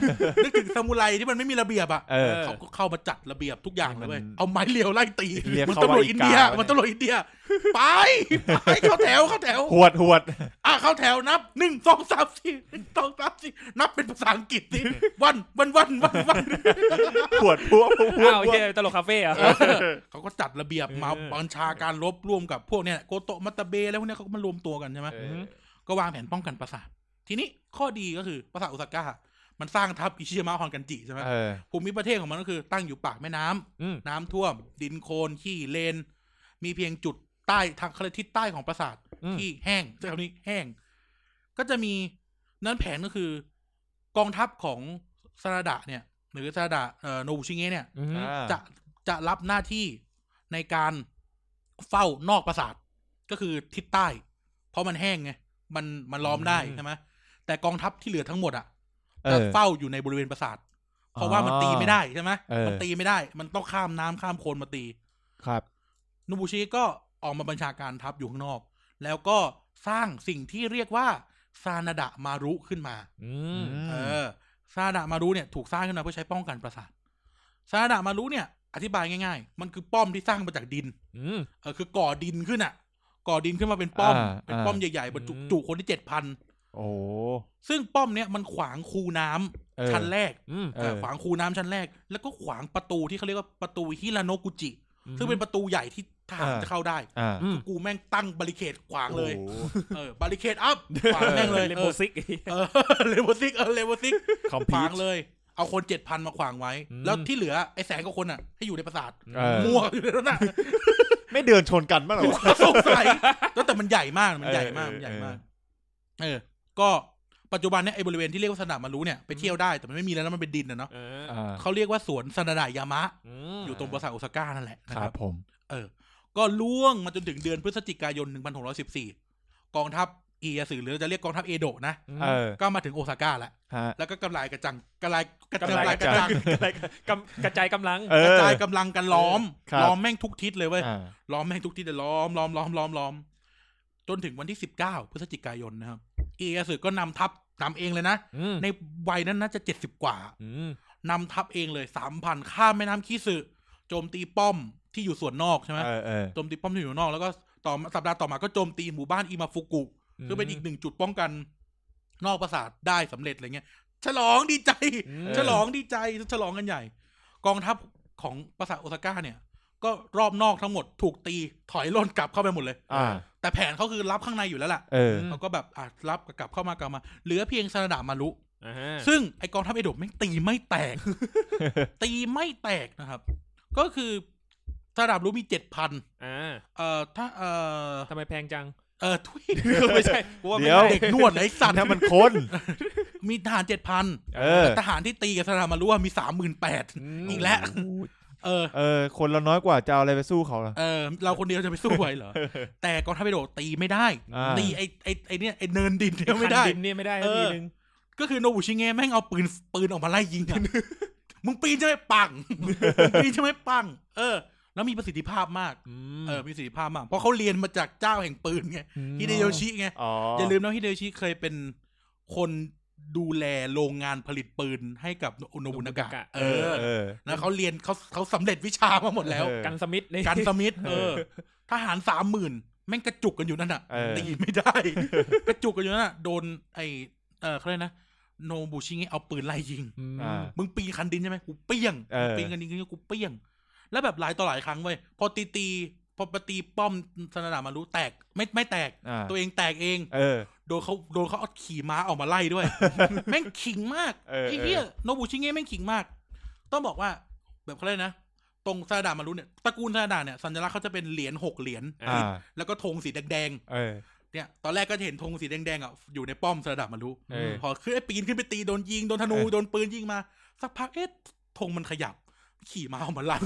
S2: นึกถึงซามูไรที่มันไม่มีระเบียบอ่ะ
S4: เออ
S2: เขาก็เข้ามาจัดระเบียบทุกอย่างเลยเว้ย
S4: มัน
S2: เอาไม้เรียวไล่ตี
S4: เรียก
S2: มัน
S4: เขา
S2: ตำรวจ
S4: ว่าอี
S2: อิน
S4: กา
S2: เดีย
S4: วะ
S2: มันตำรวจอินเดีย ไปไปเข้าแถวเข้าแถว
S4: หวดหวด
S2: อ่ะเข้าแถวนับหนึ่งสองสามสี่หนึ่งสองสามสี่นับเป็นภาษาอังกฤษสิ วันวันวันวันวัน
S4: หวดพวกพวกพว
S3: อ้าว
S4: ก
S3: ไอ้เฮียตลกคาเฟ่เหรอะ
S2: เขาก็จัดระเบียบมา
S3: เออ
S2: บัญชาการรบร่วมกับพวกเนี่ยโกโตะมัตตะเบแล้วพวกเนี้ยเขาก็มารวมตัวกันใช่ไหม
S4: เออ
S2: ก็วางแผนป้องกันปราสาท ทีนี้ข้อดีก็คือปราสาทอุซาก้า มันสร้างทัพอิชิยามะฮอนกันจิใช่ไหม
S4: เออ
S2: ภูมิประเทศของมันก็คือตั้งอยู่ปากแม่น้ำ
S3: อืม
S2: น้ำท่วม ดินโคลนขี้เลน มีเพียงจุดใต้ทางคทิศใต้ของปราสาท
S3: อืม
S2: ที่แห้งใช้คำนี้แห้ง ก็จะมีนั้นแผนก็คือ กองทัพของซาราดะเนี่ย หรือซาราดะเอ่อโนบุชิเงะเนี่ย
S3: อืม
S2: จะจะรับหน้าที่ในการเฝ้านอกปราสาทก็คือทิศใต้ เพราะมันแห้งไงมันมันล้อมได้ใช่ไหมแต่กองทัพที่เหลือทั้งหมดอ่ะจะเฝ้าอยู่ในบริเวณปราสาท เพราะว่ามันตีไม่ได้ใช่ไหม
S4: เออ
S2: มันตีไม่ได้ มันต้องข้ามน้ำข้ามโคลนมาตี
S4: ครับ
S2: นูบุชิก็ออกมาบัญชาการทัพอยู่ข้างนอก แล้วก็สร้างสิ่งที่เรียกว่าซานาดะมารุขึ้นมา
S3: อืม
S2: เออซาดะมารุเนี่ยถูกสร้างขึ้นมาเพื่อใช้ป้องกันปราสาทซาดะมารุเนี่ย อธิบายง่ายๆ มันคือป้อมที่สร้างมาจากดิน
S3: อืม
S2: เออคือก่อดินขึ้นอ่ะ ก่อดินขึ้นมาเป็นป้อม
S4: อ่า
S2: เป็นป้อม
S4: อ่า
S2: ใหญ่ๆบรรจุ
S3: อืม
S2: จุคนที่เจ็ดพัน
S4: โอ้
S2: ซึ่งป้อมเนี่ยมันขวางคูน้ำ
S4: เออ
S2: ชั้นแรก
S3: อืม
S4: เออ
S2: เออขวางคูน้ำชั้นแรก แล้วก็ขวางประตูที่เขาเรียกว่าประตูฮิราโนกุจิ
S3: อืม
S2: ซึ่งเป็นประตูใหญ่ที่ทหาร
S4: อ่า
S2: จะเข้าได้
S4: อ่า
S3: อืม
S2: กูแม่งตั้งบาริเคดขวางเลย
S4: โอ้โห
S2: เออบาริเคดอัพขวางแม่งเลย
S3: เล
S2: เอ
S3: โบ
S2: อ
S3: ซิก
S2: เอ อเลโบซิกเออเลโบซิก ขวางเลย เอาคนเจ็ดพันมาขวางไว้
S3: อืม
S2: แล้วที่เหลือไอ้แสนกว่าคนอ่ะ ให้อยู่ในปราสาท
S4: เออ
S2: มั่วอยู่ใน นั้นน่ะ
S4: ไม่เดินชนกันบ้างเหรอวะ
S2: สงสัยแล้วแต่มันใหญ่มาก มันใหญ่มาก
S4: เออเออ
S2: มันใหญ่มาก เออ ก็ปัจจุบันเนี่ยไอ้บริเวณที่เรียกว่าสนามมารุเนี่ยไปเที่ยวได้ แต่มันไม่มีแล้วนะมันเป็นดินนะเนาะ
S3: เออ
S4: อ่า
S2: เขาเรียกว่าสวนสนานายามะ
S3: อืม
S2: อยู่ตรงปราสาทโอซาก้านั่นแหละนะ
S4: ค
S2: ค
S4: รั
S2: รั
S4: บบ ผม
S2: เออ ก็ล่วงมาจนถึงเดือนพฤศจิกายน 1614 กองทัพเอียสือหรือจะเรียกกองทัพเอโดะนะ
S3: อืม
S4: เออ
S2: ก็มาถึงโอซาก้าแล้ว
S4: ฮะ
S2: แล้วก็กำลายกระจังกำลายกระ
S3: กำลัง
S2: จายกระจัง
S3: กำกระจายกำลัง
S4: เออ
S2: ก ระจายกำลังกันล้อม
S4: ครับ
S2: ล้อมแม่งทุกทิศเลยเว้ย
S4: อ่า
S2: ล้อมแม่งทุกทิศเลยล้อมล้อมล้อมล้อมล้อม จนถึงวันที่สิบเก้าพฤศจิกายนนะครับ เอกสึก็นำทัพนำเองเลยนะ
S3: อืม
S2: ในวัยนั้นน่าจะเจ็ดสิบกว่า
S3: อืม
S2: นำทัพเองเลยสามพันข้ามแม่น้ำคีสึโจมตีป้อมที่อยู่ส่วนนอกใช่ไหม
S4: เออเออ
S2: โจมตีป้อมที่อยู่นอกแล้วก็ต่อมาสัปดาห์ต่อมาก็โจมตีหมู่บ้านอิมาฟุกุซึ่งเป็นอีกหนึ่งจุดป้องกัน นอกปราสาทได้สำเร็จอะไรเงี้ย ฉลองดีใจ
S3: อืม
S4: เออ
S2: ฉลองดีใจฉลองกันใหญ่ กองทัพของปราสาทโอซาก้าเนี่ย ก็รอบนอกทั้งหมดถูกตีถอยล่นกลับเข้าไปหมดเลย
S4: อ่า
S2: แต่แผนเขาคือรับข้างในอยู่แล้วล่ะ
S4: เออ
S3: ม
S2: เขาก็แบบอ่ะรับกลับเข้ามากลับมา เหลือเพียงซาดามารุ
S3: อ่าฮะ
S2: ซึ่งไอกองทัพเอโดะแม่งตีไม่แตก ตีไม่แตกนะครับ ก็คือซาดามารุมีเจ็ดพัน
S3: อ่า
S2: เอ่อถ้าเอ่อ
S3: ทำไมแพงจัง
S2: เอ่อทุย
S3: ไม่ใช่กูว่าไม่
S4: เดี๋ยว
S3: ใช่
S2: เด็กนวดไอสัตว์
S4: ถ้ามันคน
S2: มีทหารเจ็ดพัน
S4: เออ
S2: ทหารที่ตีกับซาดามารุอะมีสามหมื่นแปด
S3: ม
S2: อีกแล้วเออ
S4: เออ คนเราน้อยกว่าจะเอาอะไรไปสู้เขาล่ะ
S2: เออเราคนเดียวจะไปสู้ไหวเหรอ แต่กองทัพเบโดตีไม่ได้
S4: อ่า
S2: ตีไอ้ไอ้ไอ้เนี่ยไอ้เนินดินเนี่ย
S3: คั
S2: ไม่
S3: น
S2: ได้
S3: ดินเนี่ยไม่ได้
S2: เอ
S3: ที
S2: อ
S3: นึง
S2: ก็คือโนบุชิเงะแม่งเอาปืนปืนออกมาไล่ยิงอะ มึงปีนใช่ไหมปัง มึงปีนใช่ไหมปัง เออ แล้วมีประสิทธิภาพมาก
S3: ม
S2: เออมีประสิทธิภาพมาก เพราะเขาเรียนมาจากเจ้าแห่งปืนไงฮิเดโยชิไง
S4: อ๋อ
S2: อย่าลืมนะฮิเดโยชิเคยเป็นคนดูแลโรงงานผลิตปืนให้กับโนบุนากะ เอ
S4: เออ
S2: อ
S4: เออ
S2: แล้วเขาเรียนเขาเขาสำเร็จวิชามาหมดแล้ว
S4: เออ
S3: กันสมิธนี่
S2: กันสมิธเออ ทหารสามหมื่นแม่งกระจุกกันอยู่นั่นอ่ะ
S4: เออ
S2: ตีไม่ ได้ กระจุกกันอยู่นั่นอ่ะโดนไอเออเขาเรียกนะโนบุชิเงะเอาปืนไล่ยิง
S3: อืม
S4: อ่า
S2: มึงปีนคันดินใช่ไหมกูเปี้ยง
S4: เออ
S2: มึงปีนคันดินกูเปี้ยง แล้วแบบหลายต่อหลายครั้งเว้ยพอตีตี พอปตีป้อมสนามมารู้แตกไม่ไม่แตก
S4: อ่า
S2: ตัวเองแตกเอง
S4: เออ
S2: โดนเขาโดนเขาเอาขี่ม้าออกมาไล่ ด้วย แม่งขิงมาก
S4: เออ
S2: ไอ้
S4: เออ
S2: เหี้ยโนบุชิเงะแม่งขิงมาก ต้องบอกว่าแบบเขาเรียกนะ ตรงซาดามารุเนี่ยตระกูลซาดาเนี่ยสัญลักษณ์เขาจะเป็นเหรียญหกเหรียญ
S4: อ่า
S2: แล้วก็ธงสีแดง
S4: เออ
S2: ๆเนี่ยตอนแรกก็จะเห็นธงสีแดงๆอ่ะอยู่ในป้อมซาดามารุ
S4: เออ
S2: พอขึ้นไอ้ปีนขึ้นไปตีโดนยิงโดนธนู
S4: เออ
S2: โดนปืนยิงมา สักพักเอ๊ะธงมันขยับ ขี่ม้าออกมา ไล่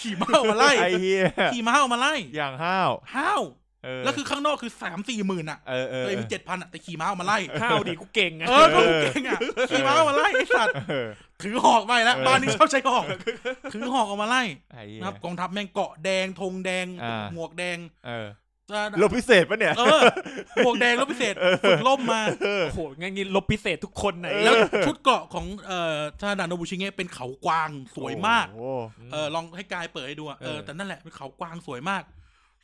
S2: ขี่ม้าออกมาไล่
S4: ไอ้เหี้ย
S2: ขี่ม้าออกมาไล่
S4: อย่างห้าว
S2: ห้าว
S4: เออ
S2: แล้วคือข้างนอกคือสามสี่หมื่นอ่ะ
S4: เออเออ
S2: ตัวเองมีเจ็ดพันอ่ะแต่ขี่ม้าออกมาไล่
S3: ข้าวดีกูเก่งอะ
S2: เออก็เก่งอ่ะขี่ม้าออกมาไล่ไอ้สัตว์
S4: เออ
S2: ถือหอกไปแล้ว
S4: เออ
S2: บ้านนี้ชอบใช้ หอกถือหอกออกมาไล่
S4: ไอ้เหี้ย
S2: นะครับกองทัพแม่งเกาะแดงธงแดง
S4: อ่า
S2: หมวกแดง
S4: เออ
S2: จะ
S4: ลบพิเศษปะเนี่ย
S2: เออหมวกแดงแล้วพิเศษฝึกล่มมา
S3: โอ้โหงั้นงี้ลบพิเศษทุกคนไหน
S2: แล้วชุดเกราะของเอ่อทหารโนบุชิเงะเป็นเขากวางสวยมาก
S4: โอ้โห
S2: เออลองให้กายเปิดให้ดูอะเอ
S4: เอ
S2: อ
S4: อ
S2: แต่นั่นแหละเป็นเขากวางสวยมาก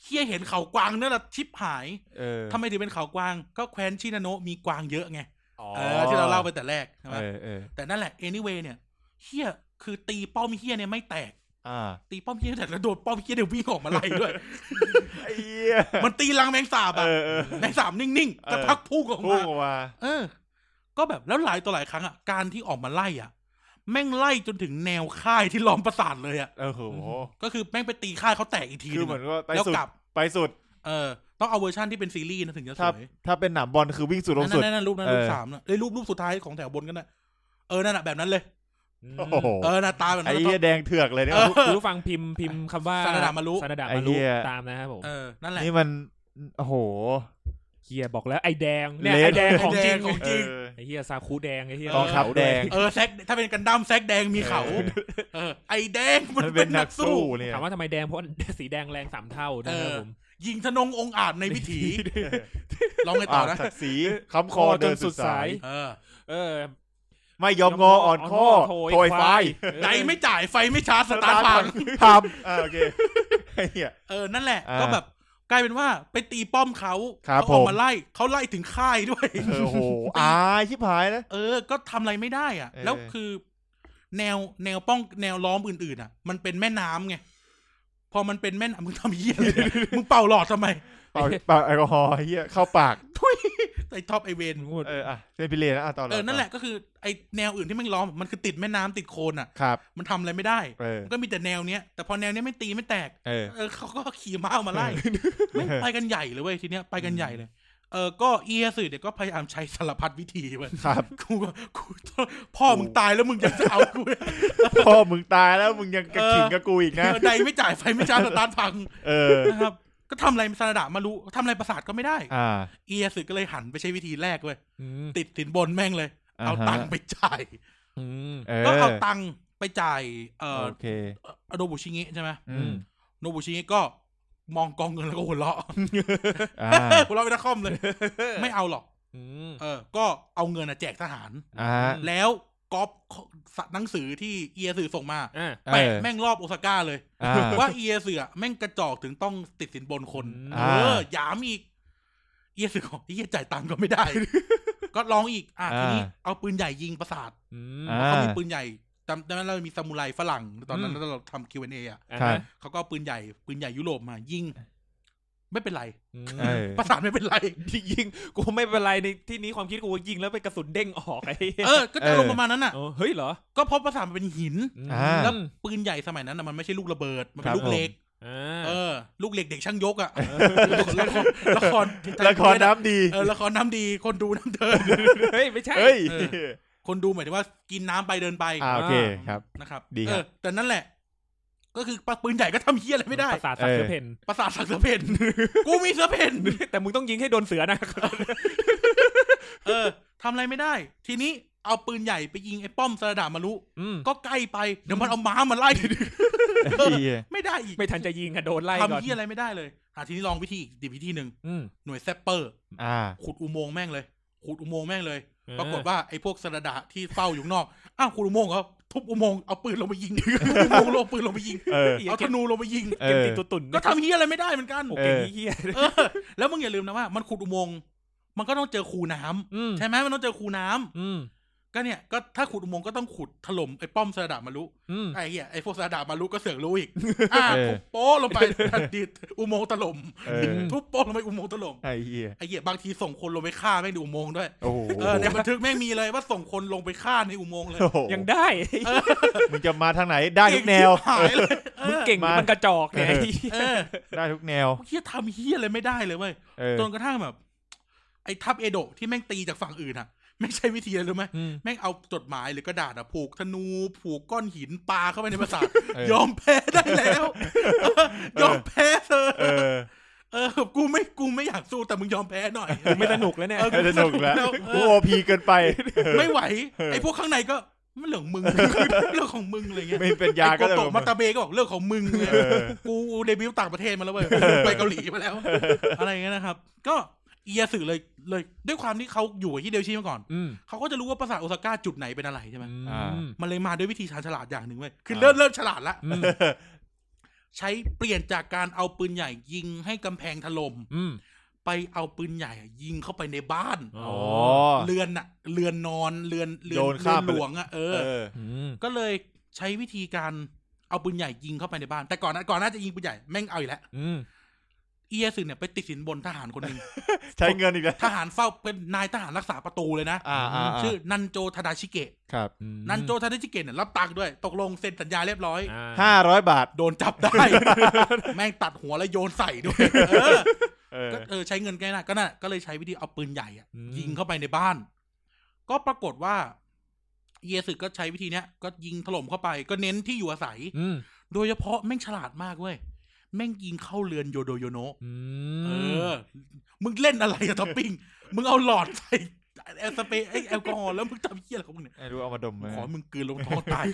S2: เฮียเห็นเขากวางนั่นแหละชิบหาย
S4: เออ
S2: ทำไมถึงเป็นเขากวาง ก็แคว้นชินาโนะมีกวางเยอะไง
S3: อ๋อ
S2: เออที่เราเล่าไปแต่แรกใช่ไหม
S4: เออเออ
S2: แต่นั่นแหละ anyway เนี่ยเฮียคือตีป้อมเฮียเนี่ยไม่แตก
S4: อ่า
S2: ตีป้อมเฮียไม่แตกแล้วโดนป้อมเฮียเดี๋ยววิ่งออกมาไล่ ด้วย
S4: ไอ้เหี้ย
S2: มันตีลังแมงสาบ
S4: เอ
S2: อะ
S4: อเออ
S2: แมงสาบนิ่งๆ
S4: เออ
S2: แต่พักพุ่งออก
S4: พุ่
S2: มาง
S4: ออกมา
S2: เออ ก็แบบแล้วหลายต่อหลายครั้งอะการที่ออกมาไล่อะแม่งไล่จนถึงแนวค่ายที่ล้อมปราสาทเลยอะ
S4: เออโอ้โห
S2: ก็คือแม่งไปตีค่ายเขาแตกอีกที
S4: คือ
S2: นึง
S4: เหมือน
S2: อะ
S4: ก็ไป
S2: แล้ว
S4: สุด
S2: กลับ
S4: ไปสุด
S2: เออต้องเอาเวอร์ชันที่เป็นซีรีส์นะถึงจะส
S4: ถ้า
S2: วย
S4: ถ้าเป็นหนามบอลคือวิ่งสุดลง
S2: นั่
S4: สุ
S2: น
S4: ด
S2: นั่นนั่นรูปนั้น
S4: เออ
S2: รูปสามนะเอ้ยรูปรูปสุดท้ายของแถวบนกันนะเออนั่นแหะแบบนั้นเลย
S3: ม
S4: โอ้โห
S2: เออหน้าตาแบบ
S4: ไอ้
S2: นั้นแล้วก็
S4: เหี้ยแดงเถือกเลยเนี่ย
S2: เออ
S3: คุณผู้ฟังพิมพ์พิมพ์คำว่า
S2: ซาดาดามารุ
S3: ซาดาดา
S4: ไอ้
S3: มา
S4: เหี้
S3: รุ
S4: ย
S3: ตามนะครับผม
S2: เออนั่นแหละ
S4: นี่มันโอ้โห
S3: เฮียบอกแล้วไอแดงเนี่ย
S4: เละ
S3: ไอแดงของจริง
S2: ไอ้แดงของ จริง
S4: เออ
S3: ไอเฮียซาคูแดงไอเฮีย
S4: กองทัพแดง
S2: เออแซกถ้าเป็นกันดั้มแซกแดงมีเขา
S4: เออ
S2: เออ ไอแดงมั
S4: มัน น
S2: เป็
S4: เป็น น
S2: นั
S4: นั
S2: ก
S4: ก
S2: สู้
S4: สู้เนี่ย
S3: ถามว่าทำไมแดงเพราะสีแดงแรงสามเท่านะครับผม
S2: ยิงธนงองค์อาจในพิธีลองไปต่อนะ
S4: ศักดิ์ศรีคำค
S3: ค
S4: อ
S3: อจ
S4: เดิ
S3: น
S4: น
S3: สุ
S4: สุ
S3: ด
S4: ด
S3: สา
S4: สาย ย
S2: เออ
S3: เออ
S4: ไม่ยอมงออ่อนข้อโถยไฟ
S2: ไดไม่จ่ายไฟไม่ชาร์จสตาร์ทพัง
S4: ทำอ่าโอเคไอ้เหี้ย
S2: เออ นั่นแหละ
S4: อ่า
S2: ก็แบบกลายเป็นว่าไปตีป้อมเขา
S4: ครับ
S2: เขาออ
S4: ผม
S2: กาม ไล่เขาไล่ถึงค่ายด้วย
S4: เออโอ้โหอายชิบหายนะ
S2: เออ ก็ทำอะไรไม่ได้อ่ะ
S4: เออ
S2: แล้วคือ แนวแนวป้องแนวล้อมอื่นๆอ่ะ มันเป็นแม่น้ำไง พอมันเป็นแม่น้ำมึงทำเหี้ยอะไรเนี่ยมึงเป่าหลอดทำไม
S4: เป่าเป่าแอลกอฮอล์ไอ้เหี้ยเข้าปาก
S2: ไอท็อปไอเวน
S3: พูด
S4: เอออ่ะเป็นพิเรนนะอ่ะต่อเลย
S2: เออ นั่นแหละก็คือไอแนวอื่นที่แม่งล้อมมันคือติดแม่น้ำติดโคลนอ่ะ
S4: ครับ
S2: มันทำอะไรไม่ได้
S4: เออ
S2: มันก็มีแต่แนวเนี้ย แต่พอแนวเนี้ยไม่ตีไม่แตก
S4: เออ
S2: เออเขาก็ขี่ม้าออกมาไล่ ไม่งไปกันใหญ่เลยเว้ยทีเนี้ยไปกันใหญ่เลย เออก็เอียสื่อเด็กก็พยายามใช้สารพัดวิธีเว้ย
S4: ครับ
S2: กูก็กูพ่อมึงตายแล้วมึงยังจะเอากู
S4: พ่อมึงตายแล้วมึงยังกระขิงกับกูอีกนะ
S2: เออใดไม่จ่ายไฟไม่จ่ายสตาร์ท พัง
S4: เออ
S2: นะครับ ก็ทำอะไรสารดามารู้ทำอะไรประสาทก็ไม่ได้
S4: อ่า
S2: เอียสื่อก็เลยหันไปใช้วิธีแรกเว้ย
S3: อืม
S2: ติดสินบนแม่งเลย เอา
S4: อ่าฮะ
S2: ตังค์ไปจ่าย
S3: อืม
S4: เออ
S2: ก็เอาตังค์ไปจ่ายเอ่อ
S4: โอเค
S2: อโนบุชิเงะใช่ไหม
S4: อืม
S2: โนบุชิเงะก็มองกองเงินแล้ว ก็หัวเราะ
S4: อ่า
S2: หัวเราะไปนักคอมเลย ไม่เอาหรอก
S3: อืม
S2: เออ ก็เอาเงินน่ะแจกทหาร
S4: อ่า
S2: แล้วก๊อปหนังสือที่เอียสื่อส่งมา
S3: อ่ะ
S2: แปะ
S4: เออ
S2: แม่งรอบโอซาก้าเลย
S4: อ่า
S2: ว่าเอียสื่ออะแม่งกระจอกถึงต้องติดสินบนคน
S3: อ่า
S2: เออหยามอีก เอียสื่อของเอียจ่ายตังค์ก็ไม่ได้ ก็ลองอีก อ่ะทีนี้
S4: อ่า
S2: เอาปืนใหญ่ยิงประสาท
S3: อืม
S4: อ่า
S2: เขามีปืนใหญ่จำจำได้เรามีซามูไรฝรั่ง ตอนนั้นแล้วเราทำ Q&A อ่ะ
S3: อ่ะ
S4: ครับ
S2: เขาก็เอาปืนใหญ่ ปืนใหญ่ยุโรปมายิง ไม่เป็นไร
S3: อืม
S4: เออ
S2: ประสานไม่เป็นไร
S3: ยิงกูไม่เป็นไรในที่นี้ความคิดกูยิงแล้วไปกระสุนเด้งออกไอ้เหี้ย
S2: เออ ก็จะลงประมาณนั้นอ่ะ
S3: เออเฮ้ยเหรอ
S2: ก็เพราะประสานมันเป็นหิน
S3: อืม
S4: อ่า
S2: แล้วปืนใหญ่สมัยนั้นน่ะมันไม่ใช่ลูกระเบิด มัน
S4: ค
S2: เป็น
S4: รับ
S2: ลูกเหล็ก
S3: อ่า
S2: เออ ลูกเหล็กเด็กช่างยกอ่ะละครละคร
S4: ละครน้ำดี
S2: เออละครน้ำดีคนดูน้ำเดิน
S3: เฮ้ยไม่ใช่
S4: เฮ้ย
S2: เออ คนดูหมายถึงว่ากินน้ำไปเดินไป
S4: อ่าโอเคครับ
S2: นะครับ
S4: ดีค
S2: เอ
S4: รั
S2: อบ แต่นั่นแหละ ก็คือปืนใหญ่ก็ทำเฮี้ยอะไรไม่ได้
S3: ภาษาสักเสือเพน
S2: ประสาทสักเสือเพน กูมีเสือเพน
S3: แต่มึงต้องยิงให้โดนเสือนะ
S2: เออทำอะไรไม่ได้ ทีนี้เอาปืนใหญ่ไปยิงไอ้ป้อมสระดามารุ
S3: อืม
S2: ก็ใกล้ไป เดี๋ยวมันเอาม้ามาไล่
S4: ไอ้เหี้ย
S2: ไม่ได้อีก
S3: ไม่ทันจะยิงอะโดนไล่ก่อน
S2: ทำที่อะไรไม่ได้เลยอ่ะทีนี้ลองวิธีอีกดิวิธีหนึ่ง
S3: อืม
S2: หน่วยแซปเปอร์
S4: อ่า
S2: ขุดอุโมงค์แม่งเลย ขุดอุโมงค์แม่งเลย
S3: เออ
S2: ปรากฏว่าไอ้พวกสระดาที่เฝ้าอยู่ข้างนอก อ้าวขุดอุโมงค์เขาทุบอุโมงค์เอาปืนลงไปยิง ทุบอุโมงค์ลงปืนลงไปยิง
S4: เออ
S2: เอาธนูลงไปยิง
S4: เออ
S3: เกมติดตุ่นๆ
S2: ก็ทำเฮี้ยอะไรไม่ได้เหมือนกัน
S3: โอ
S4: เอ
S3: เค
S4: อ
S3: เฮีย
S2: เออ แล้วมึงอย่าลืมนะว่า มันขุดอุโมงค์มันก็ต้องเจอคูน้ำ
S3: อืม
S2: ใช่ไหมมันต้องเจอคูน้ำ
S3: อืม
S2: ก็เนี่ยก็ถ้าขุดอุโมงค์ก็ต้องขุดถล่มไอ้ป้อมสระดามารุ
S3: อืม
S2: ไอ้เหี้ยไอ้พวกสระดามารุก็เสือกรู้อีก อ่า
S4: เออ
S2: ทุบโป๊ะลงไป ทันทีอุโมงค์ถล่ม
S4: เออ
S2: ทุบโป๊ะลงไปอุโมงค์ถล่ม
S4: ไอ้เหี้ย
S2: ไอ้เหี้ยบางทีส่งคนลงไปฆ่าแม่งในอุโมงค์ด้วย
S4: โอ้โห
S2: เออในบันทึกแม่งมีเลยว่าส่งคนลงไปฆ่าในอุโมงค์เลย
S4: โอ้โห
S3: ยังได้
S4: มึงจะมาทางไหนได้ทุกแนว
S2: หายเลยเอ
S3: มึง
S2: อ
S3: เก่ง
S4: มา
S3: มันกระจอกเนี่ยไอ้เหี้ย
S2: เออ
S4: ได้ทุกแนว
S2: เฮียทำเฮียอะไรไม่ได้เลยเว้ย
S4: เออ
S2: จนกระทั่งแบบ ไอ้ทัพเอโดะที่แม่งตีจากฝั่งอื่นอะไม่ใช่วิธีอะไรรู้ไหม
S3: อืม
S2: แม่งเอาจดหมายหรือกระดาษอะผูกธนูผูกก้อนหินปาเข้าไปในปราสาท
S4: เ
S2: ยอมแพ้ได้แล้ว ยอมแพ้เธอ
S4: เออ
S2: เออกูไม่กูไม่อยากสู้แต่มึงยอมแพ้หน่อย
S3: กูไม่สนุกแล้วเนี่ย
S2: เออ
S4: สนุกแล้ว
S2: แล้วเออ
S4: กูโอพีเกินไป
S2: ไม่ไหว ไอ้พวกข้างในก็มันเรื่องของมึง เรื่องของมึงอะไรเงี้ย
S4: ไม่เป็นยา
S2: ไอ้
S4: ก็
S2: โก
S4: เลย
S2: โตะมาตาเบก็บอกเรื่องของมึงเลย
S4: เออ
S2: กูเดบิวต์ต่างประเทศมาแล้วเว้ยไปเกาหลีมาแล้ว อะไรอย่างเงี้ยนะครับ ก็เอียสึเลยเลย ด้วยความที่เขาอยู่กับฮิเดโยชิมาก่อน
S3: อืม
S2: เขาก็จะรู้ว่าปราสาทโอซาก้าจุดไหนเป็นอะไรใช่ไหม
S4: อ่า
S3: อืม
S2: มันเลยมาด้วยวิธีชาญฉลาดอย่างหนึ่งเว้ยคือ
S4: ครับ
S2: เริ่มเริ่มฉลาดละ
S3: อืม
S2: ใช้เปลี่ยนจากการเอาปืนใหญ่ยิงให้กำแพงถล่ม
S3: อืม
S2: ไปเอาปืนใหญ่ยิงเข้าไปในบ้าน
S4: อ๋อ
S2: เรือนอะเรือนนอนเรือนเรือน
S4: โยน
S2: เรื
S4: ข้า
S2: อ
S4: ม
S2: น
S4: ไป
S2: ห
S4: เลย
S2: ลวงอะเอ
S4: เออ
S2: อ
S3: อืม
S2: ก็เลยใช้วิธีการเอาปืนใหญ่ยิงเข้าไปในบ้าน แต่ก่อนนะก่อนหน้าจะยิงปืนใหญ่แม่งเอาอีกแล้ว
S3: อืม
S2: เอียสึเนี่ยไปติดสินบนทหารคนหนึ่ง
S4: ใช้เงินอีกแล้ว
S2: ทหารเฝ้าเป็นนายทหารรักษาประตูเลยนะ
S4: อ่าอ่าา
S2: ชื่อนันโจทาดาชิเกะ
S4: ครับ
S3: อืม
S2: นันโจทาดาชิเกะเนี่ยรับตังค์ด้วย ตกลงเซ็นสัญญาเรียบร้อย
S3: อ่
S4: ห้าร้อยบาท
S2: โดนจับได้ แม่งตัดหัวแล้วโยนใส่ด้วย เออ
S4: เออ
S2: ก็เออใช้เงินแค่นั้นก็น่ะก็เลยใช้วิธีเอาปืนใหญ่อะ
S3: อืม
S2: ยิงเข้าไปในบ้าน ก็ปรากฏว่า เยสึก็ใช้วิธีเนี้ยก็ยิงถล่มเข้าไป ก็เน้นที่อยู่อาศัย
S3: อืม
S2: โดยเฉพาะแม่งฉลาดมากเว้ย แม่งยิงเข้าเรือนโยโดโยโนะ
S3: อื
S2: เอ
S3: ม
S2: อ มึงเล่นอะไรอะท็อปปิ้ง มึงเอาหลอดใส่แอลสเปรย์ไอ้แอลกอฮอล์แล้วมึงทำเหี้ยอะไรของมึงเนี่ย
S4: ไอ้รู้เอามาดมไหม
S2: ขอให้มึงกลืนลงท้องตาย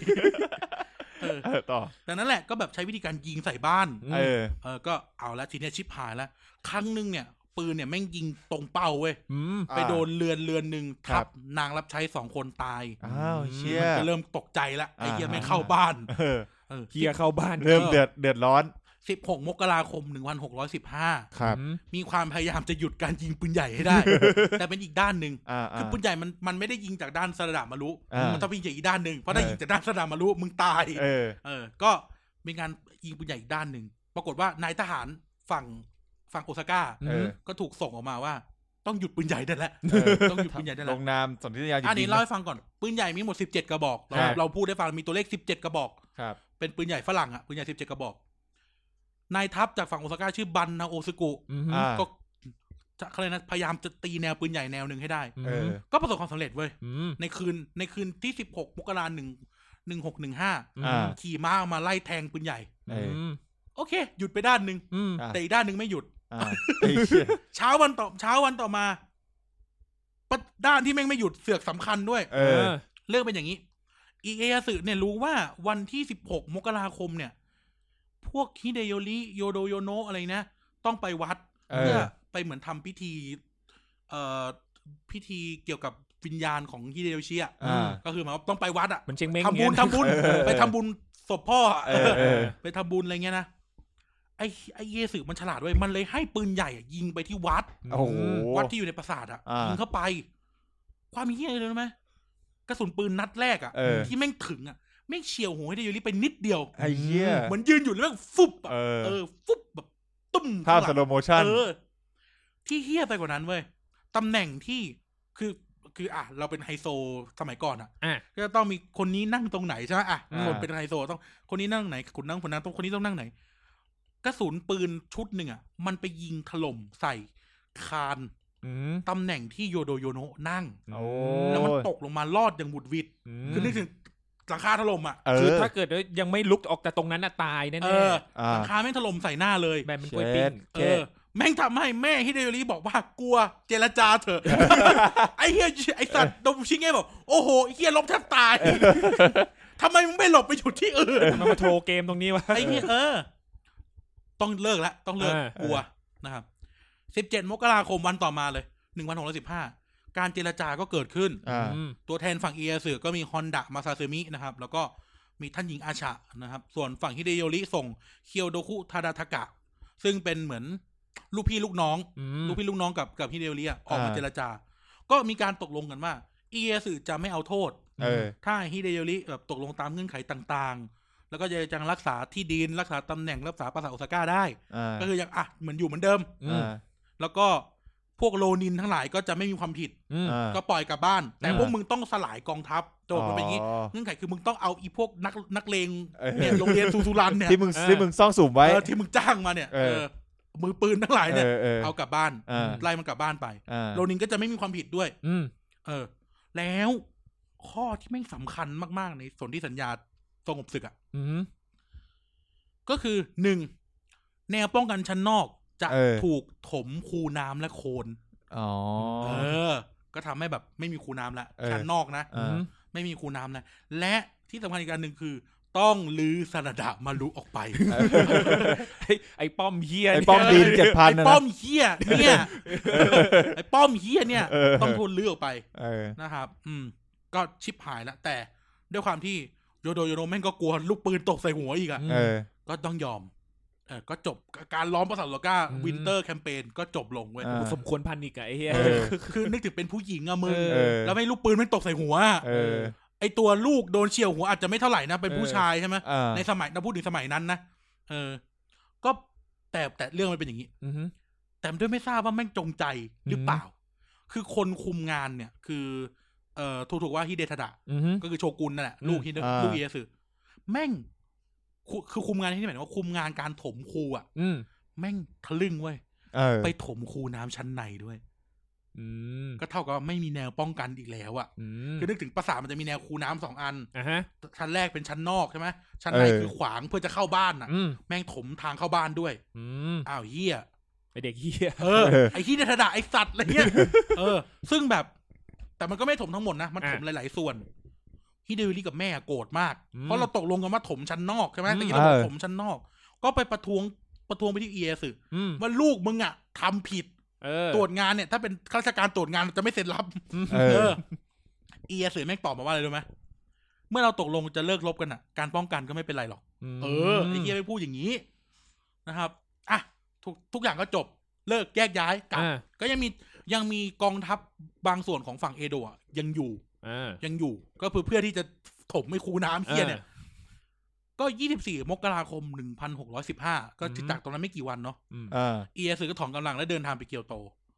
S2: เออ
S4: เออต่อ
S2: ดังนั้นแหละก็แบบใช้วิธีการยิงใส่บ้าน
S4: เออ
S2: เออ ก็เอาละทีเนี้ยชิบหายละ ครั้งหนึ่งเนี่ย ปืนเนี่ยแม่งยิงตรงเป้าเว้ย
S3: อืม
S4: อ่า
S2: ไปโดนเรือนเรือนหนึ่ง
S4: ครั
S2: ทั
S4: บ
S2: บนางรับใช้สองคนตาย
S4: อ้าวเชี่ย
S2: มันก็เริ่มตกใจละไอ้เหี้ย
S4: อ่า
S2: ไม่เข้าบ้าน
S4: เออ
S2: เออ
S3: เฮียเข้าบ้าน
S4: เริ่มเดือดเดือดร้อน
S2: สิบหกมกราคมหนึ่งพันหกร้อยสิบห้า
S4: ครับ
S3: อืม
S2: มีความพยายามจะหยุดการยิงปืนใหญ่ให้ ได้ แต่เป็นอีกด้านหนึ่ง
S4: อ่าอ่า
S2: คือปืนใหญ่มันมันไม่ได้ยิงจากด้านสระดามารุ
S4: อ่ามั
S2: มันต้องยิงจากอีกด้านหนึ่งเพราะถ้า
S4: เออ
S2: ยิงจากด้านสระดามารุมึงตาย
S4: เออ
S2: เออ ก็มีการยิงปืนใหญ่อีกด้านหนึ่ง ปรากฏว่านายทหารฝั่งฝั่งโอซาก้า
S4: เออ
S2: ก็ถูกส่งออกมาว่า ต้องหยุดปืนใหญ่ได้แล้ว
S4: เออ
S2: ต้องหยุดปืนใหญ่ได้
S4: ล
S2: แล้ว
S4: งนามสนธิสัญญาหยุด
S2: อัน
S4: ยิ
S2: นี้
S4: ง
S2: เล่า
S4: นะ
S2: ให้ฟังก่อน ปืนใหญ่มีหมดสิบเจ็ดกระบอก เรา
S4: ใช่
S2: เราพูดได้ฟังมีตัวเลขสิบเจ็ดกระบอก
S4: ครับ
S2: เป็นปืนใหญ่ฝรั่งอ่ะปืนใหญ่สิบเจ็ดกระบอก นายทัพจากฝั่งโอซาก้าชื่อบันนาโอซึกุ
S3: อืม
S4: อ่า
S2: ก็จะเขาเลยกนะพยายามจะตีแนวปืนใหญ่แนวหนึ่งให้ได้
S4: เออ
S2: ก็ประสบความสำเร็จเว้ย
S3: อืม
S2: ในคืนในคืนที่สิบหกมกราหนึ่งหนึ่งหกหนึ่งห้า
S4: อ่า
S2: ขี่ม้าออกมาไล่แทงปืนใหญ่
S4: เออ
S3: ม
S2: โอเค หยุดไปด้านหนึ่ง
S3: อืม
S4: อ่ะ
S2: แต่อีกด้านหนึ่งไม่หยุด
S4: อ่าไอ้เชี่ย
S2: เช้าวันต่อเช้าวันต่อมาปะด้านที่แม่งไม่หยุดเสือกสำคัญด้วย
S4: เอ
S3: เอ
S4: อ
S3: อ
S2: เรื่องเป็นอย่างนี้ อีเอะสึเนี่ยรู้ว่าวันที่สิบหกมกราคมเนี่ย พวกฮิเดโยริโยโดโยโนะอะไรนะ ต้องไปวัด
S4: เออ
S2: เพื่อไปเหมือนทำพิธี เอ่อพิธีเกี่ยวกับวิญญาณของฮิเดโยชิอ่ะ
S4: อ่า
S2: ก็คือหมายว่าต้องไปวัดอ่ะ
S3: มันเชงเม้ง
S2: ทำบุญ
S3: เงี้ย
S2: ทำบุญ
S4: เออ
S2: ไปทำบุญศพพ่ออะ
S4: เออเออ
S2: ไปทำบุญอะไรเงี้ยนะไอ้ไอ้เยสึมันฉลาดเว้ยมันเลยให้ปืนใหญ่อะยิงไปที่วัด
S4: โอ้โห
S2: วัดที่อยู่ในปราสาทอ่ะ
S4: อ่ายิ
S2: ยิงเข้าไป ความเฮี้ยเลยรู้ไหมกระสุนปืนนัดแรกอ่ะ
S4: เออ
S2: ที่แม่งถึงอ่ะแม่งเฉียวหัวให้เดโยริไปนิดเดียว
S4: ไอ้เชี่ย
S2: เหมือนยืนอยู่แล้วแม่งฟุบอะ
S4: เออ
S2: เออ ฟุบแบบ ตุ้ม
S4: ภาพ
S2: ข้งห
S4: ส
S2: ลัง
S4: โลโมชั่น
S2: เออ ที่เฮี้ยไปกว่านั้นเว้ย ตำแหน่งที่คือคืออ่ะ เราเป็นไฮโซสมัยก่อนอ่ะ
S3: อ่ะ
S2: ก็จะต้องมีคนนี้นั่งตรงไหนใช่ไหมอ่ะ
S4: อ่า
S2: คนเป็นไฮโซต้องคนนี้นั่งไหนคนนั่งคนนั้นต้องคนนี้ต้องนั่งไหนกระสุนปืนชุดหนึ่งอ่ะ มันไปยิงถล่มใส่คาน
S3: อืม
S2: ตำแหน่งที่โยโดโยโนะนั่ง
S4: โอ้
S2: แล้วมันตกลงมารอดอย่างบุดหวิด
S3: ม
S2: คือนึกถึงหลังคาถล่มอ่ะ
S4: เอ
S3: คือ
S4: อ
S3: ถ้าเกิดว่ายังไม่ลุกออกจากตรงนั้นน่ะตายแน่
S2: เออ
S4: อ่า
S2: หลังคาแม่งถล่มใส่หน้าเลย
S3: ๆแบบเป็นกล้วยปิ้ง
S2: เออแม่งทำให้แม่ฮิเดโยริบอกว่ากลัวเจรจาเถอะ ไอ้เฮียไอ้สัตว์โดมชิเง่บอกโอ้โหไอ้เฮียลบแทบต าย ทำไมมึงไม่หลบไปอยู่ที่อื่น
S3: มันมาโทรเกมตรงนี้วะ
S2: ไอ้เฮียเออ ต้องเลิกละต้องเลิก
S3: เออ
S2: กลัวนะครับสิบเจ็ดมกราคมวันต่อมาเลยหนึ่งวันหกร้อยสิบห้าการเจรจาก็เกิดขึ้น
S4: อ่า
S3: อืม
S2: ตัวแทนฝั่งเอเสือก็มีฮอนดะมาซาซึมินะครับ แล้วก็มีท่านหญิงอาชะนะครับ ส่วนฝั่งฮิเดโยริส่งเคียวโดคุทาดาทากะ ซึ่งเป็นเหมือนลูกพี่ลูกน้อง
S3: อืม
S2: ลูกพี่ลูกน้องกับกับฮิเดโยริอะออกมา
S4: อ่า
S2: เจรจา ก็มีการตกลงกันว่า เอียสื่อจะไม่เอาโทษ
S4: เออ
S2: ถ้าฮิเดโยริแบบตกลงตามเงื่อนไขต่างๆ แล้วก็จะยังรักษาที่ดินรักษาตำแหน่งรักษาภาษาโอซาก้าได้
S4: อ่า
S2: ก็คือยังอ่ะเหมือนอยู่เหมือนเดิม
S3: อืม
S4: อ่า
S2: แล้วก็พวกโลนินทั้งหลายก็จะไม่มีความผิด
S3: อืม
S4: อ่า
S2: ก็ปล่อยกลับบ้าน แต่
S3: อืม
S2: พวกมึงต้องสลายกองทัพโจทย์มันเป็นอย่างนี้ เงื่อนไขคือมึงต้องเอาอีพวกนักนักเลง
S4: เออ
S2: เนี่ยโรงเรียนซูซูรันเนี่ย
S4: ที่มึง
S3: เออ
S4: ที่มึงซ่องสุมไว้
S2: เออที่มึงจ้างมาเนี่ย
S4: เออ
S2: เออมือปืนทั้งหลายเนี่ย
S4: เออเออ
S2: เอากลับบ้าน
S4: เออ
S2: ไล่มันกลับบ้านไป
S4: อ่า
S2: โรนินก็จะไม่มีความผิดด้วย
S3: อืม
S2: เออ แล้วข้อที่แม่งสำคัญมากๆ ในสนธิสัญญาสงบศึกอะ่ะ
S3: อืม
S2: ก็คือหนึ่งแนวป้องกันชั้นนอกจะ
S4: เออ
S2: ถูกถมคูน้ำและโคลน
S4: อ๋อ
S2: เออ ก็ทำให้แบบไม่มีคูน้ำละ
S4: เออ
S2: ชั้นนอกนะ
S3: อืม
S2: ไม่มีคูน้ำนะและที่สำคัญอีกอันหนึ่งคือ ต้องลื้อสนดะมารุออกไป
S3: ไอ้ไอ้ป้อมเฮีย
S4: ไอ้
S3: เนี่ย
S4: ป้อมดินเจ็ดพัน
S2: ไอ้
S4: นะ
S2: ป้อ
S4: นะ
S2: มเฮียเนี่ยไอ้ป้อมเฮียเนี่ย
S4: เออ
S2: ต้องโดนลื้อออกไป
S4: เออ
S2: นะครับ อืม ก็ชิปหายละ แต่ด้วยความที่โยโดโยโดแม่งก็กลัวลูกปืนตกใส่หัวอีกอะ
S3: อืม
S4: เออ
S2: ก็ต้องยอม เออก็จบการล้อมปราสาทโลก้า
S3: อืม
S2: วินเตอร์แคมเปญก็จบลงเว้ย
S4: อ่า
S3: สมควรพันอีกอะไอ้เฮีย
S4: เออ
S2: คือนึกถึงเป็นผู้หญิงอะมึง
S4: เออ
S2: แล้วไม่ลูกปืนแม่งตกใส่หัวอะ
S4: เออ
S2: ไอตัวลูกโดนเฉียวหัวอาจจะไม่เท่าไหร่นะ เป็นผู้
S4: เออ
S2: ชายใช่ไหม
S4: อ่า
S2: ในสมัยเราพูดถึงสมัยนั้นนะ เออ ก็แต่แต่เรื่องมันเป็นอย่างนี้
S3: อืม
S2: แต่ด้วยไม่ทราบว่าแม่งจงใจหรือเปล่า คือคนคุมงานเนี่ย คือ เอ่อถูกๆว่าฮิเดทะดะ
S3: อืม
S2: ก็คือโชกุนนั่นแหละ
S3: อืม
S2: ลูกฮิโด
S4: อ่า
S2: ลูกเอียสึแม่งคุคือคุมงานที่หมายถึงว่าคุมงานการถมคูอ่ะ
S3: อืม
S2: แม่งทะลึ่งเว้ย
S4: เออ
S2: ไปถมคูน้ำชั้นในด้วย
S3: อืม
S2: ก็เท่ากับว่าไม่มีแนวป้องกันอีกแล้วอ่ะ
S3: อืม
S2: คือนึกถึงปราสาทมันจะมีแนวคูน้ำสองอัน
S3: อ่ะฮะ
S2: ชั้นแรกเป็นชั้นนอกใช่ไหมชั้นใน
S4: เออ
S2: คือขวางเพื่อจะเข้าบ้านอ่ะ
S3: อืม
S2: แม่งถมทางเข้าบ้านด้วย
S3: อืม
S2: อ้าวเฮีย
S3: ไอเด็กเฮีย
S2: เออไอ้ที่เดทะดะไอ้สัตว์อะไรเงี้ยเออ ซึ่งแบบ แต่มันก็ไม่ถมทั้งหมดนะมันถมหลาย ๆ ส่วนฮิเดวิลิกับแม่อะโกรธมาก
S3: อืม
S2: เพราะเราตกลงกันว่าถมชั้นนอกใช่ไหม
S3: อืม
S2: แต่ที่เราบอก
S4: เออ
S2: ถมชั้นนอก ก็ไปประท้วงประท้วงไปที่เอเอสึ
S3: อืม
S2: ว่าลูกมึงอ่ะทำผิด
S3: เออ
S2: ตรวจงานเนี่ย ถ้าเป็นข้าราชการตรวจงานจะไม่เซ็นรับ
S3: อืม
S4: เอ
S2: เอ
S4: อ
S2: อเอเอสึแม่งตอบมาว่าอะไรรู้ไหมเมื่อเราตกลงจะเลิกรบกันอ่ะ การป้องกันก็ไม่เป็นไรหรอก เออไอ้เฮียไม่พูดอย่างนี้นะครับอ่ะทุกทุกอย่างก็จบเลิกแยกย้ายกลับ
S3: อ่า
S2: ก็ยังมียังมีกองทัพบางส่วนของฝั่งเอโดะยังอยู่
S3: อ่า
S2: ยังอยู่ ก็เพื่อเพื่อที่จะถมไม่คูน้ำเฮียเนี่ย ก็ 24 มกราคม 1615 ก็จิจากตรงนั้นไม่กี่วันเนาะ
S3: อืม
S4: อ่า
S2: เอเอสือก็ถอนกำลังและเดินทางไปเกียวโต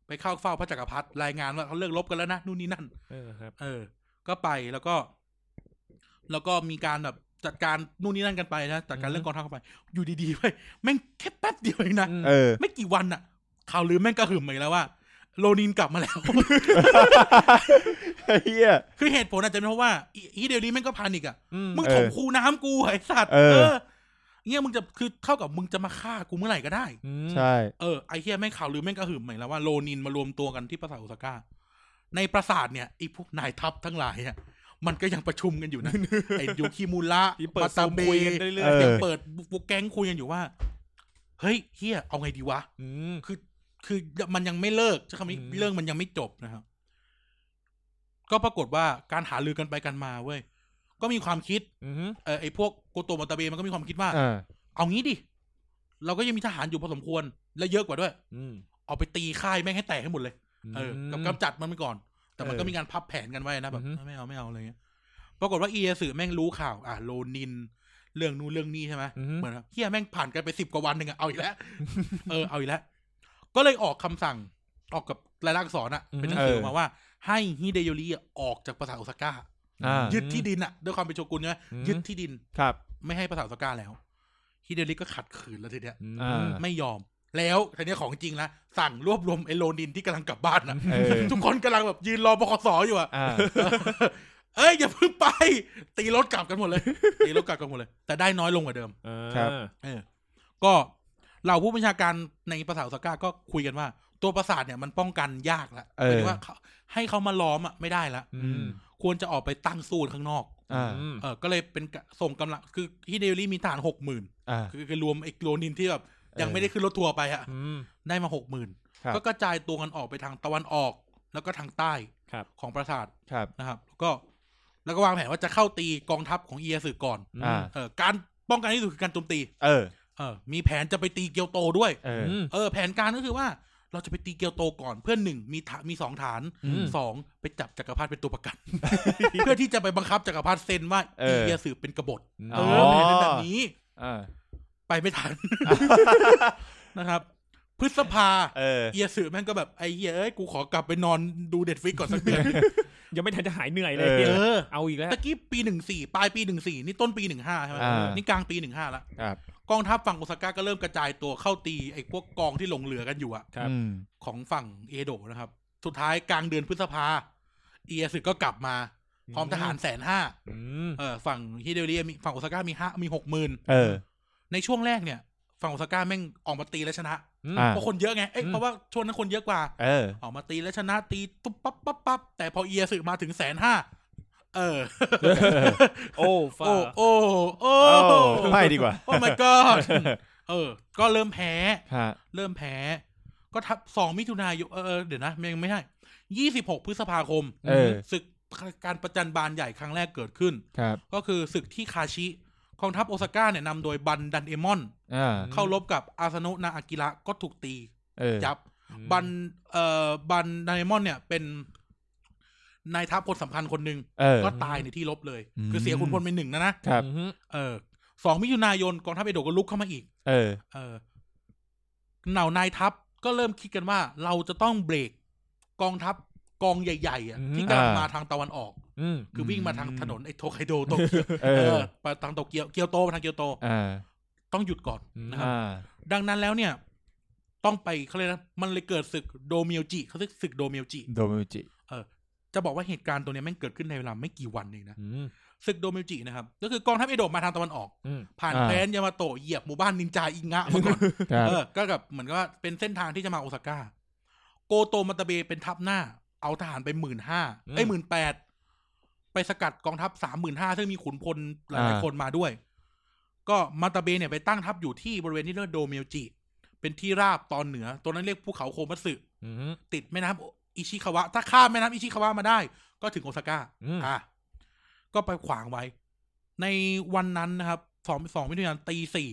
S2: ไปเข้าเฝ้าพระจักรพรรดิรายงานว่าเขาเลิกรบกันแล้วนะ นู่นนี่นั่น
S3: เออครับ
S2: เออ ก็ไปแล้วก็ แล้วก็มีการแบบจัดการนู่นนี่นั่นกันไปนะจัดการเรื่องกองทัพเข้าไป อยู่ดีๆไปแม่งแค่แป๊บเดียวเองนะ
S3: อืม
S4: เออ
S2: ไม่กี่วันอะข่าวลือแม่งกระหึ่มอีกแล้วว่า โลนินกลับมาแล้ว
S4: ไอ้เฮีย
S2: คือเหตุผลอาจจะเป็นเพราะว่าอีอีเดลี่แม่งก็พานิกอะ
S3: อืม
S2: มึง
S4: เออ
S2: ถมคูน้ำกูไอสัตว์
S4: เออ
S2: เงี้ยมึงจะคือเท่ากับมึงจะมาฆ่ากูเมื่อไหร่ก็ได้
S3: อืม
S4: ใช่
S2: เออไอเฮียแม่งข่าวลือแม่งกระหึ่มใหม่แล้วว่าโลนินมารวมตัวกันที่ปราสาทโอซาก้า ในปราสาทเนี่ยไอพวกนายทัพทั้งหลายอะมันก็ยังประชุมกัน อยู่นะ ไอยูคิมูระ
S3: ที่เปิด
S2: มา
S3: ซู
S2: ตาม เบ
S3: คุยกันเรื่อย
S4: เอ
S2: ยัง
S4: อ
S2: เปิดบุกแก๊งคุยกันอยู่ว่า เฮ้ยเฮียเอาไงดีวะ
S3: ๆอืม
S2: คือคือมันยังไม่เลิกใช้คำนี้
S3: อืม
S2: เรื่องมันยังไม่จบนะครับ ก็ปรากฏว่าการหารือกันไปกันมาเว้ยก็มีความคิด
S3: อืม
S2: เออไอ้พวกโกโตมาตาเบมันก็มีความคิดว่า
S4: อ่า
S2: เอางี้ดิ เราก็ยังมีทหารอยู่พอสมควร และเยอะกว่าด้วย
S3: อืม
S2: เอาไปตีค่ายแม่งให้แตกให้หมดเลย เออ กับกำจัดมันไปก่อน แต่มันก็
S3: เออ
S2: มีการพับแผนกันไว้นะแบบ
S3: อือฮึ
S2: ไม่เอาไม่เอาอะไรเงี้ย ปรากฏว่าเอสือแม่งรู้ข่าว อ่ะโลนิน เรื่องนู้นเรื่องนี้ใช่ไหม
S3: อืม
S2: เหมือนแบบเฮียแม่งผ่านกันไปสิบกว่าวันหนึ่งอะเอาอีกแล้ว เออเอาอีกแล้ว ก็เลยออกคำสั่ง ออกกับรายลักษณ์อักษรอะเป็นหนังสือออกมาว่า ให้ฮิเดโยริอะออกจากปราสาทโอซาก้า
S4: อ่า
S2: ยึดที่ดินอะด้วยความเป็นโชกุนใช่ไหม
S3: อืม
S2: ยึดที่ดิน
S4: ครับ
S2: ไม่ให้ภาษาสก้าแล้วฮิเดริกก็ขัดขืนแล้วทีเนี้ย
S3: อืม
S4: อ่า
S2: ไม่ยอม แล้วทีเนี้ยของจริงนะสั่งรวบรวมไอโลนินที่กำลังกลับบ้านนะ
S4: เออ
S2: ทุกคนกำลังแบบยืนรอบคสอยู่อะ
S4: อ่า
S2: เอ้ยอย่าเพิ่งไป ตีรถกลับกันหมด เลย ตีรถกลับกันหมดเลย แต่ได้น้อยลงกว่าเดิม
S3: เออ
S4: ครับ
S2: เออ ก็เราผู้บัญชาการในภาษาสก้าก็คุยกันว่า ตัวปราสาทเนี่ยมันป้องกันยากละ
S4: เออ
S2: หมายถึงว่าเขาให้เขามาล้อมอะไม่ได้ละ
S3: อืม
S2: ควรจะออกไปตั้งสู้ข้างนอก
S4: อ่า
S3: อืม
S2: เออก็เลยเป็นกะส่งกำลังคือฮิเดลิมีทหารหกหมื่น
S4: อ่า
S2: คือคือรวมไอ้โลนินที่แบบยัง
S4: เออ
S2: ไม่ได้ขึ้นรถทัวร์ไปอะ
S3: อืม
S2: ได้มาหกหมื่น
S4: ครับ
S2: ก็กระจายตัวกันออกไปทางตะวันออก แล้วก็ทางใต้
S3: ครับ
S2: ของปราสาท
S4: ครับ
S2: นะครับ แล้วก็ แล้วก็วางแผนว่าจะเข้าตีกองทัพของเอียสึก่อน
S4: อ่า
S2: เออการป้องกันที่สุดคือการโจมตี
S4: เออ
S2: เออมีแผนจะไปตีเกียวโตด้วย
S4: เออ
S3: อืม
S2: เออ แผนการก็คือว่า เราจะไปตีเกียวโตก่อนเพื่อนหนึ่งมีฐานมีสองฐาน
S3: อืม
S2: สองไปจับจักรพรรดิเป็นตัวประกัน เพื่อที่จะไปบังคับจักรพรรดิเซ็นว่า
S4: เออ
S2: อีเดียสืบเป็นกบฏ
S4: อ๋
S2: เอ
S4: อ
S2: อแผนเป็นแบบนี้
S4: เออ
S2: ไปไม่ ทัน นะครับ พฤษภา
S4: เออ
S2: เอียสือแม่งก็แบบไอ้เหี้ยเอ้ยกูขอกลับไปนอนดูเด็ดฟิกก่อนสักเดือน
S3: ยังไม่ทันจะหายเหนื่อยเล ย
S4: เอ
S2: เออ
S3: เอาอีกแล้ว
S2: ตะกี้ปีหนึ่งสี่ปลายปีหนึ่งสี่นี่ต้นปีหนึ่งห้าใช่ไหม
S4: อ่านี่
S2: นี่กลางปีหนึ่งห้าละ
S4: ครับ
S2: กองทัพฝั่งโอซาก้าก็เริ่มกระจายตัวเข้าตีไอ้พวกกองที่หลงเหลือกันอยู่อะ
S3: ครับ
S4: อืม
S2: ของฝั่งเอโดะนะครับ สุดท้ายกลางเดือนพฤษภาเอียสึก็กลับมา พร้อมทหารแสนห้า
S3: อืม
S2: เออฝั่งฮิเดโอริมีฝั่งโอซาก้ามีห้ามีหกหมื่น
S4: เออ
S2: ในช่วงแรกเนี่ย ฝั่งโอซาก้าแม่งออกมาตีและชนะ
S3: อืม
S4: อ่ะ
S2: เพราะคนเยอะไง เอ้ย
S3: อืม
S2: เพราะว่าช่วงนั้นคนเยอะกว่า
S4: เออ
S2: ออกมาตีและชนะตีตุ๊บปั๊บปั๊บปั๊บแต่พอเอียสึมาถึงแสนห้า เออ
S3: โอ้ฟ้า
S2: โอ้โอ้โอ้
S4: โอ้ไม่ดีกว่า
S2: โอ้ my god เออ ก็เริ่มแพ้
S4: ฮะ
S2: เริ่มแพ้ ก็ทับสองมิถุนายนเออเออเดี๋ยวนะยังไม่ใช่ยี่สิบหกพฤษภาคม
S4: เออ
S2: ศึกการประจันบานใหญ่ครั้งแรกเกิดขึ้น
S4: ครับ
S2: ก็คือศึกที่คาชิกองทัพโอซาก้าเนี่ยนำโดยบันดันเอมอน
S4: อ่า
S2: เข้ารบกับอาซานุนาอากิระก็ถูกตี
S4: เออ
S2: ยับ
S3: อืม
S2: บันเอ่อบันไดมอนเนี่ยเป็นนายทัพคนสำคัญคนหนึ่ง
S4: เออ
S2: ก็ตายในที่รบเลย
S4: อืม
S2: คือเสียขุนพลเป็นหนึ่งนะนะครับ
S3: อืม
S2: เออสองมิถุนายนกองทัพเอโดะก็ลุกเข้ามาอีก
S4: เออ
S2: เออเหน่านายทัพก็เริ่มคิดกันว่าเราจะต้องเบรกกองทัพกองใหญ่ๆอ่ะที่กำลังมาทางตะวันออก
S3: อืม
S2: คือวิ่งมาทาง
S4: อืม
S2: ถนนไอ้โทไคโดโตเกียว
S4: เอ
S2: เอ
S4: อ
S2: อไปทางโตเกียวเกียวโตมาทางเกียวโต
S4: อ่า
S2: ต้องหยุดก่อนนะครับ
S4: อ่า
S2: ดังนั้นแล้วเนี่ย ต้องไปเขาเรียกนะมันเลยเกิดศึกโดเมียวจิเขาเรียกศึกโดเมียวจิ
S4: โดมิวจิ
S2: เออจะบอกว่าเหตุการณ์ตัวเนี้ยแม่งเกิดขึ้นในเวลาไม่กี่วันเองนะ
S3: อืม
S2: ศึกโดเมิวจินะครับ ก็คือกองทัพเอโดะมาทางตะวันออก
S3: อืม
S2: ผ่าน
S4: อ่า
S2: แคว้นยามาโตะเหยียบหมู่บ้านนินจาอิงะมาก่อน
S4: ครับ
S2: เออก็แบบเหมือนกับว่าเป็นเส้นทางที่จะมาโอซาก้า โกโตมาตาเบเป็นทัพหน้า เอาทหารไปหมื่นห้าไอ้หมื่นแปดไปสกัดกองทัพสามหมื่นห้าซึ่งมีขุนพลหลาย
S4: อ่า
S2: ๆคนมาด้วย ก็มาตาเบเนี่ยไปตั้งทัพอยู่ที่บริเวณที่เรียกว่าโดเมียวจิ เป็นที่ราบตอนเหนือตัวนั้นเรียกภูเขาโคมัตสึ
S3: อืม
S2: ติดแม่น้ำอิชิคาวะ ถ้าข้ามแม่น้ำอิชิคาวะมาได้ ก็ถึงโอซาก้า
S3: อืม
S2: อ่ะก็ไปขวางไว้ ในวันนั้นนะครับสองสองมิถุนายนตีสี่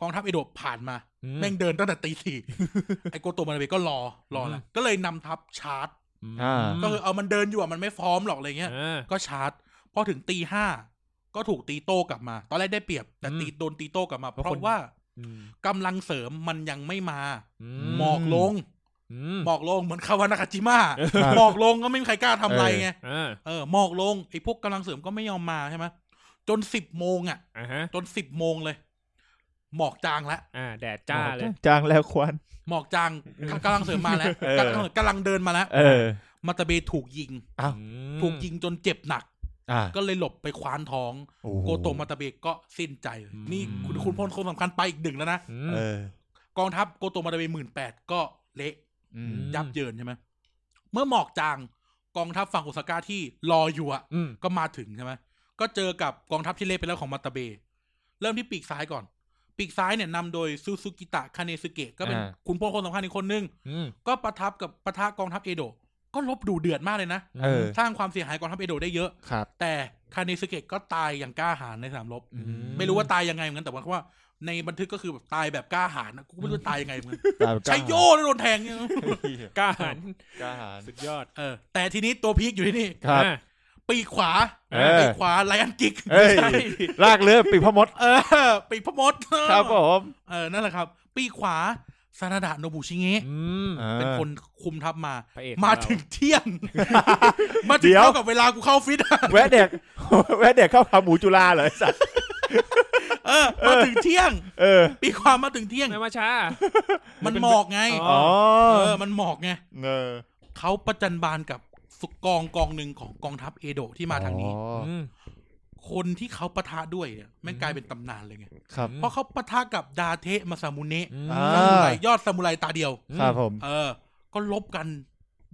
S2: กองทัพเอโดะผ่านมา
S3: อื
S2: แม่งเดินตั้งแต่ตีสี่ ไอโกโตมานาเบะก็รอรอแหละก็เลยนำทัพชาร์จ
S4: อ่า
S2: ก็คือเอามันเดินอยู่อ่ะ มันไม่พร้อมหรอกอะไรเงี้ย
S3: อ่า
S2: ก็ชาร์จ พอถึงตีห้าก็ถูกตีโต้กลับมา ตอนแรกได้เปรียบ แต่
S3: อืม
S2: ตีโดนตีโต้กลับมา
S3: เพราะ
S2: เพราะ
S3: คน
S2: ว่า
S3: อืม
S2: กำลังเสริมมันยังไม่มา
S3: อื
S2: หมอกลง
S3: อืม
S2: หมอกลงเหมือนคาวานาคาจิมะ
S4: ครับ
S2: หมอกลงก็ไม่มีใครกล้าทำอะไรไง
S3: อ่า
S2: เออหมอกลงไอ้พวกกำลังเสริมก็ไม่ยอมมาใช่ไหมจนสิบโมงอ่ะ
S3: อ่าฮะ
S2: จนสิบโมงเลย หมอกจางแล้ว
S3: อ่า แดดจ้าเลย
S4: จางแล้วควัน
S2: หมอกจางกำลังเสริมมาแล้ว
S4: เออ
S2: กำลังกำลังเดินมาแล้ว
S4: เออ
S2: มาตาเบถูกยิง
S4: อ้าว
S3: อืม
S2: ถูกยิงจนเจ็บหนัก
S4: อ่า
S2: ก็เลยหลบไปคว้านท้อง
S4: อ้
S2: โกโตะมาตาเบก็สิ้นใจเลยนี่คุณคุณพลคนสำคัญไปอีกหนึ่งแล้วนะ
S3: อืม
S4: เออ
S2: กองทัพโกโตะมาตาเบหมื่นแปดก็เละ
S4: อืม
S3: อืม
S2: ยับเยินใช่ไหม เมื่อหมอกจางกองทัพฝั่งโอซาก้าที่รออยู่อะ
S3: อืม
S2: ก็มาถึงใช่ไหมก็เจอกับกองทัพที่เละไปแล้วของมาตาเบ เริ่มที่ปีกซ้ายก่อน ปีกซ้ายเนี่ยนำโดยซูซูกิตะคาเนสึเกะก็เป็น
S4: อ่า
S2: คุณพลคนสำคัญอีกคนนึง
S3: อืม
S2: ก็ประทับกับประทะกองทัพเอโดะก็ลบดูเดือดมากเลยนะ
S4: เออ
S2: สร้างความเสียหายกองทัพเอโดะได้เยอะ
S4: ครับ
S2: แต่คาเนสึเกะก็ตายอย่างกล้าหาญในสนามรบ
S4: อืม
S2: ไม่รู้ว่าตายยังไงเหมือนกันแต่ว่าว่า ในบันทึกก็คือแบบตายแบบกล้าหาญนะกูไม่รู้ว่าตายยังไงเหมือนกัน
S4: ตาม
S2: ใช้โยแล้วโดนแทงเนี่ย
S3: กล้าหัน
S4: กล้าหาร
S3: สุดยอด
S2: เออแต่ทีนี้ตัวพีคอยู่ที่นี่
S4: ครับ
S3: อ่า
S2: ปีกขวา
S4: เออ
S2: ปีกขวาไลอันกิก
S4: เอ้ย
S2: ไม่ใช่
S4: ลากเรือปีกพมด
S2: เออ ปีกพระมด
S4: ครับผม
S2: เออนั่นแหละครับ ปีกขวาซานาดะโนบุชิเงะ
S3: อืม
S2: เป็นคนคุมทัพมา
S3: พระเอก
S2: มา
S3: ของเรา
S2: ถึงเที่ยง มาถึงเท่ากับเวลากูเข้าออฟฟิต อะ
S4: แวะเด็ก แวะเด็กเข้าขาหมูจุฬาเลยสัตว์
S2: เออ มาถึงเที่ยง
S4: เออ
S2: ปีกขวามาถึงเที่ยง
S3: ไม่มาช้า
S2: มันหมอกไง
S3: อ๋
S4: อ๋อ
S2: เออ มันหมอกไง
S4: เออ
S2: เขาประจันบานกับสุกองกองหนึ่งของกองทัพเอโดะที่มาทางนี้
S4: อ๋อ
S3: อืม
S2: คนที่เขาปะทะด้วยเนี่ยแม่งกลายเป็นตำนานเลยไง
S4: ครับ
S2: เพราะเขาปะทะกับดาเทะมาซามุเนะ
S3: อืม
S4: อ่า
S2: ซามูไรยอดซามูไรตาเดียว
S4: ครับผม
S2: เออ ก็ลบกัน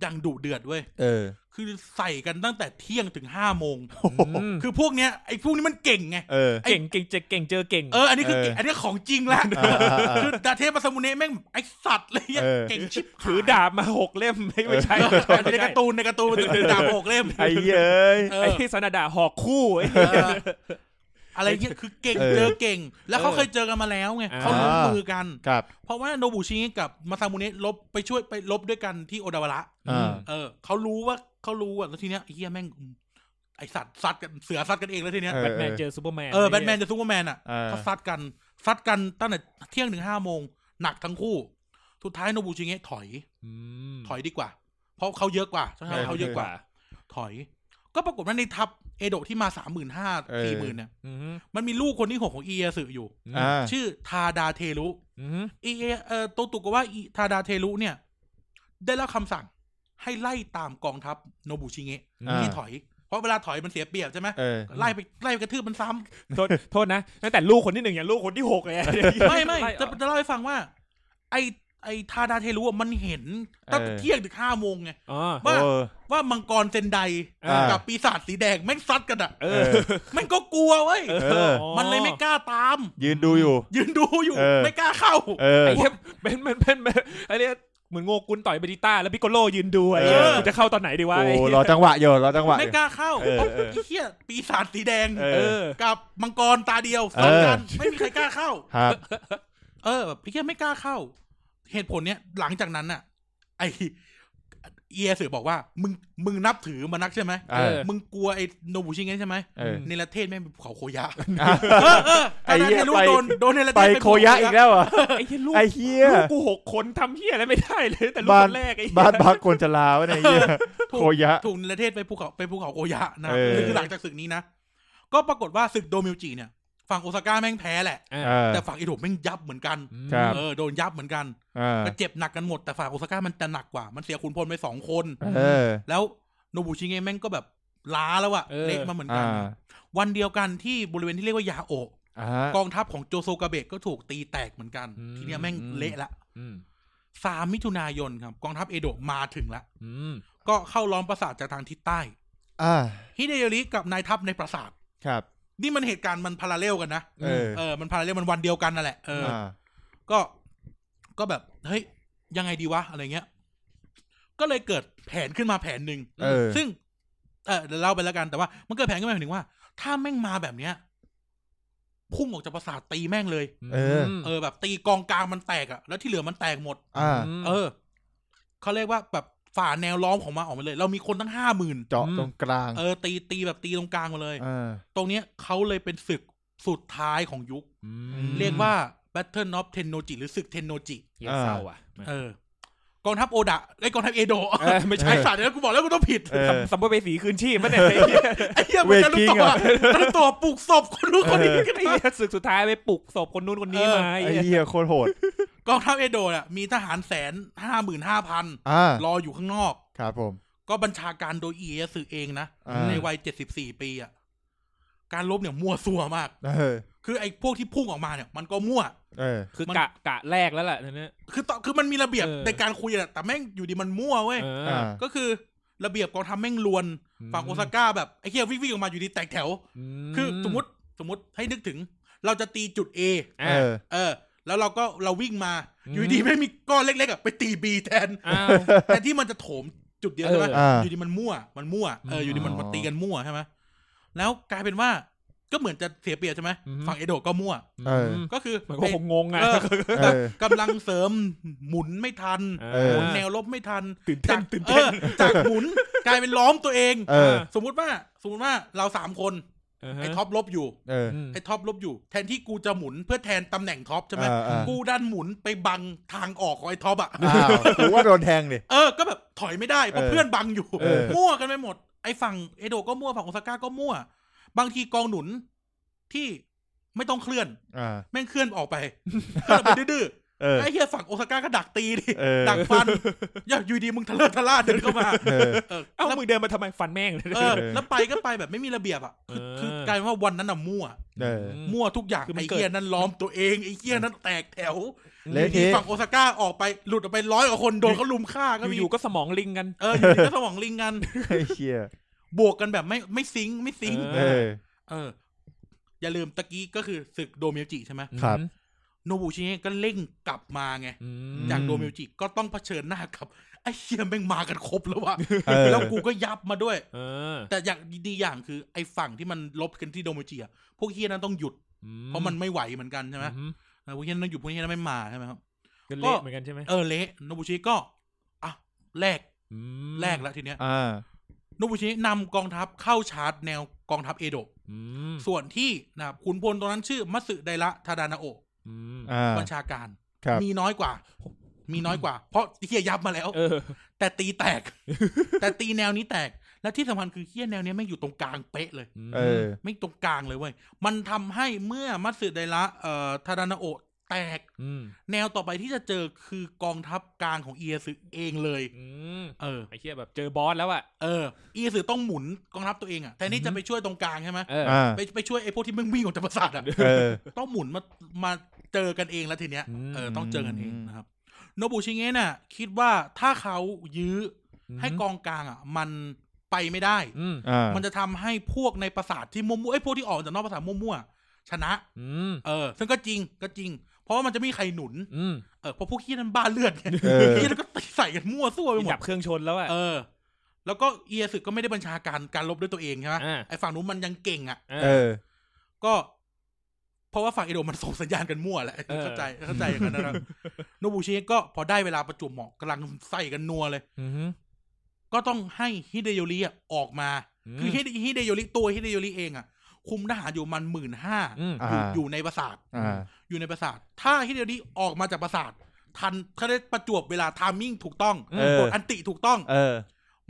S2: อย่างดุเดือดเว้ย
S4: เออ
S2: คือใส่กันตั้งแต่เที่ยงถึงห้าโมง
S3: อืม
S2: คือพวกเนี้ยไอ้พวกนี้มันเก่งไง
S4: เออ
S3: เก่งเก่งเจอเก่งเจอเก่ง
S2: เออ อันนี้คือ
S4: เออ
S2: อันนี้ของจริงละ
S4: อ่าอ่าอ่า
S2: คือดาเทะมาซามูเนะแม่งไอ้สัตว์เลยเนี่ย
S4: เออ
S2: เก่งชิบหย
S3: ถือดาบมาหกเล่มไม่ไม่ใช่
S2: เออ
S3: ไม่ใช่
S2: ในการ์ตูนในการ์ตูนมันถือดาบหกเล่ม
S4: ไอ้เย้ย
S2: เออ
S3: ไอ้ที่สนดาหอกคู่ไอ้
S2: เออไ อะไรเงี้ยคือเก่ง
S4: เออ
S2: เจอเก่ง แล้วเขาเคยเจอกันมาแล้วไง
S3: อ่า
S2: เขาร่วมมือกัน
S4: ครับ
S2: เพราะว่าโนบุชิกับมาซามุเนะลบไปช่วยไปลบด้วยกันที่โอดาวาระ
S4: อ่า
S2: เออเขารู้ว่าเขารู้อ่ะแล้วทีเนี้ยไอ้เหี้ยแม่งอืมไอสัตว์ซัดกันเสือซัดกันเองแล้วทีเนี้ย
S4: เอ
S3: แบทแมนเจอซูเปอร์แมน
S2: เออแบทแมนจะซูเปอร์แมนอ่ะ
S4: เออ
S2: เขาซัดกันซัดกันตั้งแต่เที่ยงถึงห้าโมงหนักทั้งคู่สุดท้ายโนบุชิเงะถอย
S3: อืม
S2: ถอยดีกว่า เพราะเขาเยอะกว่าใช่ไหม
S4: เออ
S2: เขาเยอะกว่า ถอย ก็ปรากฏว่าในทัพเอโดะที่มาสามหมื่นห้า
S4: เออ
S2: สี่หมื่นเนี่ย
S3: อืม
S2: มันมีลูกคนที่หกของเอียสึอยู่
S3: อ่า
S4: อ่า
S2: ชื่อทาดาเทรุ
S3: อืม
S2: เอเอเออโตตุกว่าอิทาดาเทรุเนี่ย ได้รับคำสั่งให้ไล่ตามกองทัพโนบุชิเงะ
S4: อ่า
S2: ที่ถอย เพราะเวลาถอยมันเสียเปรียบใช่ไหม
S4: เออ
S2: ไล่ไปไล่ไปกระทืบมันซ้ำ
S3: โทษโทษนะตั้งแต่ลูกคนที่หนึ่งยันลูกคนที่หกเลยอะ
S2: ไม่ไม่
S3: ล่อ
S2: จะ
S3: อก
S2: จะเล่าให้ฟังว่า ไอไอทาดาเทรุอะมันเห็นตั้งแต่
S4: เออ
S2: เที่ยงถึงห้าโมงไง
S3: อ๋อ
S2: ว่า
S4: เออ
S2: ว่ามังกรเซนได
S4: อ่ากั
S2: กับปีศาจสีแดงแม่งซัดกันอ่ะ
S4: เอ
S3: เออ
S4: อ
S2: แม่งก็กลัวเว้ย
S4: เออ
S2: มันเลยไม่กล้าตาม
S4: ยืนดูอยู่
S2: ยืนดูอยู่
S4: เออ
S2: ไม่กล้าเข้า
S4: เออ
S3: ไอ้เนี้ยเป็นเป็นเป็นเป็นไอ้เนี้ยเหมือนโงกุนต่อยเบจิต้าแล้วปิโกโลยืนดูไอ้เนี้ย
S4: เออ
S3: กูจะเข้าตอนไหนดีวะ
S4: โอ้
S3: ไอ้เหี้ย
S4: รอจังหวะอยู่รอจังหวะอ
S2: ไม่
S4: ยู่
S2: กล้าเข้า
S4: เออ
S2: เพราะ
S4: เออ
S2: ไอ้เหี้ยปีศาจสีแดง
S4: เอ
S3: เออ
S2: กับมังกรตาเดียว
S4: เออ
S2: สองกันไม่มีใครกล้าเข้า
S4: ครับ
S2: เออแบบไอ้เหี้ยไม่กล้าเข้า เหตุผลเนี้ยหลังจากนั้นน่ะ ไอเอียเสือบอกว่า มึงมึงนับถือมานักใช่ไหม
S4: เออ
S2: มึงกลัวไอโนบุชิเงะใช่ไหม
S4: เออ
S2: เนรเทศแม่งเป็นภูเขาโคยะ
S4: อ่ะ
S2: เออเออตอนนั้น
S4: ไอ้เหี้ย
S2: ไม่รู้
S4: ไป
S2: โดนโดนเนรเทศ
S4: ไป
S2: เป็นภู
S4: โค
S2: เขา
S4: ยะอีกแล้วเหรอ
S3: ไอ้เหี้ยลูก
S4: ไอ้เฮีย
S3: ลูกกูหกคนทำเหี้ยอะไรไม่ได้เลย แต่ลูก
S4: บ้า
S3: คน นแรกไอ้เหี้ย
S4: บ้านพักคนชราวะเนี่ยไอ้เฮีย
S2: ถูก
S4: โคยะ
S2: ถูกเนรเทศไปภูเขาไปภูเขาโอยะนะ
S4: เออ
S2: คือหลังจากศึกนี้นะ ก็ปรากฏว่าศึกโดมิวจิเนี่ย ฝั่งโอซาก้าแม่งแพ้แหละ
S3: อ่ะ
S4: เออ
S2: แต่ฝั่งอิโดะแม่งยับเหมือนกัน
S4: ครับ
S2: เออโดนยับเหมือนกัน
S4: เออ
S2: ก็เจ็บหนักกันหมดแต่ฝั่งโอซาก้ามันจะหนักกว่า มันเสียขุนพลไปสองคน
S4: เออ
S2: แล้วโนบุชิเงะแม่งก็แบบล้าแล้วอะเละมาเหมือนกั
S4: อ่าน
S2: วันเดียวกันที่บริเวณที่เรียกว่ายาโอะ
S4: อ่าก
S2: องทัพของโจโซกาเบะก็ถูกตีแตกเหมือนกัน ทีเนี้ยแม่งเละละ
S3: อืม
S2: สามมิถุนายนครับ กองทัพเอโดะมาถึงละ
S3: อืม
S2: ก็เข้าล้อมปราสาทจากทางทิศใต้
S4: อ่า
S2: ฮิเดโยริกับนายทัพในปราสาท
S4: ครับ
S2: นี่มันเหตุการณ์มันพาราเรลกันนะ
S4: เออ
S2: เออมันพาราเรลมันวันเดียวกันนั่นแหละเอออ
S4: อ่า
S2: ก็ ก็แบบ เฮ้ย ยังไงดีวะ อะไรเงี้ย ก็เลยเกิดแผนขึ้นมาแผนหนึ่ง
S4: เออ
S2: ซึ่ง เออเดี๋ยวเล่าไปแล้วกัน แต่ว่า มันเกิดแผนขึ้นมาแผนหนึ่งว่า ถ้าแม่งมาแบบเนี้ย พุ่งออกจากปราสาทตีแม่งเลย
S4: เออ
S2: เออ แบบตีกองกลางมันแตกอะแล้วที่เหลือมันแตกหมด
S4: อ่า
S3: ม
S2: เออ เขาเรียกว่าแบบฝ่าแนวล้อมของมาออกมาเลย เรามีคนตั้งห้าหมื่น
S4: เจาะตรงกลาง
S2: เออ ตีตีแบบตีตรงกลางมาเลย
S4: เออ
S2: ตรงเนี้ยเขาเลยเป็นศึกสุดท้ายของยุค
S4: อืม
S2: เรียกว่า Battle of Tennoji หรือศึก Tennoji
S3: เหี้ยเศร้าอ่ะ
S2: เออกองทัพโอดะไอ้ยกองทัพเอโดะ
S3: เออไม่ใช่
S2: ไอ้สัตว์เนี่ยกูบอกแล้วกูต้องผิด
S4: เออ
S3: สัมภเวสีคืนชีพมันเนี่ยไอ้เหี้ย
S2: ไอ้เหี้ยมันจะรู้
S4: Wait King
S2: ตัว
S4: เหรอ
S2: รู้ตัวปลูกศพคนนู้นคนนี้
S3: ไอ้เหี้ยศึกสุดท้ายไปปลุกศพคนนู้นคนนี้มา
S4: ไอ้
S3: ไอ้เหี้ย
S4: เฮียโคตรโหด
S2: กองทัพเอโดะน่ะมีทหารแสนห้าหมื่นห้าพัน
S4: อ่าร
S2: ออยู่ข้างนอก
S4: ครับผม
S2: ก็บัญชาการโดยเอเอสือเองนะ
S4: อ่า
S2: ในวัยเจ็ดสิบสี่ปีอ่ะการลบเนี่ยมั่วซั่วมาก
S4: เออ
S2: คือไอ้พวกที่พุ่งออกมาเนี่ย มันก็มั่ว
S4: เออ
S3: คือ
S2: มัน
S3: กะกะแรกแล้วล่ะเนี่ย
S2: คือต่อคือมันมีระเบียบ
S3: เออ
S2: ในการคุยแหละแต่แม่งอยู่ดีมันมั่วเว้ย
S3: เออ
S4: อ่า
S2: ก็คือระเบียบกองทัพแม่งลวน ฝั่งโอซาก้าแบบไอ้เหี้ยวิ่งวิ่งออกมาอยู่ดีแตกแถว
S3: ม
S2: คือสมมติสมมติให้นึกถึง เราจะตีจุด A
S4: เอ
S3: อ่ะ
S4: อ
S2: เออ แล้วเราก็เราวิ่งมา
S3: อืม
S2: อยู่ดีไม่มีก้อนเล็กๆอะไปตี B แทน
S3: อ้าว
S2: แทนที่มันจะโถมจุดเดียวใช่ไหม
S3: เออ
S4: อ่า
S2: อยู่ดีมันมั่ว มันมั่วเออ
S3: ม
S2: อยู่ดีมัน
S4: อ๋อ
S2: มันตีกันมั่วใช่ไหมแล้วกลายเป็นว่าก็เหมือนจะเสียเปรียบใช่ไหม
S3: อืม
S2: ฝั่งเอโดะก็มั่ว
S4: เออ
S2: ก็คือ
S3: มันก็คงงงอ่ะ
S2: เออ
S4: เออ
S2: กำลังเสริมหมุนไม่ทัน
S4: เออ
S2: หมุนแนวลบไม่ทัน
S3: ตื่นเต้น
S2: จาก
S3: ตื่นเต้น
S2: ออจากหมุน กลายเป็นล้อมตัวเอง
S4: เออ
S2: สมมุติว่าสมมติว่าเราสามคนไอ้ท็อปลบอยู่
S4: เออ
S3: ม
S2: ไอ้ท็อปลบอยู่แทนที่กูจะหมุนเพื่อแทนตำแหน่งท็อปใช่ไหม
S4: อ่าอ่ากู
S2: กูด้านหมุนไปบังทางออกของไอ้ท็อปอ่ะ
S4: อ้าวกูว่าโดนแทงดิ
S2: เออก็แบบถอยไม่ได้เพราะ
S4: เออ
S2: เพื่อนบังอยู่
S4: เออ
S2: มั่วกันไปหมดไอ้ฝั่งเอโดะก็มั่วฝั่งโอซาก้าก็มั่ว บางทีกองหนุนที่ไม่ต้องเคลื่อน
S4: อ่า
S2: แม่งเคลื่อนออกไป ก็เลยไปดื้อ
S4: เออ
S2: ๆไอ้เฮียฝั่งโอซาก้าก็ดักตีดิ
S4: เออ
S2: ดักฟันอยากอยู่ดีมึงทะเลาะทะล่าเดินเข้ามา
S4: เออ
S2: เออ
S3: เอ้า
S2: แล้ว
S3: มึงเดินมาทำไมฟันแม่งเลย
S2: เออแล้วไปก็ไปแบบไม่มีระเบียบอ่ะคือ
S3: เออ
S2: คือกลายเป็นว่าวันนั้นอ่ะมั่ว
S4: เออ
S3: ม
S2: มั่วทุกอย่าง
S3: คือมัน
S2: ไอ้
S3: เกิด
S2: เกียนั้นล้อมตัวเองไอ้เกียนั้นแตกแถว
S4: เละเทะ
S2: ฝั่งโอซาก้าออกไปหลุดออกไปร้อยกว่าคนโดนเขาลุมฆ่าก็มี
S3: อยู่ๆก็สมองลิงกัน
S2: เอออยู่ดีก็สมองลิงกัน
S4: ไอ้เฮีย
S2: บวกกันแบบไม่ไม่ซิงค์ไม่ซิงค์
S3: เอ
S4: เออ
S2: เออ อย่าลืมตะกี้ก็คือศึกโดเมียจิใช่ไหม
S4: ครับ
S2: โนบุชิเนะก็เร่งกลับมาไง
S3: อืม
S2: จากโดมิวจิก็ต้องเผชิญหน้ากับ ไอ้เฮียแม่งมากันครบแล้วว่ะ
S4: เออ
S2: แล้วกูก็ยับมาด้วย
S3: เออ
S2: แต่อย่างดีอย่างคือไอ้ฝั่งที่มันลบกันที่โดมิวจิอะพวกเฮียนั้นต้องหยุด เพราะมันไม่ไหวเหมือนกันใช่ไหม
S3: อื
S2: เออพวกเฮียนั้นต้องหยุดพวกเฮียนั้นไม่มาใช่ไหมครับ
S3: ก็
S2: ก็
S3: เละเหมือนกันใช่ไหม
S2: เออเละโนบุชิก็อ่ะแลก
S3: ม
S2: แลกแล้วทีเนี้ย
S4: อ่า
S2: โนบุชินำกองทัพเข้าชาร์จแนวกองทัพเอโดะ
S3: อืม
S2: ส่วนที่นะครับขุนพลตัวนั้นชื่อมัตสึไดระทาดานาโอะ
S3: อืม
S4: อ่า
S2: บัญชาการ
S4: ครับ
S2: มีน้อยกว่า มีน้อยกว่า เพราะเฮียยับมาแล้ว
S3: เออ
S2: แต่ตีแตก แต่ตีแนวนี้แตก และที่สำคัญคือเฮียแนวเนี้ยไม่งอยู่ตรงกลางเป๊ะเลย
S4: เออ
S2: ไม่ตรงกลางเลยเว้ย มันทำให้เมื่อมัตสึไดระเอ่อทาดานาโอะแตก
S3: อืม
S2: แนวต่อไปที่จะเจอคือกองทัพกลางของเอียสึเองเลย
S3: อืม
S2: เออ
S3: ไอ้เหี้ยแบบเจอบอสแล้วอ่ะ
S2: เออ เอียสึต้องหมุนกองทัพตัวเองอะแทนที่จะไปช่วยตรงกลางใช่ไหม
S3: เออ
S4: อ่า
S2: ไปไปช่วยไอ้พวกที่มึงวิ่งออกจากปราสาทอะ
S4: เออ
S2: ต้องหมุนมามาเจอกันเองแล้วทีเนี้ย
S3: ม
S2: เออ ต้องเจอกันเอง
S4: อืม
S2: นะครับ โนบุชิเงะน่ะ คิดว่าถ้าเขายื้ออให้กองกลางอ่ะ มันไปไม่ได้
S3: อืม
S4: อ่า
S2: มันจะทำให้พวกในปราสาทที่มั่วๆไอ้ยพวกที่ออกจากนอกปราสาทมั่วๆชนะ
S3: อืม
S2: เออ ซึ่งก็จริงก็จริง เพราะว่ามันจะไม่มีใครหนุน
S3: อืม
S2: เออเพราะพวกขี้ยนั้นบ้าเลือดไง
S4: เออ
S2: ขี้ยนั้นก็ใส่กันมั่วซั่วไปหมด
S3: ดับเครื่องชนแล้วอ่ะ
S2: เออ แล้วก็เอียสึกก็ไม่ได้บัญชาการการลบด้วยตัวเองใช่ไหม
S3: อ่า
S2: ไอ้ฝั่งนู้นมันยังเก่งอ่ะ
S3: เอ
S4: เอ
S3: อ
S4: อ
S2: ก็เพราะว่าฝั่งเอโดะมันส่งสัญญาณกันมั่วแหละ
S3: เออ
S2: เข้าใจเข้าใจอย่างนั้นนะครับ โนบุชิก็พอได้เวลาประจวบเหมาะกำลังใส่กันนัวเลย
S3: อืม
S2: ก็ต้องให้ฮิเดโยริอะออกมา
S3: อืม
S2: คือฮิเดฮิเดโยริตัวฮิเดโยริเองอะคุมทหารอยู่มันหมื่นห้า
S3: อืม
S4: อ่ะ
S2: อยู่ในปราสาท
S4: อ่า
S2: อยู่ในปราสาท ถ้าฮิเดโยริออกมาจากปราสาท ทันถ้าได้ประจวบเวลาทามมิ่งถูกต้อง
S4: เออ
S2: กดอันติถูกต้อง
S4: เออ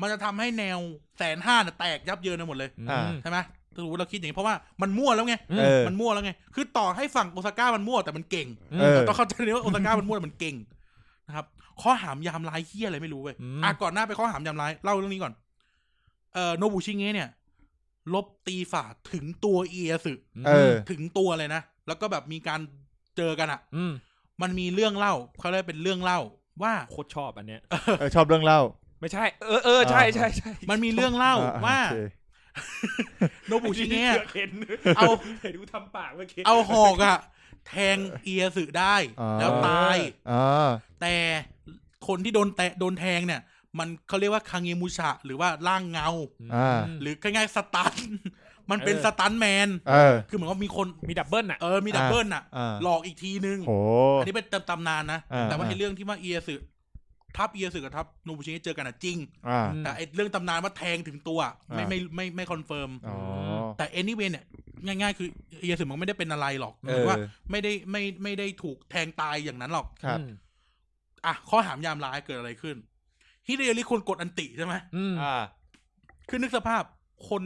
S2: มันจะทำให้แนวแสนห้าน่ะแตกยับเยินไปหมดเลย
S4: อ่า
S2: ใช่ไหมถือเราคิดอย่างนี้เพราะว่ามันมั่วแล้วไง
S4: เออ
S2: มันมั่วแล้วไง คือต่อให้ฝั่งโอซาก้ามันมั่วแต่มันเก่ง
S4: เออ
S2: ต้องเข้าใจเลยว่าโอซาก้ามันมั่วแต่มันเก่งนะครับ ข้อหามยามร้ายเฮี้ยอะไรไม่รู้เว้ย
S3: อืม
S2: อ่ะก่อนหน้าไปข้อหามยามร้ายเล่าเรื่องนี้ก่อน เอ่อโนบุชิเงะเนี่ย ลบตีฝ่าถึงตัวเอียสึ
S4: เออ
S2: ถึงตัวเลยนะ แล้วก็แบบมีการเจอกันอ่ะ
S3: อืม
S2: มันมีเรื่องเล่าเขาเรียกเป็นเรื่องเล่าว่า
S3: โคตรชอบอันเนี้ย
S4: เออ ชอบเรื่องเล่า
S3: ไม่ใช่ เออเออใช่ใช่ใช่
S2: มันมีเรื่องเล่าว่า
S4: โอเค
S2: โนบุชิเงะ
S3: เห็น
S2: เอา
S3: เห็นกูทำปากเมื่อกี้
S2: เอาหอกอ่ะ แทงเอียสึได้แล้วตาย
S4: อ่า
S2: แต่คนที่โดนแตะโดนแทงเนี่ย มันเขาเรียกว่าคางเงมูชะ หรือว่าร่างเงา
S4: อ่า
S2: หรือง่ายๆสตัน มันเป็นสตันแมน
S4: เออ
S2: คือเหมือนว่ามีคน
S3: มีดับเบิลอ่ะ
S2: เออมีดับเบิลน่ะ
S4: อ่า
S2: หลอกอีกทีนึง
S4: โห
S2: อันนี้เป็นตำตำนานนะ
S4: อ่า
S2: แต่ว่าไอ้เรื่องที่ว่าเอียสึทับเอียสึกับทับนูบุชิเจอกันอ่ะจริง
S4: อ่า
S2: แต่ไอ้เรื่องตำนานว่าแทงถึงตัวไม่
S4: อ่า
S2: ไม่ไม่ไม่คอนเฟิร์ม
S4: อ๋อ
S2: แต่ anyway เนี่ยง่ายๆ คือเอียสึมันไม่ได้เป็นอะไรหรอกห
S4: เออ
S2: มายถึงว่าไม่ได้ไม่ไม่ได้ถูกแทงตายอย่างนั้นหรอก
S4: ครับ
S2: อ่ะข้อหามยามร้ายเกิดอะไรขึ้นฮิเดโยริคนกดอันติใช่ไหม
S3: อืม
S4: อ่า
S2: คือนึกสภาพคน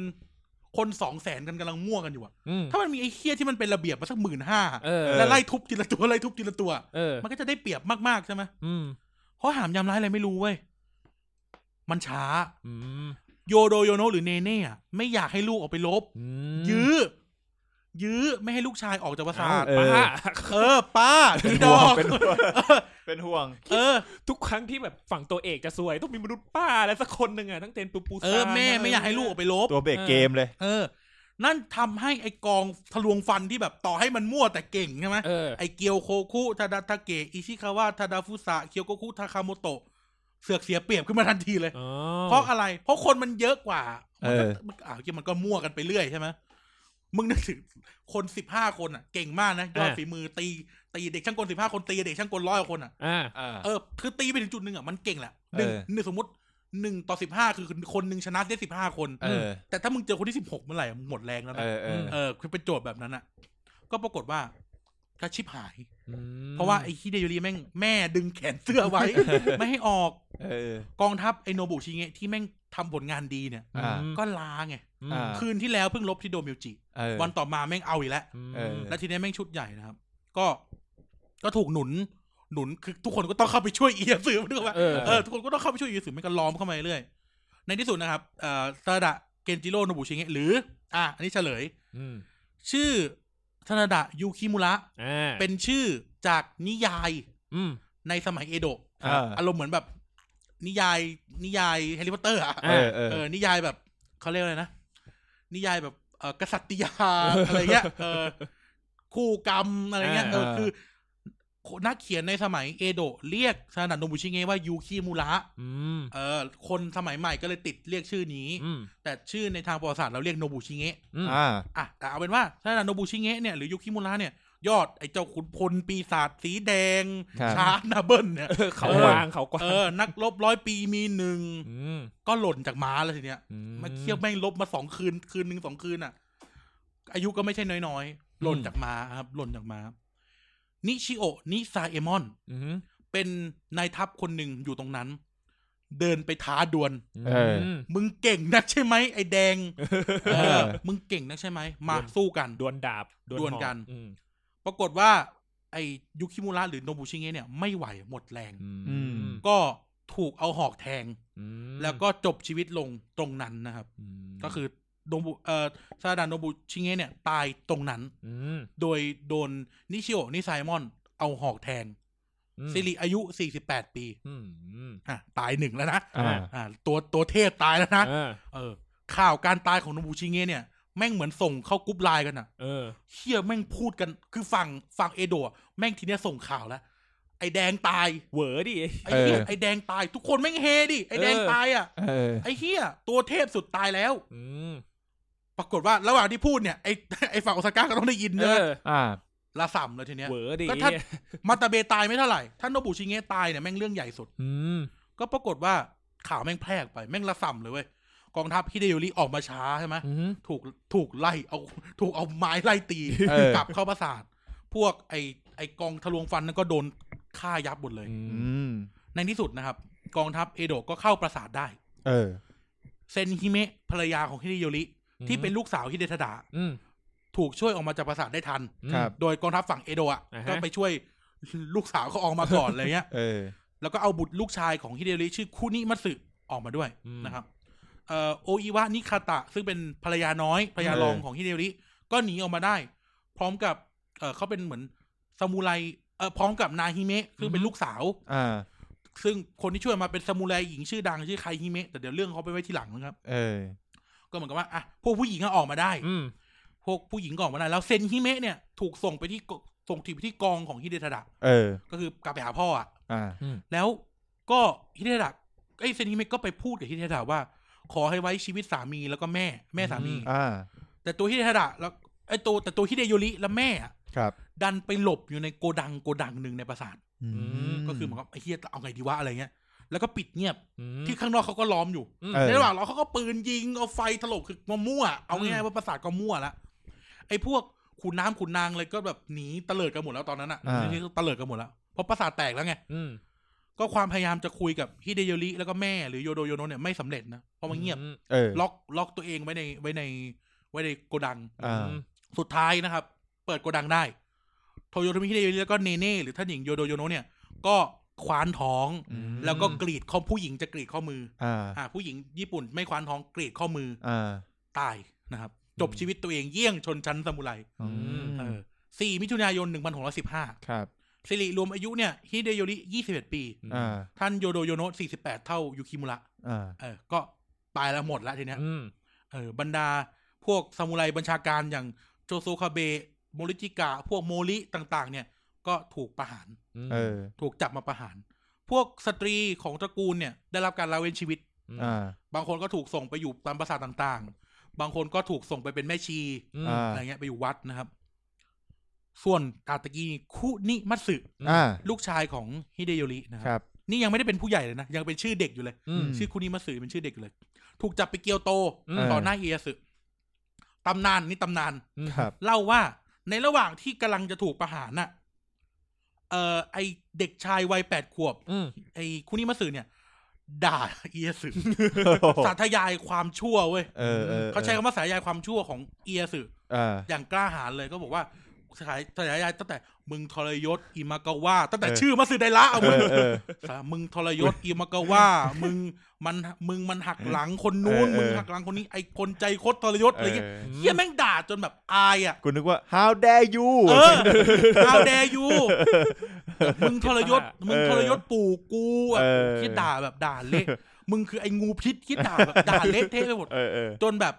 S2: คนสองแสนกันกำลังมั่วกันอยู่อะ
S3: อืม
S2: ถ้ามันมีไอ้เคียที่มันเป็นระเบียบมาสักหมื่นห้า
S3: เออ
S2: แล้วไล่ทุบทีละตัวไล่ทุบทีละตัว
S3: เออ
S2: มันก็จะได้เปรียบมากๆใช่ไหม
S3: อืม
S2: ข้อหามยามร้ายอะไรไม่รู้เว้ย มันช้า
S3: อืม
S2: โยโดโยโนะหรือเนเน่อะไม่อยากให้ลูกออกไปลบ
S3: อืม
S2: ยื้อ ยื้อไม่ให้ลูกชายออกจากปราสาท
S4: เออ
S3: ป้า
S2: เออป้าพี่ดอก
S4: เป็นห่วงเป็นห่วง
S2: เออ
S3: ทุกครั้งที่แบบฝั่งตัวเอกจะซวย ต้องมีมนุษย์ป้าอะไรสักคนหนึ่งอ่ะทั้งเทนปูปู
S2: เออ แม่ไม่อยากให้ลูกออกไปลบ
S4: ตัวเบรกเกมเลย
S2: เออ นั่นทำให้ไอกองทะลวงฟันที่แบบต่อให้มันมั่วแต่เก่งใช่ไหม
S3: เออ
S2: ไอเกียวโคคุทาดาทาเกะอิชิคาวะทาดาฟุสะเกียวโคคุทาคาโมโตะเสือกเสียเปรียบขึ้นมาทันทีเลย เพราะอะไร เพราะคนมันเยอะกว่า
S4: เออ
S2: มันก็มันอ้าวเหี้ยมันก็มั่วกันไปเรื่อยใช่ไหมมึงนึกถึงคนสิบห้าคนอ่ะ เก่งมากนะยอด
S3: อ่า
S2: ฝีมือตีตีเด็กช่างกลสิบห้าคนตีเด็กช่างกลร้อยคนอ่ะ
S3: อ่า
S4: อ่า
S2: เออคือตีไปถึงจุดหนึ่งอ่ะมันเก่งแหละหนึ่ง
S4: เออ
S2: หนึ่งสมมติหนึ่งต่อสิบห้าคือคนหนึ่งชนะได้สิบห้าคน
S4: เออ
S2: แต่ถ้ามึงเจอคนที่สิบหกเมื่อไหร่อะมึงหมดแรงแล้ว
S4: เอ
S2: นะ
S4: อ เออ
S2: เออคือเป็นโจทย์แบบนั้นอะก็ปรากฏว่าก็ชิบหาย
S3: อืม
S2: เพราะว่าไอ้ฮิเดโยริแม่งแม่ดึงแขนเสื้อไว้ ไม่ให้ออก
S4: เออ
S2: กองทัพไอโนบุชิเงะที่แม่งทำผลงานดีเนี่ย
S4: อ่า
S3: ม
S2: ก็ลาไง
S3: อืม
S4: อ่า
S2: คืนที่แล้วเพิ่งลบที่โดมิวจิ
S4: เออ
S2: วันต่อมาแม่งเอาอีกแล้ว
S4: เออ
S2: แล้วทีเนี้ยแม่งชุดใหญ่นะครับ ก็ก็ถูกหนุนหนุนคือทุกคนก็ต้องเข้าไปช่วยเอียสือมันด้วยว่า
S3: เออ
S2: เออทุกคนก็ต้องเข้าไปช่วยเอียสือมันก็ล้อมเข้ามาเรื่อยในที่สุดนะครับเอ่อซาดะเกนจิโร่โนบุชิเงะหรือ อ่ะอันนี้เฉลย
S3: อืม
S2: ชื่อธนดะยูคิมุระ
S3: อ่า
S2: เป็นชื่อจากนิยาย
S3: อืม
S2: ในสมัยเอโดะ
S4: อ่า
S2: อารมณ์เหมือนแบบ นิยาย นิยายแฮร์รี่พอตเตอร์อะ
S3: อ่า
S4: เออ เออ
S2: เออนิยายแบบเขาเรียกอะไรนะ นิยายแบบ เออกษัตริยา อะไรเงี้ยเออคู่กรรมอะไรเงี้ยเออ
S4: เออ
S2: คือ นักเขียนในสมัยเอโดะเรียกซานาโนบุชิเงะว่ายูคิมูระ
S3: อืม
S2: เออคนสมัยใหม่ก็เลยติดเรียกชื่อนี้
S3: อืม
S2: แต่ชื่อในทางประวัติศาสตร์เราเรียกโนบุชิเงะ
S3: อืม
S4: อ่า
S2: อ่ะแต่เอาเป็นว่าถ้านาโนบุชิเงะเนี่ยหรือยุคิมุระเนี่ย ยอดไอ้เจ้าขุนพลปีศาจสีแดง
S4: ครับ
S2: ชาร์กนาเบิลเนี่ย
S3: เออเขา
S2: เออ
S3: วางเขากวาง
S2: เออ นักรบร้อยปีมีหนึ่ง
S3: ม
S2: ก็หล่นจากม้าแล้วทีเนี้ย
S3: อื
S2: มาเที่ยวแม่งลบมาสองคืน คืนหนึ่งสองคืนอ่ะ อายุก็ไม่ใช่น้อยๆ หล่นจากม้าครับ หล่นจากม้า นิชิโอะนิซาเอมอน
S3: อืม
S2: เป็นนายทัพคนหนึ่งอยู่ตรงนั้น เดินไปท้าดวล
S4: เออ
S3: ม
S2: มึงเก่งนักใช่ไหมไอ้แดง
S4: เอ
S2: เอ
S4: อ
S2: อ มึงเก่งนักใช่ไหม มาสู้กัน
S3: ดวลดาบ
S2: ดวล
S3: หอก
S2: กัน
S3: อืม
S2: ปรากฏว่า ไอ้ยุคิมุระหรือโนบุชิเงะเนี่ยไม่ไหวหมดแรง
S3: อืม
S2: ก็ถูกเอาหอกแทง
S3: อืม
S2: แล้วก็จบชีวิตลงตรงนั้นนะครับ
S3: ม
S2: ก็คือโนบุเอ่อซาดานโนบุชิเงะเนี่ย ตายตรงนั้น
S3: ม
S2: โดยโดนนิชิโอะนิไซมอน เอาหอกแทง
S3: อืม
S2: ซิริอายุ 48 ปี
S3: อืมอืม
S2: อ่ะตายหนึ่งแล้วนะ
S4: อ่า
S2: อ่ะตัวตัวเทพตายแล้วนะ
S3: เออ
S2: เออ ข่าวการตายของโนบุชิเงะเนี่ยแม่งเหมือนส่งเข้ากรุ๊ปไลน์กันอ่ะ
S3: เออ
S2: เฮียแม่งพูดกันคือฝั่งฝั่งเอโดะแม่งทีเนี้ยส่งข่าวแล้ว ไอ้แดงตาย
S3: เหวอดิ
S2: ไอ้เฮีย
S4: เออ
S2: ไอ้แดงตาย ทุกคนแม่งเฮดิไอ้แดง
S3: เออ
S2: ตายอ่ะ
S4: เออ
S2: ไอ้เฮียตัวเทพสุดตายแล้ว
S3: อืม
S2: ปรากฏว่าระหว่างที่พูดเนี่ยไอ้ไอ้ฝั่งโอซาก้าก็ต้องได้ยิน
S3: เอ
S2: เนอะ
S3: อ
S4: อ่า
S2: ละส่ำเลยทีเนี้ย
S3: เหวอดิ
S2: ก็ถ้า มาตาเบตายไม่เท่าไหร่ถ้าโนบุชิเงะตายเนี่ยแม่งเรื่องใหญ่สุด
S3: อืม
S2: ก็ปรากฏว่าข่าวแม่งแพร่ออกไปแม่งละส่ำเลยเว้ยกองทัพฮิเดโยริออกมาช้าใช่ไหม
S3: อืม
S2: ถูกถูกไล่เอาถูกเอาไม้ไล่ตี
S4: เออ
S2: กลับเข้าปราสาท พวกไอไอกองทะลวงฟันนั่นก็โดนฆ่ายับหมดเลย
S4: อืม
S2: ในที่สุดนะครับ กองทัพเอโดะก็เข้าปราสาทได้
S4: เออ
S2: เซนฮิเมะภรรยาของฮิเดโยริ
S3: อืม
S2: ที่เป็นลูกสาวฮิเดทดะ
S3: อืม
S2: ถูกช่วยออกมาจากปราสาทได้ทัน
S4: ครับ
S2: โดยกองทัพฝั่งเอโดะอะ
S3: อ่าฮะ
S2: ก็ไปช่วยลูกสาวเขาออกมาก่อน อะไรเงี้ย
S4: เออ
S2: แล้วก็เอาบุตรลูกชายของฮิเดโยริชื่อคุนิมัตสึออกมาด้วย
S3: อืม
S2: นะครับเอ่อโออิวะนิคาตะ ซึ่งเป็นภรรยาน้อยภรรยารองของฮิเดโยริ ก็หนีออกมาได้ พร้อมกับเอ่อเขาเป็นเหมือนซามูไรเอ่อพร้อมกับนาฮิเมะซึ่งเป็นลูกสาว
S4: อ่า
S2: ซึ่งคนที่ช่วยมาเป็นซามูไรหญิงชื่อดังชื่อไคฮิเมะแต่เดี๋ยวเรื่องเขาไปไว้ที่หลังนะครับ
S4: เออ
S2: ก็เหมือนกับว่าอ่ะพวกผู้หญิงก็ออกมาได้
S3: อืม
S2: พวกผู้หญิงก็ออกมาได้ แล้วเซนฮิเมะเนี่ยถูกส่งไปที่กส่งทีมไปที่กองของฮิเดทาดะ
S4: เออ
S2: ก็คือกลับไปหาพ่ออ่ะ
S4: อ่า
S3: อืม
S2: แล้วก็ฮิเดทาดะไอ้ยเซนฮิเมะก็ไปพูดกับฮิเดทาดะว่า ขอให้ไว้ชีวิตสามีแล้วก็แม่แม่สามี
S4: อ่า
S2: แต่ตัวฮิเดทาดะแล้วไอ้ตัวแต่ตัวฮิเดโยริและแม่อะ
S4: ครับ
S2: ดันไปหลบอยู่ในโกดังโกดังหนึ่งในปราสาท
S4: อืม
S2: ก็คือเหมือนกับไอ้เฮียเอาไงดีวะอะไรเงี้ย แล้วก็ปิดเงียบ
S3: อืม
S2: ที่ข้างนอกเขาก็ล้อมอยู่
S3: อืม
S4: เออ
S2: ในระหว่างเราเขาก็ปืนยิงเอาไฟถล่มคือมามั่ว เอา
S3: อื
S2: ง่าย
S3: ม
S2: ๆว่าประสาทก็มั่วละไอ้พวกขุนน้ำขุนนางเลยก็แบบหนีเตะเลิดกันหมดแล้วตอนนั้นอ่ะ
S4: อ่า
S2: นี่เตะเลิดกันหมดแล้วเพราะประสาทแตกแล้วไง
S3: อืม
S2: ก็ความพยายามจะคุยกับฮิเดโยริแล้วก็แม่หรือโยโดโยโนะเนี่ยไม่สำเร็จนะเพราะมันเงียบ
S3: อืม
S4: เออ
S2: ล็อกล็อกตัวเองไว้ในไว้ในไว้ในโกดัง
S4: อ่า
S2: สุดท้ายนะครับ เปิดโกดังได้โทโยโทมิฮิเดโยริแล้วก็เนเน่หรือท่านหญิงโยโดโยโนะเนี่ยก็คว้านท้อง
S4: อืม
S2: แล้วก็กรีดข้อผู้หญิงจะกรีดข้อมือ
S4: อ่า
S2: อ่าผู้หญิงญี่ปุ่นไม่คว้านท้องกรีดข้อมือ
S4: อ่า
S2: ตายนะครับ จบชีวิตตัวเองเยี่ยงชนชั้นซามูไร
S4: อืม
S2: เออสี่มิถุนายนหนึ่งพันหกร้อยสิบห้า
S4: ครับ
S2: สิริรวมอายุเนี่ยฮิเดโยริยี่สิบเอ็ดปี
S4: อ่า
S2: ท่านโยโดโยโนะสี่สิบแปดเท่ายูคิมุระ
S4: อ่า
S2: เออก็ตายแล้วหมดละทีเนี้ย
S3: อืม
S2: เออบรรดาพวกซามูไรบัญชาการอย่างโจโซคาเบะโมริจิกะ พวกโมริต่าง ๆ เนี่ยก็ถูกประหาร
S3: ม
S4: เออ
S2: ถูกจับมาประหาร พวกสตรีของตระกูลเนี่ย ได้รับการละเว้นชีวิต
S3: ม
S4: อ่า
S2: บางคนก็ถูกส่งไปอยู่ตามปราสาทต่างๆ บางคนก็ถูกส่งไปเป็นแม่ชี
S3: อืม
S4: อ่า
S2: อะไรเงี้ยไปอยู่วัดนะครับ ส่วนกาตากีคุนิมัตสึ
S4: อ่า
S2: ลูกชายของฮิเดโยรินะค
S4: ครั
S2: รับ
S4: บ
S2: นี่ยังไม่ได้เป็นผู้ใหญ่เลยนะ ยังเป็นชื่อเด็กอยู่เลย
S3: อืม
S4: ม
S2: ชื่อคุนิมัตสึเป็นชื่อเด็กอยู่เลย ถูกจับไปเกียวโต
S3: อืม
S2: ต่อหน้าเอียสึตำนานนี่ตำนาน
S3: อืม
S4: ครับ
S2: เล่าว่าในระหว่างที่กำลังจะถูกประหารน่ะ เอ่อไอเด็กชายวัยแปดขวบ
S3: อืม
S2: ไอ้คุนิมัตสึเนี่ย ด่าเอียสึ สาธยายความชั่วเว้ย
S4: เออเออ
S2: เขาใช้คำว่าสาธยายความชั่วของเอียสึ
S4: อ่า
S2: อย่างกล้าหาญเลยก็บอกว่าสาธยายสาธยายตั้งแต่มึงทรยศอิมากาวะตั้งแต่
S4: เออ
S2: ชื่อมัตสึไดละเอา
S4: เอ
S2: มึง
S4: อเออ
S2: สามึงทรยศอิมากาวะมึงมันมึงมันหักหลังคนนู้น
S4: เออเออ
S2: มึงหักหลังคนนี้ไอ้คนใจคดทรยศอะไรเงี้ย
S4: เออ
S2: เฮียแม่งด่าจนแบบอายอ่ะ
S4: กูนึกว่า how dare you
S2: เออเอาแดยูมึงทรยศมึงทรยศปู่กูอ่ะ
S4: เออ
S2: คิดด่าแบบด่าเละมึงคือไอ้งูพิษคิดด่าแบบด่าเละเทะไปหมด
S4: เออเออ
S2: จนแบบ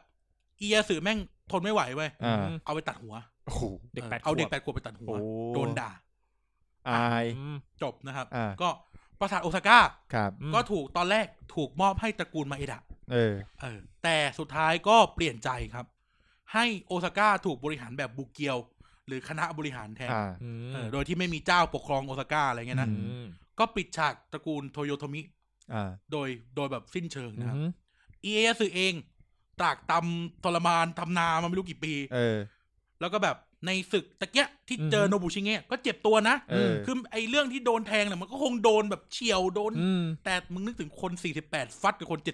S2: เอียสือแม่งทนไม่ไหวเว้ย
S4: อ่า
S2: เอาไปตัดหัว
S4: โอ้โห
S3: เด็กแปด
S2: เอาเด็ก
S3: ขวบ
S2: แปดขวบไปตัดหัว
S4: โอ้
S2: โดนด่า
S4: อาย
S3: อืม
S2: จบนะครับ
S4: อ่า
S2: ก็ปราสาทโอซาก้า
S4: ครับ
S3: อืม
S2: ก็ถูกตอนแรกถูกมอบให้ตระกูลมาเอดะ
S4: เออ
S2: เออแต่สุดท้ายก็เปลี่ยนใจครับ ให้โอซาก้าถูกบริหารแบบบุกเกียว หรือคณะบริหารแทน
S4: อ่า
S3: อืม
S2: เออโดยที่ไม่มีเจ้าปกครองโอซาก้าอะไรเงี้ยนะ
S4: อื
S3: อืม
S2: ก็ปิดฉากตระกูลโทโยโทมิ
S4: อ่า
S2: โดยโดยแบบสิ้นเชิงนะครับ
S3: อืม
S2: เอเอสึเองตากตำทรมานทำนามาไม่รู้กี่ปี
S4: เออ
S2: แล้วก็แบบในศึกตะเกียะที่เจอโนบุชิเงะก็เจ็บตัวนะ
S4: เออ
S2: คือไอ้เรื่องที่โดนแทงเนี่ยมันก็คงโดนแบบเฉียวโดน
S3: อืม
S2: แต่มึงนึกถึงคน 48 ฟัดกับคน
S4: เอ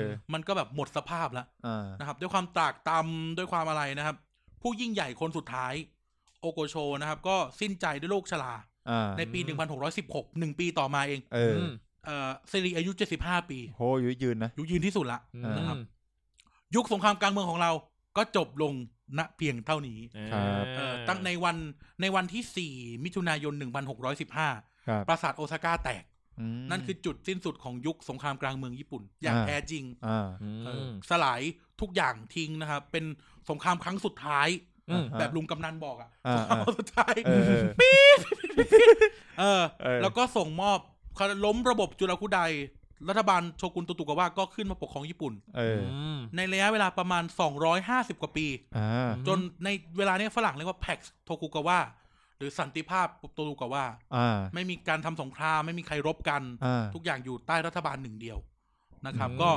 S4: อ
S2: 75 มันก็แบบหมดสภาพแล้ว
S4: อ่า
S2: นะครับด้วยความตรากตำด้วยความอะไรนะครับ ผู้ยิ่งใหญ่คนสุดท้าย โอโกโชนะครับ ก็สิ้นใจด้วยโรคชรา
S4: อ่า
S2: ในปี 1616หนึ่งปีต่อมาเอง
S4: เออ
S3: ม
S2: เอ่อซิริอายุ 75 ปี
S4: โหอายุยืนนะ
S2: อายุยืนที่สุดละ
S3: อืม
S2: นะครับ ยุคสงครามกลางเมืองของเรา ก็จบลงณเพียงเท่านี้
S4: ครับ
S2: เอ่อตั้งในวันในวันที่ 4 มิถุนายน 1615
S4: ครับ
S2: ปราสาทโอซาก้าแตก
S4: ม
S2: นั่นคือจุดสิ้นสุดของยุคสงครามกลางเมืองญี่ปุ่น อย่าง
S4: อ่า
S2: แท้จริง
S4: อ่า
S3: อืม
S2: เอ่อสลายทุกอย่างทิ้งนะครับ เป็นสงครามครั้งสุดท้าย
S3: อืม
S4: อ่า
S2: แบบลุงกำนันบอกอ่ะ
S4: อ่าอ่า
S2: สุดท้าย
S4: เออเออ
S2: เออ
S4: เออ
S2: แล้วก็ส่งมอบเขาล้มระบบจุลคุไดรัฐบาลโชกุนโตุตุกาวะก็ขึ้นมาปกครองญี่ปุ่น
S4: เออ
S2: ในระยะเวลาประมาณ 250 กว่าปี
S4: อ่า
S2: จนในเวลาเนี้ยฝรั่งเรียกว่าแพ็กโทกุกาวะหรือสันติภาพโตตุกาวะ
S4: อ่า
S2: ไม่มีการทำสงครามไม่มีใครรบกัน
S4: อ่า
S2: ทุกอย่างอยู่ใต้รัฐบาลหนึ่งเดียวนะครับ
S3: อืม
S2: ก็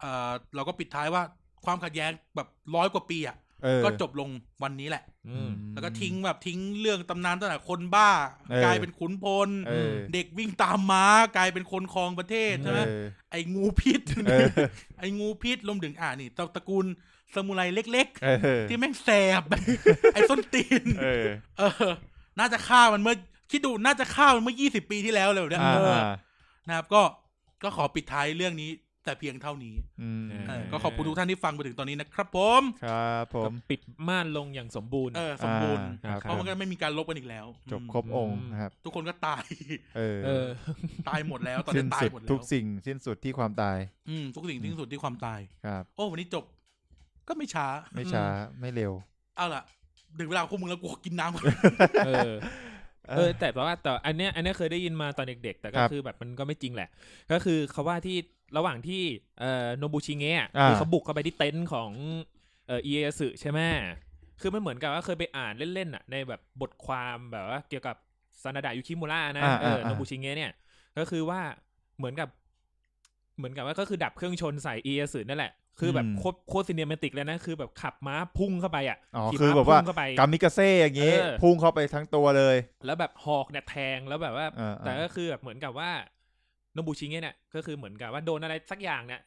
S2: เออเราก็ปิดท้ายว่าความขัดแย้งแบบร้อยกว่าปีอ่ะ
S4: เออ
S2: ก็จบลงวันนี้แหละ
S3: อืม
S2: แล้วก็ทิ้งแบบทิ้งเรื่องตำนานตั้งแต่คนบ้า
S4: เออก
S2: ลายเป็นขุนพล
S4: เออ
S2: เด็กวิ่งตามม้ากลายเป็นคนครองประเทศ
S4: เอ
S2: ใช่ไหม
S4: อ
S2: ไอ้งูพิษ
S4: เออ
S2: ไอ้งูพิษรวมถึงอ่านี่ตระตระกูลสมุไรเล็ก
S4: เออ
S2: ๆ ที่แม่งแสบ ไอ้ส้นตีน
S4: เออ
S2: เออ น่าจะฆ่ามันเมื่อคิดดูน่าจะฆ่ามันเมื่อยี่สิบปีที่แล้วเลยเนี่ย
S4: อ่า
S2: เออ
S4: อ่า
S2: นะครับ ก็ก็ขอปิดท้ายเรื่องนี้ แต่เพียงเท่านี้
S4: อืม
S2: เออ
S3: เออ
S2: ก็ขอบคุณทุกท่านที่ฟังไปถึงตอนนี้นะครับ ผม
S4: ครับผม
S3: ปิดม่านลงอย่างสมบูรณ์
S2: เออสมบูรณ์
S4: อ่าครับ
S2: เพราะมันก็ไม่มีการลบกันอีกแล้ว
S4: จบ
S2: อืม
S4: ครบองค์นะครับ
S2: ทุกคนก็ตาย
S4: เออ
S3: เออ
S2: ตายหมดแล้ว ตอน
S4: สิ้
S2: นี้
S4: น
S2: ตาย
S4: สุด
S2: หมดแล้
S4: ทุ
S2: ว
S4: กสิ่งสิ้นสุดที่ความตาย
S2: อืมทุกสิ่งที่สุดที่ความตาย
S4: ครับ
S2: โอ้วันนี้จบ ก็ไม่ช้า
S4: ไม่ช้าไม่เร็ว
S2: เอาล่ะถึงเวลาของพวกมึงแล้วกูขอกิน น้ำก่อน
S3: เออ เออ แต่ว่าแต่อันเนี้ยอันเนี้ยเคยได้ยินมาตอนเด็กๆ แต่
S4: ค
S3: ก็
S4: รับ
S3: คือแบบมันก็ไม่จริงแหละ ก็คือเขาว่าที่ระหว่างที่เอ่อโนบุชิเงะ
S4: อ่า
S3: คือเขาบุกเข้าไปที่เต็นท์ของเอ่อเอเอสึใช่ไหมคือมันเหมือนกับว่าเคยไปอ่านเล่นๆอ่ะในแบบบทความแบบว่าเกี่ยวกับซานาดะยุคิมุระนะ
S4: อ่า
S3: เอออา โนบุชิเงะเนี่ย ก็คือว่าเหมือนกับ เหมือนกับว่าก็คือดับเครื่องชนใส่เอเอสึนั่นแหละ คือแบบโคตรโคตรซีเนมติกเลยนะ คือแบบขับม้าพุ่งเข้าไปอ่ะ
S4: อ๋อ
S3: ขี่
S4: คือ
S3: ม้
S4: แบบว่า
S3: พุ่งเข้ไป
S4: กามิกาเซ่อย่างงี้
S3: เออ
S4: พุ่งเข้าไปทั้งตัวเลย
S3: แล้วแบบหอกเนี่ยแทงแล้วแบบว่า
S4: เออ
S3: แต่ก็คือแบบเหมือนกับว่าโนบุชิเงะเนี่ยก็คือเหมือนกับว่าโดนอะไรสักอย่างเนี่ย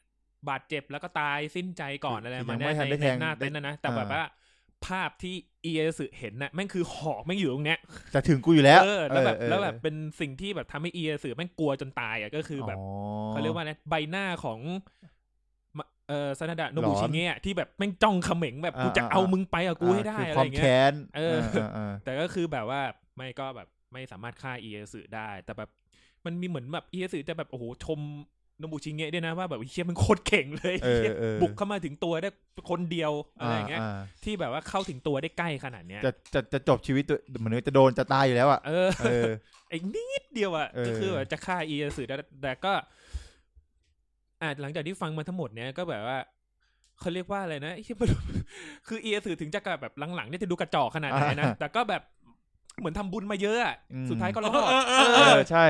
S3: บาดเจ็บแล้วก็ตายสิ้นใจก่อนอะไร
S4: ยัง
S3: มา
S4: ไม่
S3: เนี่ย
S4: ทันได้
S3: ใน
S4: แทง
S3: ในหน้าเต็นท์นะนะแต่แบบ
S4: อ่า
S3: ว่าภาพที่เอเอสึเห็นน่ะแม่งคือหอกแม่งอยู่ตรงเนี้ย
S4: จะถึงกูอยู่แล้ว
S3: เออแล้วแบบ
S4: เออ
S3: แล้วแบบเป็นสิ่งที่แบบทำให้เอเอสึแม่งกลัวจนตายอ่ะก็คือแบบเขาเรียกว่าอะไรใบหน้าของมะเออซานาดะโนบุชิเงะที่แบบแม่งจ้องเขม็งแบบกูจะเอามึงไปอ่ะกูให้ได้
S4: คือ
S3: อะ
S4: ค
S3: ไร
S4: วาม
S3: อย่างเงี้ย
S4: แค้น
S3: เออ
S4: เออ
S3: แต่ก็คือแบบว่าไม่ก็แบบไม่สามารถฆ่าเอเอสือได้ แต่แบบมันมีเหมือนแบบเอเอสือจะแบบโอ้โหชมโนบุชิเงะด้วยนะว่าแบบไอ้เชี่ยมันโคตรเก่งเลย
S4: เออ
S3: เหี้ย
S4: เออ
S3: บุกเข้ามาถึงตัวได้คนเดียวอะไร
S4: อ่า
S3: อย่างเงี้ย
S4: อ่า
S3: ที่แบบว่าเข้าถึงตัวได้ใกล้ขนาดเนี้ย
S4: จะจะจะจบชีวิตตัวเหมือนจะโดนจะตายอยู่แล้วอ่ะ
S3: เออ
S4: เออ
S3: ไอ้นิดเดียวอ่ะ
S4: เออ
S3: ก็คือแบบจะฆ่าเอเอสือได้แต่ก็อ่าหลังจากที่ฟังมาทั้งหมดเนี้ยก็แบบว่าเขาเรียกว่าอะไรนะไอ้เหี้ยไม่รู้คือเอเอสือถึงจะกระแบบหลังๆเนี่ยจะดูกระจอกขนาดไหนนะแต่ก็แบบเหมือนทำบุญมาเยอะอะสุดท้ายก็รอด
S2: เออเออ
S4: เอ
S2: เออ
S4: อใช่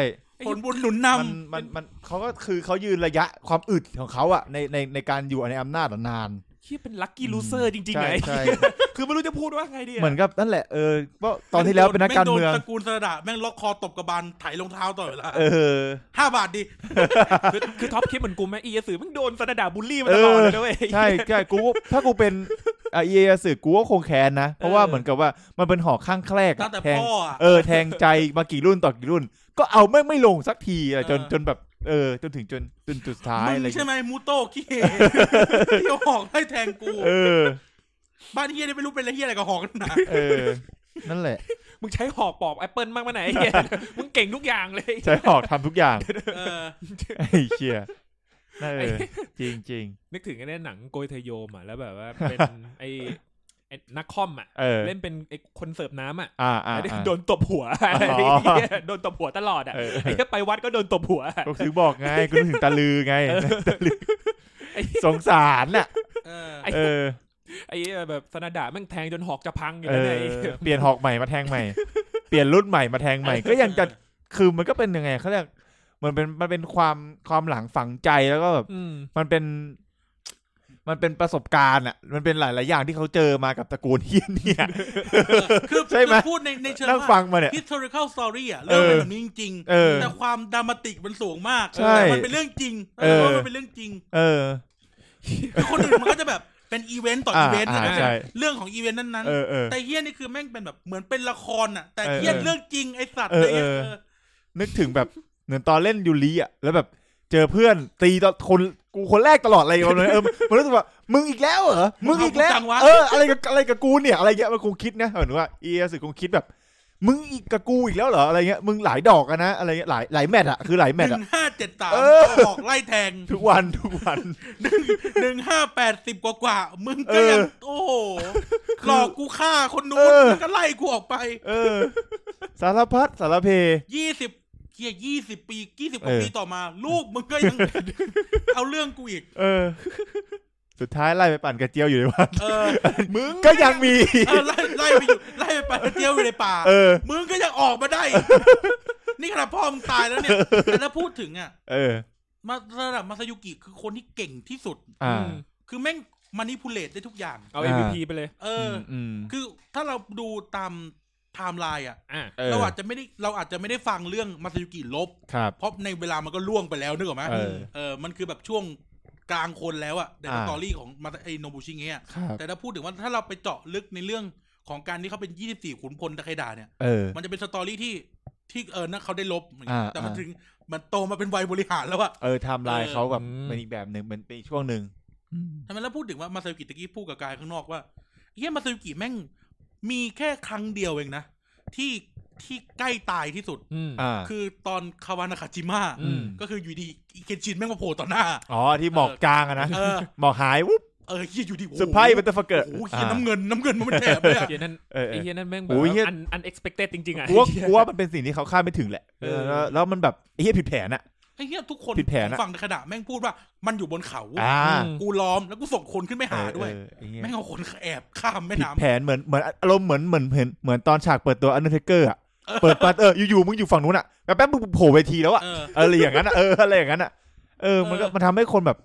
S2: ผลบุญหนุนน
S4: มันมันมันเขาก็คือเขายืนระยะความอึดของเขาอ่ะในในในการอยู่ในอำนาจอะนาน
S3: เฮียเป็นลัคกี้ลูเซอร์จริงๆ
S4: ใช่
S3: ไง
S4: ใช่
S3: คือไม่รู้ จะพูดว่าไงดีะ
S4: เหมือนกับนั่นแหละเออว่า
S2: ำ
S4: ตอนที่แล้วเป็นนักการเมือง
S2: แโดนตระกูลสระดาแม่งล็อกคอตบกระบาลไถรองเท้าต่อดเวลา
S4: เออ
S2: ห้าบาทดิ
S3: คือคือท็อปคิดเหมือนกูแม่เอียสือมันโดนสนดาบูลลี่มาตลอด
S4: เออ
S3: เลยนะเว้ย
S4: ใช่ใช่กูถ้ากูเป็นเอเอสึกูก็คงแค้นนะ เพราะว่า
S3: เออ
S4: เหมือนกับว่ามันเป็นหอกข้างแคลก
S2: ตั้งแต่
S4: แทง
S2: พ่ออ่ะ
S4: เออแทงใจมากี่รุ่นต่อกี่รุ่น ก็เอาไม่ไม่ลงสักทีอะจน
S2: เออ
S4: จนแบบเออ จนถึงจนจนจุดสุดท้าย
S2: มึ
S4: อะไรอง ย่างเงี้
S2: ใช่
S4: ย
S2: ไหมมูโต้ขี้ เหร่ที่เอาหอกให้แทงกู
S4: เออ
S2: บ้านเฮียเนี่ยไม่รู้เป็นอะไรเฮียอะไรกับหอกกัน หนา
S4: เออ นั่นแหละ
S3: มึงใช้หอกปอกแอปเปิลมากมาไหนไอ้ เหี้ยมึงเก่งทุกอย่างเลย
S4: ใช้หอกทำทุกอย่าง
S2: เออ
S4: ไอ้เชี่ยนั่นเออจริงจริง
S3: นึกถึงไอ้เนี่ยหนังโกยเทโยมอ่ะแล้วแบบว่าเป็นไอ้ ไอ้นักคอมอ่ะ
S4: เออ
S3: เล่นเป็นไอ้คนเสิร์ฟน้ำอ่ะ
S4: อ่าอ่า
S3: ไอ้
S4: อ่า
S3: โดนตบหัว
S4: อ๋อ
S3: ไอ้เหี้ยโดนตบหัวตลอดอ่ะ
S4: เออ
S3: ไอ้เหี้ยไปวัดก็โดนตบหัว
S4: ก็ถึงบอกไงก็ถึงตะลือไงตะลือสงสารน่ะ
S2: เออ
S4: เออ
S3: ไอ้เหี้ยแบบสนาดาแม่งแทงจนหอกจะพังอยู่
S4: เอ
S3: แล้ว
S4: อ
S3: เนี่ยไอ้เหี้ย
S4: เปลี่ยนหอกใหม่มาแทงใหม่ เปลี่ยนรุ่นใหม่มาแทงใหม่ ก็ยังจะคือมันก็เป็นยังไงเขาเรียกมันเป็นมันเป็นความความหลังฝังใจแล้วก็แบบ
S3: อืม
S4: มันเป็น มันเป็นประสบการณ์อ่ะ มันเป็นหลาย ๆ อย่างที่เขาเจอมากับตระกูลเฮีย เนี่ย
S2: คือ
S4: ใช่ไหม
S2: พูดในในเชิง
S4: นั่ง
S2: ว่า
S4: ฟังมาเนี่ย
S2: historical story อ่ะเรื่องมันแบบนี้จริง
S4: เออ
S2: ๆแต่ความดรามาติกมันสูงมาก
S4: ใช่
S2: แต่มันเป็นเรื่องจริง
S4: เออ
S2: แต่ว่ามันเป็นเรื่องจริง
S4: เออ
S2: คือคนอื่นมันก็จะแบบ เป็นอีเวนต์ต่ออีเวนต์
S4: อ่า
S2: นะ
S4: ใช่
S2: เรื่องของอีเวนต์นั้น
S4: เออเออ
S2: ๆ แต่เฮี้ยนี่คือแม่งเป็นแบบเหมือนเป็นละครอ่ะ แต่
S4: เออ
S2: เฮี้ย
S4: เออ
S2: เรื่องจริงไอสัตว์
S4: เออ
S2: ไหี้ย
S4: เออ
S2: เออ
S4: นึกถึงแบบเหมือนตอนเล่นยูริอ่ะ แล้วแบบ เจอเพื่อนตีตอนคนกูคนแรกตลอดอะไรอย่างเงี้ยเออมันรู้สึกว่า มึงอีกแล้วเหรอ มึงอีกแล้ว เออ อะไรกับอะไรกับกูเนี่ย อะไรเงี้ยมันคงคิดนะเหมือนว่าเอสึคงคิดแบบ มึงอีกกับกูอีกแล้วเหรออะไรเงี้ย มึงหลายดอกอะนะอะไรเงี้ยหลายหลายแมตช์อะคือหลาย
S2: ห
S4: แมตช์ อะ
S2: นึ่งห้าเจ็ดสาม
S4: เออ
S2: ออกไล่แท ง
S4: ทุกวันทุกวัน
S2: หนึ่งห้าแปดสิบกว่ากว่าๆมึงก็
S4: เออ
S2: ยังโอ้โหหลอกกูฆ่าคนนู้น
S4: เออ
S2: แล้วก็ไล่กูออกไป
S4: เออ สารพัดสารเพ
S2: ยี่สิบเฮียยี่สิบปียี่สิบก
S4: เอ
S2: ว่า
S4: อ
S2: ปีต่อมา ลูกมึงก็ ยัง เอาเรื่องกูอีก
S4: เออ สุดท้ายไล่ไปปั่นกระเจียวอยู่ในวัด
S2: เออ
S4: มึงก็ยังมี
S2: เออไล่ไล่ไปอยู่ไล่ไปปั่นเที่ยวอยู่ในป่า
S4: เออ
S2: มึงก็ยังออกมาได้อีก นี่ขนาดพ่อมึงตายแล้วเนี่ย แต่ถ้าพูดถึงอ่ะ
S4: เออ
S2: มาระดับมาซายุกิคือคนที่เก่งที่สุด
S4: อ่า
S3: อืม
S2: คือแม่งมานิพูเลตได้ทุกอย่าง
S3: เอา
S4: อ่า
S3: MVP ไปเลย
S2: เอออ
S4: อืม
S2: คือถ้าเราดูตามไทม์ไลน์อ่ะ
S3: อ่ะ
S4: เออ
S2: เราอาจจะไม่ได้เราอาจจะไม่ได้ฟังเรื่องมาซายุกิลบ
S4: ครับ
S2: เพราะในเวลามันก็ล่วงไปแล้วนึกออกไหม
S4: เออ
S2: เออ มันคือแบบช่วงกลางคนแล้วอ่ะแต่
S4: อ่า
S2: สตอรี่ของมาไอโนบุชิเงะ
S4: ครับ
S2: แต่ถ้าพูดถึงว่าถ้าเราไปเจาะลึกในเรื่องของการที่เขาเป็น 24 ขุนพลตะไคดาเนี่ย
S4: เออ
S2: มันจะเป็นสตอรี่ที่ที่เออนะเขาได้ลบเหมือนกัน
S4: อ่า
S2: แต่มัน
S4: อ่า
S2: ถึงมันโตมาเป็นวัยบริหารแล้วอะ
S4: เออไทำลายเขาแบบเป็นอีกแบบหนึ่งเป็นเป็นอีกช่วงหนึ่ง
S2: ทำไมแล้วพูดถึงว่ามาซายุกิตะกี้พูดกับกายข้างนอกว่าเฮียมาซายุกิแม่งมีแค่ครั้งเดียวเองนะ ที่ที่ใกล้ตายที่สุด
S3: อืม
S4: อ่า
S2: คือตอนคาวานาคาจิมะ
S3: อืม
S2: ก็คืออยู่ดีอิเคนชินแม่งมาโผล่ต่อหน้า
S4: อ๋อที่หมอกจางอะนะ
S2: เออ
S4: หมอกหายวุ๊บ
S2: เออเฮียอยู่ดีโอ้โห
S4: เซอร์ไพรส์บัตเตอร์ฟักเกอร์
S2: โอ้โหเฮียน้ำเงินน้ำเงินมันแถบเลยอะ
S3: เฮียนั่น
S4: เออเอ
S3: ไอ้
S4: อ
S3: เฮียนั่นแม่งแบ
S4: โอ้
S3: บ
S4: ยเหี้ย
S3: อันอัน expected จริงๆอ่ะ
S4: กูว่า
S3: ไอ้เหี้ย
S4: กูว่ามันเป็นสิ่งที่เขาคาดไม่ถึงแหละ
S3: เออ
S4: แล้วแล้วมันแบบไอ้เหี้ยผิดแผนอะ
S2: ไอ้เฮียทุกคน
S4: ผิดแผนอะ
S2: ฝั่งในขณะแม่งพูดว่ามันอยู่บนเขา
S4: อ่า
S2: กูล้อมแล้วกูส่งคนขึ้นไปหาด้วย
S4: เออเออไอ้เหี้ย
S2: แม่งเอาคนแอบข้ามแม่
S4: ผิด
S2: น้ำ
S4: แผนเหมือนเหมือนอารมณ์เหมือนเหมือนเหมือนเหมือนตอนฉากเปิดตัวอันเดอร์เทเกอร์อะเปิดปัดเอออยู่ๆมึงอยู่ฝั่งนู้นอะแป๊บแป๊บมึงโผล่เวทีแล้วอะ
S2: เออ
S4: อะไรอย่างนั้นอะเออ อะไรอย่างนั้นอะเออ มันก็
S2: เออ
S4: มันทำให้คนแบบ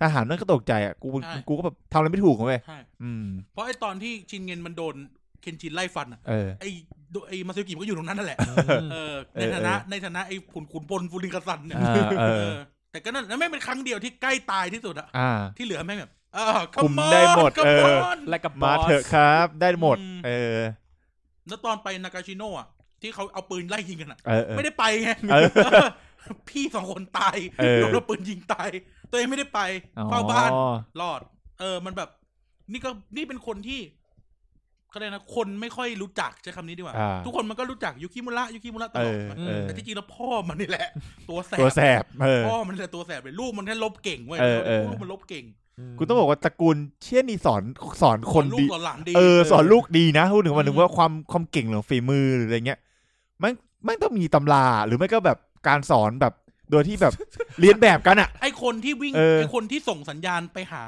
S4: ทหารนั่นก็ตกใจอะกู
S2: ใช่
S4: กูก็แบบทำอะไรไม่ถูกเว้ย
S2: ใช่
S4: อืม
S2: เพราะไอ้ตอนที่ชินเงินมันโดนเคนชินไล่ฟันอ่ะ
S4: เออ
S2: ไอ้โดไอ้มาซิกิมันก็อยู่ตรงนั้นนั่นแหละ
S3: อืม
S2: เออในฐานะในฐานะไอ้ผุนขุนพลฟูริงกสันเนี่ย
S4: อ่าเออ
S2: เออ แต่ก็นั่นแล้วแม่งเป็นครั้งเดียวที่ใกล้ตายที่สุดอะ
S4: อ่า
S2: ที่เหลือแม่งแบบเออ
S4: คุ
S2: come
S4: ม
S2: on
S4: ได้หมด
S2: come
S4: เออ
S2: on
S3: และกับบอ
S4: มา
S3: ส
S4: เถอะครับ ได้หมด
S2: อืม
S4: เออ
S2: แล้วตอนไปนากาชิโนะอะที่เขาเอาปืนไล่ยิงกันอะ
S4: เออเออ
S2: ไม่ได้ไปไง
S4: เออ
S2: เออ พี่สองคนตาย
S4: เออ
S2: โดนเอาปืนยิงตาย ตัวเองไม่ได้ไป
S4: อ๋อ
S2: เฝ้าบ้าน รอด เออ มันแบบ นี่ก็นี่เป็นคนที่ก็เลยกนะ คนไม่ค่อยรู้จักใช้คำนี้ดีกว่า
S4: อ่า
S2: ทุกคนมันก็รู้จักยูกิมุระยูกิมุระต
S4: เอ
S2: ลอด
S4: อ
S2: นะ
S4: เออ
S2: แต่ที่จริงแล้วพ่อมันนี่แหละ ตัวแสบ
S4: ตัวแสบเออ
S2: พ่อมันแหละตัวแสบเลยลูกมันแค่ลบเก่งเว้ย
S4: เออเออ
S2: ลูกมันลบเก่ง
S4: กูต้องบอกว่าตระกูลเชี่ยนี่สอนสอนคน
S2: ลู
S4: ดี
S2: กสอนหลานดี
S4: เออ สอนลูกดีนะพูดถึงวันหนึ่ง
S2: อืม
S4: ว่าความความเก่งหรือฝีมือหรืออะไรเงี้ยมันมันต้องมีตำราหรือไม่ก็แบบการสอนแบบโดยที่ แบบ เรียนแบบกันอะ
S2: ไอคนที่วิ่ง
S4: เออ
S2: ไอคนที่ส่งสัญญาณไปหา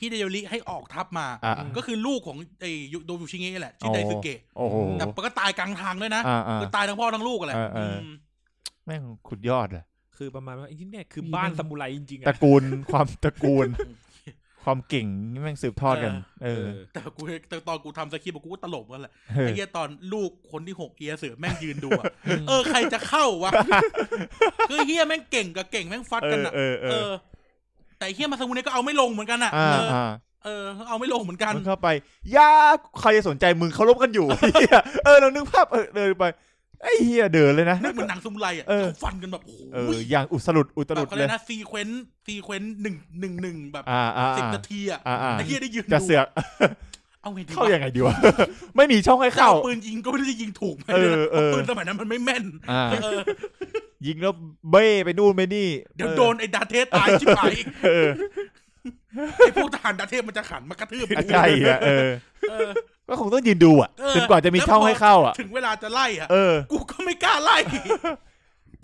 S2: ฮิเดโยริให้ออกทัพมา
S4: อ่ะ
S2: ก็คือลูกของไอยูโดยูชิเงะแหละชื่อไดซึเกะ
S4: โอ้โห
S2: แต่มันก็ตายกลางทางด้วยนะ
S4: อ่าอ่า
S2: คือตายทั้งพ่อทั้งลูกอะแหละ
S4: เออเอออื
S2: ม
S4: แม่งขุดยอดอะ
S3: คือประมาณว่าไอ้ที่เนี่ยคือ
S4: มี
S3: บ้าน
S4: แม่ง
S3: สมุไรจริงๆ
S4: ต
S3: อ่ะ
S4: ระกูล ความตระกู ล ความเก่งนี่แม่งสืบทอดกัน เอ
S3: เอ
S4: อ
S3: อ
S2: แต่กูแต่ตอนกูทำสคริปต์อะกูก็ตลกกันแหละ
S4: เออ
S2: ไอ้เหี้ยตอนลูกคนที่หกเอียเสือแม่งยืนดูอะเออใครจะเข้าวะ คือเฮียแม่งเก่งกับเก่งแม่งฟัด
S4: เอ
S2: กัน
S4: อ
S2: อะ
S4: เออเอ
S2: เอ
S4: อ
S2: อ แต่ไอ้เฮียมาสมุนเนี่ยก็เอาไม่ลงเหมือนกันอะ
S4: อ่า
S2: เออ
S4: อ่า
S2: เออเอาไม่ลงเหมือนกัน
S4: มึงเข้าไปยากใครจะสนใจมึงเขารบกันอยู่ เหี้ยเออเรานึกภาพเออเดินไปไอ้เฮียเดินเลยนะ
S2: นึกเหมือนหนังสมุไรอะ
S4: เออ
S2: เขาฟันกันแบบโอ้โห
S4: เอออย่างอุสรุดอุต
S2: แบ
S4: รุ
S2: บ
S4: ด
S2: เขา
S4: เล
S2: เรีย
S4: ย
S2: กนะซีเควนซีเควนหนึ่งหนึ่งหนึ่งแบบ
S4: อ่าอ่า
S2: สิบ
S4: อ่า
S2: นาทีอะ
S4: อ่าอ่า
S2: ไอ้เฮียได้ยืน
S4: จะ
S2: ดู
S4: เสือก
S2: เอาไง
S4: เข้าว
S2: ดีะ
S4: ยังไงดีวะ ไม่มีช่องให้
S2: จะ
S4: เข้า
S2: เอาปืนยิงก็ไม่รู้จะยิงถูกไหม
S4: เอ
S2: ด้วย
S4: อ
S2: นะ
S4: เออ
S2: ปืนสมัยนั้นมันไม่แม่น
S4: อ่า
S2: เออ
S4: ยิงแล้วเบ้ไปนู่นไปนี่
S2: เดี๋ยว
S4: ออ
S2: โดนไอ้ดาเทสตายชิบหาย
S4: เออ
S2: ไอ้พวกทหารดาเทพมันจะขันมากระทืบ
S4: อ่ะใช่อะเออ
S2: เออ
S4: ก็คงต้องยืนดูอ่ะ
S2: เออ
S4: จนกว่าจะมีช่องให้เข้าอ่ะ
S2: ถึงเวลาจะไล่อ่ะ
S4: เออ
S2: กูก็ไม่กล้าไล่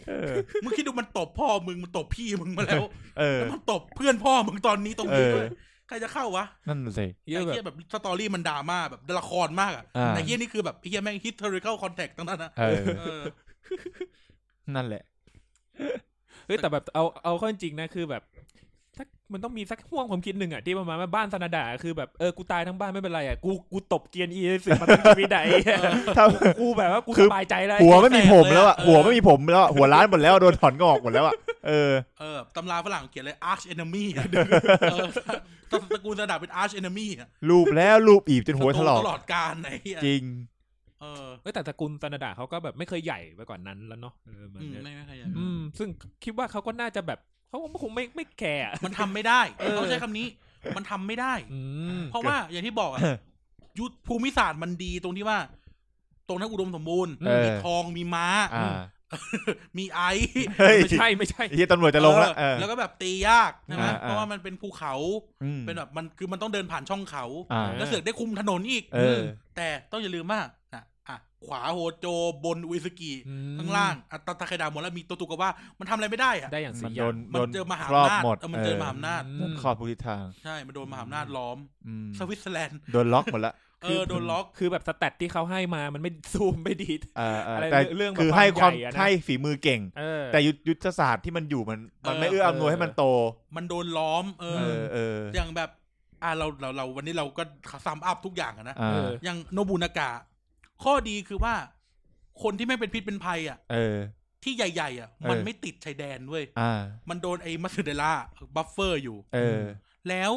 S4: เออ
S2: มึงคิดดูมันตบพ่อมึงมันตบพี่มึงมาแล้ว
S4: เออ
S2: แล้วมันตบเพื่อนพ่อมึงตอนนี้ตรงนี้ด้วย
S4: เออ
S2: ใครจะเข้าวะ
S4: นั่นสิ
S3: เหี้ย
S2: ไอ้
S3: แบ
S2: เหี้ย
S3: บ
S2: แบบสตอรี่มันดราม่าแบบละครมากอ่ะ
S4: อ่า
S2: แต่เหี้ยนี่คือแบบไอ้เหี้ยแม่ง historical context ตั้งนั้นนะ
S4: เออ
S2: เออ
S4: นั่นแหละ
S3: เฮ้ยแต่แบบเอาเอาเข้อจริงนะคือแบบถ้ามันต้องมีสักห่วงความคิดหนึ่งอะที่ประมาณว่าบ้านซานาดาคือแบบเออกูตายทั้งบ้านไม่เป็นไรอะกูกูตบเกรียนอีสิบมาตั้งชีวิตไหน
S4: ถ้า
S3: กูแบบว่ากู
S4: คื
S3: ส
S4: อ
S3: บายใจแล้ว
S4: หัวไม่มีผมแล้วอ่ะ
S2: เออ
S4: หัวไม่มีผมแล้วอะหัวล้านหมดแล้วอะโดนถอนงอกหมดแล้วอ่ะเออ
S2: เออตำราฝรั่งเขียนเลย arch enemy อะเออตระตระกูลระดับเป็น arch enemy อะ
S4: รูปแล้วรูปอีบจนหัวถลอก
S2: ตลอดกาลไอ้เหี้ย
S4: จริง
S2: เออ
S3: เอ้ยแต่ตระกูลซานาดาเขาก็แบบไม่เคยใหญ่ไปกว่านนั้นแล้วเนาะเออมัน
S2: อืม
S3: เนี่ย
S2: ไม่ไม่ขยัน
S3: อืมซึ่งคิดว่าเขาก็น่าจะแบบเขาคงไม่ไม่แคร์อะ
S2: มันทำไม่ได้เขาใช้คำนี้ มันทำไม่ได้
S3: อื ม
S2: เพราะว่าอย่างที่บอกอะยุทธภูมิศาสตร์มันดีตรงที่ว่า ตรงนั้นอุดมสมบูรณ์
S4: เออ
S2: มีทองมีม้า
S4: อ่า
S2: มีไอซ์
S4: เฮ้ย
S3: ไม่ใช่ไม่ใช่
S4: ไอ้เฮียตำรวจจะลงแล้ว
S2: เอ
S4: เอ
S2: อ
S4: อ
S2: แล้วก็แบบตียากใช่ไหม
S4: อ่า
S2: เพราะ
S4: อ่า
S2: ว่ามันเป็นภูเขา
S4: อืม
S2: เป็นแบบมันคือมันต้องเดินผ่านช่องเขา
S4: อ่า
S2: แล้วเสือกได้คุมถนนอีก
S4: เออ
S2: แต่ต้องอย่าลืมว่านะอ่ะขวาโฮโจบนอุยสกิ
S3: อืม
S2: ข้างล่างอัตตาเคดาหมดแล้วมีโตัวตุกาว่า มันทำอะไรไม่ได้อ่ะ
S3: ได้อย่างสี
S4: มันโดน
S2: มั
S3: อย่าง
S2: น
S4: โดน
S2: เจอมหา
S4: ครอบ
S2: อำนาจ
S4: หมด
S2: เออมันเจอมหาอำนาจ
S4: โดนครอบทุกทิศทาง
S2: ใช่มันโดนมหาอำนาจล้อม
S4: อืม
S2: สวิตเซอร์แลนด์
S4: โดนล็อกหมดละ
S2: เออโดนล็อก
S3: คือแบบสแตทที่เขาให้มามันไม่ซูมไม่ดี
S4: เออเออ
S3: อะไร
S4: แต่
S3: เรื่องแบบ
S4: คือให้ความ
S3: ความใหญ่อะนะ
S4: ให้ฝีมือเก่ง
S3: เออ
S4: แต่ยุทธยุทธศาสตร์ที่มันอยู่มันมัน
S2: เออ
S4: ไม่เอื้ออำนวยให้มันโต
S2: มันโดนล้อม เอ
S4: เอ
S2: อ
S4: อเออ
S2: อย่างแบบ อ่ะเราเราเราวันนี้เราก็ซัมอัพทุกอย่างอะนะ
S4: อ่า
S3: เออ
S2: อย่างโนบุนากะ ข้อดีคือว่าคนที่ไม่เป็นพิษเป็นภัยอ่ะ
S4: เออ
S2: ที่ใหญ่ ๆ อ่ะ
S4: เออ
S2: มันไม่ติดชายแดนเว้ย
S4: อ่า
S2: มันโดนไอ้มัสเดล่าบัฟเฟอร์อยู่
S4: เออ
S2: แล้ว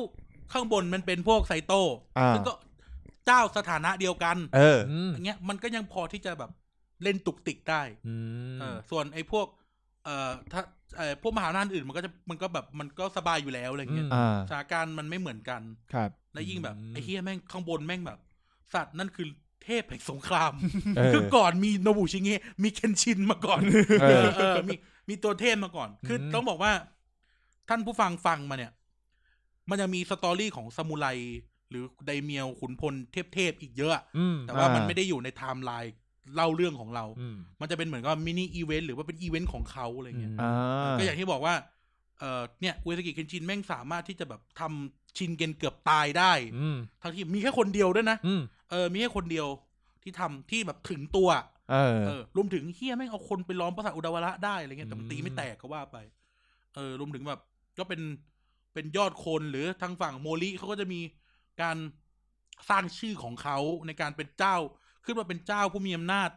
S2: ข้างบนมันเป็นพวกไซโต้
S4: อ่า
S2: ซึ่งก็เจ้าสถานะเดียวกัน
S4: เออ
S3: อืม
S2: อย่างเงี้ยมันก็ยังพอที่จะแบบเล่นตุกติกได้
S3: อืม
S2: เออ ส่วนไอ้พวก เอ่อถ้าเอ่อพวกมหาอำนาจอื่นมันก็จะมันก็แบบมันก็สบายอยู่แล้วอะไรเงี้ย
S4: อ่า
S2: สถานการณ์มันไม่เหมือนกัน
S4: ครับ
S2: และยิ่งแบบไอ้เฮียแม่งข้างบนแม่งแบบ สัตว์นั่นคือเทพแห่งสงคราม
S4: เออ
S2: คือก่อนมีโนบุชิเงะมีเคนชินมาก่อน
S4: เอ
S2: เอ
S4: อ
S2: อเออ มีมีตัวเทพมาก่อน คือต้องบอกว่า ท่านผู้ฟังฟังมาเนี่ย มันจะมีสตอรี่ของซามูไรหรือไดเมียวขุนพลเทพๆอีกเยอะ
S3: อืม
S2: แต่ว่า
S4: อ่ามั
S2: มันไม่ได้อยู่ในไทม์ไลน์เล่าเรื่องของเรา
S3: อืม
S2: มันจะเป็นเหมือนกับมินิอีเวนต์หรือว่าเป็นอีเวนต์ของเขาอะไรเงี้ย
S3: อืม
S4: อ่า
S2: ก็อย่างที่บอกว่า เออเนี่ยอุยสกิเคนชินแม่งสามารถที่จะแบบทำชินเกนเกือบตายได้
S3: อืม
S2: ทั้งที่มีแค่คนเดียวด้วยนะ
S3: อืม
S2: เออ มีแค่คนเดียวที่ทำที่แบบถึงตัว
S4: เออ
S2: เออรวมถึงเฮียแม่งเอาคนไปล้อมปราสาทอุดาวาระได้อะไรเงี้ยแต่มันตีไม่แตกก็ว่าไป เออรวมถึงแบบ ก็เป็นเป็นยอดคนหรือทางฝั่งโมลิเขาก็จะมีการสร้างชื่อของเขาในการเป็นเจ้า ขึ้นมาเป็นเจ้าผู้มีอำนาจ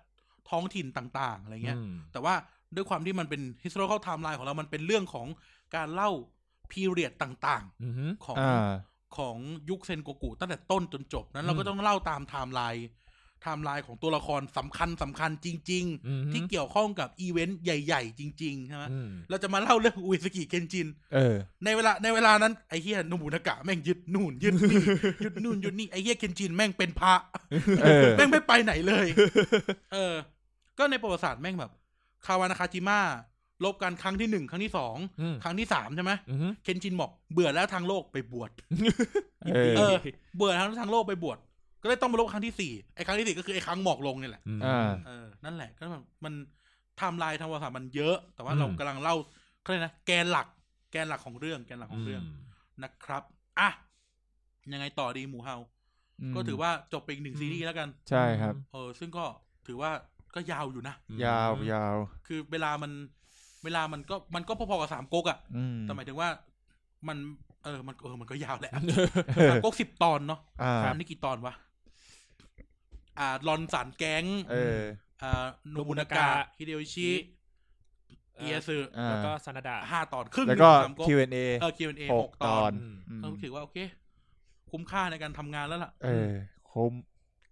S2: ท้องถิ่นต่าง ๆอะไรเงี้ย
S3: อืม
S2: แต่ว่าด้วยความที่มันเป็น historical timeline ของเรามันเป็นเรื่องของการเล่า period ต่าง
S3: อืม
S2: ๆ ของ
S4: อ่า
S2: ของยุคเซนโกกุตั้งแต่ต้นจนจบนั้นเรา
S3: อืม
S2: ก็ต้องเล่าตามไทม์ไลน์ไทม์ไลน์ของตัวละครสำคัญสำคัญจริง
S3: อือ
S2: ๆ
S3: ฮึ
S2: ที่เกี่ยวข้องกับอีเวนต์ใหญ่ ๆ จริง ๆ ใช่ไหม
S3: อืม
S2: เราจะมาเล่าเรื่องอุยสกิเคนจิน
S4: เออ
S2: ในเวลาในเวลานั้น ไอ้เฮียโนบุนากะแม่งยึดนู่นยึดนี่ ยึดนู่นยึดนี่ไอ้เฮียเคนจินแม่งเป็นพระ
S4: เออ
S2: แม่งไม่ไปไหน เลย เออ ก็ในประวัติศาสตร์แม่งแบบคาวานาคาจิมะลบกันครั้งที่หนึ่งครั้งที่สอง
S3: อืม
S2: ครั้งที่สามใช่ไหม
S3: อืม
S2: เคนจินบอกเบื่อแล้วทางโลกไปบวช
S4: เออ
S2: เออเบื่อทั้งทั้งโลกไปบวชก็เลยต้องมาลบครั้งที่สี่ไอ้ครั้งที่สี่ก็คือไอ้ครั้งหมอกลงนี่แหละ
S3: ม
S4: อ่า
S2: เออนั่นแหละก็แบบมันไทม์ไลน์ทางภาษาสตร์มันเยอะ แต่ว่า
S3: อืม
S2: เรากำลังเล่าเขาเรียกนะแกนหลัก แกนหลักของเรื่องแกนหลักของเรื่องนะครับอ่ะยังไงต่อดีหมูเฮาก็ถือว่าจบไปอีกหนึ่งซีรีส์แล้วกัน
S4: ใช่ครับ
S2: เออซึ่งก็ถือว่าก็ยาวอยู่นะ
S3: อืม
S4: ยาวยาว
S2: คือเวลามันเวลามันก็มันก็พอๆกับสามก๊กอะ
S4: อืม
S2: แต่หมายถึงว่ามันเออมันเออมันก็ยาวแหละ
S4: เออ
S2: สามก๊กสิบตอนเนาะ
S4: อ่า
S2: อันนี้กี่ตอนวะ อ่าลอนสันแก๊ง
S4: เออ
S2: อ่าโนบุนากะฮิเดโอชิ
S3: เออ
S2: เอียสึ
S4: อ่า
S3: แล้วก็ซานาดา
S2: ห้าตอนครึ่ง
S4: แล้วก็
S2: หนึ่งสามก๊
S4: Q&A
S2: เออ Q&A
S4: ห
S2: ห
S4: ก
S2: ก
S4: ต
S2: ต
S4: อ
S2: อน น
S3: อืม
S4: อืม
S2: เราถือว่าโอเค คุ้มค่าในการทำงานแล้วล่ะ
S4: เออครบ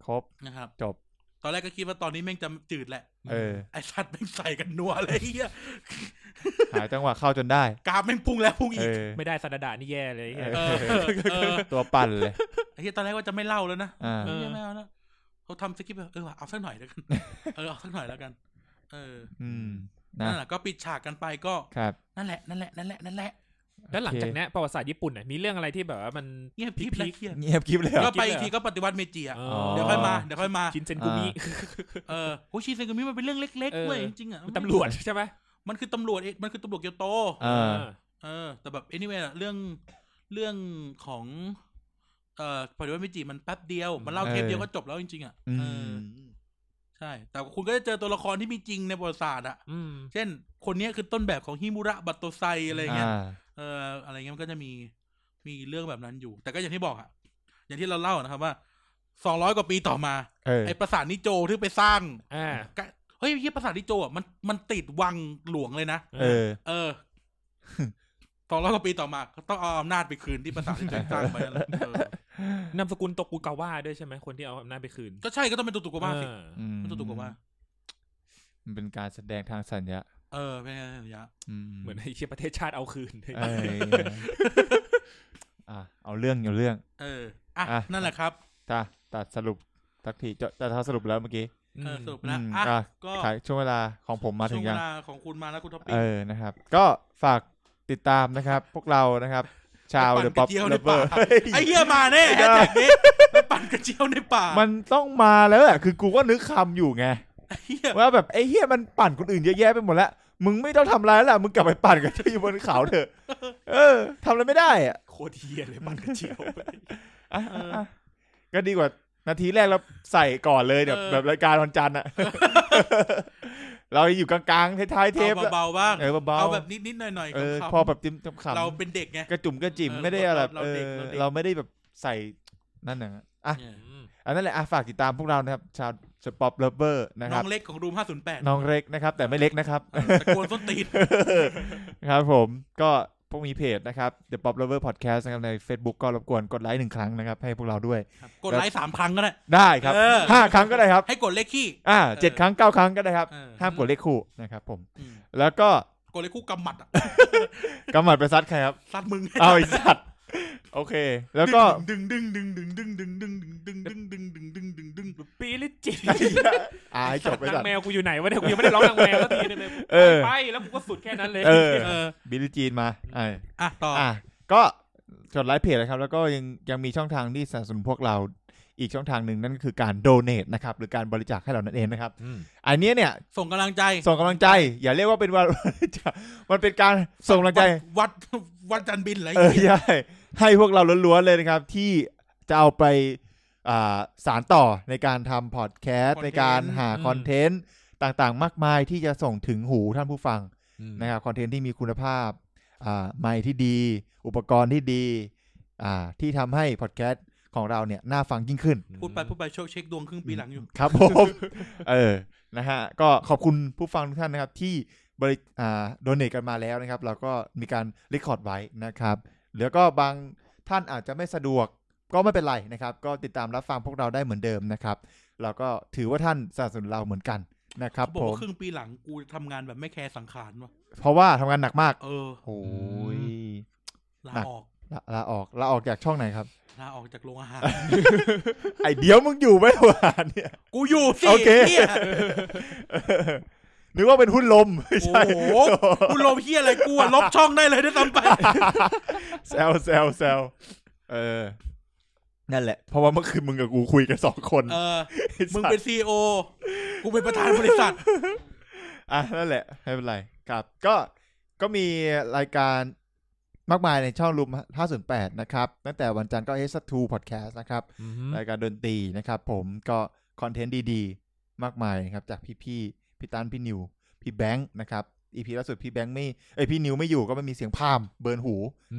S4: ครบ
S2: นะครับ
S4: จบ
S2: ตอนแรกก็คิดว่าตอนนี้แม่งจะจืดแหละ
S4: เออ
S2: ไอสัตว์แม่งใส่กันนัวเลยไอ้เฮี ย
S4: หาจังหวะเข้าจนได้
S2: กราฟแม่งพุ่งแล้วพุ่ง
S4: เอ
S2: อีก
S4: อ
S3: ไม่ได้ซานาดานี่แย่เลย
S4: เออ
S2: เออเออเออ
S4: ตัวปั่นเลย
S2: ไอเฮียตอนแรกว่าจะไม่เล่าแล้วนะ
S4: อ่า
S2: เออไม่เอาแล้วเขาทำสคริปต์แบบเออว่ะเอาสักหน่อยแล้ว กัน เออเอาสักหน่อยแล้วกัน เออ
S4: อืม นะ
S2: นั่นแหละก็ปิดฉากกันไปก็
S4: ครับ
S2: นั่นแหละนั่นแหละนั่นแหละนั่นแหละ
S3: แล้วหลังจากเนี้ยประวัติศาสตร์ญี่ปุ่นเนี่ยมีเรื่องอะไรที่แบบว่ามัน
S2: เงียบพริบ
S3: พริ
S2: และ
S3: ก
S2: เครียด
S4: เงียบกริบเลยเหรอ
S2: แล้วไปอีกทีก็ปฏิวัติเมจิอ่ะ
S3: เอ
S4: อ
S2: เดี๋ยวค่อยมาเดี๋ยวค่อยมา
S3: ชินเซนกุมิ
S2: เออโอ้ยชินเซนกามิมันเป็นเรื่องเล็ก
S3: เอ
S2: ๆ
S3: อ
S2: เว้ยจริงๆอ่ะ
S3: ตำรวจใช่ไหม
S2: มันคือตำรวจเองมันคือตำรวจเกียวโต
S4: เออ
S2: เออ แต่แบบ anyway อะเรื่องเรื่องของ เอ่อปฏิวัติเมจิมันแป๊บเดียว มันเล่า
S4: เออ
S2: เทปเดียวก็จบแล้วจริงๆอ่ะ
S4: อืม
S2: เออใช่ แต่คุณก็จะเจอตัวละครที่มีจริงในประวัติศาสตร์อ่ะ
S3: อืม
S2: เช่น คนเนี้ยคือต้นแบบของฮิมุระบัตโตไซอะไรเงี้ย
S4: อ่า
S2: เอออะไรเงี้ยมันก็จะมีมีเรื่องแบบนั้นอยู่ แต่ก็อย่างที่บอกอ่ะ อย่างที่เราเล่านะครับว่าสองร้อยกว่าปีต่อมา
S4: เออ
S2: ไอ้ปราสาทนิโจที่ไปสร้าง
S3: อ่า
S2: ก็เฮ้ยที่ปราสาทนิโจอ่ะมันมันติดวังหลวงเลยนะ
S4: เออ
S2: เออ สองร้อยกว่าปีต่อมาก็ต้องเอาอำนาจไปคืนที่ปราสาทที่ตัวเองสร้างไปนั่นแหละเออน
S3: ามสกุลโตกุกาว่าด้วยใช่ไหมคนที่เอาอำนาจไปคืน
S2: ก็ใช่ก็ต้องเป็นตุตุกว่าสิ
S3: เออ
S4: อืม
S2: เป็นตุตุกว่า
S4: มันเป็นการแสดงทางสัญญา
S2: เออเป็นไงสัญญา
S3: เหมือนไอ้เชียประเทศชาติเอาคืน
S4: เอออ่ะเอาเรื่องเอาเรื่อง
S2: เอออ่ะ
S4: อ่ะ
S2: นั่นแหละครับ
S4: ตาตัดสรุปทักทีจะแต่ถ้าสรุปแล้วเมื่อกี้
S2: เออสรุป
S4: อื
S2: นะ
S4: ม
S2: อ่ะ
S4: อ่ะ
S2: ก็
S4: ขายช่วงเวลาของผมมา
S2: ช่
S4: ถึ
S2: วง
S4: ง
S2: เว
S4: ยัง
S2: ลาของคุณมาแล้วคุณท็อปปี้
S4: เออ นะครับ ก็ฝากติดตามนะครับ พวกเรา นะครับ ชาว
S2: ไป
S4: เดอะป๊อ
S2: ปั่น
S4: ป
S2: กระเจียว
S4: เล
S2: ใน
S4: เวอ
S2: ป่า
S4: ร์
S2: ไอ้เหี้ยมาแน่
S4: ไม่
S2: แฮช
S4: ได้
S2: แท็กนี้ไปปั่นกระเจียวในป่า
S4: มันต้องมาแล้วแหละคือกูก็นึกคำอยู่ไง
S2: ไอ้เหี้ย
S4: ว่าแบบไอ้เฮียมันปั่นคนอื่นเยอะแยะไปหมดแล้ว มึงไม่ต้องทำอะไรแล้วล่ะมึงกลับไปปั่นกันที่อยู่บนเขาเถ อะ เออทำอะไรไม่ได้อะ
S3: โคตรเฮียเลยบันกระเจียว
S4: อ่ะอ่ะอ่ะก็ดีกว่านาทีแรกเราใส่ก่อนเลยแบบแบบรายการวันจันทร์ อะ เราอยู่กลางๆท้ายๆเทป
S2: เอาเบาๆบ้าง
S4: เออเบา
S2: เอาแบบนิดๆหน่อย
S4: ๆ
S2: ๆ
S4: เออ
S2: ขำๆ
S4: พอแบบจิ้มขำๆ
S2: เราเป็นเด็กไง
S4: กระจุ่มกระจิ๋ม
S2: เออ
S4: ไม่ได้อะไรแบบ
S2: เรา
S4: เอ
S2: เด็ก
S4: อ
S2: เราเด็ก
S4: เราไม่ได้แบบใส่นั่นนะอ่ะ
S2: เนี่ย
S4: อันนั้นแหละอ่ะฝากติดตามพวกเรานะครับ ชาวสปอปเลเวอร์นะค
S2: น้
S4: รั
S2: อบ งเล็กของรูม508
S4: น้องเล็กนะครับ แต่ไม่เล็กนะครับ
S2: ตะโกนส้นตีน
S4: ครับผมก็พวกมีเพจนะครับ The Pop Lover Podcast นะครับใน Facebook ก็รบกวนกดไลค์หนึ่งครั้งนะครับ ให้พวกเราด้วย
S2: ครับกดไลค์สามครั้งก็ได้
S4: ได้ครับ
S2: เออ
S4: ห้าครั้งก็ได้ครับ
S2: ให้กดเลขขี้
S4: อ่าเจ็ดครั้งเก้าครั้งก็ได้ครับ
S2: เออ
S4: ห้ามกดเลขคู่นะครับผม
S2: อืม
S4: แล้วก็
S2: กดเลขคู่กำหมัดอะ
S4: กำหมัดไปซัดใครครับ
S2: สัตว์มึง
S4: เอาไอีสัตว์โอเค แล้วก็
S2: ดึงดึงดึงดึงดึงดึงดึงดึงดึงดึงดึงดึงดึงดึงดึง
S3: ปีลิจิต
S4: อ่าให้จบไป
S3: นาง
S4: สัตว์
S3: แมวกูอยู่ไหนวะเนี่ยกูยังไม่ได้ร้องนางแมวสักทีนึงเลย
S4: เออ
S3: ไปแล้วกูก็สุดแค่นั้นเลย
S4: เออ
S2: เออ
S4: บิลลจีนมาอ่า
S2: อ่ะต่ออ
S4: อ่ะก็กดไลค์เพจนะครับ แล้วก็ยังยังมีช่องทางที่สนับสนุนพวกเราอีกช่องทางหนึ่งนั่นก็คือการ donate นะครับ หรือการบริจาคให้เรานั่นเองนะครับ อันเนี้ยเนี่ย
S2: ส่งกำลังใจ
S4: ส่งกำลังใจ อย่าเรียกว่าเป็น วัน มันเป็นการส่งกำลังใจ
S2: วัดวัดจันทร์บินอะไร
S4: เออ
S2: เงี้ย
S4: ใช่ให้พวกเราล้วนๆเลยนะครับ ที่จะเอาไปอ่าสารต่อในการทำพอดแคสต์ในการหาคอนเทนต์ต่างๆ มากมายที่จะส่งถึงหูท่านผู้ฟัง นะครับคอนเทนต์ที่มีคุณภาพอ่าไมค์ที่ดี อุปกรณ์ที่ดีอ่าที่ทำให้พอดแคสต์ของเราเนี่ย น่าฟังยิ่งขึ้น
S2: พูดไปพูดไปโชคเช็คดวงครึ่งปีหลังอยู่
S4: ครับผม เออนะฮะก็ขอบคุณผู้ฟังทุกท่านนะครับ ที่บริอ่าโดเนทกันมาแล้วนะครับ เราก็มีการรีคอร์ดไว้นะครับ แล้วก็บางท่านอาจจะไม่สะดวกก็ไม่เป็นไรนะครับ ก็ติดตามรับฟังพวกเราได้เหมือนเดิมนะครับ เราก็ถือว่าท่านสนับสนุนเราเหมือนกันนะครับ
S2: เขาบอ
S4: ผม
S2: กว่าครึ่งปีหลังกูทำงานแบบไม่แคร์สังขารวะ
S4: เพราะว่าทำงานหนักมาก
S2: เออ
S4: โอ้ย
S2: ลา
S4: หนัก
S2: ออก
S4: ลาลาออกลาออกจากช่องไหนครับ
S2: ลาออกจากโรงอาหาร
S4: ไอเดี๋ยวมึงอยู่ไหมวะเนี่ย
S2: กูอยู่สิ
S4: โอเค
S2: เหี้ย
S4: นึกว่าเป็นหุ้นลมไม่
S2: โอ้
S4: ใช่
S2: โหกูลมเฮียอะไรกูอะลบช่องได้เลยด้วยซ้ำไป
S4: แซวแซวแซวเออ นั่นแหละ เพราะว่าเมื่อคืนมึงกับกูคุยกันสองคน
S2: เออ
S4: ไอ้สัตว์
S2: มึงเป็นซีโอกูเป็นประธานบริษัท
S4: อ่ะนั่นแหละไม่เป็นไรครับ ก็ก็มีรายการมากมายในช่องรูม508 นะครับ ตั้งแต่วันจันทร์ก็ H2 Podcast นะครับ รายการดนตรีนะครับผมก็คอนเทนต์ดีๆ มากมายนะครับ จากพี่ๆพี่ตันพี่นิว พี่แบงค์นะครับอีพีล่าสุดพี่แบงค์ไม่เอ้ยพี่นิวไม่อยู่ก็ไม่มีเสียงพามเบิร์นหู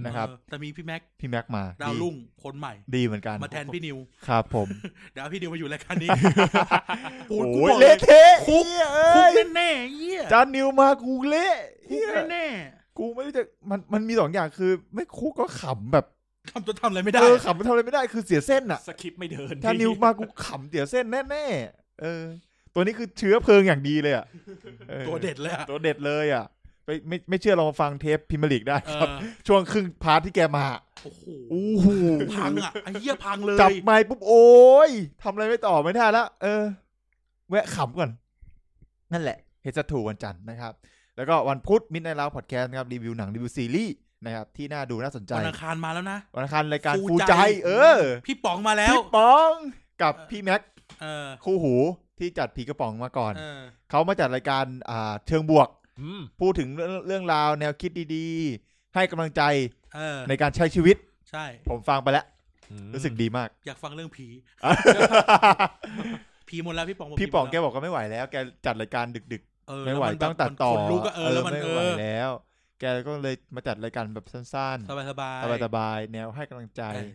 S4: นะครับ
S2: เออแต่มีพี่แม็กซ์
S4: พี่แม็กมา
S2: ดาว
S4: ดี
S2: รุ่งคนใหม่
S4: ดีเหมือนกัน
S2: มาแทนพี่นิว
S4: ครับผม
S2: เดี๋ยวเอาพี่นิวมาอยู่รายการนี้
S4: โอ้
S2: กู
S4: ย
S2: บอกเลย
S4: เละเทะ
S2: คุก
S4: เหี้ย
S2: คุ
S4: เอ้
S2: ก
S4: ย
S2: แน่ๆเยี่ย
S4: จานนิวมากูเละ
S2: คุ
S4: เหี้
S2: ก
S4: ย
S2: แน่
S4: กูไม่รู้จะมันมันมีสองอย่างคือ ไม่คุกก็ขำแบบ
S2: ๆทำจนทำอะไรไม่ได้
S4: เออขำทำอะไรไม่ได้คือเสียเส้นอ่ะ
S3: สคริปต์ไม่เดิน
S4: ถ้านิวมากูขำเสียเส้นแน่ๆเออ ตัวนี้คือเชื้อเพลิงอย่างดีเลยอ่ะออ
S2: ตัวเด็ดเลยอะ
S4: ตัวเด็ดเลยอ่ะไปไม่ไม่เชื่อลองมาฟังเทปพิมยร์ลีกได้
S2: เอ
S4: ครับ
S2: อ
S4: ช่วงครึ่งพาร์ทที่แกมา
S2: โอ้โห
S4: โอ้โห
S2: พังอ่ะไอ้เหี้ยพังเลย
S4: จับไม้ปุ๊บโอ้ยทำอะไรไม่ต่อไม่ได้ละเออ แวะขำก่อน นั่นแหละเฮสทูวันจันทร์นะครับ แล้วก็วันพุธมิดในลาวพอดแคสต์นะครับ รีวิวหนัง รีวิวซีรีส์ นะครับ ที่น่าดูน่าสนใจ
S2: วันอังคารมาแล้วนะ
S4: วันอังคารรายการ
S2: ฟู
S4: ฟู
S2: ใจ
S4: ใจ เออ
S2: พี่ป๋องมาแล้ว
S4: พี่ป๋องกับ
S2: เออ
S4: พี่แม็ก
S2: เออ
S4: คู่หูที่จัดผีกระป๋องมาก่อน
S2: เออ
S4: เขามาจัดรายการอ่าเชิงบวก
S3: อืม
S4: พูดถึงเรื่องเรื่องราวแนวคิดดีๆ ให้กำลังใจ
S2: เออ
S4: ในการใช้ชีวิต
S2: ใช่
S4: ผมฟังไปแล้ว รู้สึกดีมาก
S2: อยากฟังเรื่องผี ผีหมดแล้วพี่ป๋องบ
S4: พี่ป๋อง
S2: ผี
S4: แก
S2: หมดล้
S4: บอก
S2: ว
S4: ก็ไม่ไหวแล้ว แกจัดรายการดึก
S2: เออ
S4: ๆ ไม่ไหว
S2: แล้นแบบ
S4: ต้องตัดต่อ
S2: มันขนลุกอะเออแล้วมัน
S4: ไม่
S2: เอ
S4: ไหว
S2: อ
S4: แล้ว แกก็เลยมาจัดรายการแบบสั้น
S2: สบายสบา
S4: ๆ
S2: ย
S4: สบายๆแนวให้กำลังใจ
S2: เออ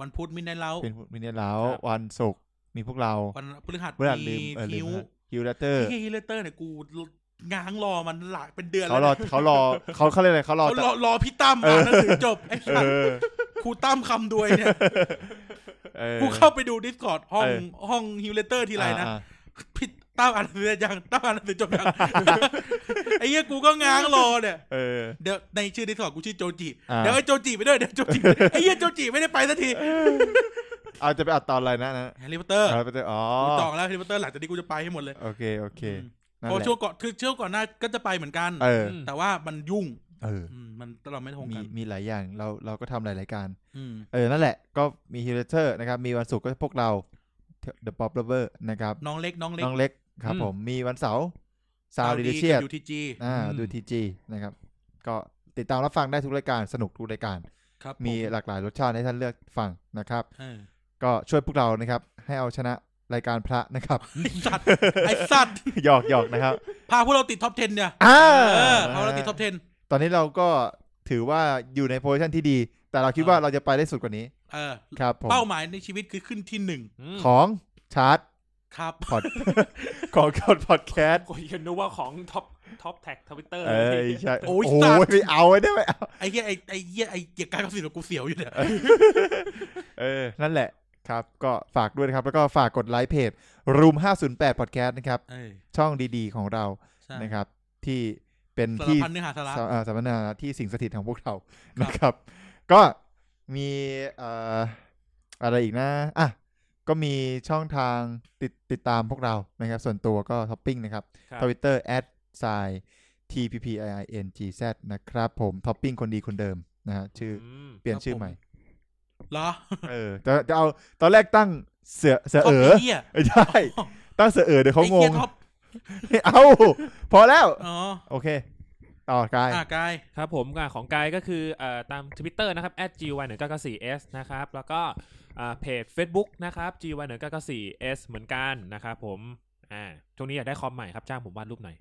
S2: วันพุธมินในเล้า
S4: เป็นมินเนแล้ว
S3: ครับ
S4: วันศุกร์มีพวกเรา
S2: วันพฤหัส
S4: เมื่อไหร่ลืมเออลื
S2: คิ
S4: ม
S2: ว
S4: ฮิวเลเตอร์
S2: พี่ฮิลเลเตอร์เนี่ยกูง้างรอมันหลายเป็นเดือน
S4: เขาร
S2: แล้
S4: อ
S2: ว
S4: เขารอเขาเขาเรียกอะไรเขารอ
S2: เขา
S4: จะ
S2: รอรอพี่ตั้มอ่านหนังสือจบไอ้
S4: เอ
S2: สัส
S4: อ
S2: ครูตั้มคำด้วยเนี่ย
S4: เออ
S2: กูเข้าไปดู Discord ห้อง
S4: เออ
S2: ห้องฮิลเลเตอร์ทีไรนะ
S4: อ่า
S2: พี่ตั้มอ่านหนังสือยังตั้มอ่านหนังสือจบ ยัง ไอ้เหี้ยกูก็ง้างรอเนี่ย
S4: เออ
S2: เดี๋ยวในชื่อ Discord กูชื่อโจจิ
S4: อ่า
S2: เดี๋ยวไอ้โจจิไปด้วยเดี๋ยวโจจิไปด้วยไอ้เหี้ยโจจิไม่ได้ไปสักที
S4: เอาจะไปอัดตอนอะไรนะนะ
S2: แฮร์รี่พอตเตอร์
S4: เอาไปเจออ๋อ
S2: กูจองแล้วแฮร์รี่พอตเตอร์หลังจากนี้กูจะไปให้หมดเลย
S4: โอเคโอเค
S2: ม
S4: นั่น
S2: เพอ
S4: แหละ
S2: ช่วงก่อนคือช่วงก่อนหน้าก็จะไปเหมือนกัน
S4: เออ
S3: อืม
S2: แต่ว่ามันยุ่ง
S4: เออ
S2: อืมมันเราไม่ตรง
S4: มี
S2: กัน
S4: มีหลายอย่างเราเราก็ทำหลายรายการ
S2: อืม
S4: เออ นั่นแหละก็มีฮิลเตอร์นะครับ มีวันศุกร์ก็พวกเรา The Pop Lover นะครับ
S2: น้องเล็กน้องเล็ก
S4: น้องเล็กครับ
S3: อืม
S4: ผมมีวันเสาร์ซาว
S2: ว
S4: ดีเชีย
S2: ยูทีจี
S4: อ่า
S3: อืม
S4: ดูทีจีนะครับ ก็ติดตามรับฟังได้ทุกรายการสนุกทุกรายการ
S2: ครับ
S4: มี
S2: ผ
S4: หลากหลายรสชาติให้ท่านเลือกฟังนะครับ
S2: เออ
S4: ก็ช่วยพวกเรานะครับ ให้เอาชนะรายการพระนะครับ
S2: ไอ้สัตว์ไอ้สัตว์
S4: หยอกหยอกนะครับ
S2: พาพวกเราติดท็อป 10 เนี่ย
S4: อ่า
S2: เออพาพวกเราติดท็อป 10
S4: ตอนนี้เราก็ถือว่าอยู่ในโพสิชันที่ดี แต่เราคิดว่าเราจะไปได้สุดกว่านี้
S2: เออ
S4: ครับผม
S2: เป้าหมายในชีวิตคือขึ้นที่หนึ่ง
S3: อืม
S4: ของชาร์ต
S2: ครับ
S4: พอด ของกดพอดแคสต์
S3: กูยังนึกว่าของท็อปท็อปแท็กทวิตเตอร์
S4: เอ้ยใช่
S2: โอ้
S4: โอ้
S2: ย
S4: ย
S2: สัตว์
S4: ไม่เอาได้ไหมเอา
S2: ไอ้เหี้ยไอ้ไอ้เหี้ยไอ้เกียร์การกับสิบกูเสียวอยู่เนี่ย
S4: เออนั่นแหละครับ ก็ฝากด้วยนะครับ แล้วก็ฝากกดไลค์เพจ Room 508 Podcast นะครับ
S2: เออ
S4: ช่องดีๆของเรา
S2: ใช่
S4: นะครับ ที่เป็น
S2: สาร
S4: ที่
S2: พันเนื้อหาสาระ
S4: สาอ่าสัมมนาที่สิ่งสถิตของพวกเรา
S2: ครับ
S4: นะครับ ก็มีเอ่ออะไรอีกนะอ่ะก็มีช่องทางติดติดตามพวกเรานะครับ ส่วนตัวก็ท็อปปิ้งนะครับ
S3: ครับ
S4: ทวิตเตอร์ @sign tppingz นะครับ ผมท็อปปิ้งคนดีคนเดิมนะฮะชื่อ
S3: ม
S4: เปลี่ยนชื่อใหม่
S2: เหรอ
S4: เออจะจะเอาตอนแรกตั้งเสือเสือ
S2: ท็อป
S4: เอ๋อ
S2: ไอ้เหี้ย
S4: ไม่ใช่ ตั้งเสือเอ๋อเดี๋ยวเขา
S2: ไอ้
S4: ง
S2: เหี้ย
S4: ง
S2: ท็อป
S4: เอ้าพอแล้ว
S2: อ๋อ
S4: โอเค ต่อกาย
S2: อ่ะกาย
S3: ครับผมอ่ะของกายก็คือเอ่อตามทวิตเตอร์นะครับ g y 1 9 4 s นะครับ แล้วก็อ่าเพจ Facebook นะครับ g y 1 9 4 s เหมือนกันนะครับผมอ่าช่วงนี้อยากได้คอมใหม่ครับจ้างผมวาดรูปหน่อย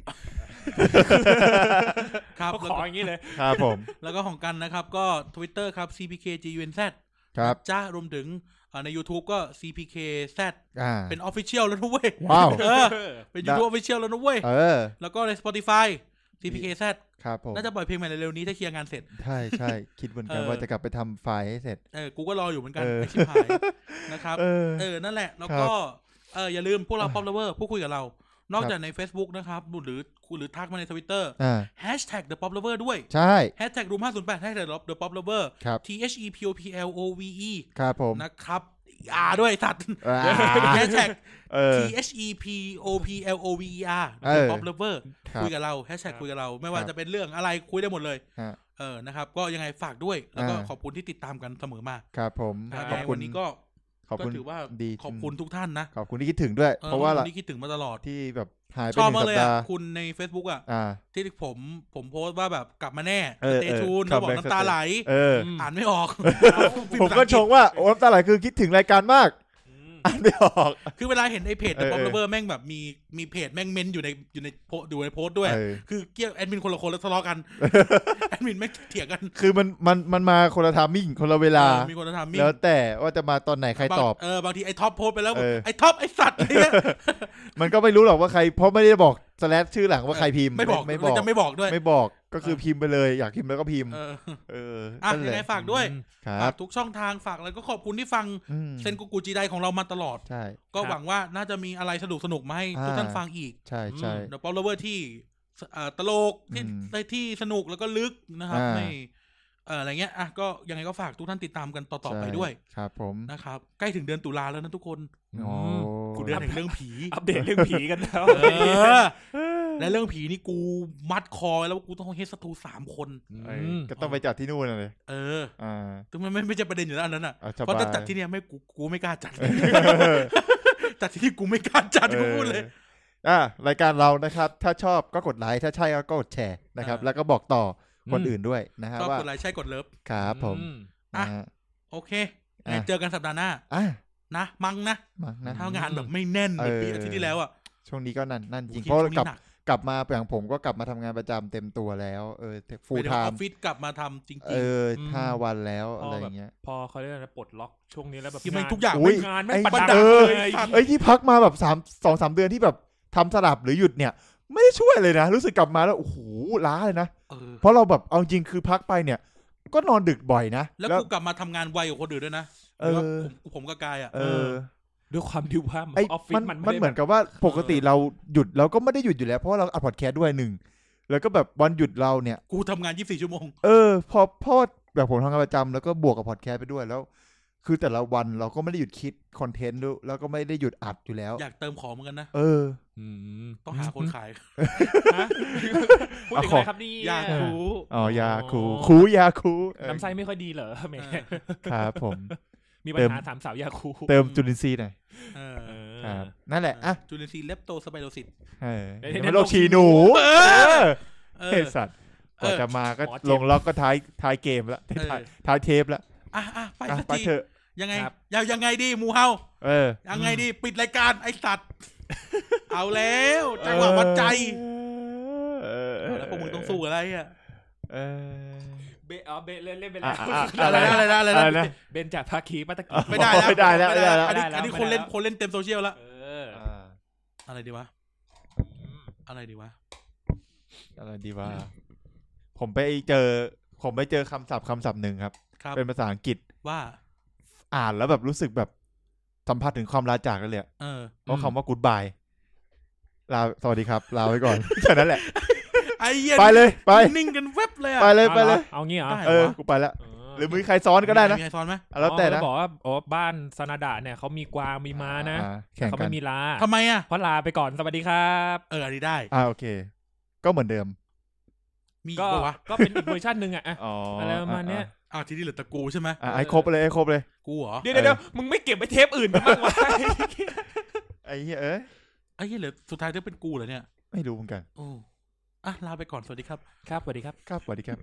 S2: ครับ
S3: ก็
S2: แล้ว
S3: ขอ
S2: ก็
S3: อย่างนี้เลย
S4: ครับผม
S2: แล้วก็ของกันนะครับ ก็ Twitter ครับ cpkgunz
S4: ครับ
S2: จ้ารวมถึงอ่าใน YouTube ก็ cpkz
S4: อ่า
S2: เป็น Official แล้วนะเว้ย
S4: ว้าว
S2: เออเป็น YouTube Official แล้วนะเว้ย
S4: เออ
S2: แล้วก็ใน Spotify cpkz
S4: ครับผม
S2: น่าจะปล่อยเพลงใหม่เร็วๆนี้ถ้าเคลียร์งานเสร็จ
S4: ใช่ใช่ คิดเหมือนกัน
S2: เออ
S4: ว่าจะกลับไปทำไฟล์ให้เสร็จ
S2: เออ กูก็รออยู่เหมือนกัน
S4: เออ
S2: ไอชิบหายนะครับ
S4: เออ
S2: เออ นั่นแหละ แล้วก็ เออ อย่าลืมพวกเรา p ๊อปเลเวอร์พูดคุยกับเรา นอกจากใน Facebook นะครับ หรือหรือทักมาใน Twitter
S4: อ่า
S2: Hashtag The Pop Lover ด้วย
S4: ใช่
S2: Hashtag Room 508 Hashtag The Pop Lover
S4: ครับ
S2: T H E P O P L O V E
S4: ครับผม
S2: นะครับอาด้วยสัตว์
S4: อ่า
S2: Hashtag
S4: เออ
S2: T H E P O P L O V E R
S4: เอ
S2: The
S4: อ
S2: Pop Lover
S4: ครับ
S2: คุยกับเรา Hashtag
S3: ครับ
S2: คุยกับเรา ไม่ว่าจะเป็นเรื่องอะไรคุยได้หมดเลย
S4: ฮะ
S2: เออ นะครับ ก็ยังไงฝากด้วย แล้วก็
S4: อ่า
S2: ขอบคุณที่ติดตามกันเสมอมา
S4: ครับผม
S3: อ่า
S2: ยัง
S4: ขอบ
S2: ไง
S4: คุณ
S2: วันนี้ก็
S4: ขอบ
S2: ก็
S4: คุณ
S2: ถือว่า
S4: ดี
S2: ขอบคุณทุกท่านนะ
S4: ขอบคุณที่คิดถึงด้วย
S2: ออ
S4: เพราะว่า
S2: คนที่คิดถึงมาตลอด
S4: ที่แบบหายไป
S2: ชอบ
S4: หนึ่
S2: มาง ก
S4: สัป
S2: เลย
S4: ดา
S2: อ่ะ
S4: ห์
S2: คุณใน Facebook อ่ะ
S4: อ่า
S2: ที่ผมผมโพสต์ว่าแบบกลับมาแน่
S4: เออ
S2: เตจูน
S4: เออ
S2: เขาบอก
S4: comeback
S2: น้ำตาไหล
S4: เออ
S3: ม
S2: อ่านไม่ออก
S4: ผมก็ชงว่าโอ้น้ำตาไหลคือคิดถึงรายการมาก
S3: อืม
S4: อ่านไม่ออก
S2: คือเวลาเห็นไอ้เพจ
S4: เอ
S2: The
S4: อ
S2: Pop
S4: เออ
S2: Lover แม่งแบบมีมีเพจแม่งเมนอยู่ในอยู่ในโพอยู่ในโพสต์ด้วย
S4: เออ
S2: คือเกี่ยวแอดมินคนละคนแล้วทะ เลาะกัน แอดมินแม่งเถียงกัน
S4: คือมันมันมันมาคนละทามมิ่งคนละเวลา
S2: เออมีคนละทำมี
S4: แล้วแต่ว่าจะมาตอนไหนใครตอบ
S2: างเออบางทีไอ้ท็อปโพสต์ไปแล้ว
S4: เออ
S2: ไอ้ท็อปไอ้สัตว์เนี่ย
S4: มันก็ไม่รู้หรอกว่าใครเพราะไม่ได้บอกสแลชชื่อหลังว่าใครพิมพ์
S2: ไม่บอก
S4: ไม่บอก
S2: จะไม่บอกด้วย
S4: ไม่บอกก็คือพิมพ์ไปเลย อยากพิมพ์แล้วก็พิมพ์
S2: เออ
S4: เออ
S2: อ่ะ
S4: นั่นแห
S2: ยังไง
S4: ละ
S2: ฝากด้วย
S4: ค
S2: ฝา
S4: รับ
S2: กทุกช่องทางฝากแล้วก็ขอบคุณที่ฟัง
S4: อืม
S2: เซนกูกูจีไดของเรามาตลอด
S4: ใช่
S2: ก็หวังว่าน่าจะมีอะไรสนุกสนุกๆมาให้
S4: อ่า
S2: ทุกท่านฟังอีก
S4: ใช่ใช่
S2: เดี๋ยวป๊อปเลเวอร์ที่สเอ่อตลกที่
S4: อืม
S2: ได้ที่สนุกแล้วก็ลึกนะครับ
S4: อ่า
S2: ไม่เอ่ออะไรเงี้ยอ่ะก็ยังไงก็ฝากทุกท่านติดตามกันต่อๆไป
S4: ใช่
S2: ด้วย
S4: ครับ ผม
S2: นะครับ ใกล้ถึงเดือนตุลาแล้วนะทุกคน
S4: โอ้
S2: กูเดือนแห่งเรื่องผี
S3: อัปเดตเรื่องผีกันแล้ว
S2: เออ และเรื่องผีนี่กูมัดคอไว้แล้วว่ากูต้องเฮดสตูสามคน
S4: เออ
S3: ม
S4: ก็ต้องไปจัดที่นู่นน่ะเลย
S2: เออ
S4: อ่า
S2: ถึงมันไม่ไม่ใช่ประเด็นอยู่แล้วอันนั้นอ่ะ
S4: เอาส
S2: เพราะ
S4: บาย
S2: ถ้าจัดที่เนี่ยไม่กูกูไม่กล้าจัด จัดที่นี่กูไม่กล้าจัดกูพูดเลย
S4: อออ่ารายการเรานะครับ ถ้าชอบก็กดไลค์ถ้าใช่ก็กดแชร์นะครับ
S2: อ่า
S4: แล้วก็บอกต่อคนอื่นด้วยนะฮะ
S2: ชอบ
S4: ว่าก
S2: ดไลค์ใช่กดเลิฟ
S4: ครับผม
S3: อื
S2: อ่ะ
S4: นะฮะ
S2: โอเค
S4: อ่ะ
S2: เจอกันสัปดาห์หน้า
S4: อ่ะ
S2: นะมั้งนะ
S4: มานะ
S2: ถ้างานแบบไม่แน่นเหมือนปีอาทิตย์ที่แล้วอ่ะ
S4: ช่วงนี้ก็นั่นนั่นจริง
S2: โอ้โห
S4: เพราะ
S2: ช่วง
S4: กลั
S2: นี้
S4: บ
S2: หนัก
S4: กลับมาอย่างผมก็กลับมาทำงานประจำเต็มตัวแล้ว เออฟู
S2: ไป
S4: ล
S2: เดี๋ย
S4: ไท
S2: วออฟ
S4: ม์
S2: ฟิศกลับมาทำจริง
S4: เอ
S2: ๆ
S4: อห้าวันแล้วอะไรอย่างเงี้ย
S3: พอเขาเรียกอะไรนะปลดล็อกช่วงนี้แล้วแบบ
S2: คือไม่
S3: น
S2: ทุกอย่าง
S4: อุ๊ย
S3: งานไม่
S4: ไอ้
S3: ปัด
S4: เอ
S3: ดัง
S4: อ
S3: เลย
S2: สัตว์
S4: เอ้ยที่พักมาแบบสามสองสามเดือนที่แบบทำสลับหรือหยุดเนี่ย ไม่ได้ช่วยเลยนะ รู้สึกกลับมาแล้วโอ้โหล้าเลยนะ
S2: เออ
S4: เพราะเราแบบเอาจริงคือพักไปเนี่ย ก็นอนดึกบ่อยนะ
S2: แล้วกูกลับมาทำงานไวกว่าคนอื่นด้วยนะ
S4: เอ
S2: หรือว่า
S4: อ
S2: ผมผมกับกายอ่ะ
S4: เออ
S3: ด้วยความดิวว่า
S4: ไอ้
S3: ออฟฟิ
S4: มั
S3: ศ
S4: น
S3: มัน
S4: มัน
S3: ไได้
S4: เหมือนกับว่าปกติเราหยุดเราก็ไม่ได้หยุดอยู่แล้ว เพราะว่าเราอัดพอดแคสต์ด้วยหนึ่งแล้วก็แบบวันหยุดเราเนี่ย
S2: กูทำงาน 24 ชั่วโมง
S4: เออพอพอแบบผมทำงานประจำแล้วก็บวกกับพอดแคสต์ไปด้วยแล้ว คือแต่ละวันเราก็ไม่ได้หยุดคิดคอนเทนต์ด้วยแล้วก็ไม่ได้หยุดอัดอยู่แล้ว
S2: อยากเติมของเหมือนกันนะ
S4: เออ
S3: อืม
S2: ต้องหาคนขาย
S3: ฮะพูดถึง
S4: อ่ะขอ
S3: อะไรครับนี่
S2: อยากรู้
S4: อ๋อยาคู
S3: อ๋อ
S4: คูยาคูเออ
S3: น้ำไส้ไม่ค่อยดีเหรอแหม
S2: เออ
S4: ครับผม
S3: มีปัญหา
S4: เติม
S3: ถามสาวยาคู
S4: เติมจุลินทรีย์หน่อย
S2: เออ
S3: เออ
S4: ครับนั่นแหละอ่ะ
S2: จุลินทรีย์เลปโตสไปโรซิต
S4: เออ
S3: เดี๋ยว
S4: ไม่
S3: เดี๋ยว
S4: โรคฉี่หนู เออ
S2: เอ
S4: เฮ้ย
S2: อ
S4: สัตว์
S2: เออก
S4: ว่าจะมาก็
S3: หมอเจ็บ
S4: ลงล็อกก็ท้ายท้ายเกมละ
S2: เออ
S4: ท้ายท้ายเทปละ
S2: อ่ะอ่ะไป
S4: อ่ะ
S2: สัก
S4: ไป
S2: ที
S4: เถอะ
S2: ยังไง
S3: ครับ
S2: ยาวยังไงดีหมูเฮา
S4: เออ
S2: ยังไงดีปิดรายการไอ้สัตว์ เอาแล้วจังหวะวัดใจ
S4: เออ
S2: เอาแล้วพวกมึงต้องสู้อะไรอ่ะ
S4: เออ
S3: เบะอ๋อเบะเล่นเล่นไป
S4: อ่ะ
S3: แล้ว
S4: อ่ะอ่ะ
S2: อะไรนะอะไรนะอะไร
S4: อะไร
S2: นะ
S4: นะ
S3: เบนจากภาคีปัตตะกี
S2: ไม่ได้แล้ว
S4: ไม่ได้แล้วไม่ได้แล้ว
S2: อันนี้
S3: ไม่ได้แล้ว
S2: อันนี้
S3: ไม่ได้
S2: คนเล่น
S3: แล้ว
S2: คนเล่นเต็มโซเชียลละ
S3: เออ
S4: อ่า
S2: อะไรดีวะอะไรดีวะ
S4: อะไรดีวะผมไปเจอ ผมไปเจอคำศัพท์คำศัพท์หนึ่งครับ
S2: ครับ
S4: เป็นภาษาอังกฤษ
S2: ว่า
S4: อ่านแล้วแบบรู้สึกแบบสัมผัสถึงความลาจากกันเลยอะ
S2: เออ
S4: เพราะคำว่า goodbye ลาสวัสดีครับ ลาไว้ก่อน แค่นั้นแหละ
S2: ไอ้เหี้ย็น
S4: ไปเลยไป
S2: นิ่งกันเว็บเลยอ่ะ
S4: ไปเลยไปเลย
S3: เอางี้เหรอ
S2: ได้
S4: เออ กูไปแล้ว
S3: เออ
S4: หรือมือใครซ้อนก็ได้นะ
S2: มีใครซ้อนไหม
S4: อ่ะแล้วแต่นะ
S3: เขาบอกว่าอ๋อบ้านซานาดะเนี่ยเขามีกวางมีม้านะ
S4: อ่แข่ง
S3: เขา
S4: กั
S3: ไม่
S4: น
S3: มีลา
S2: ทำไมอ่ะ
S3: เพราะลาไปก่อนสวัสดีครับ
S2: เอออันนี้ได้
S4: อ่าโอเค ก็เหมือนเดิม
S2: มีอี
S3: ก็
S2: ก็วะ
S3: ก็เป็นอีกเวอร์ชันหนึ่งอะอะ
S4: อ๋อ
S3: อะไรประมาณเนี้ย
S2: อ้าวทีนี้เหลือแตะกูใช่ไหม
S4: อ่ะไอ้ครบเลยไอ้ครบเลย
S2: กูเหรอ
S3: เดี๋ยวเดี๋ยวเดี๋ยวมึงไม่เก็บไปเทปอื่นกันบ้างวะ
S4: ไอ้เหี้ยเอ้ย
S2: ไอ้เหี้ยเหลือสุดท้ายจะเป็นกูเหรอเนี่ย
S4: ไม่รู้เหมือนกัน
S2: โอ้อ่ะลาไปก่อนสวัสดีครับ
S3: ครับสวัสดีครับ
S4: ครับสวัสดีครับ